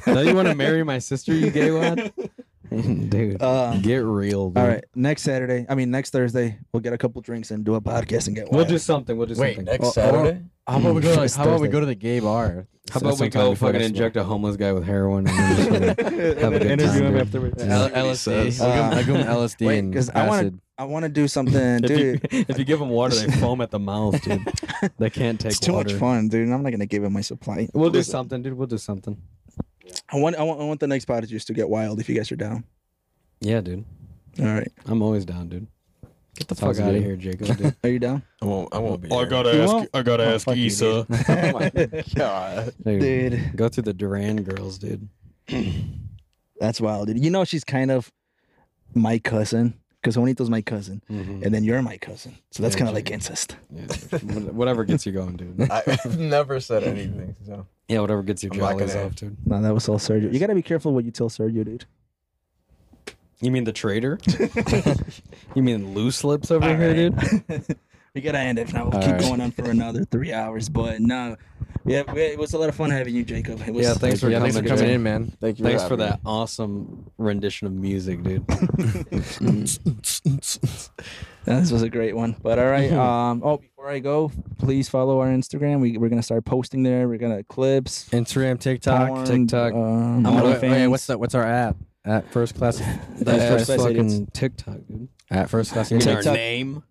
Speaker 4: now you want to marry my sister, you gay one? dude,
Speaker 1: Um,
Speaker 4: get real, dude.
Speaker 1: All right, next Saturday. I mean, next Thursday, we'll get a couple drinks and do a podcast and get
Speaker 4: We'll
Speaker 1: wild.
Speaker 4: do something. We'll do something.
Speaker 2: next
Speaker 6: Saturday? How about we go?
Speaker 4: It's
Speaker 6: To, how about we
Speaker 4: Thursday.
Speaker 6: go to the gay bar?
Speaker 4: How about we go fucking inject a homeless guy with heroin and then just
Speaker 6: [LAUGHS]
Speaker 4: fucking have a good
Speaker 1: interview
Speaker 4: time,
Speaker 1: him
Speaker 4: dude.
Speaker 1: afterwards.
Speaker 6: L-
Speaker 2: what he says.
Speaker 6: LSD? I give
Speaker 4: uh,
Speaker 6: him LSD
Speaker 1: Wait,
Speaker 6: and
Speaker 1: 'cause
Speaker 6: acid.
Speaker 1: I wanna- I want to do something,
Speaker 4: [LAUGHS] If you,
Speaker 1: dude.
Speaker 4: if you give them water, they foam at the mouth, dude. They can't take
Speaker 1: It's too
Speaker 4: water.
Speaker 1: much fun, dude. I'm not gonna give it my supply.
Speaker 4: We'll do something, dude. We'll do something.
Speaker 1: I want, I want, I want the next podcast just to get wild. If you guys are down,
Speaker 4: Yeah, dude.
Speaker 1: all right.
Speaker 4: I'm always down, dude. Get the
Speaker 6: Sounds
Speaker 4: fuck out of
Speaker 6: good.
Speaker 4: here, Jacob. [LAUGHS] Dude.
Speaker 1: Are you down?
Speaker 2: I won't. I won't be. I got
Speaker 1: You won't?
Speaker 5: I gotta
Speaker 1: Oh, fuck you, dude.
Speaker 2: God.
Speaker 4: Dude,
Speaker 1: Dude.
Speaker 4: Go through the Duran girls, dude.
Speaker 1: That's wild, dude. You know she's kind of my cousin because Juanito's my cousin, and then you're my cousin. So that's
Speaker 4: Yeah,
Speaker 1: kind of
Speaker 4: true.
Speaker 1: like incest.
Speaker 4: Yeah, dude. Whatever gets you going,
Speaker 6: [LAUGHS]
Speaker 4: dude.
Speaker 2: I've [LAUGHS] never said anything. So
Speaker 4: Yeah, whatever gets your
Speaker 2: I'm not
Speaker 4: jollies
Speaker 2: gonna-
Speaker 4: off, dude.
Speaker 1: No, that was all Sergio. You gotta be careful what you tell Sergio, dude.
Speaker 4: You mean the
Speaker 6: [LAUGHS]
Speaker 4: traitor? you mean loose lips over here, dude?
Speaker 1: [LAUGHS] We gotta end it now. We'll keep
Speaker 6: right.
Speaker 1: going on for another three hours, but no, yeah, we- it was a lot of fun having you, Jacob. It was,
Speaker 4: Yeah, thanks for
Speaker 6: yeah,
Speaker 4: coming.
Speaker 6: thanks for
Speaker 4: dude.
Speaker 6: coming in, [LAUGHS] man.
Speaker 2: thank you.
Speaker 4: Thanks for that awesome rendition of music, dude.
Speaker 1: Yeah, this was a great one. But all right. Um. Oh, before I go, please follow our Instagram. We we're gonna start posting there. We're gonna clips.
Speaker 6: Instagram, TikTok,
Speaker 1: porn,
Speaker 6: TikTok.
Speaker 1: Um,
Speaker 6: Oh, wait, wait,
Speaker 1: OnlyFans.
Speaker 6: what's that? What's our app? At first
Speaker 4: [LAUGHS]
Speaker 6: class.
Speaker 1: That's
Speaker 6: at
Speaker 1: First
Speaker 6: first
Speaker 1: Class Idiots.
Speaker 6: fucking,
Speaker 4: TikTok, dude.
Speaker 6: at first class.
Speaker 4: Our
Speaker 1: TikTok. [LAUGHS]
Speaker 4: name.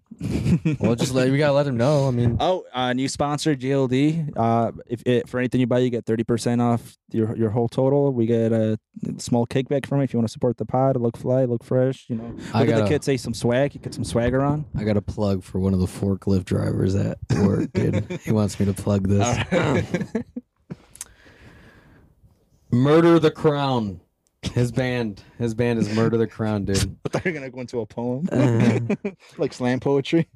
Speaker 6: Well, just let we gotta let them know. I mean,
Speaker 1: Oh, uh, new sponsor GLD. Uh, if it, for anything you buy, you get thirty percent off your your whole total. We get a small kickback from it if you want to support the pod. Look fly, look fresh. You know, look
Speaker 4: I
Speaker 1: at the
Speaker 4: gotta-
Speaker 1: kids. Say some swag. You get some swagger [LAUGHS] on.
Speaker 4: I got a plug for one of the forklift drivers at work, dude. he wants me to plug this.
Speaker 1: [LAUGHS]
Speaker 4: [LAUGHS] Murder the Crown. His band. His band is Murder the Crown, dude.
Speaker 1: I thought you were gonna go into a poem, [LAUGHS] like slam [LAUGHS] poetry.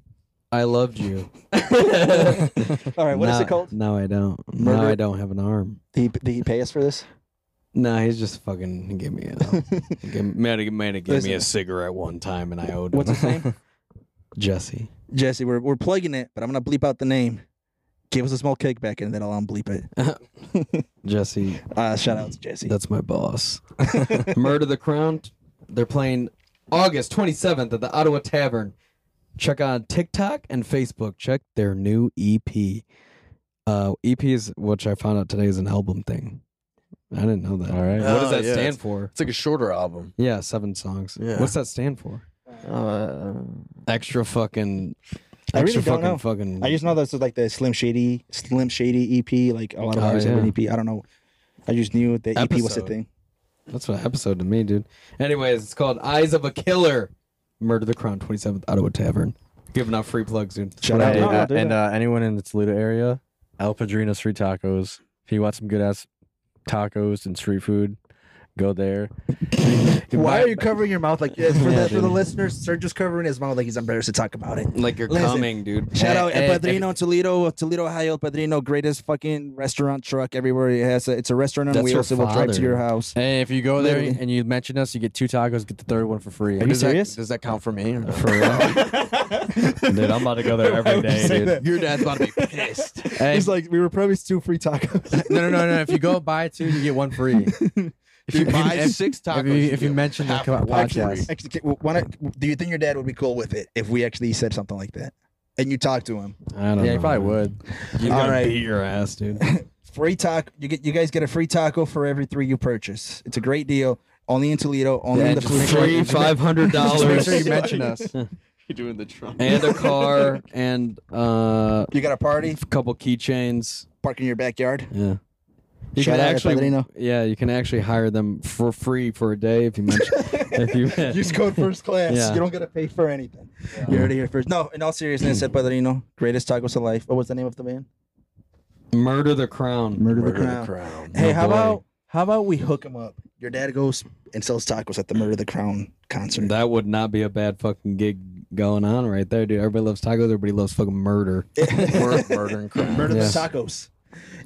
Speaker 4: I loved [LAUGHS] you.
Speaker 1: All right, what is
Speaker 4: now,
Speaker 1: it called?
Speaker 4: No, I don't.
Speaker 1: Murder-
Speaker 4: Now I don't have an arm.
Speaker 1: Did he, did he pay us for this?
Speaker 4: No, he's just fucking he gave me [LAUGHS] a he gave, man, he- man, he gave me
Speaker 1: Listen.
Speaker 4: a cigarette one time and I owed
Speaker 1: [LAUGHS]
Speaker 4: him.
Speaker 1: What's his name?
Speaker 4: [LAUGHS] Jesse.
Speaker 1: Jesse, we're we're plugging it, but I'm gonna bleep out the name. Give us a small kickback, and then I'll unbleep it.
Speaker 4: Jesse,
Speaker 1: Uh, shout out to Jesse.
Speaker 4: that's
Speaker 1: [LAUGHS]
Speaker 4: my boss. Murder the Crown. They're playing August 27th at the Ottawa Tavern. Check on TikTok and Facebook. Check their new EP. Uh, EP is which I found out today is an album thing. I didn't know that.
Speaker 6: all right.
Speaker 2: Yeah.
Speaker 4: What does
Speaker 2: Oh,
Speaker 4: that stand
Speaker 2: it's-
Speaker 4: for?
Speaker 2: It's like a shorter album.
Speaker 4: Yeah, seven songs.
Speaker 2: Yeah.
Speaker 4: What's that stand for?
Speaker 2: Uh,
Speaker 4: Extra fucking.
Speaker 1: I really
Speaker 4: Extra
Speaker 1: don't
Speaker 4: fucking
Speaker 1: know.
Speaker 4: fucking.
Speaker 1: I just know this is like the Slim Shady, Slim Shady EP. Like a lot of
Speaker 4: Oh,
Speaker 1: artists have an
Speaker 4: yeah.
Speaker 1: EP. I don't know. I just knew the EP was a
Speaker 4: Episode.
Speaker 1: thing.
Speaker 4: That's what episode to me, dude. Anyways, it's called Eyes of a Killer. Murder the Crown, 27th Ottawa Tavern. Giving out free plugs, dude.
Speaker 1: Shout
Speaker 6: Hey,
Speaker 1: out.
Speaker 6: uh,
Speaker 1: No, no,
Speaker 6: and uh, anyone in the Toledo area, El Padrino Street Tacos. If you want some good ass tacos and street food, go there.
Speaker 1: Why are you covering your mouth like this? For,
Speaker 6: Yeah,
Speaker 1: the, for the
Speaker 6: dude.
Speaker 1: listeners, Sergio's covering his mouth like he's embarrassed to talk about it.
Speaker 4: Like you're
Speaker 1: Listen.
Speaker 4: coming, dude.
Speaker 1: Shout
Speaker 6: Hey,
Speaker 1: out
Speaker 4: eh,
Speaker 6: hey,
Speaker 1: El Padrino, Toledo, Toledo, Ohio. El Padrino, greatest fucking restaurant truck everywhere. It has a, it's a restaurant on
Speaker 4: That's
Speaker 1: wheels. It
Speaker 4: her
Speaker 1: will drive to
Speaker 4: father.
Speaker 1: your house.
Speaker 6: Hey, if you go there
Speaker 1: Literally.
Speaker 6: and you mention us, you get two tacos, get the third one for free.
Speaker 1: Are you serious?
Speaker 2: Does that count for me? or no?
Speaker 6: For real. [LAUGHS]
Speaker 4: Dude, I'm about to go there every day, dude.
Speaker 2: Your dad's about to be
Speaker 6: [LAUGHS]
Speaker 2: pissed.
Speaker 6: Hey,
Speaker 1: He's like, we were promised two free tacos.
Speaker 6: no, no, no, no. If you go buy two, you get one [LAUGHS] free. If you
Speaker 2: buy
Speaker 6: if-
Speaker 2: six
Speaker 6: if
Speaker 2: tacos,
Speaker 6: you,
Speaker 2: you
Speaker 6: if you
Speaker 2: get
Speaker 6: mention the
Speaker 2: half
Speaker 6: co-
Speaker 2: of one free.
Speaker 6: podcast,
Speaker 1: Actually, can- why not- do you think your dad would be cool with it if we actually said something like that? And you talked to him.
Speaker 4: I don't know.
Speaker 6: yeah, you probably
Speaker 4: man.
Speaker 6: would.
Speaker 4: You
Speaker 1: All
Speaker 4: gotta
Speaker 1: right. [LAUGHS]
Speaker 4: beat your ass, dude.
Speaker 1: free taco. You get you guys get a free taco for every three you purchase. It's a great deal. Only in Toledo. Only in the food truck.
Speaker 4: Free five hundred
Speaker 2: Just make sure
Speaker 4: dollars
Speaker 2: you mention us.
Speaker 4: [LAUGHS]
Speaker 7: You're doing the Trump.
Speaker 4: and a
Speaker 7: [LAUGHS]
Speaker 4: car and uh,
Speaker 1: You got a party.
Speaker 4: a couple keychains.
Speaker 1: Park in your backyard.
Speaker 4: Yeah. You
Speaker 1: Shout
Speaker 4: can
Speaker 1: out El
Speaker 4: actually, [LAUGHS]
Speaker 1: Padrino.
Speaker 4: yeah, you can actually hire them for free for a day if
Speaker 1: [LAUGHS]
Speaker 4: you mention if you
Speaker 1: Use code first class.
Speaker 4: Yeah.
Speaker 1: You don't gotta pay for anything. You're already here first. No, in all
Speaker 4: [CLEARS THROAT]
Speaker 1: seriousness, said Padrino, greatest tacos of life. What was the name of the band?
Speaker 4: [LAUGHS] murder the crown.
Speaker 1: Murder,
Speaker 2: Murder
Speaker 1: the Crown.
Speaker 2: Crown.
Speaker 1: Hey,
Speaker 4: Oh,
Speaker 1: how
Speaker 4: boy.
Speaker 1: about how about we hook him up? Your dad goes and sells tacos at the Murder the Crown concert. [LAUGHS]
Speaker 4: That would not be a bad fucking gig going on right there, dude. Everybody loves tacos. Everybody loves
Speaker 1: [LAUGHS]
Speaker 4: fucking murder.
Speaker 2: Mur- murder and crime.
Speaker 1: Murder
Speaker 4: Yes.
Speaker 1: the tacos.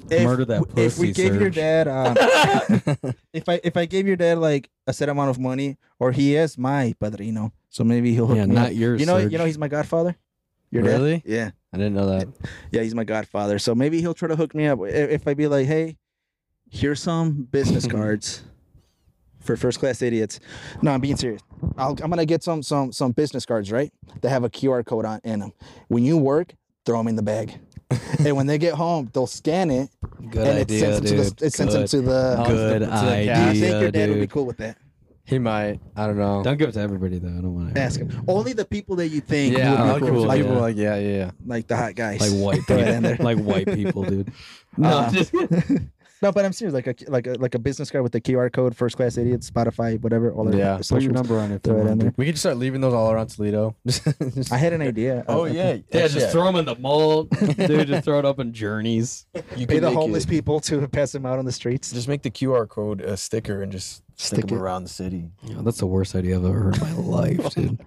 Speaker 1: If,
Speaker 4: Murder that
Speaker 1: If we
Speaker 4: pussy,
Speaker 1: gave your
Speaker 4: Serge. [LAUGHS]
Speaker 1: dad, uh, if I if I gave your dad like a set amount of money, or he is my padrino, so maybe he'll hook
Speaker 4: Yeah,
Speaker 1: me
Speaker 4: not
Speaker 1: up.
Speaker 4: yours,
Speaker 1: You know,
Speaker 4: Serge.
Speaker 1: you know, he's my godfather. Your dad?
Speaker 6: Really?
Speaker 1: Yeah,
Speaker 6: I didn't know that.
Speaker 1: yeah, he's my godfather. So maybe he'll try to hook me up I- if I be like, hey, here's some
Speaker 4: [LAUGHS]
Speaker 1: business cards for first class idiots. No, I'm being serious. I'll, I'm gonna get some some some business cards, right? They have a QR code on in them. When you work, throw them in the
Speaker 4: [LAUGHS]
Speaker 1: bag. and when they get home, they'll scan it
Speaker 4: Good
Speaker 1: and it
Speaker 4: idea,
Speaker 1: sends them to
Speaker 4: dude.
Speaker 1: the it sends them
Speaker 4: Good.
Speaker 1: to the.
Speaker 4: Good
Speaker 6: to the
Speaker 1: Do
Speaker 4: idea,
Speaker 6: cat.
Speaker 1: you think your dad
Speaker 4: dude.
Speaker 1: would be cool with that?
Speaker 6: He might. I don't know.
Speaker 4: Don't give it to everybody though. I don't want to
Speaker 1: Ask him. Only the people that you think
Speaker 6: yeah,
Speaker 1: would
Speaker 6: I'll
Speaker 1: be
Speaker 6: give
Speaker 1: cool,
Speaker 6: it to
Speaker 1: like,
Speaker 6: people like yeah, yeah, yeah.
Speaker 1: like the hot guys, [LAUGHS]
Speaker 4: Like white
Speaker 1: Throw it in there.
Speaker 4: people, like white people, dude.
Speaker 1: No, [LAUGHS] no, but I'm serious. Like a like a like a business card with the QR code, first class idiot, Spotify, whatever. All
Speaker 6: Yeah.
Speaker 1: yeah.
Speaker 6: Put
Speaker 1: the
Speaker 4: Put your
Speaker 1: socials.
Speaker 4: number on it.
Speaker 1: Throw it in there.
Speaker 6: We could just start leaving those all around Toledo.
Speaker 1: I had an [LAUGHS] idea. Uh,
Speaker 2: Oh
Speaker 1: I- I
Speaker 2: yeah,
Speaker 1: think
Speaker 4: [LAUGHS] Yeah,
Speaker 2: actually,
Speaker 4: just throw them in the [LAUGHS] mold, dude. Just throw it up in journeys.
Speaker 2: you
Speaker 1: Pay
Speaker 2: could
Speaker 1: the
Speaker 2: make
Speaker 1: homeless
Speaker 2: it-
Speaker 1: people to pass them out on the streets.
Speaker 2: Just make the QR code a sticker and just stick,
Speaker 1: Stick
Speaker 2: them
Speaker 1: it.
Speaker 2: around the city.
Speaker 4: Yeah, that's the worst idea I've ever heard in
Speaker 1: [LAUGHS]
Speaker 4: my life, dude.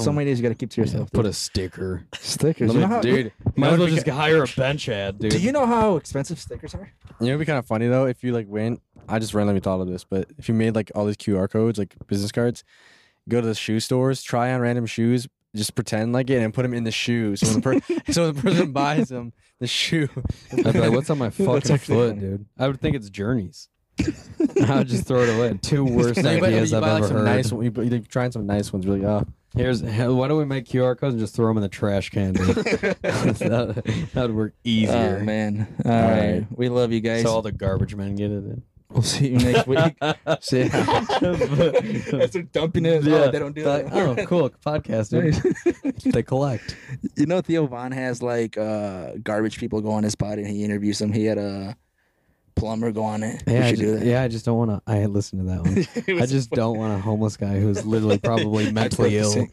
Speaker 1: so many days you got to keep to
Speaker 4: Yeah,
Speaker 1: yourself.
Speaker 4: put a sticker.
Speaker 1: stickers,
Speaker 4: Let me-
Speaker 1: You know how-
Speaker 4: dude, might as well just hire a bench ad, dude.
Speaker 1: Do you know how expensive stickers are?
Speaker 6: You know, it'd be kind of funny though if you like went. I just randomly thought of this, but if you made like all these QR codes, like business cards, go to the shoe stores, try on random shoes, just pretend like it, and put them in the shoe. So when the, per- [LAUGHS] so when the person buys them, the shoe.
Speaker 4: I'd be like,
Speaker 1: [LAUGHS]
Speaker 4: what's on my fucking
Speaker 6: actually
Speaker 4: foot, dude? I would think it's [LAUGHS] journeys. I would just throw it away. Two worst
Speaker 6: No, you buy-
Speaker 4: ideas
Speaker 6: you
Speaker 4: I've
Speaker 6: buy, like,
Speaker 4: ever
Speaker 6: some
Speaker 4: heard.
Speaker 6: Nice, one- you, bu- you're trying some nice ones. You're like, oh,
Speaker 4: Here's [LAUGHS] hell, why don't we make QR codes and just throw them in the trash can? dude? [LAUGHS] that would work easier.
Speaker 1: Oh, man!
Speaker 6: All right.
Speaker 1: we love you guys.
Speaker 4: So all the garbage men get it in.
Speaker 1: we'll see you next week. [LAUGHS] See, after dumping it, oh, they don't do
Speaker 4: Like,
Speaker 1: that. [LAUGHS]
Speaker 4: oh, cool podcast, dude. [LAUGHS] they collect.
Speaker 1: You know Theo Vaughn has like uh, garbage people go on his pod and he interviews them. He had a plumber go on it.
Speaker 4: Yeah,
Speaker 1: we
Speaker 4: I
Speaker 1: should
Speaker 4: ju-
Speaker 1: do that.
Speaker 4: yeah. I just don't want to. I listened to that
Speaker 1: [LAUGHS]
Speaker 4: one. I just don't want a homeless guy who's literally probably mentally ill.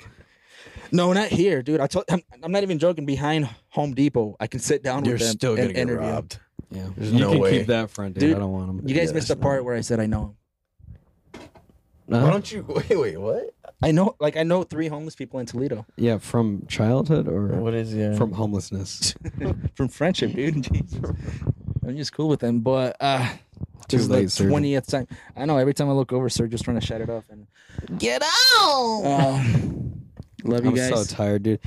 Speaker 1: No, not here, dude. I told I'm, I'm not even joking. Behind Home Depot, I can sit down
Speaker 2: [LAUGHS] You're
Speaker 1: with them
Speaker 2: still gonna
Speaker 1: and
Speaker 2: get
Speaker 1: interview. 'em.
Speaker 2: robbed.
Speaker 4: Yeah,
Speaker 2: There's
Speaker 4: you
Speaker 2: no
Speaker 4: can
Speaker 2: way.
Speaker 4: keep that front, dude.
Speaker 1: Dude,
Speaker 4: I don't want him.
Speaker 1: You guys missed the part where I said I know him.
Speaker 2: Why don't you [LAUGHS] wait? Wait, what?
Speaker 1: I know, like I know three homeless people in Toledo
Speaker 4: Yeah, from childhood or
Speaker 2: is yeah?
Speaker 4: from
Speaker 1: [LAUGHS]
Speaker 4: homelessness.
Speaker 1: from
Speaker 4: [LAUGHS]
Speaker 1: friendship, dude. Jesus. I'm just cool with them, but uh,
Speaker 4: Too
Speaker 1: this is
Speaker 4: late,
Speaker 1: the
Speaker 4: Sergio.
Speaker 1: twentieth time. I know. Every time I look over, Serge just trying to shut it off and get out. [SIGHS] love you
Speaker 4: Uh, I'm
Speaker 1: guys.
Speaker 4: so tired, dude.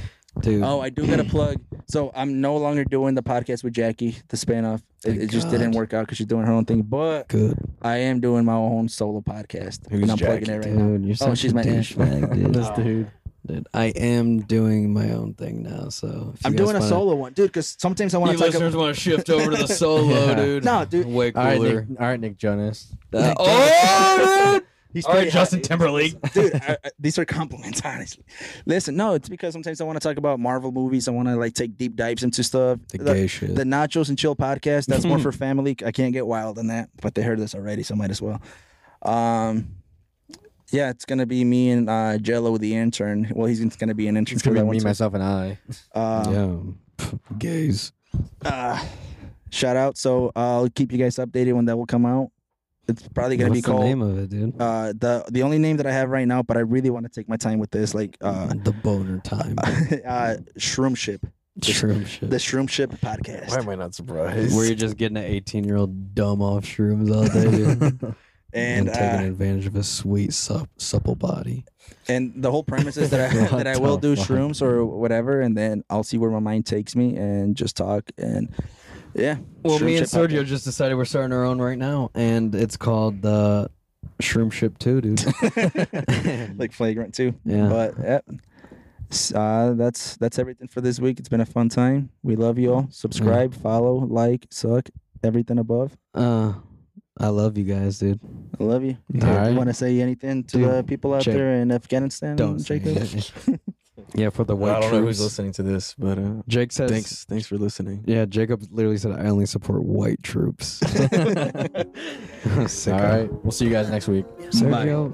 Speaker 4: Dude,
Speaker 1: Oh, I do
Speaker 4: [CLEARS THROAT]
Speaker 1: got a plug. So I'm no longer doing the podcast with Jackie, the spinoff. It,
Speaker 4: Thank
Speaker 1: it just
Speaker 4: God.
Speaker 1: didn't work out because she's doing her own thing. But
Speaker 4: good.
Speaker 1: I am doing my own solo podcast, and I'm plugging it right now.
Speaker 4: Dude, you're
Speaker 1: Oh,
Speaker 4: such
Speaker 1: she's
Speaker 4: a
Speaker 1: my aunt.
Speaker 4: douchebag, dude. this dude. Dude, I am doing my own thing now, so if
Speaker 1: I'm
Speaker 4: you guys
Speaker 1: doing a
Speaker 4: wanna-
Speaker 1: solo one, dude. Because sometimes I want to talk. About,
Speaker 4: want to shift over [LAUGHS] to the solo, dude.
Speaker 1: No, dude.
Speaker 4: Way
Speaker 6: all right,
Speaker 4: cooler.
Speaker 6: Nick, all right, Nick Jonas.
Speaker 4: Uh, oh, [LAUGHS] dude!
Speaker 1: He's
Speaker 4: All right,
Speaker 1: pretty hot,
Speaker 4: Justin
Speaker 1: dude.
Speaker 4: Timberlake.
Speaker 1: dude. I, I- these are compliments, [LAUGHS] honestly. Listen, no, it's because sometimes I want to talk about Marvel movies. I want to like take deep dives into stuff.
Speaker 4: The
Speaker 1: Like,
Speaker 4: gay shit.
Speaker 1: the Nachos and Chill podcast. That's
Speaker 4: [LAUGHS]
Speaker 1: more for family. I can't get wild on that, but they heard this already, so might as well. Um, yeah, it's gonna be me and uh, Jello, the intern. Well, he's gonna be an intern
Speaker 6: It's
Speaker 1: for
Speaker 6: gonna
Speaker 1: that
Speaker 6: be
Speaker 1: one.
Speaker 6: me,
Speaker 1: too.
Speaker 6: myself, and I.
Speaker 1: Uh,
Speaker 4: yeah, Pff, gays.
Speaker 1: uh, shout out. So I'll keep you guys updated when that will come out. It's probably gonna
Speaker 4: What's
Speaker 1: be called.
Speaker 4: the name of it, dude?
Speaker 1: uh, the the only name that I have right now, but I really want to take my time with this, like uh,
Speaker 4: [LAUGHS] the boner time.
Speaker 1: [LAUGHS] uh, Shroomship,
Speaker 4: Shroom shit.
Speaker 1: the Shroomship podcast.
Speaker 2: Why am I not surprised?
Speaker 4: Where you're just getting an 18 year old dumb off shrooms all day, dude.
Speaker 1: and
Speaker 4: taking
Speaker 1: uh,
Speaker 4: advantage of his sweet sup- supple body.
Speaker 1: and the whole premise is
Speaker 4: [LAUGHS]
Speaker 1: that I [LAUGHS] that I will do shrooms or whatever, and then I'll see where my mind takes me and just talk and yeah.
Speaker 4: Well, me
Speaker 1: Shroomship
Speaker 4: and Sergio
Speaker 1: podcast.
Speaker 4: just decided we're starting our own right now, and it's called the Shroom Ship Two, dude. [LAUGHS]
Speaker 1: like flagrant too.
Speaker 4: Yeah.
Speaker 1: But yeah. S- Uh, that's that's everything for this week. It's been a fun time. We love you all. Subscribe, follow, like, suck, everything above.
Speaker 4: Uh, I love you guys, dude.
Speaker 1: I love you.
Speaker 3: All right.
Speaker 1: You want to say anything to the people out
Speaker 4: Jake-
Speaker 1: there in Afghanistan?
Speaker 4: Don't say
Speaker 1: Jacob.
Speaker 4: Yeah, for the
Speaker 2: I don't
Speaker 4: white
Speaker 2: know who's
Speaker 4: troops.
Speaker 2: listening to this, but uh,
Speaker 4: Jake says.
Speaker 2: thanks, thanks for listening.
Speaker 4: Yeah, Jacob literally said, "I only support white troops."
Speaker 6: All right. [LAUGHS] We'll see you guys next week.
Speaker 4: [LAUGHS] Sergio.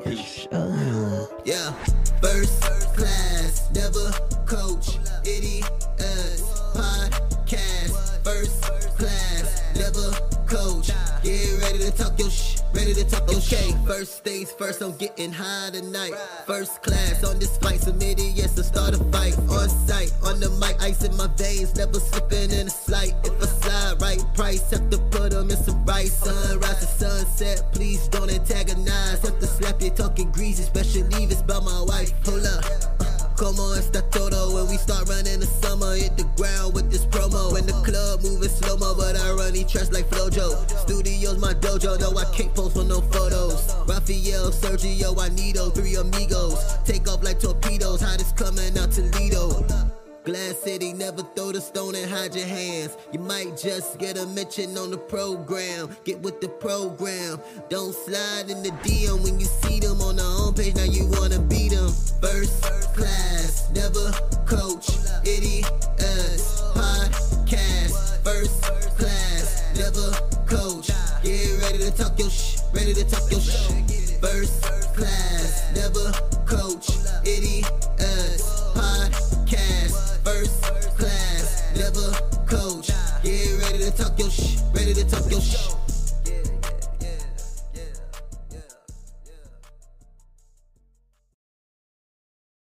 Speaker 10: Yeah, first class, never coach any us podcast. First class, never coach. Get ready to talk your sh, ready to talk. Okay, first things first, I'm getting high tonight. First class on this flight, some idiots to start a fight on sight. On the mic, ice in my veins, never slipping in a slight. If I slide right, price have to put 'em in some rice. Sunrise to sunset, please don't antagonize. Have to slap you talking greasy, especially if it's about my wife. Hold up. uh, Como esta todo when we start running the summer hit the ground with this promo in the club moving slow mo but I run these tracks like Flojo studios my dojo though I can't pose for no photos Raphael Sergio I need those three amigos take off like torpedoes how this coming out Toledo Glass City never throw the stone and hide your hands you might just get a mention on the program get with the program don't slide in the DM when you see them on the homepage now you wanna beat them first class never coach idiot podcast first class never coach get ready to talk your sh ready to talk your sh first class never coach idiot podcast first class never coach get ready to talk your sh ready to talk your sh